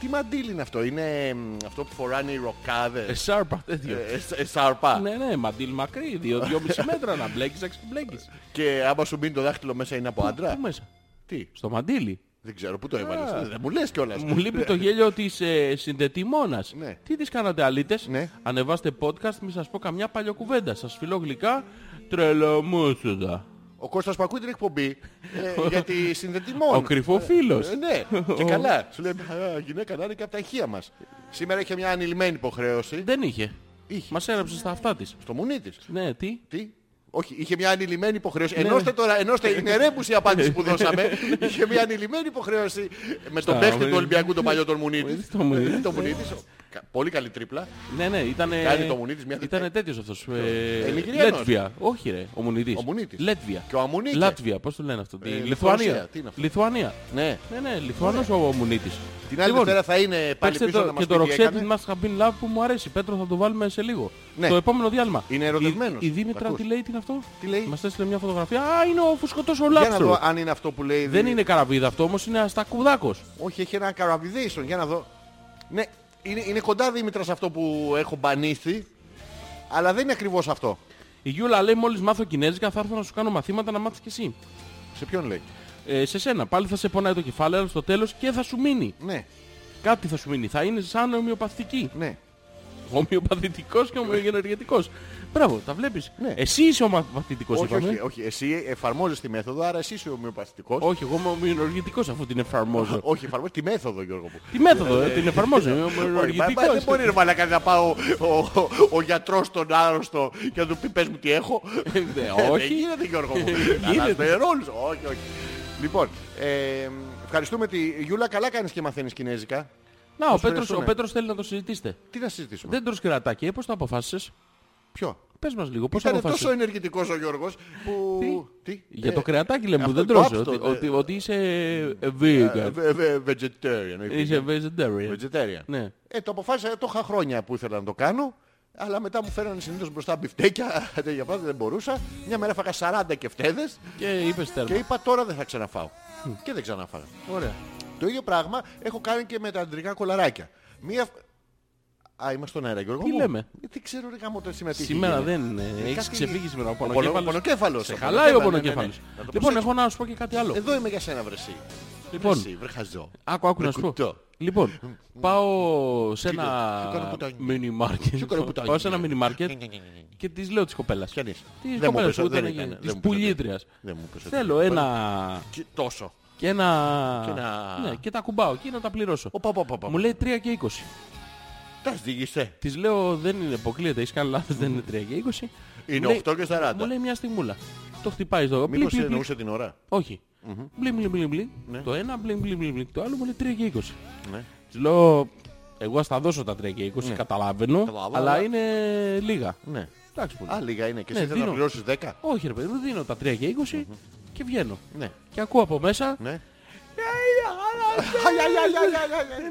Speaker 2: Τι μαντήλι είναι αυτό. Είναι εμ, αυτό που φοράνε οι ροκάδες.
Speaker 1: Εσάρπα, τέτοιο.
Speaker 2: Ε, εσ- Εσάρπα.
Speaker 1: Ναι, ναι, μαντίλι μακρύ. Δύο, δυο μισή μέτρα να μπλέκεις, να ξεμπλέκεις.
Speaker 2: Και άμα σου μπει το δάχτυλο μέσα είναι από άντρα.
Speaker 1: Πού μέσα.
Speaker 2: Τι.
Speaker 1: Στο μαντίλι.
Speaker 2: Δεν ξέρω πού το έβαλες. ε, Δεν μου λες κιόλας.
Speaker 1: Μου λείπει το γέλιο της ε, συνδετημόνας.
Speaker 2: ε. Ναι.
Speaker 1: Τι τις κάνατε αλήτες.
Speaker 2: Ναι.
Speaker 1: Ανεβάστε podcast, μη σας πω καμιά παλιοκουβέντα. Σας φιλώ γλυκά. Τρελομούτσουδα.
Speaker 2: Ο Κώστας που ακούει την εκπομπή ε, γιατί
Speaker 1: Ο
Speaker 2: συνδετημών.
Speaker 1: κρυφοφίλος.
Speaker 2: Ε, ναι, και καλά. Σου λέει «Α, γυναίκα να είναι και από τα ηχεία μας. Σήμερα είχε μια ανηλυμένη υποχρέωση.
Speaker 1: Δεν είχε.
Speaker 2: Είχε.
Speaker 1: Μας έραψε στα αυτά της.
Speaker 2: Στο μουνί της.
Speaker 1: Ναι, τι.
Speaker 2: Τι. Όχι, είχε μια ανηλυμένη
Speaker 1: Ναι,
Speaker 2: υποχρέωση. Ενώστε τώρα, ενώστε, είναι ρέμπουση η απάντηση που δώσαμε. είχε μια ανηλυμένη υποχρέωση με τον
Speaker 1: Στα-
Speaker 2: παίχτη του Ολυμπιακού, τον παλιό τον Μουνίτη.
Speaker 1: Το Μουνίτη.
Speaker 2: το Μουνίτη. Κα- Πολύ καλή τρίπλα.
Speaker 1: Ναι, ναι, ήταν.
Speaker 2: Κάνει το Μουνίτης μια-
Speaker 1: Ήταν τέτοιος αυτός. Ε,
Speaker 2: Ελληνικριανός.
Speaker 1: Λέτβια. Όχι, ρε. Ο Μουνιτή.
Speaker 2: Ο Μουνίτης.
Speaker 1: Λέτβια.
Speaker 2: Και ο Αμουνίκε.
Speaker 1: Λάτβια, πώς το λένε αυτό. τη
Speaker 2: Ε,
Speaker 1: Λιθουανία.
Speaker 2: Λιθουανία, τι είναι αυτό.
Speaker 1: Λιθουανία.
Speaker 2: Ναι.
Speaker 1: Ναι, ναι, Λιθουανός ο Μουνίτης.
Speaker 2: Την άλλη μέρα θα είναι πάλι
Speaker 1: Λοιπόν, Παίξτε
Speaker 2: πίσω
Speaker 1: το,
Speaker 2: να
Speaker 1: και
Speaker 2: μας
Speaker 1: το
Speaker 2: πει τι
Speaker 1: ροξέτη
Speaker 2: έκανε.
Speaker 1: μας είχα been love που μου αρέσει. Πέτρο θα το βάλουμε σε λίγο.
Speaker 2: Ναι.
Speaker 1: Το επόμενο διάλειμμα.
Speaker 2: Είναι ερωτευμένος.
Speaker 1: Η, η
Speaker 2: Τα
Speaker 1: Δήμητρα
Speaker 2: ακούς.
Speaker 1: τι λέει, τι είναι αυτό.
Speaker 2: Τι λέει?
Speaker 1: Μας έστειλε μια φωτογραφία. Α, είναι ο φουσκωτός ο
Speaker 2: Για να
Speaker 1: Λάψος.
Speaker 2: δω ε, αν είναι αυτό που λέει.
Speaker 1: Δεν είναι καραβίδα αυτό όμως, είναι αστακουδάκος.
Speaker 2: Όχι, έχει ένα καραβιδίσον. Για να δω. Ναι, είναι, είναι κοντά Δήμητρας σε αυτό που έχω μπανίσει. Αλλά δεν είναι ακριβώς αυτό.
Speaker 1: Η Γιούλα λέει μόλις μάθω Κινέζικα θα έρθω να σου κάνω μαθήματα να μάθεις κι εσύ.
Speaker 2: Σε ποιον λέει.
Speaker 1: Ε, σε σένα. Πάλι θα σε πονάει το κεφάλι, αλλά στο τέλος και θα σου μείνει.
Speaker 2: Ναι,
Speaker 1: Κάτι θα σου μείνει. Θα είναι σαν ομοιοπαθητική.
Speaker 2: ναι.
Speaker 1: Ομοιοπαθητικός και ομοιογενεργετικός. Μπράβο, τα βλέπεις.
Speaker 2: Ναι.
Speaker 1: Εσύ είσαι ομοιοπαθητικός,
Speaker 2: Όχι,
Speaker 1: είπαμε.
Speaker 2: όχι, όχι. Εσύ εφαρμόζεις τη μέθοδο, άρα εσύ είσαι ομοιοπαθητικός.
Speaker 1: Όχι, εγώ είμαι ομοιογενεργετικός αφού την εφαρμόζω.
Speaker 2: Όχι, εφαρμόζεις τη μέθοδο, Γιώργο μου.
Speaker 1: Τη μέθοδο, ε, την εφαρμόζω. Είμαι
Speaker 2: Όχι, μα- μα-
Speaker 1: ομοιογενεργετικός.
Speaker 2: Δεν μπορεί ρε μαλάκα να πάω ο, ο, ο γιατρός στον άρρωστο και να του πει πες μου τι έχω.
Speaker 1: Ναι,
Speaker 2: Ε, Δεν
Speaker 1: όχι.
Speaker 2: γίνεται Γιώργο μου.
Speaker 1: Γίνεται.
Speaker 2: Αλλάζουμε ρόλους. Όχι, όχι. Λοιπόν, ε, ευχαριστούμε τη Γιούλα. Καλά κάνεις και μαθαίνεις κινέζικα.
Speaker 1: Να, ο
Speaker 2: Μας
Speaker 1: Πέτρος, ο
Speaker 2: ευχαριστούμε.
Speaker 1: Πέτρος θέλει να το συζητήσετε.
Speaker 2: Τι να συζητήσουμε.
Speaker 1: Δεν τρως κερατάκι, ε, πώς το αποφάσισες.
Speaker 2: Ποιο.
Speaker 1: Πες μας λίγο, πώς
Speaker 2: Ήταν τόσο
Speaker 1: αποφάσισες.
Speaker 2: ενεργητικός ο Γιώργος που... Τι.
Speaker 1: Για
Speaker 2: Ε,
Speaker 1: το κρεατάκι λέμε που
Speaker 2: αυτό
Speaker 1: δεν
Speaker 2: το
Speaker 1: τρως,
Speaker 2: άψτο,
Speaker 1: ότι-
Speaker 2: ε,
Speaker 1: ότι- ότι είσαι
Speaker 2: ε,
Speaker 1: vegan.
Speaker 2: βε- βε- Vegetarian. όχι
Speaker 1: Είσαι vegetarian.
Speaker 2: Vegetarian.
Speaker 1: Ναι.
Speaker 2: Ε, το αποφάσισα, το είχα χρόνια που ήθελα να το κάνω. Αλλά μετά μου φέρανε συνήθως μπροστά μπιφτέκια, τέτοια πράγματα δεν μπορούσα. Μια μέρα φάγα 40 κεφτέδες
Speaker 1: Και είπες
Speaker 2: και
Speaker 1: τέρμα.
Speaker 2: είπα τώρα δεν θα ξαναφάω. Και δεν ξαναφάγα.
Speaker 1: Ωραία.
Speaker 2: Το ίδιο πράγμα έχω κάνει και με τα αντρικά κολαράκια. Μία... Α, είμαστε στον αέρα, Γιώργο.
Speaker 1: Τι
Speaker 2: μου.
Speaker 1: λέμε?
Speaker 2: Ε, Δεν ξέρω ρε γάμο το σήμερα τι έχει
Speaker 1: Σήμερα
Speaker 2: γίνει.
Speaker 1: δεν είναι. Έχεις
Speaker 2: κάτι-
Speaker 1: ξεφύγεις σήμερα ο
Speaker 2: Ο πονο- Ο
Speaker 1: πονοκέφαλος.
Speaker 2: πονοκέφαλος.
Speaker 1: Σε
Speaker 2: ο
Speaker 1: χαλάει ο
Speaker 2: πονοκέφαλος, ναι, ναι,
Speaker 1: πονοκέφαλος.
Speaker 2: ναι. Να το
Speaker 1: Λοιπόν,
Speaker 2: προσέξεις.
Speaker 1: έχω να σου πω και κάτι άλλο.
Speaker 2: Εδώ είμαι για σένα, βρεσί.
Speaker 1: Λοιπόν.
Speaker 2: Βρεσί, βρεχαζό.
Speaker 1: Άκου, άκου να σου πω.
Speaker 2: κουτό.
Speaker 1: Λοιπόν, πάω σε ένα
Speaker 2: Σου κάνω κουτάκι.
Speaker 1: μini market.
Speaker 2: Σου κάνω κουτάκι.
Speaker 1: Πάω σε ένα mini market
Speaker 2: Ναι, ναι, ναι, ναι.
Speaker 1: και της λέω της κοπέλας.
Speaker 2: Ποια είναι?
Speaker 1: Της
Speaker 2: Δεν μου
Speaker 1: κοπέλας
Speaker 2: πες,
Speaker 1: που
Speaker 2: δεν
Speaker 1: ήταν
Speaker 2: ήταν,
Speaker 1: εκεί,
Speaker 2: δεν
Speaker 1: της
Speaker 2: μου πες,
Speaker 1: πουλήτριας.
Speaker 2: Δεν μου πες ότι-
Speaker 1: Θέλω ένα
Speaker 2: Και Τόσο.
Speaker 1: και ένα...
Speaker 2: Και ένα-
Speaker 1: Ναι, και τα κουμπάω και να τα πληρώσω.
Speaker 2: Ο, πα, πα, πα, πα.
Speaker 1: Μου λέει 3 και 20.
Speaker 2: Τα σδίγησε.
Speaker 1: Της λέω δεν είναι, αποκλείεται, έχεις κάνει λάθος, δεν είναι 3 και 20.
Speaker 2: Είναι
Speaker 1: Μου λέει-
Speaker 2: 8 και
Speaker 1: Μου
Speaker 2: 40.
Speaker 1: λέει μια στιγμούλα. Το χτυπάει εδώ. Πλη,
Speaker 2: Μήπως
Speaker 1: πλη, πλη.
Speaker 2: εννοούσε την ώρα.
Speaker 1: Όχι. Μπλι, μπλι, μπλι, μπλι. Το ένα, μπλι, μπλι, μπλι, μπλι. Το άλλο μου λέει 3 και 20.
Speaker 2: Ναι.
Speaker 1: Της λέω, εγώ ας τα δώσω τα 3 και 20, καταλαβαίνω,
Speaker 2: Καταλαβαίνω,
Speaker 1: αλλά
Speaker 2: αλλά-
Speaker 1: είναι λίγα.
Speaker 2: Ναι.
Speaker 1: Εντάξει πολύ.
Speaker 2: Α, λίγα είναι. Και
Speaker 1: Ναι,
Speaker 2: εσύ θέλεις να
Speaker 1: δίνω.
Speaker 2: πληρώσεις 10.
Speaker 1: Όχι ρε παιδί μου, δίνω τα 3 και 20 και βγαίνω.
Speaker 2: Ναι.
Speaker 1: Και ακούω από μέσα.
Speaker 2: Ναι.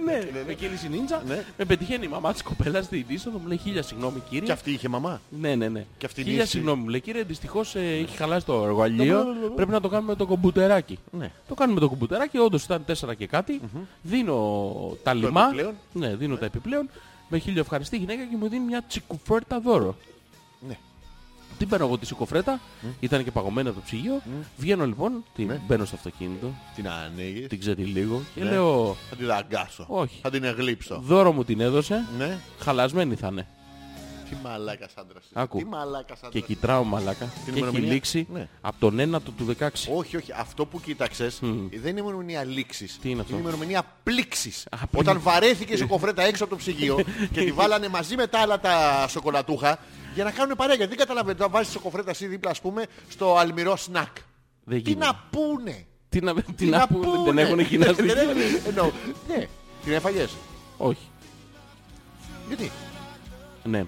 Speaker 1: Ναι, με κίνηση νίντζα.
Speaker 2: Ναι.
Speaker 1: Με πετυχαίνει η μαμά της κοπέλας στην είσοδο, μου λέει χίλια συγγνώμη
Speaker 2: Και
Speaker 1: κύριε.
Speaker 2: αυτή είχε μαμά.
Speaker 1: Ναι, ναι, ναι.
Speaker 2: Και αυτή είναι η Ναι,
Speaker 1: Χίλια
Speaker 2: ίση.
Speaker 1: συγγνώμη μου λέει. Κύριε, δυστυχώς ε, έχει χαλάσει το εργαλείο. Πρέπει να το κάνουμε με το κομπουτεράκι.
Speaker 2: Ναι.
Speaker 1: Το κάνουμε με το κομπουτεράκι. Όντως ήταν 4 και κάτι. Δίνω τα λιμά.
Speaker 2: επιπλέον.
Speaker 1: Ναι, δίνω τα επιπλέον. Με χίλιο ευχαριστή γυναίκα και μου δίνει μια τσικουφέρτα δώρο.
Speaker 2: Ναι.
Speaker 1: Την παίρνω εγώ τη σικοφρέτα, ήταν και παγωμένη από το ψυγείο. Βγαίνω λοιπόν, την
Speaker 2: Ναι.
Speaker 1: μπαίνω στο αυτοκίνητο,
Speaker 2: Την ανοίγεις.
Speaker 1: την ξέτει λίγο
Speaker 2: Ναι.
Speaker 1: και λέω
Speaker 2: Θα την δαγκάσω.
Speaker 1: Όχι.
Speaker 2: Θα την εγλύψω.
Speaker 1: δώρο μου την έδωσε,
Speaker 2: Ναι.
Speaker 1: χαλασμένη θα είναι.
Speaker 2: Τι Τι μαλάκα άντρας.
Speaker 1: Άκου.
Speaker 2: Τι μαλάκα άντρας.
Speaker 1: Και κοιτράω μαλάκα. και έχει
Speaker 2: ημερομηνία.
Speaker 1: λήξει
Speaker 2: Ναι.
Speaker 1: από τον 1ο του 16.
Speaker 2: Όχι, όχι. Αυτό που κοίταξες δεν είναι ημερομηνία λήξης.
Speaker 1: Τι είναι αυτό?
Speaker 2: Είναι ημερομηνία πλήξης.
Speaker 1: πλήξη.
Speaker 2: Όταν βαρέθηκε η κοφρέτα έξω από το ψυγείο και τη βάλανε μαζί με τα άλλα τα σοκολατούχα για να κάνουν παρέα. Γιατί δεν καταλαβαίνω. Βάζει τη σοκοφρέτα εσύ δίπλα, ας πούμε, στο αλμυρό σνακ.
Speaker 1: Δεν
Speaker 2: Τι
Speaker 1: γίνεται.
Speaker 2: να πούνε.
Speaker 1: Τι να, τι να πούμε, δεν έχουν κοινά
Speaker 2: ναι. Δεν
Speaker 1: στοιχεία.
Speaker 2: έχουν- εννοώ, Ναι, την έφαγες.
Speaker 1: Όχι.
Speaker 2: Γιατί.
Speaker 1: Ναι.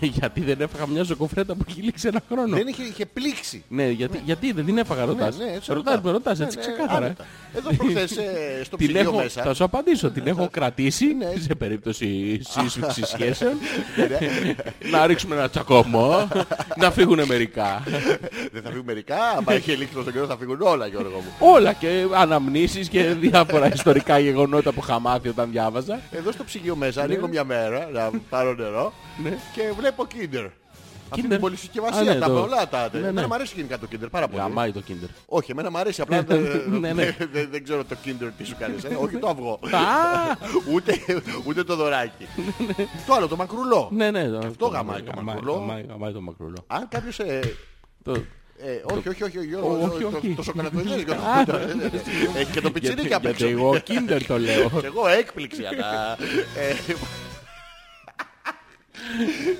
Speaker 1: γιατί δεν έφαγα μια ζωκοφρέτα που έχει λήξει ένα χρόνο.
Speaker 2: Δεν είχε, είχε πλήξει.
Speaker 1: Ναι, γιατί, γιατί δεν την έφαγα, ρωτάς.
Speaker 2: Ναι, ναι, έτσι
Speaker 1: ρωτάς,
Speaker 2: ρωτάω.
Speaker 1: με ρωτάς,
Speaker 2: Ναι,
Speaker 1: έτσι
Speaker 2: ναι,
Speaker 1: ξεκάθαρα.
Speaker 2: άνετα. Εδώ προχθές ε, στο
Speaker 1: Την
Speaker 2: ψυγείο
Speaker 1: έχω,
Speaker 2: μέσα.
Speaker 1: θα σου απαντήσω, την έχω κρατήσει
Speaker 2: Ναι.
Speaker 1: σε περίπτωση σύσφυξης σχέσεων. να ρίξουμε ένα τσακωμό, να φύγουν μερικά.
Speaker 2: Δεν θα φύγουν μερικά, αν έχει ελίξει στον καιρό θα φύγουν όλα Γιώργο μου.
Speaker 1: Όλα και αναμνήσεις και διάφορα ιστορικά γεγονότα που είχα μάθει όταν διάβαζα.
Speaker 2: Εδώ στο ψυγείο μέσα
Speaker 1: Ναι.
Speaker 2: ανοίγω μια μέρα να πάρω νερό και βλέπω Kinder.
Speaker 1: Kinder.
Speaker 2: Αυτή την
Speaker 1: Α, ναι,
Speaker 2: πολυσυσκευασία, τα
Speaker 1: το-
Speaker 2: πολλά τα...
Speaker 1: Ναι, ναι.
Speaker 2: Εμένα μου αρέσει γενικά το Kinder πάρα πολύ.
Speaker 1: Γαμάει το κίντερ.
Speaker 2: Όχι, εμένα μου αρέσει, απλά δεν-
Speaker 1: Ναι, ναι.
Speaker 2: δεν δεν ξέρω το Kinder τι σου κάνει. ε. Όχι το αυγό.
Speaker 1: Α,
Speaker 2: Ούτε, ούτε το δωράκι. το άλλο, το μακρουλό.
Speaker 1: ναι, ναι. το-
Speaker 2: αυτό γαμάει το μακρουλό.
Speaker 1: γαμάει- Γαμάει το μακρουλό.
Speaker 2: Αν κάποιος... ε,
Speaker 1: Το-
Speaker 2: ε, όχι, όχι, όχι,
Speaker 1: Όχι,
Speaker 2: Γιώργο,
Speaker 1: όχι,
Speaker 2: το-
Speaker 1: όχι.
Speaker 2: το ε, σοκολατοειδές, Γιώργο.
Speaker 1: Α,
Speaker 2: Έχει ναι. και το πιτσίνι
Speaker 1: γιατί-
Speaker 2: και απ'
Speaker 1: Γιατί
Speaker 2: έξω.
Speaker 1: εγώ Kinder το λέω.
Speaker 2: Κι εγώ έκπληξη αλλά... ε,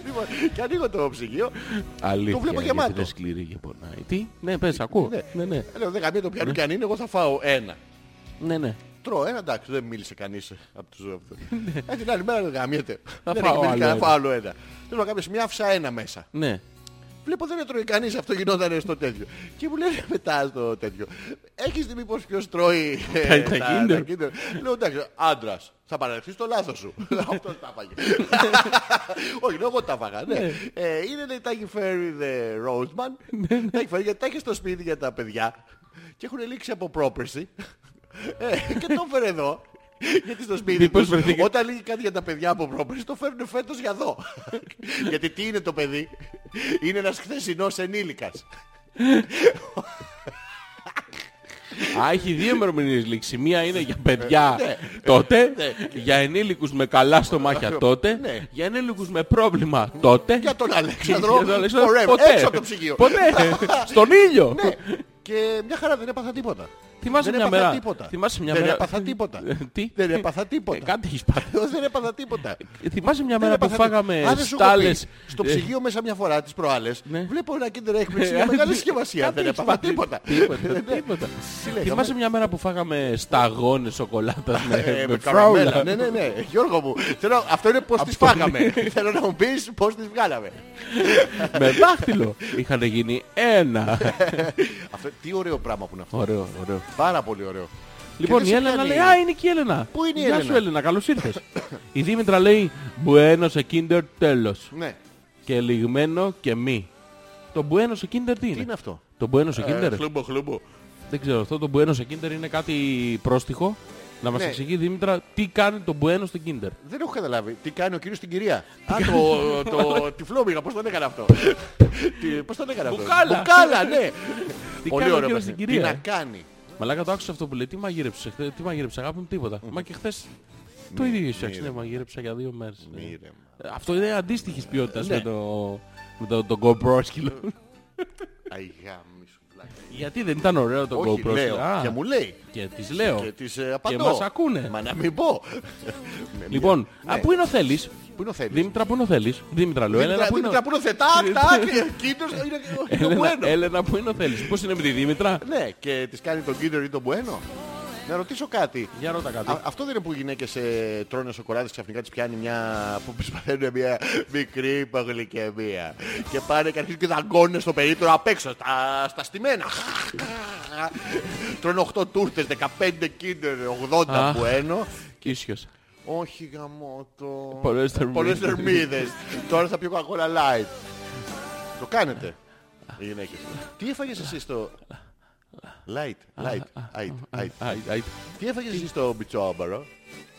Speaker 2: Λοιπόν, και ανοίγω το ψυγείο.
Speaker 1: Αλήθεια,
Speaker 2: Το βλέπω
Speaker 1: γιατί
Speaker 2: γεμάτο.
Speaker 1: είναι σκληρή και πονάει. Τι, ναι, πες, ακούω.
Speaker 2: Ναι.
Speaker 1: Ναι, ναι,
Speaker 2: Λέω δεν γαμιέται το πιανού και αν είναι, εγώ θα φάω ένα.
Speaker 1: ναι, ναι.
Speaker 2: Τρώω ένα, εντάξει, δεν μίλησε κανείς από τους αυτού. Ε, την άλλη μέρα δεν γαμιέται.
Speaker 1: Ναι. Θα
Speaker 2: Δεν
Speaker 1: φάω
Speaker 2: έχει
Speaker 1: άλλο
Speaker 2: μίλησει κανένα,
Speaker 1: ένα.
Speaker 2: φάω άλλο ένα. Θέλω να κάποια στιγμή άφησα ένα μέσα.
Speaker 1: ναι.
Speaker 2: Βλέπω δεν τρώει κανείς αυτό γινόταν στο τέτοιο. Και μου λένε μετά στο τέτοιο. Έχεις δει μήπως ποιος τρώει ε,
Speaker 1: Τα- τα Kinder.
Speaker 2: Kinder?» Λέω εντάξει, άντρας. Θα παραδεχθείς το λάθος σου. Αυτός τα φάγε. Όχι, λέω εγώ τα φάγα. Ναι.
Speaker 1: Ναι.
Speaker 2: Ε, Είναι λέει τα έχει φέρει the Roseman.
Speaker 1: ναι.
Speaker 2: Τα έχει φέρει γιατί τα έχεις στο σπίτι για τα παιδιά. Και έχουν λήξει από πρόπερση. Ε, Και το έφερε εδώ. Γιατί στο σπίτι
Speaker 1: Μήπως
Speaker 2: τους,
Speaker 1: βρεθήκε-
Speaker 2: όταν λύγει κάτι για τα παιδιά από πρόπερση το φέρνουν φέτος για εδώ. Γιατί τι είναι το παιδί. Είναι ένας χθεσινός ενήλικας.
Speaker 1: Α, έχει δύο ημερομηνίες λήξη. Μία είναι για παιδιά
Speaker 2: Ναι.
Speaker 1: τότε, για ενήλικους με καλά στομάχια τότε,
Speaker 2: Ναι.
Speaker 1: για ενήλικους με πρόβλημα τότε.
Speaker 2: Για τον
Speaker 1: και για
Speaker 2: Αλέξανδρο.
Speaker 1: τον Αλέξανδρο
Speaker 2: forever,
Speaker 1: ποτέ.
Speaker 2: Έξω από το ψυγείο.
Speaker 1: Ποτέ. Στον ήλιο.
Speaker 2: Ναι. Και μια χαρά δεν έπαθα τίποτα.
Speaker 1: Θυμάσαι
Speaker 2: δεν
Speaker 1: μια
Speaker 2: έπαθα
Speaker 1: μέρα.
Speaker 2: τίποτα.
Speaker 1: Θυμάσαι μια
Speaker 2: δεν
Speaker 1: μέρα.
Speaker 2: έπαθα τίποτα.
Speaker 1: Τι?
Speaker 2: Δεν έπαθα
Speaker 1: Ε,
Speaker 2: τίποτα.
Speaker 1: Κάτι έχεις πάρει.
Speaker 2: Δεν έπαθα τίποτα.
Speaker 1: Θυμάσαι μια
Speaker 2: Δεν
Speaker 1: μέρα Ε, που
Speaker 2: έπαθα τίποτα.
Speaker 1: φάγαμε
Speaker 2: Αν δεν σου έχω
Speaker 1: στάλες. ε.
Speaker 2: πει, Στο ψυγείο μέσα μια φορά τις προάλλες
Speaker 1: Ναι. Ε,
Speaker 2: βλέπω ένα κίντερ έκπληξη για μεγάλη συσκευασία. Δεν έπαθα τίποτα.
Speaker 1: Τίποτα, τίποτα. Θυμάσαι μια μέρα που φάγαμε σταγόνες σοκολάτας με,
Speaker 2: Ε,
Speaker 1: με
Speaker 2: με καραμέλα.
Speaker 1: φράουλα.
Speaker 2: Ναι, ναι, ναι. Γιώργο μου, θέλω, αυτό είναι πώς τις
Speaker 1: Αυτό
Speaker 2: φάγαμε. Θέλω να μου πεις πώς τις βγάλαμε.
Speaker 1: με δάχτυλο. Είχαν γίνει ένα.
Speaker 2: Αυτό, τι ωραίο πράγμα που είναι αυτό.
Speaker 1: ωραίο, ωραίο.
Speaker 2: Πάρα πολύ ωραίο.
Speaker 1: Λοιπόν,
Speaker 2: Και
Speaker 1: η
Speaker 2: δεν σε
Speaker 1: Έλενα
Speaker 2: πιάνει.
Speaker 1: λέει, α, είναι και η Έλενα.
Speaker 2: Πού είναι η
Speaker 1: Γεια
Speaker 2: Έλενα?
Speaker 1: σου Έλενα, καλώς ήρθες. η Δήμητρα λέει, μπουένο σε κίντερ τέλος.
Speaker 2: Ναι.
Speaker 1: Και λιγμένο και μη. Το μπουένο σε κίντερ τι
Speaker 2: Τι είναι
Speaker 1: είναι.
Speaker 2: αυτό.
Speaker 1: Το μπουένο σε
Speaker 2: Ε,
Speaker 1: κίντερ.
Speaker 2: Χλούμπο, χλούμπο.
Speaker 1: Δεν ξέρω, αυτό το μπουένο σε κίντερ είναι κάτι πρόστιχο. Να μας
Speaker 2: Ναι.
Speaker 1: εξηγεί η Δήμητρα τι κάνει το μπουένο στο κίντερ.
Speaker 2: Δεν έχω καταλάβει. Τι κάνει ο κύριος στην κυρία. Α, το, το τυφλόμυγα, πώς τον έκανε αυτό. Τι- Πώς τον έκανε αυτό.
Speaker 1: Μπουκάλα.
Speaker 2: Μπουκάλα, ναι.
Speaker 1: Τι
Speaker 2: Πολύ
Speaker 1: κάνει ο
Speaker 2: ωραίο.
Speaker 1: κύριος
Speaker 2: παιχνίδι.
Speaker 1: στην
Speaker 2: Τι
Speaker 1: κυρία,
Speaker 2: να
Speaker 1: ε?
Speaker 2: κάνει.
Speaker 1: Μαλάκα το άκουσα αυτό που λέει. Τι μαγείρεψε, χθε- τι μαγείρεψε, αγάπη μου, τίποτα. Μα και χθες το ίδιο είχε φτιάξει. Ναι, μαγείρεψα για δύο μέρες.
Speaker 2: Μύρεμα.
Speaker 1: Αυτό είναι αντίστοιχης ποιότητας
Speaker 2: Ναι.
Speaker 1: με το. Με το, το GoPro σκύλο.
Speaker 2: Αγάμι σου πλάκα.
Speaker 1: Γιατί δεν ήταν ωραίο το
Speaker 2: Όχι,
Speaker 1: GoPro σκύλο.
Speaker 2: λέω.
Speaker 1: Α,
Speaker 2: Και μου λέει.
Speaker 1: και της λέω.
Speaker 2: Και της ε, απαντώ.
Speaker 1: μας ακούνε.
Speaker 2: Μα να μην πω.
Speaker 1: Λοιπόν,
Speaker 2: Ναι.
Speaker 1: α, πού είναι ο Θέλης.
Speaker 2: Πού είναι ο Θέλης.
Speaker 1: Δήμητρα, πού είναι ο Θέλης. Δήμητρα, λέω. Έλενα,
Speaker 2: Έλενα
Speaker 1: πού είναι ο-
Speaker 2: που είναι θετά, τάκ, κίνος, είναι το
Speaker 1: Έλενα-
Speaker 2: μπουένος.
Speaker 1: Έλενα, πού είναι ο Θέλης. Πώς είναι με τη Δήμητρα.
Speaker 2: Ναι, και της κάνει τον κίντερ ή τον μπουένο. Να ρωτήσω κάτι.
Speaker 1: Για ρώτα κάτι.
Speaker 2: Α- αυτό δεν είναι που οι γυναίκες ε, τρώνε σοκολάδες ξαφνικά τις πιάνει μια... που πισπαθαίνουν μια μικρή υπογλυκαιμία. και πάνε και αρχίζουν και δαγκώνουν στο περίπτωρο απ' έξω, στα, στα στημένα. τρώνε 8 τούρτες, 15 κίντερ, 80
Speaker 1: Αχ.
Speaker 2: μπουένο.
Speaker 1: Ίσιος.
Speaker 2: Όχι γαμότο.
Speaker 1: Πολλές θερμίδες.
Speaker 2: Πολλές θερμίδες. Τώρα θα πιω Coca-Cola Light. Το κάνετε. Οι γυναίκες. Τι έφαγες εσύ στο... Light, light, light, light.
Speaker 1: Α, α, α,
Speaker 2: Τι έφαγες εσύ στο μπιτσόμπαρο.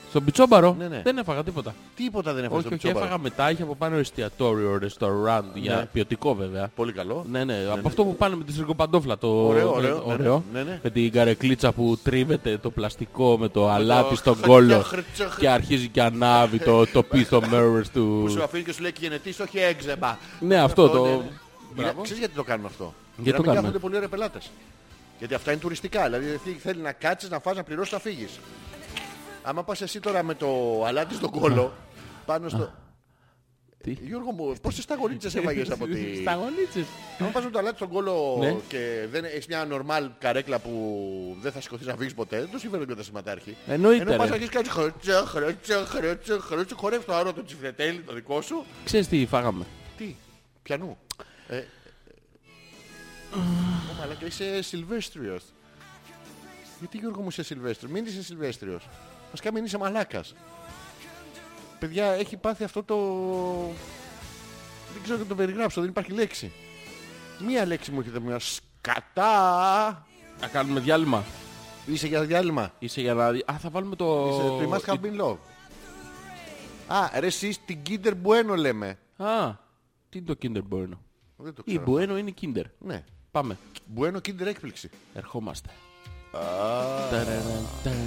Speaker 1: Στον πιτσόμπαρο
Speaker 2: Ναι, ναι.
Speaker 1: δεν έφαγα τίποτα.
Speaker 2: Τίποτα δεν έφαγα
Speaker 1: Όχι,
Speaker 2: στο
Speaker 1: όχι,
Speaker 2: πιτσόμπαρο.
Speaker 1: έφαγα μετά. Είχε από πάνω εστιατόριο, ρεστοράντ,
Speaker 2: Ναι.
Speaker 1: για ποιοτικό βέβαια.
Speaker 2: Πολύ καλό.
Speaker 1: Ναι, ναι, από αυτό που πάνε με τη σιρκοπαντόφλα. Το...
Speaker 2: Ωραίο,
Speaker 1: με-
Speaker 2: ωραίο, ναι, ναι, ναι, ναι.
Speaker 1: Με την καρεκλίτσα που τρίβεται το πλαστικό με το αλάτι στον
Speaker 2: χρ-
Speaker 1: κόλο.
Speaker 2: χρ- χρ-
Speaker 1: και αρχίζει και ανάβει το, το πίθο μέρος του.
Speaker 2: Σου αφήνει και σου λέει και γενετής, όχι έξεμπα.
Speaker 1: Ναι, αυτό το...
Speaker 2: ναι, ναι.
Speaker 1: Μπράβο.
Speaker 2: Ξέρεις γιατί το κάνουν αυτό.
Speaker 1: Γιατί το
Speaker 2: να
Speaker 1: κάνουμε.
Speaker 2: μην κάθονται πολύ ωραία πελάτες. Γιατί αυτά είναι τουριστικά. Δηλαδή αυτή θέλει να κάτσεις, να φας, να πληρώσεις, να φύγεις. Άμα πας εσύ τώρα με το αλάτι στον κόλο, πάνω στο...
Speaker 1: Τι?
Speaker 2: Γιώργο μου, πόσες σταγονίτσες έφαγες από τη...
Speaker 1: Σταγονίτσες.
Speaker 2: Αν πας με το αλάτι στον κόλο
Speaker 1: Ναι.
Speaker 2: και δεν έχεις μια νορμάλ καρέκλα που δεν θα σηκωθείς να φύγεις ποτέ, δεν το συμφέρει και τα σηματάρχη.
Speaker 1: Εννοείται,
Speaker 2: Ενώ πας
Speaker 1: ρε.
Speaker 2: αρχίσεις κάτι χρότσο, χρότσο, χρότσο, χρότσο, χορεύεις το άρο το τσιφρετέλι το δικό σου.
Speaker 1: Ξέρεις τι φάγαμε.
Speaker 2: Τι, πιανού. Ε, ε, Ω, μαλάκα, είσαι Σιλβέστριος. Γιατί Γιώργο μου είσαι Σιλβέστριος, μην είσαι Σιλβέστριος. Βασικά μην είσαι μαλάκας. Παιδιά, έχει πάθει αυτό το... Δεν ξέρω να το περιγράψω, δεν υπάρχει λέξη. Μία λέξη μου έχετε, μια σκατά.
Speaker 1: Να κάνουμε διάλειμμα.
Speaker 2: Είσαι για διάλειμμα.
Speaker 1: Είσαι για να... δει- Α, θα βάλουμε το...
Speaker 2: Είσαι το must have been love. Α, ρε εσείς την Kinder Bueno λέμε.
Speaker 1: Α, τι είναι το Kinder Bueno.
Speaker 2: Δεν το
Speaker 1: Η
Speaker 2: ξέρω.
Speaker 1: Bueno είναι Kinder.
Speaker 2: Ναι.
Speaker 1: Πάμε.
Speaker 2: Bueno Kinder έκπληξη.
Speaker 1: Ερχόμαστε.
Speaker 2: Α.
Speaker 1: Ταραραν, ταν.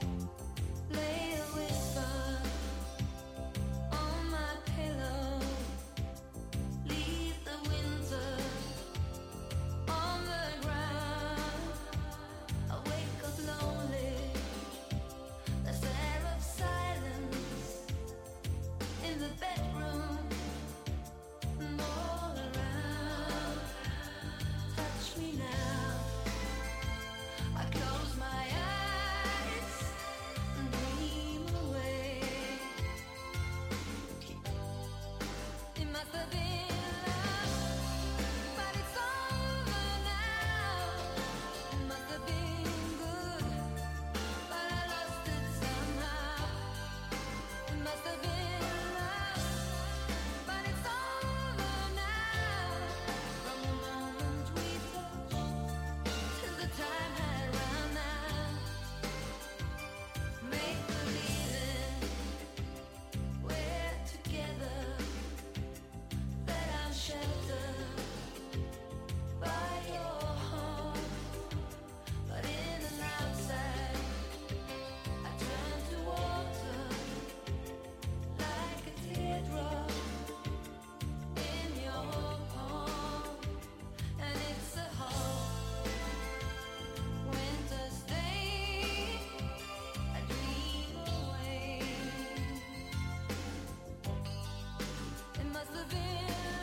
Speaker 3: Lay a whisper on my pillow. Leave the winter on the ground. I wake up lonely. The stare of silence in the bedroom and all around. Touch me now. I close my eyes and dream away. It must have been love, but it's over now. It must have been good, but I lost it somehow. It must have been love, but it's over now. From the moment we touched. Till the time had run out, make believing we're together, that I'm sheltered by your home, but in and outside, I turn to water like a teardrop in your palm, and it's a hope. Winter's day, I dream away. It must have been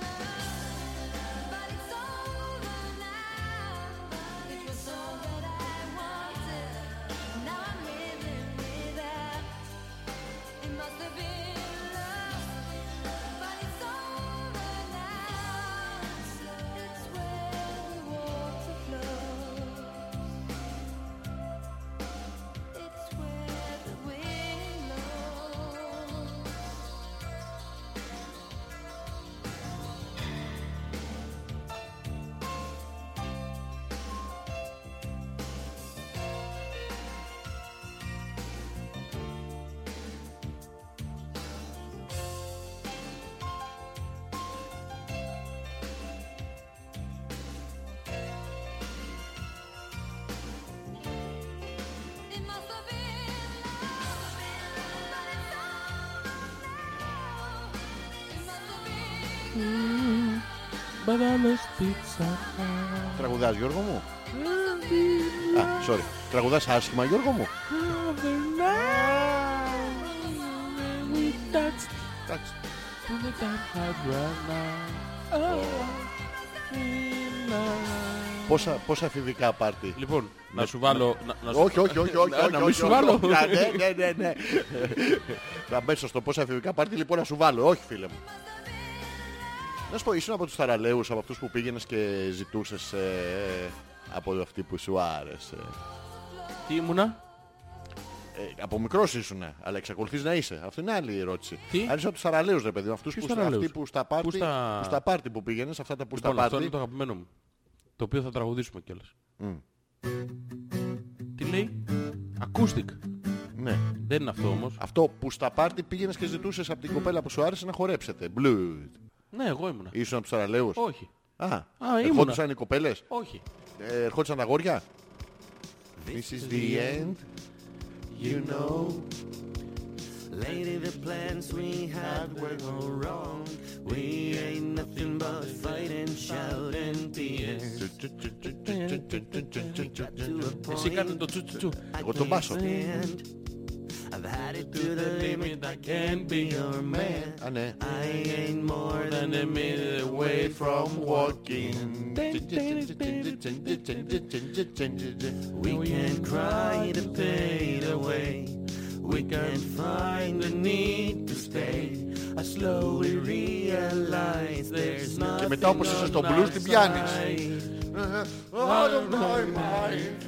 Speaker 3: love, but it's over now. It was all that I wanted. Now I'm living without. It must have been love, but it's over now. It's where the water flows. It's where the wind blows. It must have been love, but it's all now. It must have been
Speaker 1: But I lost it somehow.
Speaker 2: Τραγουδάς Γιώργο μου. Α, sorry. Τραγουδάς άσχημα Γιώργο μου.
Speaker 1: Other night when we touched
Speaker 2: Εντάξει.
Speaker 1: till the time had run out. Oh, in love.
Speaker 2: Πόσα, πόσα εφηβικά πάρτι.
Speaker 1: Λοιπόν, να σου βάλω... να- να σου-
Speaker 2: Όχι, όχι, όχι, όχι.
Speaker 1: Να-
Speaker 2: όχι,
Speaker 1: να
Speaker 2: όχι,
Speaker 1: μην σου
Speaker 2: όχι,
Speaker 1: βάλω.
Speaker 2: όχι. Α, Ναι, ναι, ναι, ναι. Αμέσως στο πόσα εφηβικά πάρτι λοιπόν να σου βάλω. Όχι φίλε μου. Να σου πω, ήσουν από τους θαραλέους, από αυτούς που πήγαινες και ζητούσες ε, από αυτή που σου άρεσε.
Speaker 1: Τι ήμουνα.
Speaker 2: Ε, από μικρός ήσουν, αλλά εξακολουθείς να είσαι. Αυτή είναι άλλη ερώτηση.
Speaker 1: Τι?
Speaker 2: Αν είσαι από τους θαραλέους, ρε παιδί μου, αυτούς
Speaker 1: Ποιους
Speaker 2: που, στα-
Speaker 1: θαραλέους?
Speaker 2: αυτοί που στα πάρτι
Speaker 1: Πού
Speaker 2: που,
Speaker 1: στα-
Speaker 2: στα πάρτι που πήγαινες, αυτά τα που
Speaker 1: Λοιπόν,
Speaker 2: στα
Speaker 1: αυτό είναι
Speaker 2: πάρτι.
Speaker 1: το αγαπημένο μου. Το οποίο θα τραγουδήσουμε κιόλας. Τι λέει. Acoustic.
Speaker 2: Ναι.
Speaker 1: Δεν είναι αυτό όμως.
Speaker 2: Αυτό που στα πάρτι πήγαινες και ζητούσες από την κοπέλα που σου άρεσε να χορέψετε. Blues.
Speaker 1: Ναι, εγώ ήμουνα.
Speaker 2: Ήσουν από τους θαραλέου.
Speaker 1: Όχι.
Speaker 2: Α,
Speaker 1: ήμουνα.
Speaker 2: ερχόντουσαν οι κοπέλες.
Speaker 1: Όχι.
Speaker 2: Ε, ερχόντουσαν τα αγόρια. This is the end. You know.
Speaker 4: Lady, the plans we had were all wrong. We ain't nothing but fight and shout and tears. Got to a
Speaker 1: Εσύ
Speaker 4: point
Speaker 1: κάνε το τσου τσου τσου.
Speaker 4: I
Speaker 2: Εγώ τον
Speaker 4: can't
Speaker 2: βάζω.
Speaker 4: stand. I've had it to the limit, I can't be your man.
Speaker 2: Α, ναι.
Speaker 4: I ain't more than a minute
Speaker 2: Away
Speaker 4: away
Speaker 2: from walking.
Speaker 4: We can cry the pain away. We can find the need to stay. I slowly realize there's nothing
Speaker 2: Και μετά όπως είσαι στο blues την πιάνεις. Out of my mind.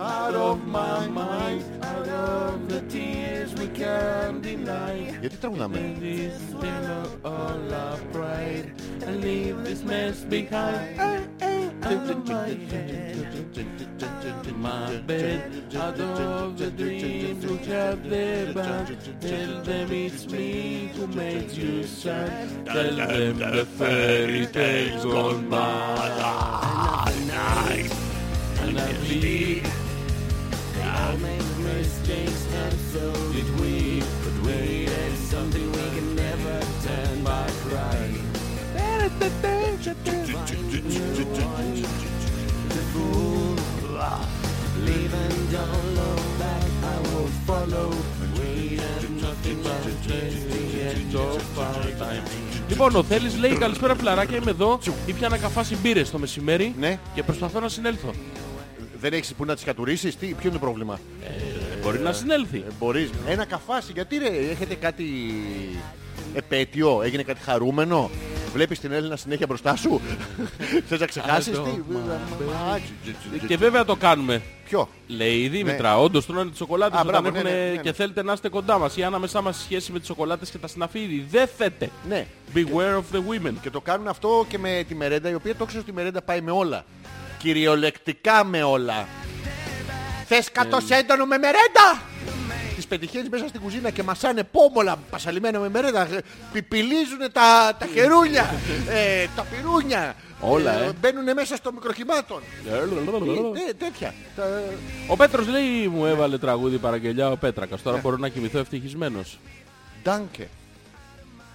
Speaker 2: Out of my mind. Out of the tears we can't deny. Γιατί τραγουδάμε.
Speaker 4: This pillow all our pride and leave this mess behind. Out of my head, my bed, out of the dreams which have their back. Tell them it's me who made you sad. Tell them the fairy tales gone by. And I bleed. I made mistakes and so did we. But wait, there's something we can never turn back right. The fool, leave and don't look back. I will follow. Wait, and nothing but just the end of our time.
Speaker 1: Λοιπόν, ο Θέλης λέει καλησπέρα φιλαράκια, είμαι εδώ. Ήπιανα καφά συμπύρες το μεσημέρι
Speaker 2: Ναι.
Speaker 1: και προσπαθώ να συνέλθω.
Speaker 2: Δεν έχεις που να τις κατουρίσεις. Τι, ποιο είναι το πρόβλημα.
Speaker 1: Μπορεί να συνέλθει.
Speaker 2: Ε, Μπορείς. Ένα καφάσι. Γιατί ρε, έχετε κάτι επέτειο, έγινε κάτι χαρούμενο. Βλέπεις την Έλληνα συνέχεια μπροστά σου. Θες να ξεχάσεις
Speaker 1: Out of
Speaker 2: τι. ε,
Speaker 1: Και βέβαια το κάνουμε.
Speaker 2: Ποιο.
Speaker 1: Λέει η Δήμητρα, όντως τρώνε τις σοκολάτες
Speaker 2: Ναι. Α,
Speaker 1: όταν
Speaker 2: μπράβο, ναι,
Speaker 1: έχουν
Speaker 2: ναι, ναι, ναι.
Speaker 1: και θέλετε να είστε κοντά μας ή ανάμεσά μας σχέση με τις σοκολάτες και τα συναφίδι. Δεν θέτε.
Speaker 2: Ναι.
Speaker 1: Beware of the women.
Speaker 2: Και το κάνουν αυτό και με τη μερέντα, η οποία το ξέρω ότι η μερέντα πάει με όλα. Κυριολεκτικά με όλα. Θες
Speaker 1: Ναι.
Speaker 2: κάτω σε έντονο με μερέντα! Τις πετυχαίνεις μέσα στην κουζίνα και μασάνε πόμολα πασαλιμένα με μερέντα. Γε- Πιπιλίζουν τα, τα χερούλια, ε, τα πυρούνια.
Speaker 1: Όλα, ε.
Speaker 2: Μπαίνουν μέσα στο μικροχυμάτων. Ναι, τέτοια. Τα-
Speaker 1: Ο Πέτρος λέει μου έβαλε τραγούδι παραγγελιά ο Πέτρακας.
Speaker 2: Ναι.
Speaker 1: Τώρα μπορώ να κοιμηθώ ευτυχισμένος.
Speaker 2: Ντάνκε.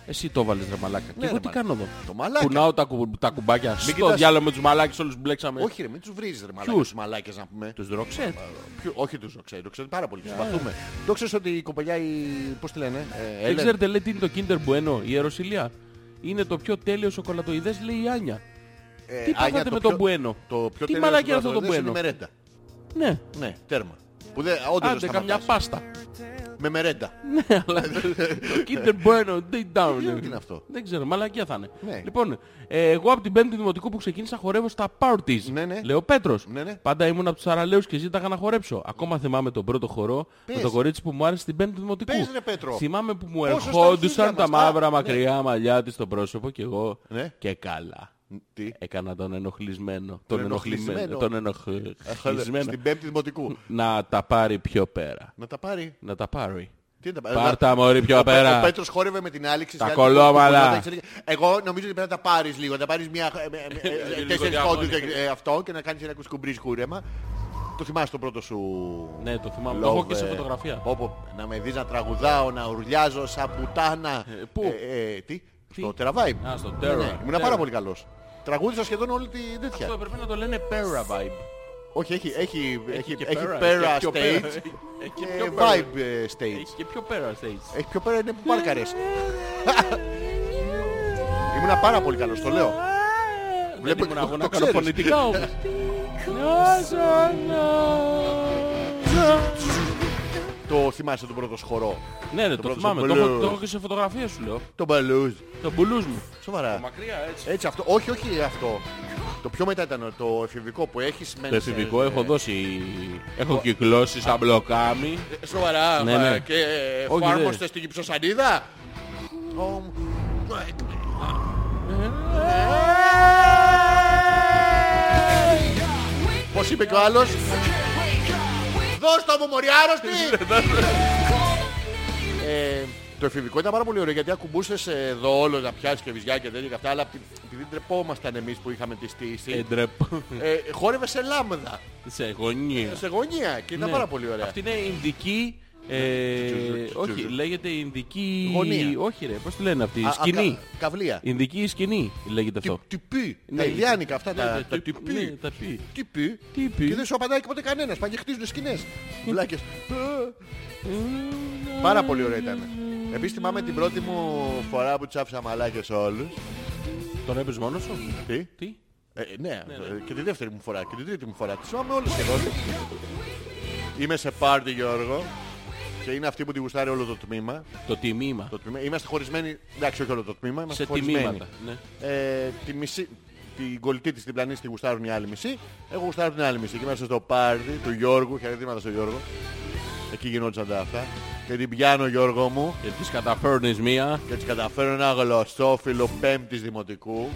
Speaker 1: Εσύ το βάλες ρε μαλάκα. και
Speaker 2: Ναι,
Speaker 1: εγώ
Speaker 2: ρε
Speaker 1: τι
Speaker 2: μαλάκα.
Speaker 1: κάνω εδώ.
Speaker 2: Το μαλάκα.
Speaker 1: Κουνάω τα, κου- τα κουμπάκια. Στο
Speaker 2: κοιτάς.
Speaker 1: διάλογο με τους μαλάκες όλους που μπλέξαμε.
Speaker 2: Όχι Ε, ρε, μην τους βρίζεις ρε μαλάκες.
Speaker 1: Ε. Ποιους?
Speaker 2: Τους μαλάκες να πούμε.
Speaker 1: Τους Roxette.
Speaker 2: Ποιο- όχι τους Ροξέι, το ξέρει πάρα πολύ.
Speaker 1: Ε.
Speaker 2: Συμπαθούμε. Το ξέρεις ότι η κοπελιά, η... πώς τη λένε, ε,
Speaker 1: Δεν
Speaker 2: Έλεν.
Speaker 1: ξέρετε λέει τι είναι το Kinder Bueno, η αεροσιλία. Είναι το πιο τέλειο σοκολατοειδές λέει η Άνια.
Speaker 2: Ε,
Speaker 1: Τι
Speaker 2: Άνια,
Speaker 1: πάθατε με τον Μπουένο.
Speaker 2: Το πιο
Speaker 1: Τι
Speaker 2: τέλειο
Speaker 1: μαλάκι είναι αυτό το
Speaker 2: σοκολατοειδές είναι η
Speaker 1: Μπουένο.
Speaker 2: Μερέντα.
Speaker 1: Ναι.
Speaker 2: Ναι, τέρμα. Που δεν, όντως
Speaker 1: Άντε
Speaker 2: δεν
Speaker 1: καμιά
Speaker 2: σταματάς.
Speaker 1: πάστα.
Speaker 2: Με μερέντα.
Speaker 1: Ναι, αλλά το Kinder Bueno deep down. ναι.
Speaker 2: ξέρω τι είναι αυτό.
Speaker 1: Δεν ξέρω, μαλακία θα είναι.
Speaker 2: Ναι.
Speaker 1: Λοιπόν, ε, εγώ από την πέμπτη δημοτικού που ξεκίνησα χορεύω στα parties.
Speaker 2: Ναι, ναι.
Speaker 1: Λέω Πέτρος.
Speaker 2: Ναι, ναι.
Speaker 1: Πάντα ήμουν από τους αραλέους και ζήταγα να χορέψω. Ακόμα θυμάμαι τον πρώτο χορό
Speaker 2: Πες.
Speaker 1: με το κορίτσι που μου άρεσε στην πέμπτη δημοτικού.
Speaker 2: Πες, ρε, Πέτρο.
Speaker 1: Θυμάμαι που μου
Speaker 2: Πόσο στα αρχίδια
Speaker 1: ερχόντουσαν τα
Speaker 2: μας,
Speaker 1: μαύρα
Speaker 2: α, ναι.
Speaker 1: μακριά μαλλιά της στο πρόσωπο και εγώ
Speaker 2: Ναι.
Speaker 1: και καλά.
Speaker 2: Τι.
Speaker 1: Έκανα τον ενοχλισμένο. Τον
Speaker 2: ενοχλισμένο.
Speaker 1: ενοχλισμένο. Τον ενοχλισμένο.
Speaker 2: Στην πέμπτη δημοτικού.
Speaker 1: Να τα πάρει πιο πέρα.
Speaker 2: Να τα πάρει.
Speaker 1: Να τα πάρει.
Speaker 2: Τι να τα πάρει.
Speaker 1: Πάρ' τα μωρή πιο
Speaker 2: Ο Πέ- Ο
Speaker 1: πέρα.
Speaker 2: Πέτρος χόρευε με την Άλεξη.
Speaker 1: Τα
Speaker 2: σε άλλη-
Speaker 1: κολόμαλα.
Speaker 2: κολότα, ξέρει. Εγώ νομίζω ότι πρέπει να τα πάρεις λίγο. Να πάρεις μια... ε, ε, ε, ε,
Speaker 1: Λίγο
Speaker 2: Τέσσερις
Speaker 1: διάφορα.
Speaker 2: κόντους και, ε, αυτό και να κάνεις ένα κουσκουμπρίζ κούρεμα. Το θυμάσαι το πρώτο σου...
Speaker 1: Ναι, το θυμάμαι. Το
Speaker 2: Love,
Speaker 1: έχω και σε
Speaker 2: ε,
Speaker 1: φωτογραφία.
Speaker 2: Πω, πω, να με δεις να τραγουδάω, να ουρλιάζω σαν πουτάνα.
Speaker 1: πού?
Speaker 2: Ε, ε, τι? Στο τεραβάι.
Speaker 1: Α, στο
Speaker 2: Ναι, ναι,
Speaker 1: Terra.
Speaker 2: Ήμουν
Speaker 1: Terra.
Speaker 2: πάρα πολύ καλός. Τραγούδισα σχεδόν όλη την τέτοια.
Speaker 1: Αυτό έπρεπε να το λένε Para Vibe.
Speaker 2: Όχι, έχει, έχει, έχει,
Speaker 1: και
Speaker 2: έχει
Speaker 1: πέρα,
Speaker 2: πέρα
Speaker 1: και πιο πέρα.
Speaker 2: stage
Speaker 1: Έχει
Speaker 2: και
Speaker 1: και πιο πέρα.
Speaker 2: vibe ε, stage.
Speaker 1: Έχει και πιο πέρα stage.
Speaker 2: Έχει πιο πέρα είναι που πάρκαρες. Ήμουνα πάρα πολύ καλός, Ε, το λέω.
Speaker 1: Δεν
Speaker 2: Βλέπω-
Speaker 1: ήμουν
Speaker 2: το
Speaker 1: εγώ να κάνω
Speaker 2: ξέρεις.
Speaker 1: φωνητικά όμως.
Speaker 2: Το θυμάσαι τον πρώτο σχορό.
Speaker 1: Ναι, ναι, το
Speaker 2: πρώτο
Speaker 1: θυμάμαι.
Speaker 2: σου
Speaker 1: Το έχω-
Speaker 2: blues.
Speaker 1: το έχω και σε φωτογραφία σου λέω.
Speaker 2: Το μπαλούζ.
Speaker 1: Το μπουλούς μου.
Speaker 2: Σοβαρά.
Speaker 1: Μακριά έτσι.
Speaker 2: Έτσι αυτό. Όχι, όχι αυτό. Το πιο μετά ήταν το εφηβικό που έχεις
Speaker 1: Το
Speaker 2: μέσα.
Speaker 1: εφηβικό
Speaker 2: ε,
Speaker 1: έχω δώσει. Έχω κυκλώσει σαν μπλοκάμι.
Speaker 2: Ε, Σοβαρά,
Speaker 1: Ναι,
Speaker 2: μα,
Speaker 1: ναι.
Speaker 2: και
Speaker 1: Όχι,
Speaker 2: φάρμοστε στην κυψοσανίδα. Ω, Πώς είπε και ο άλλος. Δώσ' το μου μοριάρωστη. Ε, το εφηβικό ήταν πάρα πολύ ωραίο γιατί ακουμπούσες ε, εδώ όλο να πιάσεις και βυζιά και τέτοια και αυτά αλλά επειδή ντρεπόμασταν εμείς που είχαμε τη στήση
Speaker 1: Εντρεπ. ναι.
Speaker 2: ε, χόρευε σε λάμδα,
Speaker 1: Σε γωνία.
Speaker 2: σε γωνία και ήταν
Speaker 1: Ναι.
Speaker 2: πάρα πολύ ωραία.
Speaker 1: Αυτή είναι Ινδική. ε,
Speaker 2: Τσουζου-
Speaker 1: όχι,
Speaker 2: τσουζου.
Speaker 1: λέγεται Ινδική.
Speaker 2: Γωνία.
Speaker 1: Όχι, ρε, πώς τη λένε αυτή.
Speaker 2: Α,
Speaker 1: Η
Speaker 2: α,
Speaker 1: σκηνή.
Speaker 2: κα- Καβλία.
Speaker 1: Ινδική σκηνή λέγεται αυτό.
Speaker 2: Τυπί.
Speaker 1: Ναι.
Speaker 2: Τα ηλιάνικα αυτά
Speaker 1: Ναι,
Speaker 2: τα,
Speaker 1: τα
Speaker 2: τα
Speaker 1: τυπ- ναι,
Speaker 2: τυπί.
Speaker 1: τα πει.
Speaker 2: Τυπί.
Speaker 1: Τυπί.
Speaker 2: Και δεν σου απαντάει και ποτέ κανένας. Πάνε και χτίζουν σκηνές. Βλάκες. Πάρα πολύ ωραία ήταν. Επίσης θυμάμαι την πρώτη μου φορά που τους άφησα μαλάκες όλους.
Speaker 1: Τον έπαιζες μόνος σου.
Speaker 2: Τι.
Speaker 1: Τι.
Speaker 2: Ε, ναι, ε, και τη δεύτερη μου φορά και τη τρίτη μου φορά. Τις θυμάμαι όλες σχεδόν. Είμαι σε πάρτι Γιώργο. Και είναι αυτή που τη γουστάρει όλο το τμήμα.
Speaker 1: Το τιμήμα.
Speaker 2: το τμήμα. Είμαστε χωρισμένοι, εντάξει όχι όλο το τμήμα, είμαστε
Speaker 1: Σε
Speaker 2: χωρισμένοι.
Speaker 1: τιμήματα. Ναι.
Speaker 2: ε, τη μισή, την κολλητή της την πλανή τη γουστάρουν οι άλλοι μισή. Εγώ γουστάρω την άλλη μισή. Και είμαστε στο πάρτι του Γιώργου, χαιρετήματα στον Γιώργο. Εκεί γινόντουσαν τα αυτά. Και την πιάνω Γιώργο μου
Speaker 1: Και τη καταφέρνει ε, μία.
Speaker 2: και της καταφέρω ένα γλωσσόφιλο πέμπτης δημοτικού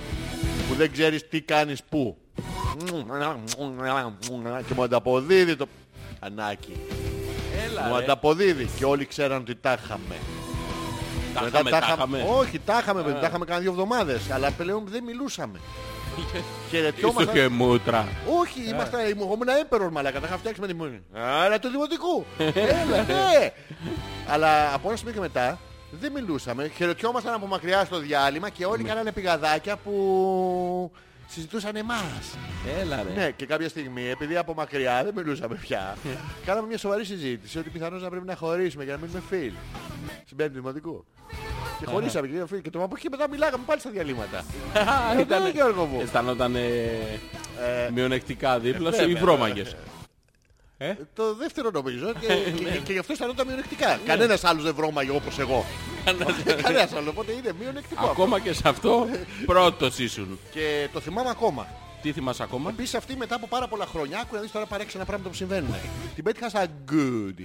Speaker 2: που δεν ξέρεις τι κάνεις πού. Και μου ανταποδίδει το... Ανάκι.
Speaker 1: Έλα.
Speaker 2: Μου ανταποδίδει και όλοι ξέραν ότι τα είχαμε.
Speaker 1: Τα
Speaker 2: Μετά
Speaker 1: είχαμε, τα είχαμε. Ε.
Speaker 2: Όχι, τα είχαμε, παιδί, τα είχαμε κάνα δύο εβδομάδες. Αλλά πλέον δεν μιλούσαμε.
Speaker 1: Ήσου
Speaker 2: Χαιρετιόμασταν.
Speaker 1: και Ε. μούτρα.
Speaker 2: Όχι, ήμασταν, εγώ ήμουν έμπερος μαλάκα, τα είχα φτιάξει με τη μόνη. Άρα του δημοτικού. Έλα, ναι. Αλλά από ένα σημείο και μετά δεν μιλούσαμε. Χαιρετιόμασταν από μακριά στο διάλειμμα και
Speaker 1: Ναι.
Speaker 2: όλοι κάνανε πηγαδάκια που συζητούσαν εμάς.
Speaker 1: Έλα ρε.
Speaker 2: Ναι, και κάποια στιγμή, επειδή από μακριά δεν μιλούσαμε πια, κάναμε μια σοβαρή συζήτηση ότι πιθανώς να πρέπει να χωρίσουμε για να μείνουμε φίλοι. Στην πέμπτη δημοτικού. Και χωρίσαμε και γίναμε φίλοι. Και το από εκεί μετά μιλάγαμε πάλι στα διαλύματα.
Speaker 1: Α,
Speaker 2: Εδώ,
Speaker 1: ήτανε-
Speaker 2: Ε, Γιώργο μου.
Speaker 1: Αισθανόταν ε, μειονεκτικά δίπλα σου ή
Speaker 2: Ε, βέβαια.
Speaker 1: βρώμαγες.
Speaker 2: Το δεύτερο νομίζω και, και, και γι' αυτό αισθανόταν μειονεκτικά. Κανένας άλλος δεν βρώμαγε όπως εγώ. Κανένας άλλος, οπότε είναι μειονεκτικό. αυτό.
Speaker 1: Ακόμα και σε αυτό πρώτος ήσουν.
Speaker 2: Και το θυμάμαι ακόμα.
Speaker 1: Τι θυμάσαι ακόμα.
Speaker 2: Επίσης αυτή μετά από πάρα πολλά χρόνια, άκου να δεις τώρα παρέξενα πράγματα που συμβαίνουν. Την πέτυχα στα good.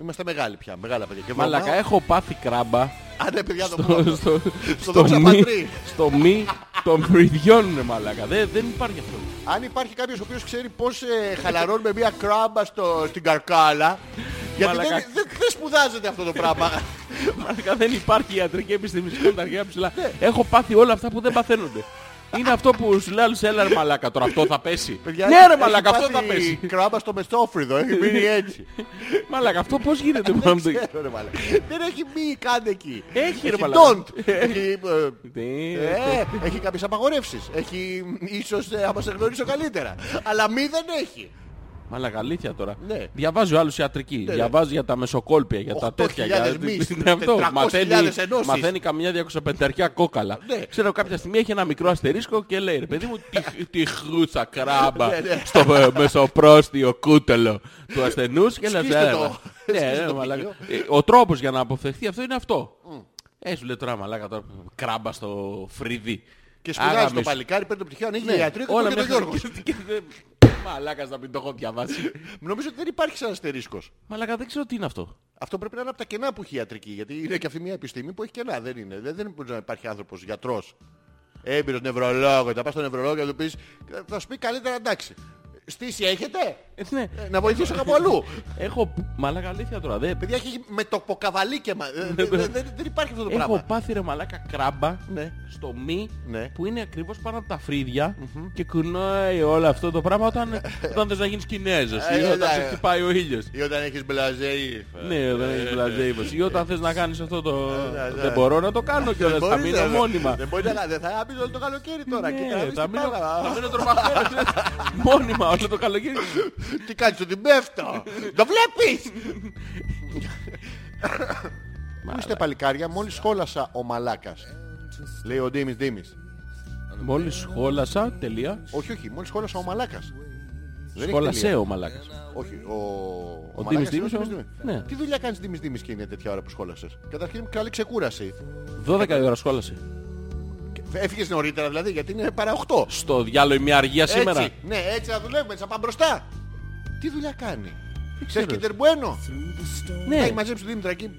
Speaker 2: Είμαστε μεγάλοι πια, μεγάλα παιδιά. Και βρωμάω.
Speaker 1: Μαλακά, έχω πάθει κράμπα
Speaker 2: Α, ναι, παιδιά,
Speaker 1: στο,
Speaker 2: το πούμε.
Speaker 1: στο,
Speaker 2: δόξα
Speaker 1: μη,
Speaker 2: πατρί.
Speaker 1: στο μη των φρυδιών, ρε μαλακά. Δεν, δεν υπάρχει αυτό.
Speaker 2: Αν υπάρχει κάποιος ο οποίος ξέρει πώς ε, χαλαρώνουμε μια κράμπα στο, στην καρκάλα, γιατί δεν,
Speaker 1: Μαλακά. Ναι,
Speaker 2: δεν, δεν σπουδάζεται αυτό το πράγμα.
Speaker 1: Μαλακά, δεν υπάρχει ιατρική επιστήμη στα αρχαία ψηλά.
Speaker 2: Ναι.
Speaker 1: έχω πάθει όλα αυτά που δεν παθαίνονται. Είναι αυτό που σου λέει άλλος, έλα ρε μαλακά, τώρα αυτό θα πέσει.
Speaker 2: Παιδιά,
Speaker 1: ναι ρε
Speaker 2: έχει
Speaker 1: μαλακά, αυτό θα
Speaker 2: πάθει
Speaker 1: πέσει.
Speaker 2: Κράμπα στο μεστόφρυδο, έχει μείνει έτσι.
Speaker 1: Μαλακά, αυτό πώς γίνεται.
Speaker 2: Δεν
Speaker 1: μάλλον το-
Speaker 2: ξέρω, ρε μαλάκα. Δεν έχει μη, κάντε εκεί.
Speaker 1: Έχει, ρε μαλάκα.
Speaker 2: don't. Έχει, ε,
Speaker 1: Τι-
Speaker 2: ε, έχει κάποιες απαγορεύσεις. Έχει μ, ίσως ε, άμα σε γνωρίσω καλύτερα. Αλλά μη δεν έχει.
Speaker 1: Μαλακά, αλήθεια τώρα.
Speaker 2: Ναι.
Speaker 1: Διαβάζει ο άλλος ιατρική.
Speaker 2: ναι.
Speaker 1: Διαβάζει για τα μεσοκόλπια, για τα
Speaker 2: 8.000
Speaker 1: τέτοια. Για...
Speaker 2: μυς,
Speaker 1: Ναι, αυτό.
Speaker 2: 400.000
Speaker 1: Μαθαίνει,
Speaker 2: ενώσεις.
Speaker 1: μαθαίνει καμιά 250 κόκαλα.
Speaker 2: Ναι.
Speaker 1: Ξέρω κάποια στιγμή έχει ένα μικρό αστερίσκο και λέει ρε παιδί μου τη, τη χρούσα κράμπα
Speaker 2: Ναι, ναι.
Speaker 1: στο ε, μεσοπρόστιο κούτελο του ασθενούς και λέει
Speaker 2: Σκίστε
Speaker 1: ναι,
Speaker 2: το.
Speaker 1: ναι,
Speaker 2: Σκίστε
Speaker 1: ναι,
Speaker 2: το
Speaker 1: μαλάκα.
Speaker 2: βιβλίο.
Speaker 1: Ε, Ο τρόπος για να αποφευχθεί αυτό είναι αυτό. Ε, σου λέει τώρα μαλάκα τώρα κράμπα στο φρύδι.
Speaker 2: Και σπουδάζει
Speaker 1: Άγαμε
Speaker 2: το
Speaker 1: σου.
Speaker 2: παλικάρι, παίρνει το πτυχίο, ανοίγει
Speaker 1: Ναι,
Speaker 2: ιατρικό
Speaker 1: όλα
Speaker 2: και τον
Speaker 1: μέχρι-
Speaker 2: Γιώργο.
Speaker 1: και δεν- Μαλάκας να μην το έχω διαβάσει.
Speaker 2: Νομίζω ότι δεν υπάρχει σαν αστερίσκος.
Speaker 1: Μαλάκα δεν ξέρω τι είναι αυτό.
Speaker 2: Αυτό πρέπει να είναι από τα κενά που έχει η ιατρική. Γιατί είναι και αυτή μια επιστήμη που έχει κενά. Δεν είναι. Δεν, δεν μπορεί να υπάρχει άνθρωπος γιατρός. Έμπειρος νευρολόγος. Θα πας στον νευρολόγο και θα του πεις. Θα σου πει καλύτερα εντάξει. Στήση έχετε.
Speaker 1: Ε, ναι.
Speaker 2: Ε, Να βοηθήσω κάπου αλλού.
Speaker 1: Έχω. Μαλάκα αλήθεια τώρα. Δεν...
Speaker 2: Παιδιά έχει με το ποκαβαλίκεμα. Ε, Δεν δεν- δεν- δεν υπάρχει αυτό το
Speaker 1: Έχω
Speaker 2: πράγμα.
Speaker 1: πάθει ρε μαλάκα κράμπα
Speaker 2: Ναι.
Speaker 1: στο μη
Speaker 2: Ναι.
Speaker 1: που είναι ακριβώς πάνω από τα φρύδια και κουνάει όλο αυτό το πράγμα όταν, όταν θες να γίνεις Κινέζος
Speaker 2: Ε,
Speaker 1: ή όταν
Speaker 2: εντάξει.
Speaker 1: σε χτυπάει ο ήλιος.
Speaker 2: Ή όταν έχεις μπλαζέι. ε,
Speaker 1: Ναι, όταν έχεις πλαζέιβος. Ή όταν θες να κάνεις αυτό το...
Speaker 2: ναι, ναι.
Speaker 1: Δεν μπορώ να το κάνω κιόλας, θα
Speaker 2: μπορείς
Speaker 1: μείνω
Speaker 2: να-
Speaker 1: μόνιμα.
Speaker 2: Δεν μπορείς να δεν θα πει όλο το καλοκαίρι τώρα.
Speaker 1: Ναι,
Speaker 2: Κοίτα να δεις
Speaker 1: θα
Speaker 2: τι
Speaker 1: μείνω-
Speaker 2: πάγα.
Speaker 1: θα μείνω τρομαγμένος. Μόνιμα όλο το καλοκαίρι.
Speaker 2: Τι κάνεις ότι την πέφτω. Το βλέπεις. Πού είστε παλικάρια, μόλις σχόλασα ο Μαλάκας. Λέει ο Ντίμης Ντίμης.
Speaker 1: Μόλις σχόλασα, τελεία.
Speaker 2: Όχι, όχι, μόλις σχόλασα ο Μαλάκας. Δεν έχει
Speaker 1: Σχόλασε
Speaker 2: τελεία.
Speaker 1: ο μαλάκας.
Speaker 2: Όχι, ο, ο,
Speaker 1: Ντίμης
Speaker 2: Μαλάκας
Speaker 1: Ντίμης,
Speaker 2: είναι ο
Speaker 1: ο-
Speaker 2: Ντίμης.
Speaker 1: ναι.
Speaker 2: Τι δουλειά κάνεις Ντίμης Ντίμης και είναι τέτοια ώρα που σχόλασες. Καταρχήν καλή ξεκούραση.
Speaker 1: 12 η ώρα σχόλασε.
Speaker 2: Έφυγες νωρίτερα δηλαδή, γιατί είναι παρά 8.
Speaker 1: Στο διάλογο η μια αργία σήμερα.
Speaker 2: Έτσι, ναι, έτσι να δουλεύουμε, έτσι να πάμε μπροστά. Τι δουλειά κάνει. Ξέρεις και τερμπουένο. Ναι.
Speaker 1: Ε.
Speaker 2: Έχει μαζέψει τη Δήμητρα εκεί.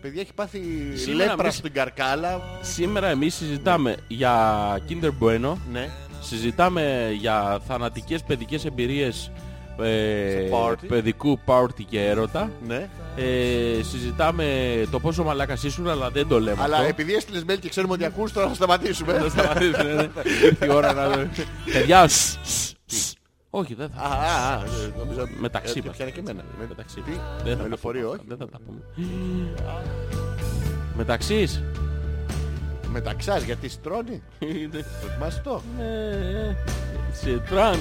Speaker 2: Παιδιά έχει πάθει
Speaker 1: Σήμερα
Speaker 2: λέπρα
Speaker 1: εμείς-
Speaker 2: στην καρκάλα.
Speaker 1: Σήμερα εμείς συζητάμε για Kinder Bueno,
Speaker 2: Ναι.
Speaker 1: συζητάμε για θανατικές παιδικές εμπειρίες ε,
Speaker 2: Σε party.
Speaker 1: παιδικού πάρτι και έρωτα.
Speaker 2: Ναι.
Speaker 1: Ε, συζητάμε το πόσο μαλάκας ήσουν, αλλά δεν το λέμε
Speaker 2: Αλλά
Speaker 1: αυτό.
Speaker 2: επειδή έστειλες mail και ξέρουμε ότι ακούς, τώρα θα σταματήσουμε.
Speaker 1: Θα σταματήσουμε, ναι, ναι. Ήρθε η ώρα να δω. Παιδιά, σ, σ, σ. Όχι, δεν θα.
Speaker 2: Α, α, α, ε, νόμιζα-
Speaker 1: Μεταξύ
Speaker 2: ε,
Speaker 1: μας.
Speaker 2: Πιάνε και εμένα. Με-
Speaker 1: Μεταξύ.
Speaker 2: Τι,
Speaker 1: Δεν θα
Speaker 2: με
Speaker 1: τα πούμε.
Speaker 2: λεωφορείο, όχι.
Speaker 1: Δεν θα τα πούμε. Μεταξύς.
Speaker 2: Μεταξάς, γιατί στρώνει. Το θυμάσαι αυτό.
Speaker 1: Ναι. Σε τραν.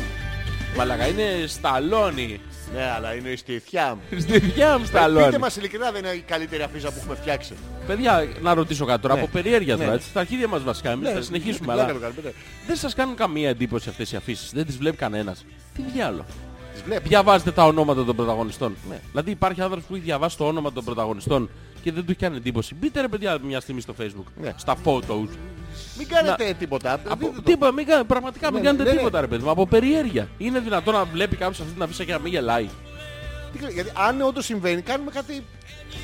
Speaker 1: Μαλακά είναι σταλόνι.
Speaker 2: Ναι, αλλά είναι στη θιά μου.
Speaker 1: Στη δικιά μου σταλόνι.
Speaker 2: Πείτε μας ειλικρινά δεν είναι η καλύτερη αφίσα που έχουμε φτιάξει.
Speaker 1: Παιδιά, να ρωτήσω κάτι τώρα
Speaker 2: Ναι.
Speaker 1: από περιέργεια
Speaker 2: Ναι.
Speaker 1: τώρα. έτσι, Στα αρχίδια μας βασικά, εμείς Ε, θα συνεχίσουμε.
Speaker 2: Δεν
Speaker 1: αλλά
Speaker 2: κάνω κάτι, ναι.
Speaker 1: δεν σας κάνουν καμία εντύπωση αυτές οι αφήσεις. Δεν τις βλέπει κανένας. Τι διάλογο.
Speaker 2: Τις βλέπω.
Speaker 1: Διαβάζετε τα ονόματα των πρωταγωνιστών.
Speaker 2: Ναι.
Speaker 1: Δηλαδή υπάρχει άνθρωπος που έχει διαβάσει το όνομα των πρωταγωνιστών και δεν του κάνει εντύπωση. Μπείτε ρε παιδιά μια στιγμή στο facebook.
Speaker 2: Ναι.
Speaker 1: Στα photos.
Speaker 2: Μην κάνετε τίποτα.
Speaker 1: Από...
Speaker 2: δείτε το.
Speaker 1: Τίποτα, μην, κα- πραγματικά μην
Speaker 2: Ναι,
Speaker 1: κάνετε
Speaker 2: ναι, ναι.
Speaker 1: τίποτα ρε παιδί μου. Από περιέργεια. Είναι δυνατόν να βλέπει κάποιος αυτή την αφήσα και να μην γελάει.
Speaker 2: Τι κρα- Γιατί αν όντως συμβαίνει, κάνουμε κάτι.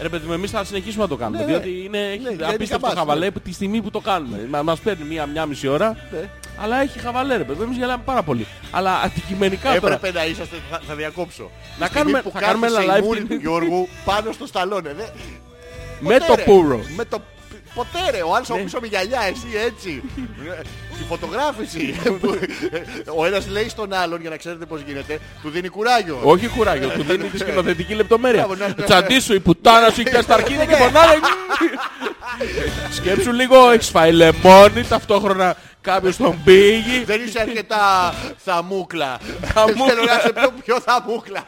Speaker 1: Ρε παιδί μου, εμείς θα συνεχίσουμε να το κάνουμε.
Speaker 2: Ναι, ναι.
Speaker 1: διότι είναι,
Speaker 2: Ναι,
Speaker 1: έχει
Speaker 2: γιατί
Speaker 1: απίστευτο
Speaker 2: καμπάς,
Speaker 1: χαβαλέ
Speaker 2: ναι.
Speaker 1: που τη στιγμή που το κάνουμε. Μα, μας παίρνει μία, μία μισή ώρα.
Speaker 2: Ναι.
Speaker 1: Αλλά έχει χαβαλέ ρε παιδί μου. Εμείς γελάμε πάρα πολύ. Αλλά αντικειμενικά τώρα.
Speaker 2: Έπρεπε να είσαστε. Θα, θα διακόψω. Τη στιγμή
Speaker 1: Ε, κάνουμε-
Speaker 2: που
Speaker 1: θα κάνουμε
Speaker 2: κάθισε
Speaker 1: ένα
Speaker 2: η
Speaker 1: live
Speaker 2: μούρη
Speaker 1: stream.
Speaker 2: του Γιώργου πάνω στο σταλόνε. Δε...
Speaker 1: Με
Speaker 2: Ποτέ,
Speaker 1: το
Speaker 2: ρε.
Speaker 1: πουρο. Ναι.
Speaker 2: Με το... Ποτέ ρε, ο άλλος από πίσω με γυαλιά, εσύ έτσι. Τη φωτογράφηση. που- ο ένας λέει στον άλλον, για να ξέρετε πώς γίνεται, του δίνει κουράγιο.
Speaker 1: Όχι κουράγιο, του δίνει τη σκηνοθετική λεπτομέρεια.
Speaker 2: Μπράβο, ναι, ναι.
Speaker 1: Τσαντήσου η πουτάνα σου και στα αρχίδια και πονάρε. Σκέψου λίγο, έχεις φάει λεμόνι, ταυτόχρονα κάποιος τον πήγε.
Speaker 2: Δεν είσαι αρκετά θαμούκλα.
Speaker 1: Θαμούκλα.
Speaker 2: Θέλω να είσαι πιο, πιο θαμούκλα.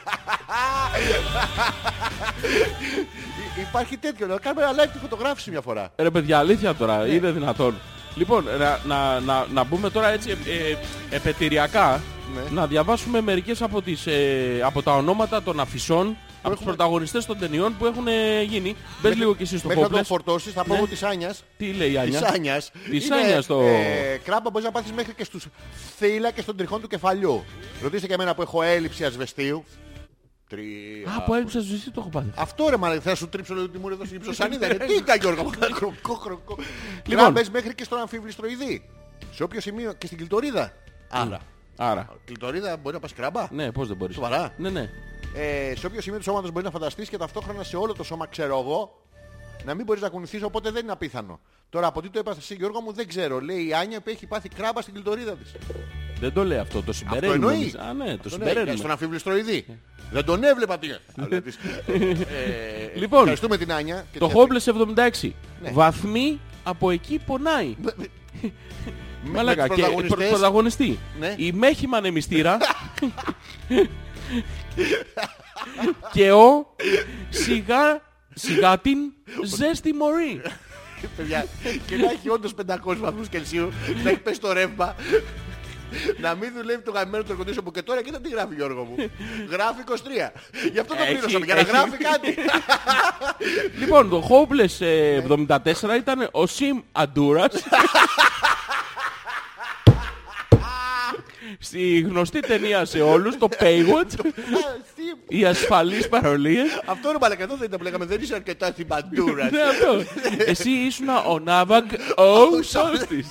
Speaker 2: Υ- Υπάρχει τέτοιο. Να κάνουμε ένα live τη φωτογράφηση μια φορά.
Speaker 1: Ρε παιδιά, αλήθεια τώρα,
Speaker 2: Ναι.
Speaker 1: είναι δυνατόν. Λοιπόν, να, να, να, να μπούμε τώρα έτσι ε, ε, επαιτηριακά,
Speaker 2: Ναι.
Speaker 1: να διαβάσουμε μερικές από, τις, ε, από τα ονόματα των αφισών, από τους πρωταγωνιστές των ταινιών που έχουν ε, γίνει. Μπες λίγο κι εσύ στο
Speaker 2: Μέχρι να το
Speaker 1: κόμπλες.
Speaker 2: φορτώσεις θα πω
Speaker 1: Ναι.
Speaker 2: εγώ της Άνιας.
Speaker 1: Τι λέει η
Speaker 2: Της
Speaker 1: Άνιας.
Speaker 2: Άνιας.
Speaker 1: Της
Speaker 2: Είναι,
Speaker 1: Άνιας το-
Speaker 2: ε, κράμπα μπορείς να πάθεις μέχρι και στους θύλακες των τριχών του κεφαλιού. Ρωτήστε και εμένα που έχω έλλειψη ασβεστίου. Τρία.
Speaker 1: Α, που έλειψα ζωή, το έχω πάθει.
Speaker 2: Αυτό ρε μάλλον θα σου τρίψω λίγο τη μούρη εδώ στην ψωσανίδα. ρε. Τι ήταν Γιώργο, κροκό, κροκό.
Speaker 1: Λοιπόν.
Speaker 2: Κράμπες μέχρι και στον αμφιβληστροειδή. Σε όποιο σημείο και στην κλειτορίδα. Άρα.
Speaker 1: Άρα.
Speaker 2: Κλειτορίδα μπορεί να πας κράμπα.
Speaker 1: Ναι, πώς δεν μπορείς.
Speaker 2: Σοβαρά.
Speaker 1: Ναι, ναι.
Speaker 2: Ε, σε όποιο σημείο του σώματος μπορεί να φανταστείς και ταυτόχρονα σε όλο το σώμα ξέρω εγώ να μην μπορείς να κουνηθείς οπότε δεν είναι απίθανο. Τώρα από τι το έπαθε εσύ Γιώργο μου δεν ξέρω. Λέει η Άνια που έχει πάθει κράμπα στην κλειτορίδα της.
Speaker 1: Δεν το λέει αυτό, το συμπεραίνουμε.
Speaker 2: εννοεί.
Speaker 1: εμείς. Α, ναι, το
Speaker 2: Τον έλεγε,
Speaker 1: συμπεραίνουμε.
Speaker 2: Στον αμφιβληστροειδή. Δεν τον έβλεπα τι. Αλλά της-
Speaker 1: Λοιπόν,
Speaker 2: ε, Ευχαριστούμε την Άνια. και
Speaker 1: το
Speaker 2: την-
Speaker 1: Χόμπλες 76.
Speaker 2: Ναι.
Speaker 1: Βαθμοί από εκεί πονάει.
Speaker 2: με-
Speaker 1: Μαλάκα,
Speaker 2: με
Speaker 1: και
Speaker 2: τους πρωταγωνιστές.
Speaker 1: προ- πρωταγωνιστή.
Speaker 2: Ναι.
Speaker 1: Η Μέχη Μανεμιστήρα. και ο σιγά, σιγά την ζέστη μωρή.
Speaker 2: Παιδιά, και να έχει όντως 500 βαθμούς Κελσίου, να έχει πέσει το ρεύμα. Να μην δουλεύει το γαμμένο του air condition που και τώρα κοίτα τι γράφει Γιώργο μου. Γράφει 23. Γι' αυτό το
Speaker 1: Έχει,
Speaker 2: πλήρωσαμε, για να
Speaker 1: έχει.
Speaker 2: γράφει κάτι.
Speaker 1: λοιπόν, το Hopeless
Speaker 2: Ναι.
Speaker 1: ε, 74 ήταν ο Σιμ Αντούρας. Στη γνωστή ταινία σε όλους, το Paywatch,
Speaker 2: Α, τι-
Speaker 1: οι ασφαλείς παρολίες.
Speaker 2: Αυτό είναι μαλακατό δεν ήταν που λέγαμε, δεν είσαι αρκετά στην παντούρα. ε,
Speaker 1: Ναι, αυτό. Εσύ ήσουν ο Νάβαγκ ο Σώστης.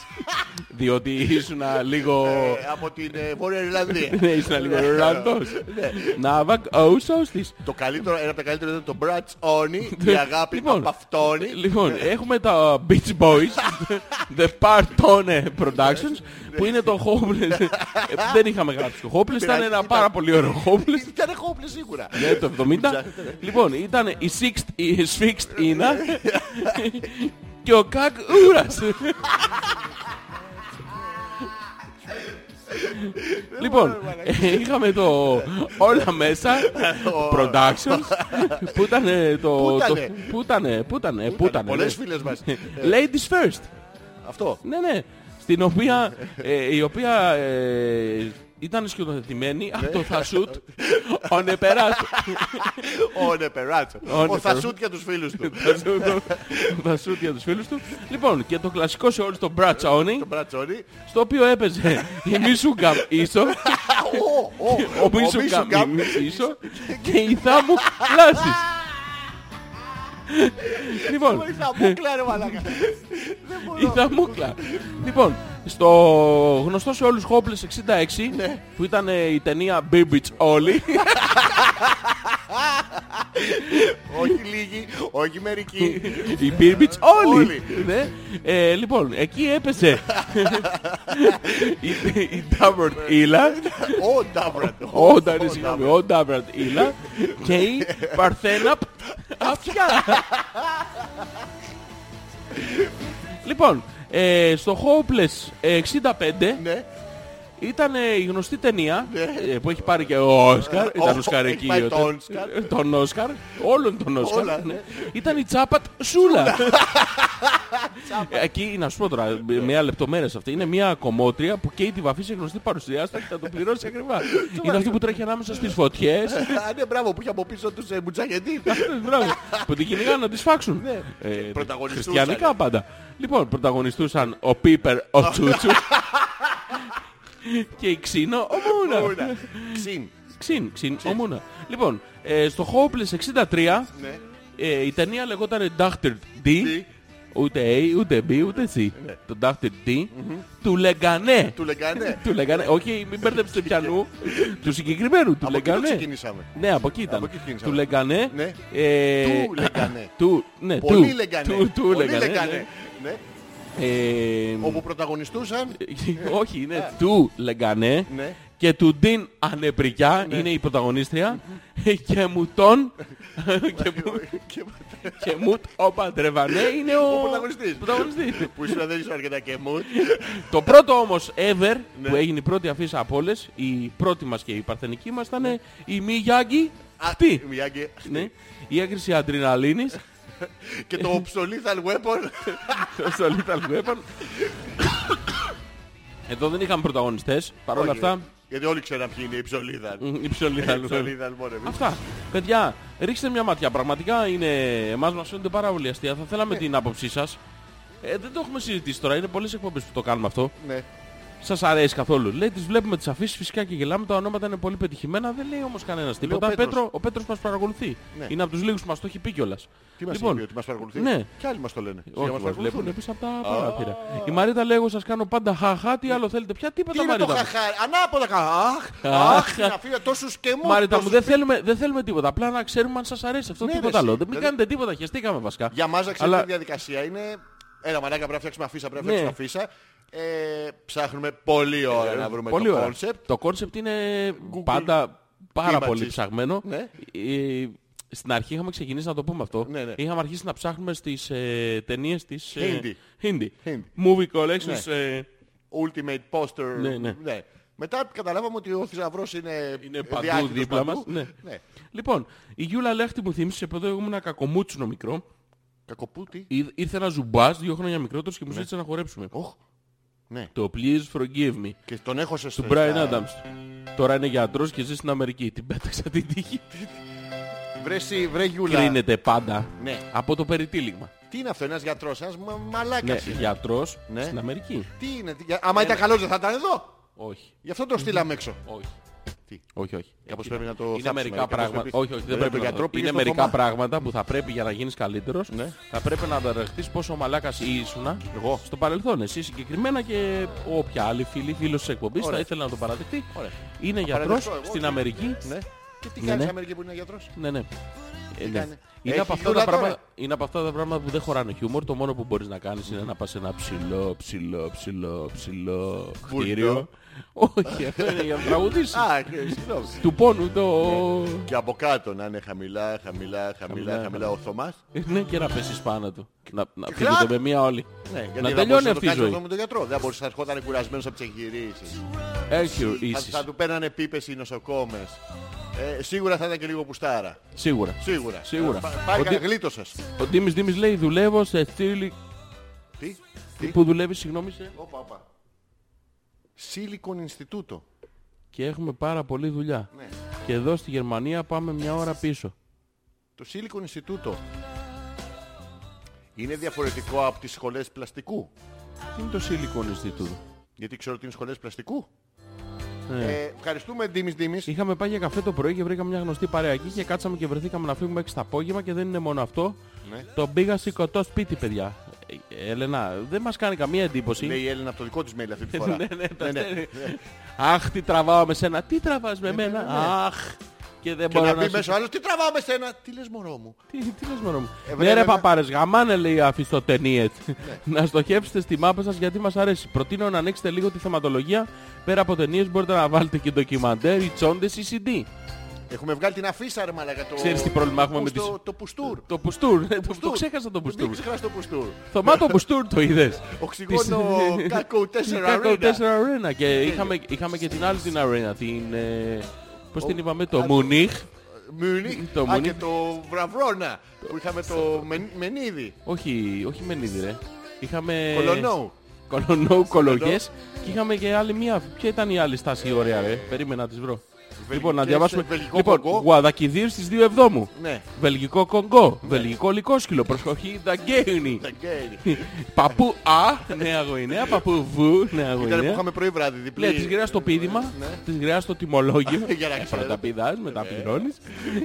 Speaker 1: Διότι ήσουν λίγο...
Speaker 2: Ε, Από την ε, Βόρεια Ιρλανδία.
Speaker 1: Ναι, ήσουν λίγο Ιρλανδός. Νάβαγκ ο Σώστης.
Speaker 2: Το καλύτερο, ένα από τα καλύτερα ήταν το Brat's Oni, η αγάπη
Speaker 1: Λοιπόν.
Speaker 2: παπαυτώνει.
Speaker 1: Λοιπόν, έχουμε τα Beach Boys, The Partone Productions, που είναι το Hopeless. Ε, Δεν είχαμε γράψει το Hopeless, ήταν ένα
Speaker 2: Ήταν-
Speaker 1: πάρα πολύ ωραίο Hopeless.
Speaker 2: Ήταν χόπλε σίγουρα.
Speaker 1: Ναι, το 70. Λοιπόν, ήταν η Sixth, η Sfixed Ina και ο Κακ Ούρας. Λοιπόν, ε, είχαμε το όλα μέσα Productions που ήταν ε, το...
Speaker 2: Πού
Speaker 1: το-
Speaker 2: ήτανε?
Speaker 1: Πού ήτανε, πού ήτανε, πού ήτανε,
Speaker 2: Πολλές
Speaker 1: ναι.
Speaker 2: φίλες μας.
Speaker 1: Ladies first.
Speaker 2: Αυτό.
Speaker 1: Ναι, ναι. Στην οποία, ε, η οποία ε, ήταν σκηνοθετημένη από το θα shoot on a περάσ-
Speaker 2: Ο
Speaker 1: Ο
Speaker 2: Νεπεράτσο. Ο
Speaker 1: Νεπεράτσο.
Speaker 2: Θασούτ για τους φίλους του.
Speaker 1: Θα shoot- θα shoot για τους φίλους του. Λοιπόν, και το κλασικό σε όλους το Μπρατσόνι,
Speaker 2: Το Μπρατσόνι.
Speaker 1: στο οποίο έπαιζε η Μίσουγκαμ ίσο,
Speaker 2: Α, ο, ο,
Speaker 1: ο Μίσουγκαμ
Speaker 2: Μίσουγκαμ.
Speaker 1: ίσο και η Θάμου Λάσης. Λοιπόν,
Speaker 2: Μα η θαμπούκλα, ρε μαλάκα. Δεν
Speaker 1: Η
Speaker 2: μπορώ.
Speaker 1: Θαμούκλα. λοιπόν, στο γνωστό σε όλους Hopeless 66, που ήταν ε, η ταινία Bibbits όλοι,
Speaker 2: Όχι λίγοι, όχι μερικοί.
Speaker 1: η Bibbits όλοι.
Speaker 2: Όλοι.
Speaker 1: ναι. Ε, λοιπόν, εκεί έπαιζε η, η Ντάβορτ Ήλα,
Speaker 2: Ο Ντάβραντ.
Speaker 1: ο Ντάρι, συγγνώμη, ο Ντάβορτ Ήλα και η Παρθένα Αυτιά. λοιπόν, ε, στο Hopeless ε, 65,
Speaker 2: Ναι.
Speaker 1: Ήταν ε, η γνωστή ταινία ε, που έχει πάρει και ο Όσκαρ. Ήταν ο Όσκαρ
Speaker 2: έχει
Speaker 1: εκεί.
Speaker 2: πάρει
Speaker 1: ο-
Speaker 2: το Όσκαρ.
Speaker 1: ε, Τον Όσκαρ. Όλων των
Speaker 2: Όλα,
Speaker 1: Όσκαρ.
Speaker 2: ναι.
Speaker 1: ναι. Ήταν η Τσάπατ Σούλα. Ε, Εκεί, να σου πω τώρα,
Speaker 2: Ναι.
Speaker 1: μια λεπτομέρεια σε αυτή. Είναι μια κομμότρια που καίει τη βαφή σε γνωστή παρουσιάστρα και θα το πληρώσει ακριβά. Είναι αυτή που τρέχει ανάμεσα στις φωτιές.
Speaker 2: Α, ναι, μπράβο που είχε από πίσω τους ε, Μπουτζαγεντίν.
Speaker 1: Μπράβο. που την κυνηγάνε να τις φάξουν. Ε,
Speaker 2: Ναι. Πρωταγωνιστούσαν. ναι.
Speaker 1: Χριστιανικά πάντα. Λοιπόν, πρωταγωνιστούσαν ο Πίπερ, ο Τσούτσου και η Ξίνο, ο Μούνα.
Speaker 2: Ωραία. Ξυν.
Speaker 1: Ξυν, ξυν, ο Μούνα. Λοιπόν, ε, στο Hopeless 63
Speaker 2: Ναι.
Speaker 1: ε, η ταινία λεγόταν Dr. D.
Speaker 2: D.
Speaker 1: Ούτε A, ούτε B, ούτε C. Το Dr. D του Λεγκανέ.
Speaker 2: Ναι. Του λέγανε.
Speaker 1: Του Λεγκανέ. Όχι, μην μπέρδεψετε πιανού. του συγκεκριμένου, του
Speaker 2: Από εκεί το
Speaker 1: Λεγκανέ.
Speaker 2: ξεκινήσαμε.
Speaker 1: Ναι, από εκεί ήταν.
Speaker 2: Από εκεί ξεκίνησαμε.
Speaker 1: Του Λεγκανέ.
Speaker 2: Ναι.
Speaker 1: ε,
Speaker 2: Του λέγανε.
Speaker 1: Του, ναι,
Speaker 2: Πολύ
Speaker 1: του,
Speaker 2: λέγανε.
Speaker 1: Του, του
Speaker 2: Πολύ
Speaker 1: Λεγκανέ,
Speaker 2: λέγανε. Ναι.
Speaker 1: ναι. Ε,
Speaker 2: Όπου πρωταγωνιστούσαν.
Speaker 1: όχι, είναι του Λεγκανέ
Speaker 2: Ε. Ναι.
Speaker 1: και του Ντίν Ανεπρικιά, είναι η πρωταγωνίστρια, και μου τον και μου-
Speaker 2: και-
Speaker 1: και μου ο Παντρεβανέ είναι ο
Speaker 2: Ο πρωταγωνιστής.
Speaker 1: πρωταγωνιστής.
Speaker 2: Που ήσουν δεν ήσουν αρκετά και μου.
Speaker 1: Το πρώτο όμως ever
Speaker 2: Ναι.
Speaker 1: που έγινε η πρώτη αφήσα από όλες, η πρώτη μας και η παρθενική μας
Speaker 2: Ναι.
Speaker 1: ήταν η Μη Γιάγκη αυτή.
Speaker 2: Μιάγκη.
Speaker 1: Ναι. Η έκρηση αντριναλίνης,
Speaker 2: Και το obsolete weapon.
Speaker 1: στο Little Weapon. Εδώ δεν είχαμε πρωταγωνιστές, παρόλα
Speaker 2: Όχι, ναι.
Speaker 1: αυτά
Speaker 2: Γιατί όλοι ξέραν ποιοι είναι οι ψολίδα.
Speaker 1: μ, η ψωλίδα
Speaker 2: Ψολίδα μόνο εμείς.
Speaker 1: Αυτά. Παιδιά, ρίξτε μια ματιά. Πραγματικά είναι. Εμάς μας φαίνονται πάρα πολύ αστεία. Θα θέλαμε την άποψή σας. Ε, δεν το έχουμε συζητήσει τώρα. Είναι πολλές εκπομπές που το κάνουμε αυτό.
Speaker 2: Ναι.
Speaker 1: Σας αρέσει καθόλου. Λέει, τις βλέπουμε τις αφήσεις φυσικά και γελάμε. Τα ονόματα είναι πολύ πετυχημένα. Δεν λέει όμως κανένας τίποτα.
Speaker 2: Πέτρος.
Speaker 1: Πέτρο, ο Πέτρος μας παρακολουθεί.
Speaker 2: Ναι.
Speaker 1: Είναι από τους λίγους που μας το έχει πει κιόλας.
Speaker 2: Τι μας είπε, ότι μας παρακολουθεί.
Speaker 1: Λοιπόν, Ναι.
Speaker 2: Κι άλλοι μας το λένε. Για
Speaker 1: Όχι,
Speaker 2: να
Speaker 1: μας
Speaker 2: μας
Speaker 1: βλέπουν
Speaker 2: παρακολουθούν.
Speaker 1: επίσης από τα παράθυρα. Η Μαρίτα λέει, εγώ σας κάνω πάντα χαχά, τι άλλο θέλετε πια,
Speaker 2: Τι
Speaker 1: τίποτα
Speaker 2: είναι το
Speaker 1: Μαρίτα. μου.
Speaker 2: χαχά. Ανάποδα χαχά. Αχ,
Speaker 1: Αχ.
Speaker 2: αχ, να φύγω τόσο σκεμό.
Speaker 1: Μαρίτα
Speaker 2: τόσο
Speaker 1: μου, δεν θέλουμε, δεν θέλουμε τίποτα. Απλά να ξέρουμε αν σας αρέσει αυτό,
Speaker 2: Ναι,
Speaker 1: τίποτα
Speaker 2: ρε,
Speaker 1: άλλο.
Speaker 2: εσύ.
Speaker 1: Δεν μην
Speaker 2: Δηλαδή-
Speaker 1: κάνετε τίποτα, χεστήκαμε βασικά.
Speaker 2: Για μας να
Speaker 1: Αλλά-
Speaker 2: ξέρετε τη διαδικασία είναι... Έλα μαλάκα πρέπει να φτιάξουμε αφίσα, πρέπει να
Speaker 1: Ναι.
Speaker 2: φτιάξουμε αφίσα. Ε, ψάχνουμε
Speaker 1: Ε,
Speaker 2: πολλή ώρα να βρούμε
Speaker 1: Πολύ
Speaker 2: το
Speaker 1: ωραία.
Speaker 2: concept.
Speaker 1: Το κόνσεπτ είναι πάντα πάρα
Speaker 2: Images.
Speaker 1: πολύ ψαγμένο.
Speaker 2: Ναι.
Speaker 1: Ε, στην αρχή είχαμε ξεκινήσει να το πούμε αυτό.
Speaker 2: Ναι, ναι.
Speaker 1: Είχαμε αρχίσει να ψάχνουμε στις ε, ταινίες της... Ε,
Speaker 2: Hindi.
Speaker 1: Hindi.
Speaker 2: Hindi. Ναι.
Speaker 1: Movie collections. ε,
Speaker 2: Ultimate poster.
Speaker 1: Ναι, ναι.
Speaker 2: Μετά καταλάβαμε ότι ο θησαυρός είναι,
Speaker 1: είναι παντού
Speaker 2: διάχυτος
Speaker 1: δίπλα μας.
Speaker 2: Ε, παντού.
Speaker 1: Ναι.
Speaker 2: ναι.
Speaker 1: Λοιπόν, η Γιούλα Λέχτη μου θύμισε, επειδή εγώ ήμουν κακομούτσινο μικρό,
Speaker 2: Κακοπούτι.
Speaker 1: Ή- ήρθε ένα ζουμπάς δύο χρόνια μικρότερος και μου ζήτησε να χορέψουμε.
Speaker 2: Ναι.
Speaker 1: Το Please Forgive Me.
Speaker 2: Και τον έχω σε
Speaker 1: Του
Speaker 2: στο-
Speaker 1: Brian
Speaker 2: στα-
Speaker 1: Adams. Τώρα είναι γιατρός και ζει στην Αμερική. Την πέταξα την τύχη.
Speaker 2: Βρε εσύ, βρε Γιούλα.
Speaker 1: Κρίνεται πάντα
Speaker 2: Ναι.
Speaker 1: από το περιτύλιγμα.
Speaker 2: Τι είναι αυτό, ένας γιατρός, ένας μα-
Speaker 1: Ναι,
Speaker 2: μαλάκας. είναι.
Speaker 1: γιατρός
Speaker 2: Ναι.
Speaker 1: στην Αμερική.
Speaker 2: Τι είναι, τι- για- άμα
Speaker 1: Ναι,
Speaker 2: ήταν καλός δεν θα ήταν εδώ.
Speaker 1: Όχι,
Speaker 2: Γι' αυτό το στείλαμε έξω.
Speaker 1: όχι.
Speaker 2: Τι?
Speaker 1: Όχι, όχι.
Speaker 2: Κάπως
Speaker 1: Ε,
Speaker 2: πρέπει να το
Speaker 1: Είναι
Speaker 2: θάψουμε,
Speaker 1: μερικά
Speaker 2: κάπως
Speaker 1: πράγματα.
Speaker 2: πρέπει-
Speaker 1: Όχι, όχι, δεν
Speaker 2: Ε,
Speaker 1: πρέπει
Speaker 2: τον
Speaker 1: να
Speaker 2: γιατρό
Speaker 1: το-
Speaker 2: πήγε
Speaker 1: Είναι
Speaker 2: στο
Speaker 1: μερικά
Speaker 2: Θωμά.
Speaker 1: πράγματα που θα πρέπει για να γίνεις καλύτερος.
Speaker 2: Ναι.
Speaker 1: Θα πρέπει να ανταγραφείς πόσο μαλάκας ήσουνα
Speaker 2: Εγώ.
Speaker 1: στο παρελθόν. Εσύ συγκεκριμένα και όποια άλλη φίλη, φίλος της εκπομπής θα
Speaker 2: Ωραία.
Speaker 1: ήθελε να το παραδεχτεί.
Speaker 2: Ωραία.
Speaker 1: Είναι γιατρός
Speaker 2: παραδεχτώ εγώ,
Speaker 1: στην
Speaker 2: ναι.
Speaker 1: Αμερική.
Speaker 2: Ναι. Και τι
Speaker 1: Ναι,
Speaker 2: κάνεις
Speaker 1: ναι.
Speaker 2: στην Αμερική που είναι γιατρός.
Speaker 1: Ναι, ναι. Ε, ναι.
Speaker 2: κάνει?
Speaker 1: Είναι,
Speaker 2: Έχει
Speaker 1: από αυτά
Speaker 2: γιούλα
Speaker 1: τα
Speaker 2: τώρα?
Speaker 1: πράγματα, είναι από αυτά τα πράγματα που δεν χωράνε χιούμορ. Το μόνο που μπορείς να κάνεις είναι να πας σε ένα ψηλό, ψηλό, ψηλό, ψηλό κτίριο. Όχι, αυτό είναι για να τραγουδήσεις.
Speaker 2: Α, ε, συγγνώμη.
Speaker 1: Του πόνου το...
Speaker 2: Και από κάτω να είναι χαμηλά, χαμηλά,
Speaker 1: Χαμηλά,
Speaker 2: χαμηλά, χαμηλά ο Θωμάς.
Speaker 1: Ναι, και να πέσεις πάνω του. Να, να
Speaker 2: Κλακ!
Speaker 1: φύγετε με μία όλη.
Speaker 2: Ναι, γιατί
Speaker 1: να
Speaker 2: δεν
Speaker 1: τελειώνει
Speaker 2: μπορούσε
Speaker 1: αυτή η
Speaker 2: το κάνει αυτό
Speaker 1: ζωή.
Speaker 2: με τον γιατρό. Δεν μπορούσε να ερχόταν κουρασμένος από τις εγχειρήσεις.
Speaker 1: Έχει
Speaker 2: Θα,
Speaker 1: ίσως.
Speaker 2: θα του παίρνανε πίπες οι νοσοκόμες. Ε, σίγουρα θα ήταν και λίγο πουστάρα.
Speaker 1: Σίγουρα.
Speaker 2: Σίγουρα.
Speaker 1: Σίγουρα.
Speaker 2: Ε, πα- Πάει
Speaker 1: Ότι-
Speaker 2: Ότι... γλίτωσες.
Speaker 1: Ο Ντίμης Ντίμης λέει δουλεύω σε στήλη
Speaker 2: Τι, τι.
Speaker 1: που δουλεύει, συγγνώμη, σε...
Speaker 2: Όπα, όπα. Silicon Institute.
Speaker 1: και έχουμε πάρα πολλή δουλειά.
Speaker 2: Ναι.
Speaker 1: Και εδώ στη Γερμανία πάμε μια ώρα πίσω.
Speaker 2: Το Silicon Institute είναι διαφορετικό από τις σχολές πλαστικού.
Speaker 1: Τι είναι το Silicon Institute.
Speaker 2: Γιατί ξέρω ότι είναι σχολές πλαστικού.
Speaker 1: Ναι.
Speaker 2: Ε, ευχαριστούμε Ντίμης Ντίμης.
Speaker 1: Είχαμε πάει για καφέ το πρωί και βρήκαμε μια γνωστή παρέα εκεί και κάτσαμε και βρεθήκαμε να φύγουμε 6 το απόγευμα και δεν είναι μόνο αυτό.
Speaker 2: Ναι.
Speaker 1: Τον πήγα σηκωτό σπίτι, παιδιά. Ε, Έλενα, δεν μας κάνει καμία εντύπωση.
Speaker 2: Λέει η Έλληνα από το δικό της mail αυτή τη φορά.
Speaker 1: ναι, ναι, τα στέλνει. Αχ, τι τραβάω με σένα. Τι τραβάς με μένα. Αχ. Και δεν
Speaker 2: Ε, ναι. Και
Speaker 1: μπορώ
Speaker 2: να
Speaker 1: να
Speaker 2: πει
Speaker 1: σου...
Speaker 2: μέσα ο άλλος, τι τραβάμε σένα. Τι λες μωρό μου.
Speaker 1: Τι, τι λες μωρό μου.
Speaker 2: Ε,
Speaker 1: ναι
Speaker 2: βέβαια,
Speaker 1: ρε
Speaker 2: βέβαια. Ναι.
Speaker 1: παπάρες, γαμάνε λέει οι αφιστοτενίες. να στοχεύσετε στη μάπα σας γιατί μας αρέσει. Προτείνω να ανοίξετε λίγο τη θεματολογία. Πέρα από ταινίες μπορείτε να βάλετε και ντοκιμαντέρ, οι τσόντες ή CD.
Speaker 2: Έχουμε βγάλει την αφίσα ρε μαλάκα. Το...
Speaker 1: Ξέρεις τι πρόβλημα έχουμε με
Speaker 2: το-
Speaker 1: τις-
Speaker 2: Το πουστούρ.
Speaker 1: Το πουστούρ. Ε, Το, το
Speaker 2: Πουστούρ.
Speaker 1: ξέχασα το πουστούρ.
Speaker 2: Μην ξεχνάς το πουστούρ.
Speaker 1: Θωμάτο πουστούρ το είδες.
Speaker 2: Οξυγόνο
Speaker 1: Της-
Speaker 2: Κάκο Ε, 4
Speaker 1: Κάκο
Speaker 2: Arena.
Speaker 1: 4 Arena. Και είχαμε, είχαμε και την άλλη την Arena. Την, ε, πώς την είπαμε, το
Speaker 2: α, το-
Speaker 1: Μουνίχ.
Speaker 2: Μούνι.
Speaker 1: Το
Speaker 2: Α,
Speaker 1: Μούνι.
Speaker 2: και το Βραβρώνα. Που είχαμε το Μεν- Μενίδη.
Speaker 1: Όχι, όχι Μενίδη ρε. Είχαμε...
Speaker 2: Κολονό.
Speaker 1: Κολονόου, κολογές. Και είχαμε και άλλη μία. Ποια ήταν η άλλη στάση η ωραία ρε. Περίμενα να τις βρω. λοιπόν, να
Speaker 2: ε,
Speaker 1: διαβάσουμε.
Speaker 2: Βελγικό
Speaker 1: Λοιπόν,
Speaker 2: Κονγκό.
Speaker 1: Γουαδακιδίου στις 2 Εβδόμου.
Speaker 2: Ναι.
Speaker 1: Βελγικό Κονγκό. Βελγικό Λικόσκυλο. Προσοχή Νταγκέινι.
Speaker 2: Τα γκέι.
Speaker 1: Παππού Α, νέα γοηνέα. Παππού Β, νέα
Speaker 2: Ήταν που
Speaker 1: γοηνέα.
Speaker 2: είχαμε πρωί βράδυ διπλή. Ναι.
Speaker 1: Ναι, της γρέας το πείδημα, της γρέας το τιμολόγιο.
Speaker 2: Για να Ναι.
Speaker 1: Ε,
Speaker 2: ξέρετε.
Speaker 1: τα πηδάς, μετά πληρώνεις.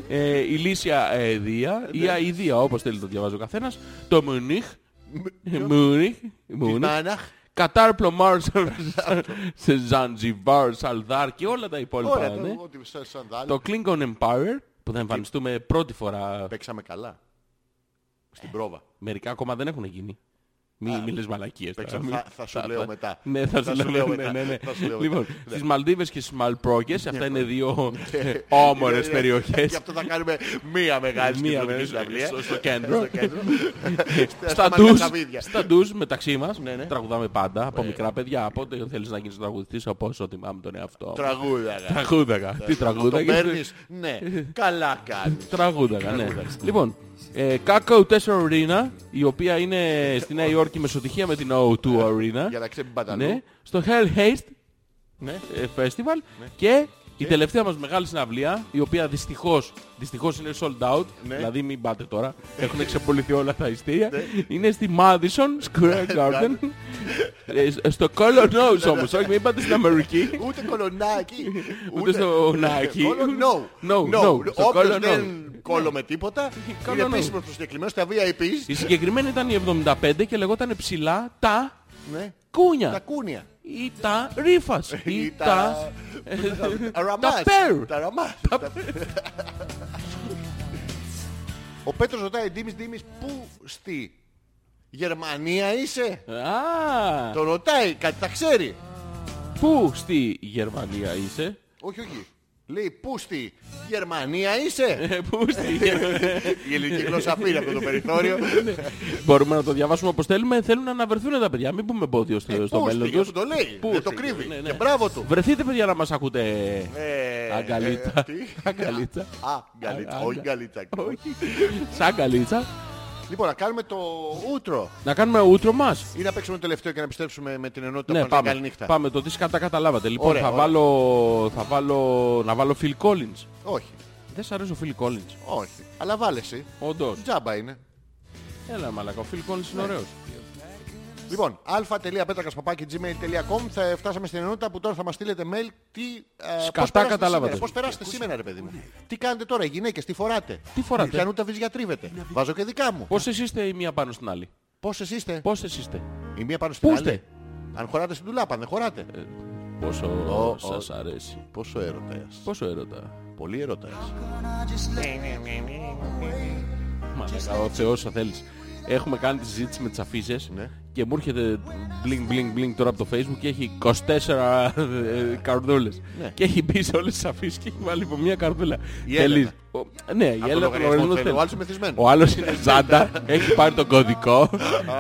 Speaker 1: Ε, Η Λύσια Αιδία,
Speaker 2: Ναι.
Speaker 1: ή Αιδία όπως θέλει το διαβάζει ο καθένας. Το Μουνίχ, Μουνίχ,
Speaker 2: Τη
Speaker 1: Ε, Μουνίχ.
Speaker 2: Μάναχ.
Speaker 1: Κατάρπλο Μάρσαλ σε Ζαντζιβάρ, Σαλδάρ και όλα τα υπόλοιπα.
Speaker 2: Ωραία,
Speaker 1: ναι.
Speaker 2: το- ότι σαν- σαν δάλι.
Speaker 1: Το Klingon Empire που θα εμφανιστούμε πρώτη φορά.
Speaker 2: Παίξαμε καλά. Στην πρόβα.
Speaker 1: Μερικά ακόμα δεν έχουν γίνει. Μη μιλες μαλακίες. τώρα.
Speaker 2: Παίξαμε.
Speaker 1: Μη-
Speaker 2: Θα- θα σου λέω μετά.
Speaker 1: Ναι, θα, σου λέω, μετά. Ναι, ναι.
Speaker 2: Θα σου λέω
Speaker 1: λοιπόν,
Speaker 2: μετά. Ναι,
Speaker 1: στις Μαλδίβες και στις Μαλπρόκες, αυτά είναι δύο Ε, όμορες
Speaker 2: Γι'
Speaker 1: περιοχές.
Speaker 2: αυτό θα κάνουμε μία μεγάλη
Speaker 1: Μία
Speaker 2: σκηνοτική
Speaker 1: μεγάλη
Speaker 2: συναυλία.
Speaker 1: στο- στο κέντρο.
Speaker 2: Στο κέντρο. Στα-
Speaker 1: Στα
Speaker 2: στα
Speaker 1: ντους,
Speaker 2: μαρκασαβίδια.
Speaker 1: στα ντους μεταξύ μας
Speaker 2: Ναι, ναι.
Speaker 1: τραγουδάμε πάντα από μικρά παιδιά. Από ό,τι θέλεις να γίνεις τραγουδιστής, από όσο θυμάμαι τον εαυτό. μου.
Speaker 2: Τραγούδαγα.
Speaker 1: Τραγούδαγα. Τι
Speaker 2: Ναι. Το
Speaker 1: τραγούδαγα.
Speaker 2: παίρνεις. Ναι. Καλά κάνεις.
Speaker 1: Τραγούδαγα, ναι. Λοιπόν, ε, Kakao 4 Arena, η οποία είναι στη Νέα Υόρκη μεσοτυχία με την O2 Arena.
Speaker 2: Για να ξέμπει
Speaker 1: Ναι,
Speaker 2: μπαταλού.
Speaker 1: στο Hell Haste
Speaker 2: Ναι.
Speaker 1: ε, Festival και η τελευταία μας μεγάλη συναυλία, η οποία δυστυχώς, δυστυχώς είναι sold out,
Speaker 2: Ναι.
Speaker 1: δηλαδή μην πάτε τώρα, έχουν ξεπολυθεί όλα τα ειστήρια, είναι στη Madison
Speaker 2: Ναι,
Speaker 1: Square Garden, ε, σ- στο Colonels όμως, όχι μην πάτε στην Αμερική.
Speaker 2: Ούτε κολονάκι.
Speaker 1: Ούτε στο νάκι.
Speaker 2: No.
Speaker 1: No, no. Στο κόλλο,
Speaker 2: Όποιος
Speaker 1: no.
Speaker 2: δεν κόλλο με τίποτα, είναι
Speaker 1: Κόλλο, no.
Speaker 2: επίσημος προσκεκλημένος στα VIPs.
Speaker 1: Η συγκεκριμένη ήταν η 75 και λεγόταν ψηλά τα
Speaker 2: Ναι. Τα
Speaker 1: κούνια
Speaker 2: κούνια.
Speaker 1: ή τα ρήφας ή
Speaker 2: Ή
Speaker 1: τα...
Speaker 2: τα... Τα ραμάς.
Speaker 1: πέρ.
Speaker 2: Τα ραμάς. Τα- Ο Πέτρος ρωτάει, Ντίμης, Ντίμης, πού στη Γερμανία είσαι.
Speaker 1: Α,
Speaker 2: Το ρωτάει, κάτι τα ξέρει.
Speaker 1: πού στη Γερμανία είσαι.
Speaker 2: Όχι, όχι. Λέει, πού στη Γερμανία είσαι.
Speaker 1: Ε, Πού στη Γερμανία.
Speaker 2: Η ελληνική γλώσσα αφήνει αυτό το περιθώριο.
Speaker 1: Ναι. Μπορούμε να το διαβάσουμε όπως θέλουμε. Θέλουν να αναβερθούν τα παιδιά. Μην πούμε εμπόδιο στο,
Speaker 2: Ε,
Speaker 1: στο
Speaker 2: πού στη,
Speaker 1: μέλλον
Speaker 2: γι' αυτό
Speaker 1: τους.
Speaker 2: το λέει.
Speaker 1: Πού
Speaker 2: Δεν το
Speaker 1: στη, ναι,
Speaker 2: κρύβει.
Speaker 1: ναι.
Speaker 2: Και μπράβο του.
Speaker 1: Βρεθείτε παιδιά να μας ακούτε.
Speaker 2: Ε,
Speaker 1: Αγκαλίτσα.
Speaker 2: ε, τι?
Speaker 1: Αγκαλίτσα.
Speaker 2: Α, αγκαλίτσα.
Speaker 1: Α,
Speaker 2: Όχι
Speaker 1: αγκα-
Speaker 2: αγκαλίτσα.
Speaker 1: Όχι. Σαν καλίτσα.
Speaker 2: Λοιπόν, να κάνουμε το ούτρο.
Speaker 1: Να κάνουμε ούτρο μας.
Speaker 2: Ή να παίξουμε το τελευταίο και να επιστρέψουμε με την ενότητα
Speaker 1: Ναι,
Speaker 2: που μας λέει
Speaker 1: πάμε.
Speaker 2: καληνύχτα.
Speaker 1: Πάμε το τι κατά καταλάβατε. Λοιπόν,
Speaker 2: Ωραία,
Speaker 1: θα,
Speaker 2: ωραία.
Speaker 1: Βάλω, θα βάλω, να βάλω Phil Collins.
Speaker 2: Όχι,
Speaker 1: Δεν σ' αρέσει ο Phil Collins.
Speaker 2: όχι. Αλλά βάλεσαι.
Speaker 1: Όντως.
Speaker 2: Τζάμπα είναι.
Speaker 1: Έλα μαλακά, ο Phil Collins είναι ωραίος.
Speaker 2: Λοιπόν, α.πέτρακα.gmail.com Θα φτάσαμε στην ενότητα που τώρα θα μας στείλετε mail τι, ε, πώς
Speaker 1: Σκατά
Speaker 2: περάσατε
Speaker 1: καταλάβατε.
Speaker 2: σήμερα, Πώς περάσετε σήμερα ρε παιδί μου. Τι κάνετε τώρα οι γυναίκες, τι φοράτε.
Speaker 1: Τι φοράτε.
Speaker 2: Ποια νου τα βυζιατρίβετε. Βάζω και δικά μου.
Speaker 1: Πόσες είστε η μία πάνω στην άλλη.
Speaker 2: Πόσες είστε.
Speaker 1: Πόσες είστε.
Speaker 2: Η μία πάνω στην
Speaker 1: Πού
Speaker 2: άλλη.
Speaker 1: είστε? Ε,
Speaker 2: Αν χωράτε στην τουλάπα, αν δεν χωράτε.
Speaker 1: Πόσο
Speaker 2: Ο,
Speaker 1: σας αρέσει.
Speaker 2: Πόσο έρωτας.
Speaker 1: Πόσο έρωτα.
Speaker 2: Πολύ έρωτας.
Speaker 1: Μαλάκα, ο Θεός θα θέλεις. Έχουμε κάνει τη συζήτηση με τις αφήσεις
Speaker 2: Ναι.
Speaker 1: και μου έρχεται bling bling bling τώρα από το facebook και έχει 24 ε, καρδούλες.
Speaker 2: Ναι.
Speaker 1: Και έχει μπει σε όλες τις αφήσεις και έχει βάλει από μια καρδούλα.
Speaker 2: Η Έλενα.
Speaker 1: Θέλεις- Ο- Ναι, η
Speaker 2: Από
Speaker 1: Έλενα
Speaker 2: τον
Speaker 1: τον
Speaker 2: λογαριασμό
Speaker 1: ορισμό
Speaker 2: θέλει.
Speaker 1: θέλει.
Speaker 2: Ο άλλος είναι μεθυσμένος.
Speaker 1: Ο άλλος είναι ζάντα, έχει πάρει τον κωδικό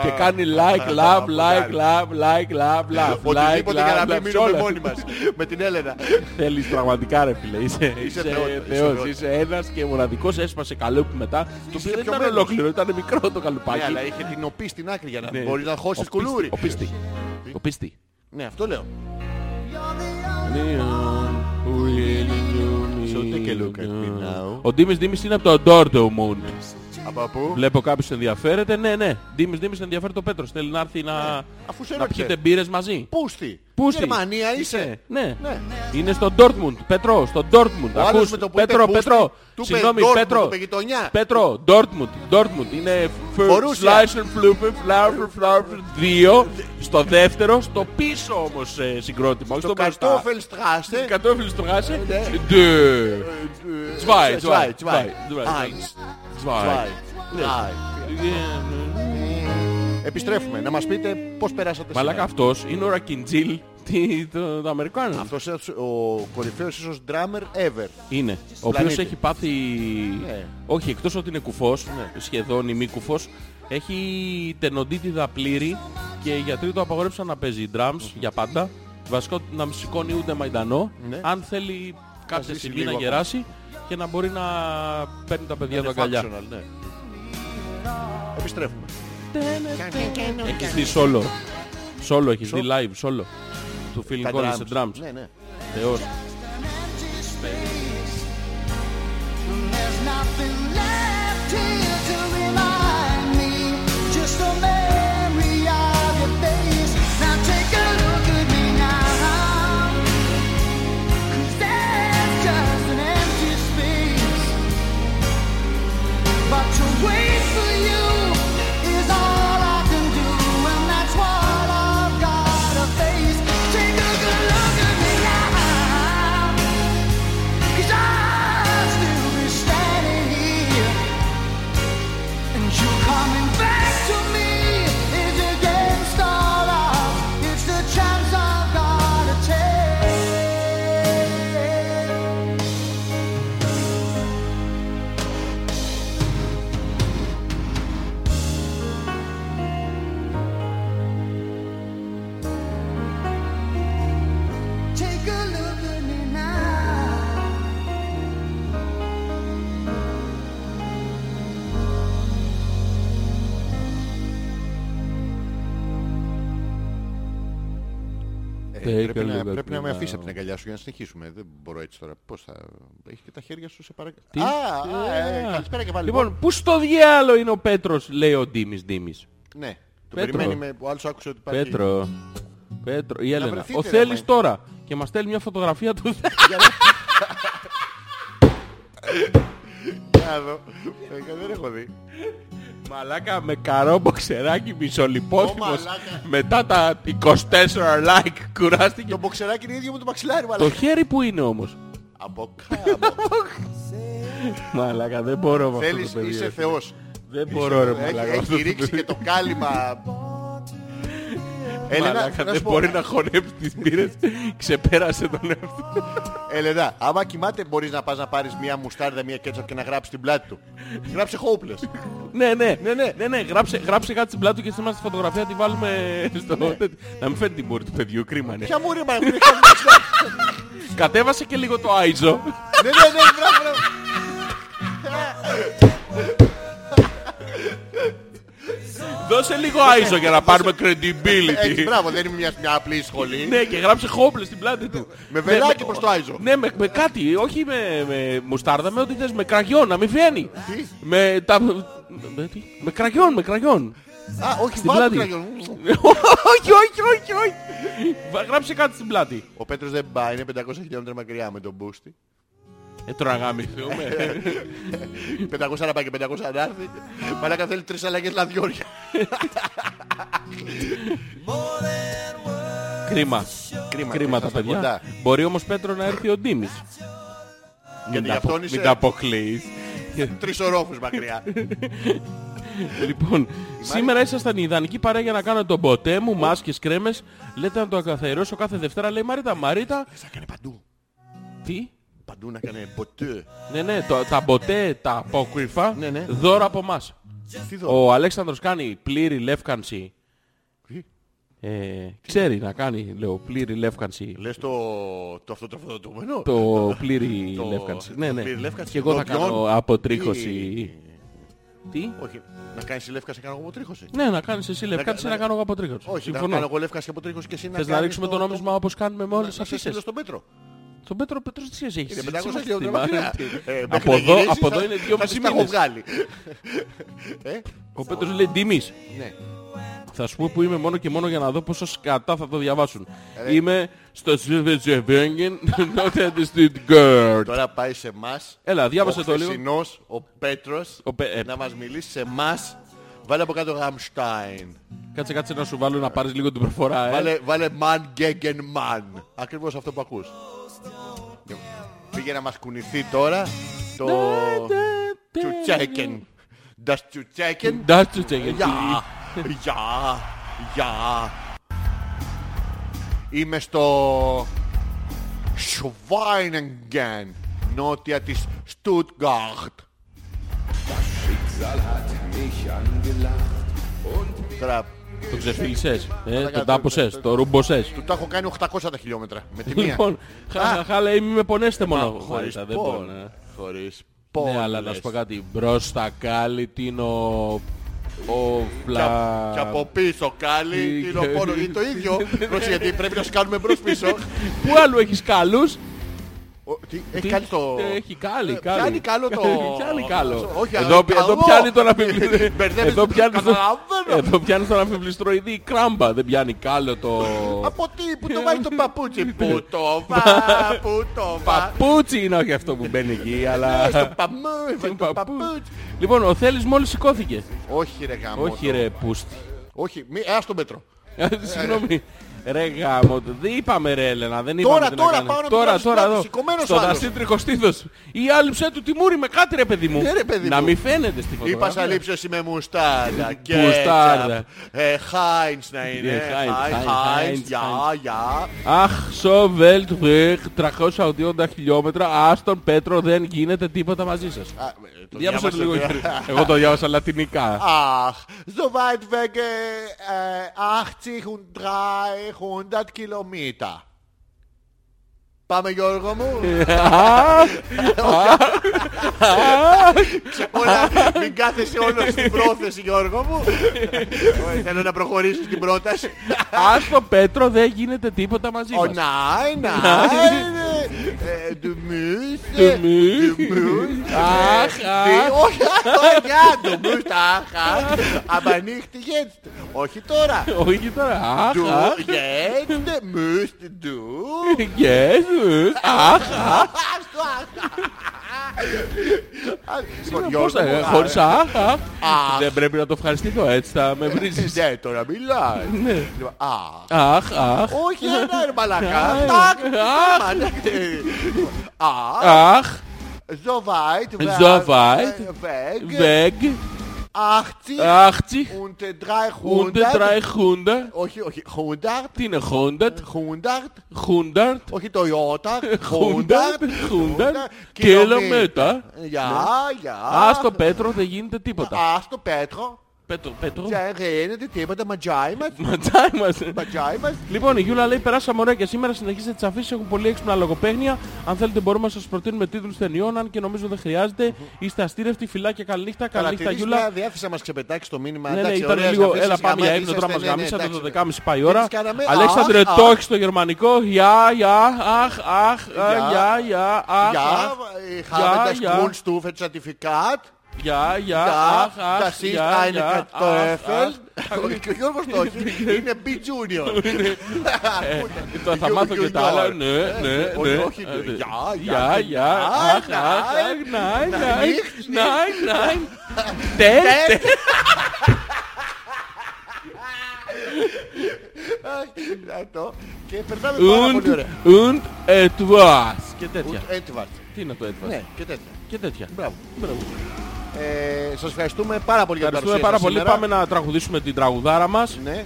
Speaker 1: και κάνει like, love, like, love, like, love, love, like,
Speaker 2: Οτιδήποτε για
Speaker 1: love,
Speaker 2: να
Speaker 1: love,
Speaker 2: μην
Speaker 1: σε
Speaker 2: μείνουμε
Speaker 1: όλα.
Speaker 2: μόνοι μας. Με την Έλενα.
Speaker 1: Θέλεις πραγματικά ρε φίλε, είσαι, είσαι
Speaker 2: θεός,
Speaker 1: θεός,
Speaker 2: είσαι
Speaker 1: είσαι,
Speaker 2: θεός.
Speaker 1: ένας και μοναδικός έσπασε καλούπι μετά, το οποίο δεν ήταν
Speaker 2: πιωμένος.
Speaker 1: ολόκληρο, ήταν μικρό το
Speaker 2: Ναι,
Speaker 1: καλουπάκι.
Speaker 2: αλλά είχε την οπή στην άκρη για να
Speaker 1: Ναι.
Speaker 2: μπορείς να
Speaker 1: Ο
Speaker 2: χώσεις
Speaker 1: πίστη-
Speaker 2: κουλούρι.
Speaker 1: Ο πίστη. Ο πίστη.
Speaker 2: Ναι, αυτό λέω.
Speaker 1: Ναι, ε,
Speaker 2: So take a look at me now.
Speaker 1: Ο Ντίμης Ντίμης είναι από το Dortmund.
Speaker 2: Από πού?
Speaker 1: Βλέπω κάποιος ενδιαφέρεται. Ναι, ναι. Ντίμης Ντίμης ενδιαφέρεται ο Πέτρος. Θέλει να έρθει να,
Speaker 2: Αφού σε
Speaker 1: να
Speaker 2: ρώτησε.
Speaker 1: πιείτε μπύρες μαζί.
Speaker 2: Πούστη.
Speaker 1: Πούστη.
Speaker 2: Γερμανία είσαι.
Speaker 1: Ναι.
Speaker 2: Ναι.
Speaker 1: Είναι στο Dortmund. Πέτρο, στο Dortmund.
Speaker 2: άλλος
Speaker 1: Ακούς,
Speaker 2: με το που
Speaker 1: Πέτρο,
Speaker 2: είπε
Speaker 1: Πέτρο.
Speaker 2: Πούστη, του είπε
Speaker 1: Συγγνώμη,
Speaker 2: Dortmund, του
Speaker 1: Πέτρο.
Speaker 2: είπε γειτονιά.
Speaker 1: Πέτρο, Dortmund. Dortmund. Είναι φ-
Speaker 2: Μπορούσε.
Speaker 1: Slice and Fluffer, Flower, Flower 2. Στο δεύτερο, στο πίσω όμως ε, συγκρότημα. όχι
Speaker 2: Το
Speaker 1: Στο μπροστά.
Speaker 2: Kartoffelstraße.
Speaker 1: Κατόφυλλο στο γάσι.
Speaker 2: Ναι.
Speaker 1: Deux. Zwei, zwei, zwei,
Speaker 2: Zwei, zwei.
Speaker 1: zwei.
Speaker 2: Eins,
Speaker 1: Zwei.
Speaker 2: zwei, drei. Ναι. Επιστρέφουμε να μας πείτε πώς περάσατε
Speaker 1: Μαλάκα ναι.
Speaker 2: σήμερα.
Speaker 1: αυτός είναι ο Ρακιντζίλ τι- το- το Αμερικάνων.
Speaker 2: Αυτός είναι ο κορυφαίος ίσως drummer ever.
Speaker 1: Είναι. Ο οποίος
Speaker 2: πλανήτη.
Speaker 1: έχει πάθει...
Speaker 2: Ναι.
Speaker 1: Όχι, εκτός ότι είναι κουφός, σχεδόν ή μη κουφός, έχει τενοντίτιδα πλήρη και οι γιατροί του απαγόρεψαν να παίζει drums για πάντα. Βασικό να μην σηκώνει ούτε μαϊντανό.
Speaker 2: Ναι.
Speaker 1: Αν θέλει κάποια
Speaker 2: ζήσει
Speaker 1: στιγμή
Speaker 2: λίγο
Speaker 1: να
Speaker 2: ακόμα.
Speaker 1: γεράσει και να μπορεί να παίρνει τα παιδιά του
Speaker 2: Είναι
Speaker 1: αγκαλιά.
Speaker 2: functional, ναι. Επιστρέφουμε.
Speaker 1: Έχεις δει solo. Solo, έχεις
Speaker 2: Ναι. Solo.
Speaker 1: δει live, solo. Του Phil
Speaker 2: Τα
Speaker 1: Collins σε drums.
Speaker 2: Ναι, ναι.
Speaker 1: Θεός.
Speaker 5: There's nothing left here to remind me. Just a memory of your face. Now take a look at me now. 'Cause there's just an empty space. But to wait for you is all I can do, and that's what I've got to face. Take a good look at me now. Cause I'll still be standing here And you coming back to me Is against all odds It's the chance I've gotta take Take a look at me now
Speaker 2: Ε,
Speaker 1: Take
Speaker 2: πρέπει
Speaker 1: a
Speaker 2: να,
Speaker 1: look at
Speaker 2: πρέπει
Speaker 1: me
Speaker 2: να με
Speaker 1: now.
Speaker 2: αφήσει από την αγκαλιά σου για να συνεχίσουμε. Δεν μπορώ έτσι τώρα. Πώς θα. Έχεις και τα χέρια σου σε παρακαλώ.
Speaker 1: Τι?
Speaker 2: Α, α, ε,
Speaker 1: Α.
Speaker 2: καλησπέρα και πάλι.
Speaker 1: Λοιπόν, πού στο διάλογο είναι ο Πέτρος, λέει ο Ντίμης Ντίμης.
Speaker 2: Ναι. Το
Speaker 1: Πέτρο.
Speaker 2: περιμένει με. Ο άλλος άκουσε ότι υπάρχει.
Speaker 1: Πέτρο. Πέτρο, η Έλενα.
Speaker 2: βρεθείτε,
Speaker 1: Ο
Speaker 2: ρε,
Speaker 1: Θέλης
Speaker 2: μάι.
Speaker 1: τώρα. Και μας στέλνει μια φωτογραφία του.
Speaker 2: Για να δω. Ε, Δεν έχω δει.
Speaker 1: Μαλάκα με καρό μποξεράκι μισολιπόθυμος.
Speaker 2: Ω, μαλάκα.
Speaker 1: Μετά τα 24 like κουράστηκε.
Speaker 2: Το μποξεράκι είναι ίδιο με το μαξιλάρι,
Speaker 1: Το
Speaker 2: μάλλον.
Speaker 1: χέρι που είναι όμως.
Speaker 2: Από κάπου.
Speaker 1: Μαλάκα δεν μπορώ με αυτό το
Speaker 2: Θέλεις,
Speaker 1: παιδί.
Speaker 2: είσαι
Speaker 1: ρε.
Speaker 2: θεός.
Speaker 1: Δεν μπορώ ρε
Speaker 2: Έχει-
Speaker 1: μαλάκα. με αυτό
Speaker 2: Έχει
Speaker 1: το
Speaker 2: ρίξει
Speaker 1: παιδί.
Speaker 2: και το κάλυμα. Έλενα,
Speaker 1: Μαλάκα,
Speaker 2: να
Speaker 1: δεν
Speaker 2: σου πω,
Speaker 1: μπορεί να χωνέψει τις μπύρες. Ξεπέρασε τον εαυτό. του.
Speaker 2: Έλενα, άμα κοιμάται μπορείς να πας να πάρεις μια μουστάρδα, μια κέτσαπ και να γράψεις την πλάτη του. Γράψε hopeless.
Speaker 1: Ναι, ναι, ναι, ναι, ναι, ναι. Γράψε, γράψε κάτι στην πλάτη του και στείλ μας τη φωτογραφία τη βάλουμε στο τέτοιο. Να μην φαίνεται την μούρη του παιδιού, κρίμα είναι.
Speaker 2: Ναι. Ποια μου ρε μαλάκα, μου έχει κάνει μαξιλάρι.
Speaker 1: Κατέβασε και λίγο το Άιζο.
Speaker 2: Ναι, ναι, ναι, μπράβο, μπράβο.
Speaker 1: Δώσε
Speaker 2: Ναι.
Speaker 1: λίγο Άιζο για να πάρουμε
Speaker 2: Έτσι,
Speaker 1: credibility.
Speaker 2: μπράβο, δεν είναι μια, μια απλή σχολή.
Speaker 1: Ναι, και γράψε χόμπλε στην πλάτη του.
Speaker 2: Με
Speaker 1: Ναι,
Speaker 2: βελάκι προς το Άιζο.
Speaker 1: Ναι, με, με κάτι, όχι με, με μουστάρδα, με ό,τι θες, με κραγιόν, να μην φαίνει.
Speaker 2: Τι?
Speaker 1: Με τα... Με, τι? με κραγιόν, με κραγιόν.
Speaker 2: Α, όχι,
Speaker 1: Στην
Speaker 2: βάλτε
Speaker 1: πλάτη.
Speaker 2: κραγιόν.
Speaker 1: όχι, όχι, όχι, όχι. Βα- Γράψε κάτι στην πλάτη.
Speaker 2: Ο Πέτρος δεν πάει, είναι 500 χιλιόμετρα μακριά με τον Μπούστη.
Speaker 1: Ε, τώρα γάμι, θεούμε.
Speaker 2: 500 να πάει και 500 να έρθει. Μαλάκα θέλει τρεις αλλαγές λαδιόρια.
Speaker 1: Κρίμα. Κρίμα, τα
Speaker 2: ήρθατε
Speaker 1: παιδιά.
Speaker 2: κοντά.
Speaker 1: Μπορεί όμως Πέτρο να έρθει ο Ντίμης.
Speaker 2: Γιατί
Speaker 1: τα
Speaker 2: γι' αυτόν
Speaker 1: απο-
Speaker 2: είσαι-
Speaker 1: Μην τα αποκλείεις.
Speaker 2: Τρεις ορόφους μακριά.
Speaker 1: λοιπόν, σήμερα ήσασταν η ιδανική παρέα για να κάνω τον ποτέ μου, μάσκες, κρέμες. Λέτε να το ακαθαρίσω κάθε Δευτέρα, λέει Μαρίτα. Μαρίτα,
Speaker 2: Θα κάνει παντού.
Speaker 1: τι.
Speaker 2: Παντού να κάνει ποτέ.
Speaker 1: Ναι, ναι, το- τα ποτέ, τα απόκριφα,
Speaker 2: Ναι, ναι.
Speaker 1: δώρο από μας.
Speaker 2: Τι δω.
Speaker 1: Ο Αλέξανδρος κάνει πλήρη λεύκανση.
Speaker 2: Τι?
Speaker 1: Ε, ξέρει να κάνει, λέω, πλήρη λεύκανση.
Speaker 2: Λες το, το αυτοτροφοδοτούμενο.
Speaker 1: Το πλήρη
Speaker 2: το-
Speaker 1: λεύκανση.
Speaker 2: το
Speaker 1: Ναι, ναι.
Speaker 2: πλήρη λεύκανση
Speaker 1: Και εγώ θα
Speaker 2: ντόπιων
Speaker 1: κάνω
Speaker 2: ή-
Speaker 1: αποτρίχωση. Τι?
Speaker 2: Όχι, να κάνεις λεύκαση και να κάνω εγώ αποτρίχωση.
Speaker 1: Ναι, να κάνεις εσύ λευκάνηση,
Speaker 2: ναι,
Speaker 1: να
Speaker 2: ναι.
Speaker 1: κάνω εγώ αποτρίχωση.
Speaker 2: Όχι, να
Speaker 1: Συμφωνώ.
Speaker 2: κάνω εγώ λεύκαση και αποτρίχωση και εσύ να
Speaker 1: Θες να
Speaker 2: κάνεις
Speaker 1: ρίξουμε το νόμισμα όπως κάνουμε με όλες τις
Speaker 2: Να σε στείλω
Speaker 1: αφήσεις.
Speaker 2: στον Πέτρο.
Speaker 1: Τον Πέτρο Πέτρο τι σχέση έχεις.
Speaker 2: Είναι
Speaker 1: συζήτηση
Speaker 2: 500
Speaker 1: με
Speaker 2: χιλιόμετρα
Speaker 1: αυτή τη
Speaker 2: μακριά.
Speaker 1: μάνα.
Speaker 2: Ε, μέχρι
Speaker 1: Από
Speaker 2: να
Speaker 1: εδώ-
Speaker 2: γυρίσεις
Speaker 1: από
Speaker 2: θα-
Speaker 1: εδώ είναι δυόμιση
Speaker 2: Θα τις τα έχω
Speaker 1: μήνες.
Speaker 2: βγάλει. Ε,
Speaker 1: Ο Πέτρος λέει Ντίμης.
Speaker 2: ναι.
Speaker 1: Θα σου πω που είμαι μόνο και μόνο για να δω πόσο σκατά θα το διαβάσουν.
Speaker 2: Ε,
Speaker 1: Είμαι στο Σιλβετζεβέγγεν, not at the Stuttgart.
Speaker 2: Τώρα πάει σε εμάς.
Speaker 1: Έλα, διάβασε
Speaker 2: ο
Speaker 1: το λίγο.
Speaker 2: χθεσινός, ο Πέτρος,
Speaker 1: Ο Πε- ε.
Speaker 2: να μας μιλήσει σε εμάς. Βάλε από κάτω Rammstein.
Speaker 1: Κάτσε, κάτσε να σου βάλω να πάρεις λίγο την προφορά, ε.
Speaker 2: Βάλε, βάλε man gegen man. Ακριβώς αυτό που ακούς. Λοιπόν, Πήγε να μας κουνηθεί τώρα το
Speaker 1: Ναι,
Speaker 2: τσουτσέκεν. Das τσουτσέκεν.
Speaker 1: Das Zuchecken.
Speaker 2: Γεια. Γεια. Γεια. Είμαι στο Schweinengen, νότια της Stuttgart. Τώρα,
Speaker 1: Το ξεφίλησες, ε,
Speaker 2: Παρακάτω,
Speaker 1: το τάποσες, το ρούμποσες.
Speaker 2: του τα έχω κάνει 800 τα χιλιόμετρα με τη μία.
Speaker 1: Λοιπόν, χάλα, λέει μη με πονέστε μόνο.
Speaker 2: Χωρίς
Speaker 1: Μάλιστα, δεν
Speaker 2: πόν.
Speaker 1: πονέ.
Speaker 2: Χωρίς
Speaker 1: Ναι,
Speaker 2: πόν,
Speaker 1: αλλά να
Speaker 2: λες.
Speaker 1: σου πω κάτι. Μπροστά κάλλη την ο... Ο
Speaker 2: Και
Speaker 1: φλα...
Speaker 2: απ- Και από πίσω κάλλη,
Speaker 1: Τι-
Speaker 2: την οπόνο, είναι το ίδιο. Πρόσεχε, γιατί πρέπει να σου κάνουμε μπρος πίσω.
Speaker 1: Πού άλλο έχεις καλούς.
Speaker 2: Ο- τι- Έχει
Speaker 1: Τι-
Speaker 2: κάνει το...
Speaker 1: Έχει κάλει,
Speaker 2: Ε,
Speaker 1: κάλει.
Speaker 2: Πιάνει καλό το...
Speaker 1: Πιάνει καλό.
Speaker 2: Όχι,
Speaker 1: εδώ,
Speaker 2: α,
Speaker 1: εδώ
Speaker 2: καλό. Ε,
Speaker 1: πιάνει τον αμφιβληστρό.
Speaker 2: Μπερδεύεις
Speaker 1: εδώ
Speaker 2: τους
Speaker 1: πιάνει τον,
Speaker 2: καταλαβαίνω.
Speaker 1: εδώ πιάνει τον αμφιβληστροειδή η κράμπα. Δεν πιάνει καλό το...
Speaker 2: Από τι, που το βάζει το παπούτσι. Που το βά, που το βά.
Speaker 1: Παπούτσι είναι όχι αυτό που μπαίνει εκεί, αλλά...
Speaker 2: Ναι, Στο παμού,
Speaker 1: Στην
Speaker 2: το
Speaker 1: παπού.
Speaker 2: παπούτσι.
Speaker 1: Λοιπόν, ο Θέλης μόλις σηκώθηκε.
Speaker 2: Όχι ρε γάμο.
Speaker 1: Όχι ρε πούστη.
Speaker 2: Όχι, μη, ε, ας το μέτρο. Ε,
Speaker 1: Συγγνώμη. Ρε γάμο, δεν είπαμε ρε Έλενα, δεν είπαμε
Speaker 2: Τώρα,
Speaker 1: τι
Speaker 2: τώρα,
Speaker 1: να κάνεις.
Speaker 2: πάω να το
Speaker 1: Τώρα,
Speaker 2: βγάλω
Speaker 1: τώρα,
Speaker 2: σπάτη,
Speaker 1: εδώ,
Speaker 2: σηκωμένος
Speaker 1: στο
Speaker 2: ο άλλος.
Speaker 1: δασίτρικο στήθος. Ή άλυψέ του τη μούρη με κάτι ρε παιδί μου.
Speaker 2: Ναι, ρε, παιδί
Speaker 1: να
Speaker 2: μου.
Speaker 1: μην φαίνεται στη
Speaker 2: Είπα σαν
Speaker 1: φωτογραφία.
Speaker 2: λήψος είμαι μουστάρδα και
Speaker 1: Μουστάρδα.
Speaker 2: Χάιντς να
Speaker 1: Ε,
Speaker 2: είναι.
Speaker 1: Heinz, Heinz, Heinz.
Speaker 2: Χάιντς, γεια, γεια.
Speaker 1: Αχ, Σοβέλτ, 380 χιλιόμετρα, Άστον Πέτρο, δεν γίνεται τίποτα μαζί σας.
Speaker 2: Α, ε, το
Speaker 1: Διάβασα το λίγο.
Speaker 2: διάβασα τώρα.
Speaker 1: κύριε. Εγώ το διάβασα λατινικά.
Speaker 2: Ach, so weit weg äh, 80 und 300 Kilometer. Πάμε Γιώργο μου. Όλα, μην κάθεσαι όλος στην πρόθεση Γιώργο μου. Ε, Θέλω να προχωρήσεις την πρόταση.
Speaker 1: Άστον Πέτρο, δεν γίνεται τίποτα μαζί
Speaker 2: Oh
Speaker 1: μας.
Speaker 2: nein, nein. Ε, Du musst.
Speaker 1: Du Ah. musst.
Speaker 2: Du musst.
Speaker 1: Αχ,
Speaker 2: Τι,
Speaker 1: αχ.
Speaker 2: όχι, αχ, ja, du musst, ach, ach. Aber nicht jetzt. Όχι τώρα.
Speaker 1: Όχι τώρα, αχ,
Speaker 2: Du
Speaker 1: αχ.
Speaker 2: jetzt musst du.
Speaker 1: Yes, yes. αχ.
Speaker 2: Αχ, στο αχ. Λοιπόν,
Speaker 1: Πώς
Speaker 2: Γιώργο
Speaker 1: θα,
Speaker 2: μου,
Speaker 1: ε,
Speaker 2: α,
Speaker 1: χωρίς
Speaker 2: ε,
Speaker 1: αχ, αχ.
Speaker 2: Αχ.
Speaker 1: Δεν πρέπει να το ευχαριστήσω, έτσι θα με βρίζεις.
Speaker 2: Ναι, τώρα μιλάει.
Speaker 1: Ναι.
Speaker 2: Λοιπόν, Αχ.
Speaker 1: Αχ, αχ.
Speaker 2: Όχι, ένα ρε μαλακά.
Speaker 1: Ναι. Ε,
Speaker 2: Τάκ,
Speaker 1: αχ.
Speaker 2: μάνα, ε. Αχ.
Speaker 1: Αχ,
Speaker 2: So weit, we-
Speaker 1: So weit,
Speaker 2: we- ε, weg,
Speaker 1: Ε, weg,
Speaker 2: Ε, 80
Speaker 1: 80
Speaker 2: und
Speaker 1: und
Speaker 2: 300.
Speaker 1: 300.
Speaker 2: Όχι, όχι, 100,
Speaker 1: Τι είναι, 100,
Speaker 2: 100,
Speaker 1: 100,
Speaker 2: όχι Toyota,
Speaker 1: 100,
Speaker 2: 100,
Speaker 1: 100 κιλομέτρα.
Speaker 2: Γεια, γεια.
Speaker 1: Α Ναι. το Πέτρο, δεν γίνεται τίποτα.
Speaker 2: Ας το πέτρο.
Speaker 1: Πέτρο, Πέτρο.
Speaker 2: Δεν γίνεται τίποτα, ματζάι μας.
Speaker 1: Ματσάι μας.
Speaker 2: Ματζάι μας.
Speaker 1: Λοιπόν, η Γιούλα λέει: Περάσαμε ωραία και σήμερα συνεχίζετε τις αφήσεις. Έχουν πολύ έξυπνα λογοπαίγνια. Αν θέλετε, μπορούμε να σας προτείνουμε τίτλους ταινιών. Αν και νομίζω δεν χρειάζεται. Είστε αστήρευτοι, φιλάκια, καληνύχτα. Καληνύχτα,
Speaker 2: Παρατηρήσεις
Speaker 1: Γιούλα.
Speaker 2: μια διάθεση να μας ξεπετάξει το μήνυμα.
Speaker 1: Ναι, ναι,
Speaker 2: Εντάξει,
Speaker 1: ήταν
Speaker 2: ωραίες
Speaker 1: λίγο.
Speaker 2: αφήσεις,
Speaker 1: Έλα, πάμε για
Speaker 2: γαμάτι,
Speaker 1: ύπνο
Speaker 2: είσαστε,
Speaker 1: τώρα. Μα
Speaker 2: ναι, ναι,
Speaker 1: γαμίσατε
Speaker 2: εντάξει,
Speaker 1: το
Speaker 2: ναι.
Speaker 1: 12.30 πάει η ώρα.
Speaker 2: τις κάναμε.
Speaker 1: Αλέξανδρε,
Speaker 2: Αχ,
Speaker 1: το
Speaker 2: αχ.
Speaker 1: έχεις στο γερμανικό. Γεια, γεια, αχ, αχ, α, γεια, γεια, αχ,
Speaker 2: Ja,
Speaker 1: αχ.
Speaker 2: ich
Speaker 1: Ja,
Speaker 2: habe das
Speaker 1: ja.
Speaker 2: Grundstufenzertifikat.
Speaker 1: Γεια, γεια,
Speaker 2: Ja,
Speaker 1: αχ, αχ.
Speaker 2: das ist
Speaker 1: γεια,
Speaker 2: eine
Speaker 1: γεια, αχ,
Speaker 2: Kartoffel.
Speaker 1: αχ. Ναι.
Speaker 2: Ο Γιώργος το έχει. Είναι B Junior.
Speaker 1: Το θα
Speaker 2: Γιου-
Speaker 1: μάθω και τα άλλα.
Speaker 2: Junior.
Speaker 1: Ναι, ναι,
Speaker 2: όχι,
Speaker 1: ναι.
Speaker 2: όχι, ναι. Γεια,
Speaker 1: Γεια,
Speaker 2: γεια,
Speaker 1: γεια.
Speaker 2: nein,
Speaker 1: Αχ, αχ, αχ,
Speaker 2: nein,
Speaker 1: nein, nein.
Speaker 2: nicht,
Speaker 1: Nein, nein. Ted,
Speaker 2: Αυτό. Και περνάμε πάρα
Speaker 1: und,
Speaker 2: πολύ ωραία.
Speaker 1: und etwas. Και τέτοια.
Speaker 2: Und etwas.
Speaker 1: Τι είναι το etwas.
Speaker 2: Ναι, και τέτοια.
Speaker 1: Και τέτοια.
Speaker 2: Μπράβο. Ε, Σας ευχαριστούμε πάρα πολύ για την
Speaker 1: Ευχαριστούμε
Speaker 2: παρουσία
Speaker 1: πάρα
Speaker 2: σας
Speaker 1: πολύ.
Speaker 2: σήμερα.
Speaker 1: Πάμε να τραγουδήσουμε την τραγουδάρα μας.
Speaker 2: Ναι.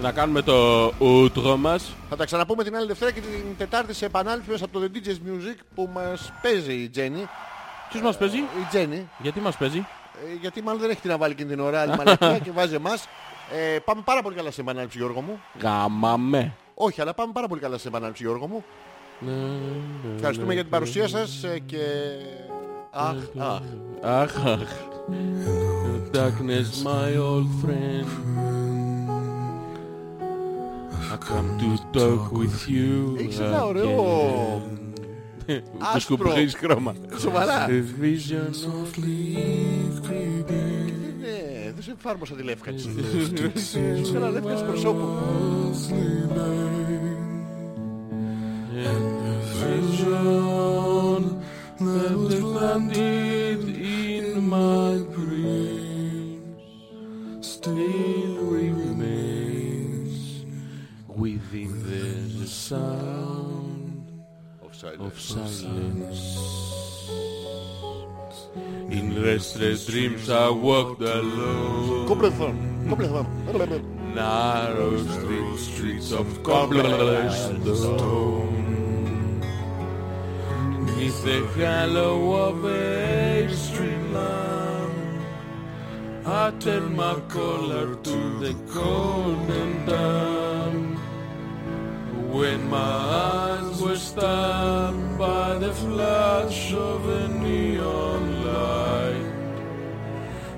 Speaker 1: Να κάνουμε το ούτρο μας.
Speaker 2: Θα τα ξαναπούμε την άλλη Δευτέρα και την Τετάρτη σε επανάληψη μέσα από το The DJ's Music που μας παίζει η Τζέννη.
Speaker 1: Ποιος μας παίζει.
Speaker 2: Η Τζέννη,
Speaker 1: Γιατί μας παίζει.
Speaker 2: ε, γιατί μάλλον δεν έχει τι να βάλει εκείνη την ώρα άλλη μαλακία και βάζει εμάς. Ε, πάμε πάρα πολύ καλά σε επανάληψη Γιώργο μου.
Speaker 1: Γαμάμε.
Speaker 2: Όχι, αλλά πάμε πάρα πολύ καλά σε επανάληψη Γιώργο μου. Ευχαριστούμε για την παρουσία σας ε, και... Αχ, αχ.
Speaker 1: Αχ, αχ. Darkness, my old friend. I Come to talk with you.
Speaker 2: Έχεις ένα ωραίο
Speaker 1: Το
Speaker 2: άσπρο.
Speaker 1: σκουπρίζεις χρώμα.
Speaker 2: Σοβαρά.
Speaker 1: A vision of
Speaker 2: Ναι, δεν σε εφάρμοσα τη λεύκα της. Σου έκανα λεύκα της προσώπου.
Speaker 1: vision that was planted in my dreams still remains within the sound
Speaker 2: Offside.
Speaker 1: of silence. In restless dreams I walked alone.
Speaker 2: Κόμπλεθον. Κόμπλεθον.
Speaker 1: Narrow street, streets of cobblestone. Neath the halo of a street lamp, I turn my collar to the cold and damp. When my eyes were stabbed by the flash of a neon light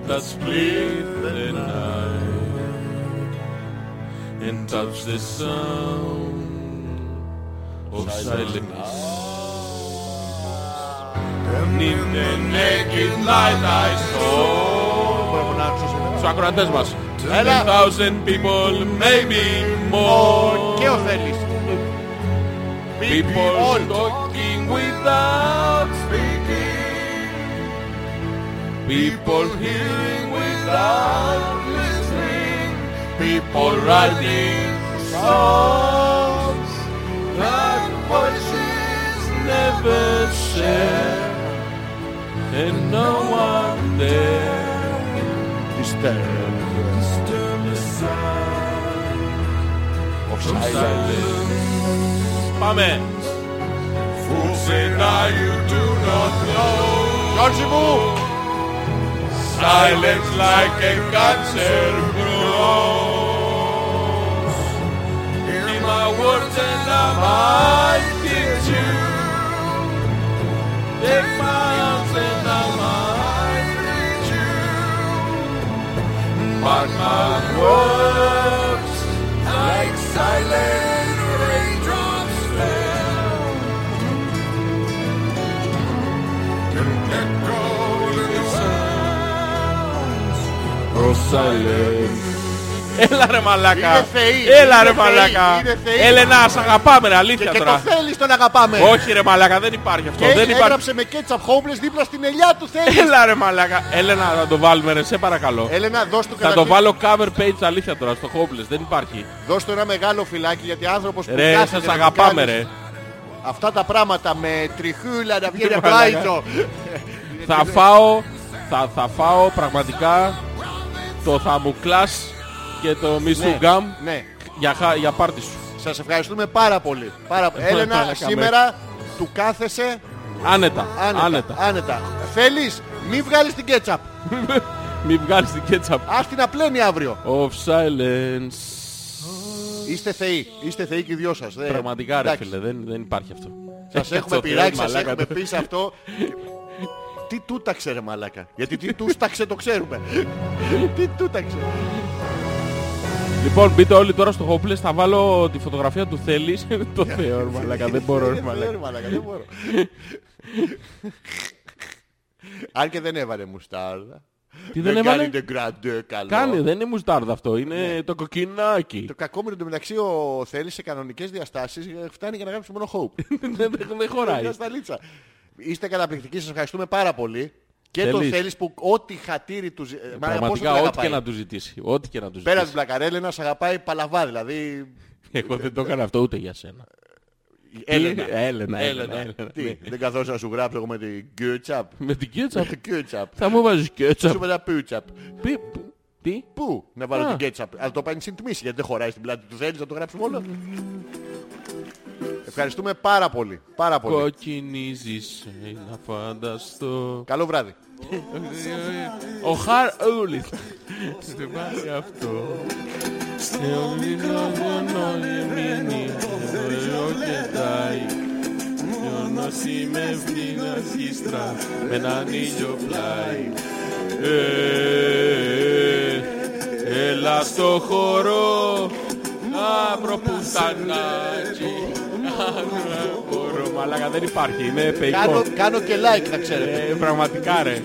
Speaker 1: that split the night and touched the sound of silence. And in the naked light I saw
Speaker 2: Μπορώ να φωνάξω σε
Speaker 1: τους ακροατές μας.
Speaker 2: Έλα.
Speaker 1: 10,000 people, maybe more.
Speaker 2: Και ο Θέλης.
Speaker 1: People
Speaker 2: All.
Speaker 1: talking without speaking. People hearing without listening. People writing songs that voices never share. And no one there
Speaker 2: Disturbed.
Speaker 1: disturb the sound of
Speaker 2: Of silence.
Speaker 1: silence. Πάμε! Fool said I you do not know
Speaker 2: Γιώργη μου!
Speaker 1: Silence like a cancer grows In my words and I might teach you Take my arms and I might reach you But my words like silent raindrops fell Έλα ρε μαλάκα.
Speaker 2: Είναι θεοί.
Speaker 1: Έλα ρε
Speaker 2: Είναι θεοί.
Speaker 1: μαλάκα.
Speaker 2: Είναι θεοί.
Speaker 1: Έλενα, σ' αγαπάμε ρε
Speaker 2: Και
Speaker 1: αλήθεια
Speaker 2: και το
Speaker 1: τώρα.
Speaker 2: Θέλης τον αγαπάμε.
Speaker 1: Όχι ρε μαλάκα, δεν υπάρχει αυτό.
Speaker 2: Και
Speaker 1: Δεν υπάρχει.
Speaker 2: έγραψε με Ketchup Homeless δίπλα στην ελιά του Θέλης.
Speaker 1: Έλα ρε μαλάκα. Έλενα, θα το βάλουμε ρε, σε παρακαλώ.
Speaker 2: Έλενα, δώσ' του
Speaker 1: Θα
Speaker 2: καταρχήν-
Speaker 1: το βάλω cover page αλήθεια τώρα στο Hopeless, δεν υπάρχει.
Speaker 2: Δώσ' του ένα μεγάλο φυλάκι γιατί άνθρωπος που
Speaker 1: Ρε,
Speaker 2: κάθεται
Speaker 1: σας
Speaker 2: να
Speaker 1: αγαπάμε
Speaker 2: κάνεις
Speaker 1: ρε.
Speaker 2: Αυτά τα πράγματα με τριχούλα να βγαίνει από το
Speaker 1: Μαλάκα.
Speaker 2: άϊτο. Ε,
Speaker 1: Θα φάω, θα, θα φάω πραγματικά το θα μου κλάς και το μη σου
Speaker 2: Ναι,
Speaker 1: γκάμ
Speaker 2: Ναι.
Speaker 1: για, χα- για πάρτι σου.
Speaker 2: Σας ευχαριστούμε πάρα πολύ. Πάρα... Έλενα,
Speaker 1: Μαλάκα,
Speaker 2: σήμερα του κάθεσαι
Speaker 1: Άνετα,
Speaker 2: άνετα.
Speaker 1: άνετα.
Speaker 2: άνετα. Θέλεις, μη βγάλεις την κέτσαπ.
Speaker 1: Μην βγάλεις την κέτσα
Speaker 2: Ας την απλένει αύριο.
Speaker 1: Of silence.
Speaker 2: Είστε θεοί. Είστε θεοί και οι δυο σας. Δεν-
Speaker 1: Πραγματικά ρε
Speaker 2: Ε, εντάξει.
Speaker 1: φίλε, δεν, δεν υπάρχει αυτό.
Speaker 2: Σας έχουμε πειράξει, σας έχουμε πει σε αυτό. Τι τούταξε ρε μαλάκα. Γιατί τι τούσταξε το ξέρουμε. Τι τούταξε.
Speaker 1: Λοιπόν, μπείτε όλοι τώρα στο Hopeless, θα βάλω τη φωτογραφία του Θέλης. το Θεό, ρε μαλάκα, δεν μπορώ, ρε
Speaker 2: Δεν μπορώ,
Speaker 1: μαλάκα.
Speaker 2: ρε μαλάκα, δεν μπορώ. Αν και δεν έβαλε μουστάρδα.
Speaker 1: Τι δεν έβαλε.
Speaker 2: κάνει τον Grande καλό.
Speaker 1: Κάνει, δεν είναι μουστάρδα αυτό, είναι το κοκκινάκι.
Speaker 2: Ναι. Το κακόμενο εντωμεταξύ ο Θέλης σε κανονικές διαστάσεις ε, φτάνει για να γράψει μόνο hope.
Speaker 1: Δεν- Δεν δεν χωράει.
Speaker 2: Μια σταλίτσα. Είστε καταπληκτικοί, σας ευχαριστούμε πάρα πολύ. Και τον
Speaker 1: Θέλεις.
Speaker 2: Θέλης που ό,τι χατήρι του ζει- ε, μα, πόσο τον
Speaker 1: Πραγματικά, ό,τι και
Speaker 2: αγαπάει.
Speaker 1: να του ζητήσει. Ό,τι και να του
Speaker 2: Πέρα την
Speaker 1: ζητήσει.
Speaker 2: πλακαρέλα να σε αγαπάει παλαβά δηλαδή.
Speaker 1: Εγώ δεν το έκανα αυτό ούτε για σένα.
Speaker 2: Έλενα.
Speaker 1: Τι- Έλενα, Έλενα. Έλενα. Ναι.
Speaker 2: Τι, δεν καθόσα να σου γράψω εγώ με την Κιούτσαπ.
Speaker 1: Με την κέτσαπ.
Speaker 2: Κιούτσαπ.
Speaker 1: Θα μου βάζεις
Speaker 2: Σου
Speaker 1: κέτσαπ.
Speaker 2: με τα πούτσαπ.
Speaker 1: Πι- πι- Τι.
Speaker 2: Πού να βάλω
Speaker 1: Α.
Speaker 2: την κέτσαπ. Αλλά το πάνε συντιμήσει γιατί δεν χωράει στην πλάτη του Θέλης να το γράψουμε όλο. Ευχαριστούμε πάρα πολύ. Πάρα πολύ.
Speaker 1: Κοκκινίζεις, ε, να φανταστώ.
Speaker 2: Καλό βράδυ.
Speaker 1: Ο Χαρ Ούλιτ. Δεν πάει αυτό. Με έναν ήλιο πλάι Ε, Έλα στο χώρο μαύρο πουτανάκι. Μαύρο, Μαλάκα δεν υπάρχει, είναι
Speaker 2: Κάνω,
Speaker 1: πεϊκό.
Speaker 2: κάνω και like, να ξέρετε.
Speaker 1: Ε, Πραγματικά ρε.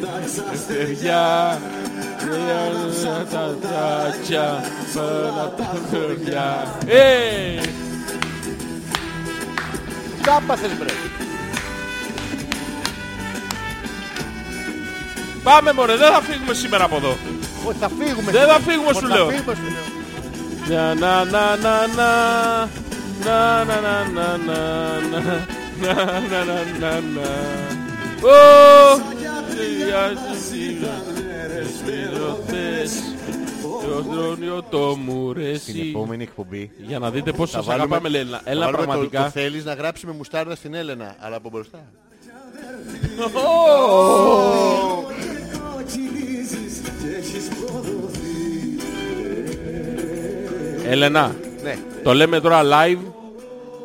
Speaker 1: Παιδιά, όλα τα τάτσια, όλα τα χωριά. Ε!
Speaker 2: Τσάμπα θες μπρε.
Speaker 1: Πάμε μωρέ, δεν θα φύγουμε σήμερα από εδώ.
Speaker 2: Όχι, θα φύγουμε.
Speaker 1: Δεν θα φύγουμε, σου
Speaker 2: Θα
Speaker 1: λέω.
Speaker 2: φύγουμε, σου λέω.
Speaker 1: Να να να να να να να να να να να να να να να να Ω! Το δρόνιο το
Speaker 2: Στην
Speaker 1: μουρέσι
Speaker 2: επόμενη εκπομπή.
Speaker 1: Για να δείτε πόσο σας
Speaker 2: βάλουμε-
Speaker 1: αγαπάμε Λέλα
Speaker 2: θα
Speaker 1: Έλα
Speaker 2: βάλουμε το- Το,
Speaker 1: πραγματικά
Speaker 2: θέλεις να γράψει με μουστάρδα στην Έλενα, αλλά από μπροστά.
Speaker 1: Έλενα
Speaker 2: Ναι.
Speaker 1: Το λέμε τώρα live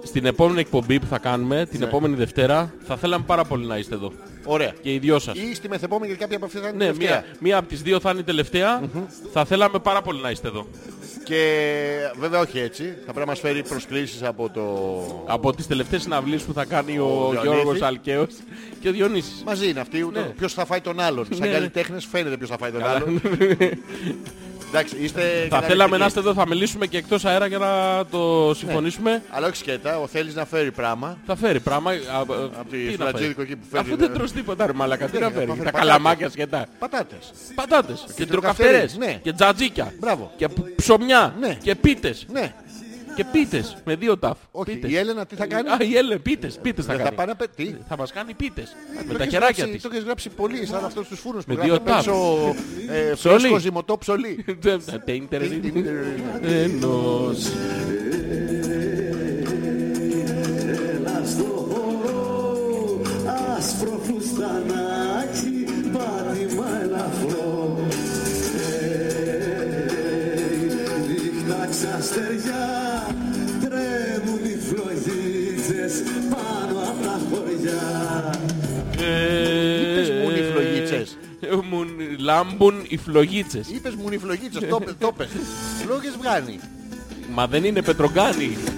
Speaker 1: Στην επόμενη εκπομπή που θα κάνουμε Την επόμενη Δευτέρα Θα θέλαμε πάρα πολύ να είστε εδώ
Speaker 2: Ωραία.
Speaker 1: Και οι δυο σας
Speaker 2: Ή στη μεθεπόμενη γιατί κάποια από αυτές θα είναι
Speaker 1: Ναι,
Speaker 2: τελευταία.
Speaker 1: μία, μία από τις δύο θα είναι η τελευταία. Θα θέλαμε πάρα πολύ να είστε εδώ.
Speaker 2: Και βέβαια όχι έτσι. Θα πρέπει να μας φέρει προσκλήσεις από το...
Speaker 1: Από τις τελευταίες συναυλίες που θα κάνει ο,
Speaker 2: Διονύσης.
Speaker 1: Γιώργος Αλκαίος και ο Διονύσης.
Speaker 2: Μαζί είναι αυτοί. Ναι. Ποιος θα φάει τον άλλον. Σαν
Speaker 1: Ναι.
Speaker 2: καλλιτέχνες φαίνεται ποιος θα φάει τον
Speaker 1: Καλά.
Speaker 2: άλλον. Εντάξει, είστε...
Speaker 1: θα θέλαμε να
Speaker 2: καταπληκτικοί.
Speaker 1: είστε εδώ, θα μιλήσουμε και εκτός αέρα για να το συμφωνήσουμε.
Speaker 2: Αλλά όχι σκέτα, ο θέλεις να φέρει πράγμα.
Speaker 1: Θα φέρει πράγμα. α, α,
Speaker 2: τη
Speaker 1: τι να
Speaker 2: φλατζίδικο
Speaker 1: φέρει.
Speaker 2: εκεί που φέρνει,
Speaker 1: Αφού
Speaker 2: δε.
Speaker 1: δεν τρως τίποτα, ρε μαλακα, τι
Speaker 2: Ναι,
Speaker 1: να
Speaker 2: θα
Speaker 1: φέρει.
Speaker 2: φέρει
Speaker 1: Τα
Speaker 2: πατάτες.
Speaker 1: καλαμάκια σχετά.
Speaker 2: Πατάτες.
Speaker 1: Πατάτες και
Speaker 2: τροκαυτερές,
Speaker 1: τροκαυτερές
Speaker 2: ναι.
Speaker 1: και τζατζίκια.
Speaker 2: Μπράβο.
Speaker 1: Και ψωμιά
Speaker 2: Ναι.
Speaker 1: και πίτες.
Speaker 2: Ναι.
Speaker 1: Και πίτες με δύο ταφ.
Speaker 2: Όχι,
Speaker 1: Πίτες.
Speaker 2: η Έλενα τι θα κάνει?
Speaker 1: Α, η Έλενα, πίτες, πίτες θα
Speaker 2: Δεν
Speaker 1: κάνει.
Speaker 2: θα πάνε απε- Τι.
Speaker 1: Θα μας κάνει πίτες με
Speaker 2: Το
Speaker 1: τα
Speaker 2: έχεις
Speaker 1: κεράκια
Speaker 2: γράψει-
Speaker 1: της.
Speaker 2: Το έχεις γράψει πολύ σαν αυτούς τους φούρνους που
Speaker 1: Με δύο
Speaker 2: γράφουν έξω ε,
Speaker 1: Ψωλί.
Speaker 2: φρέσκο ζυμωτό ψωλί.
Speaker 1: Τα ίντερνετ ενός.
Speaker 6: Έλα στο χώρο, άσπρο φουστανάκι, πάτημα ελαφρό. Ε, Νύχτα ξαστεριά, τρέμουν οι φλογίτες πάνω απ' τα χωριά.
Speaker 1: Είπες
Speaker 2: μου είναι οι φλογίτσες.
Speaker 1: Μου Ε, λάμπουν οι φλογίτσες.
Speaker 2: Είπες μου νυφλογίτσος, το πες. Λόγες βγάνει.
Speaker 1: Μα δεν είναι πετρογκάνι.
Speaker 6: Ε,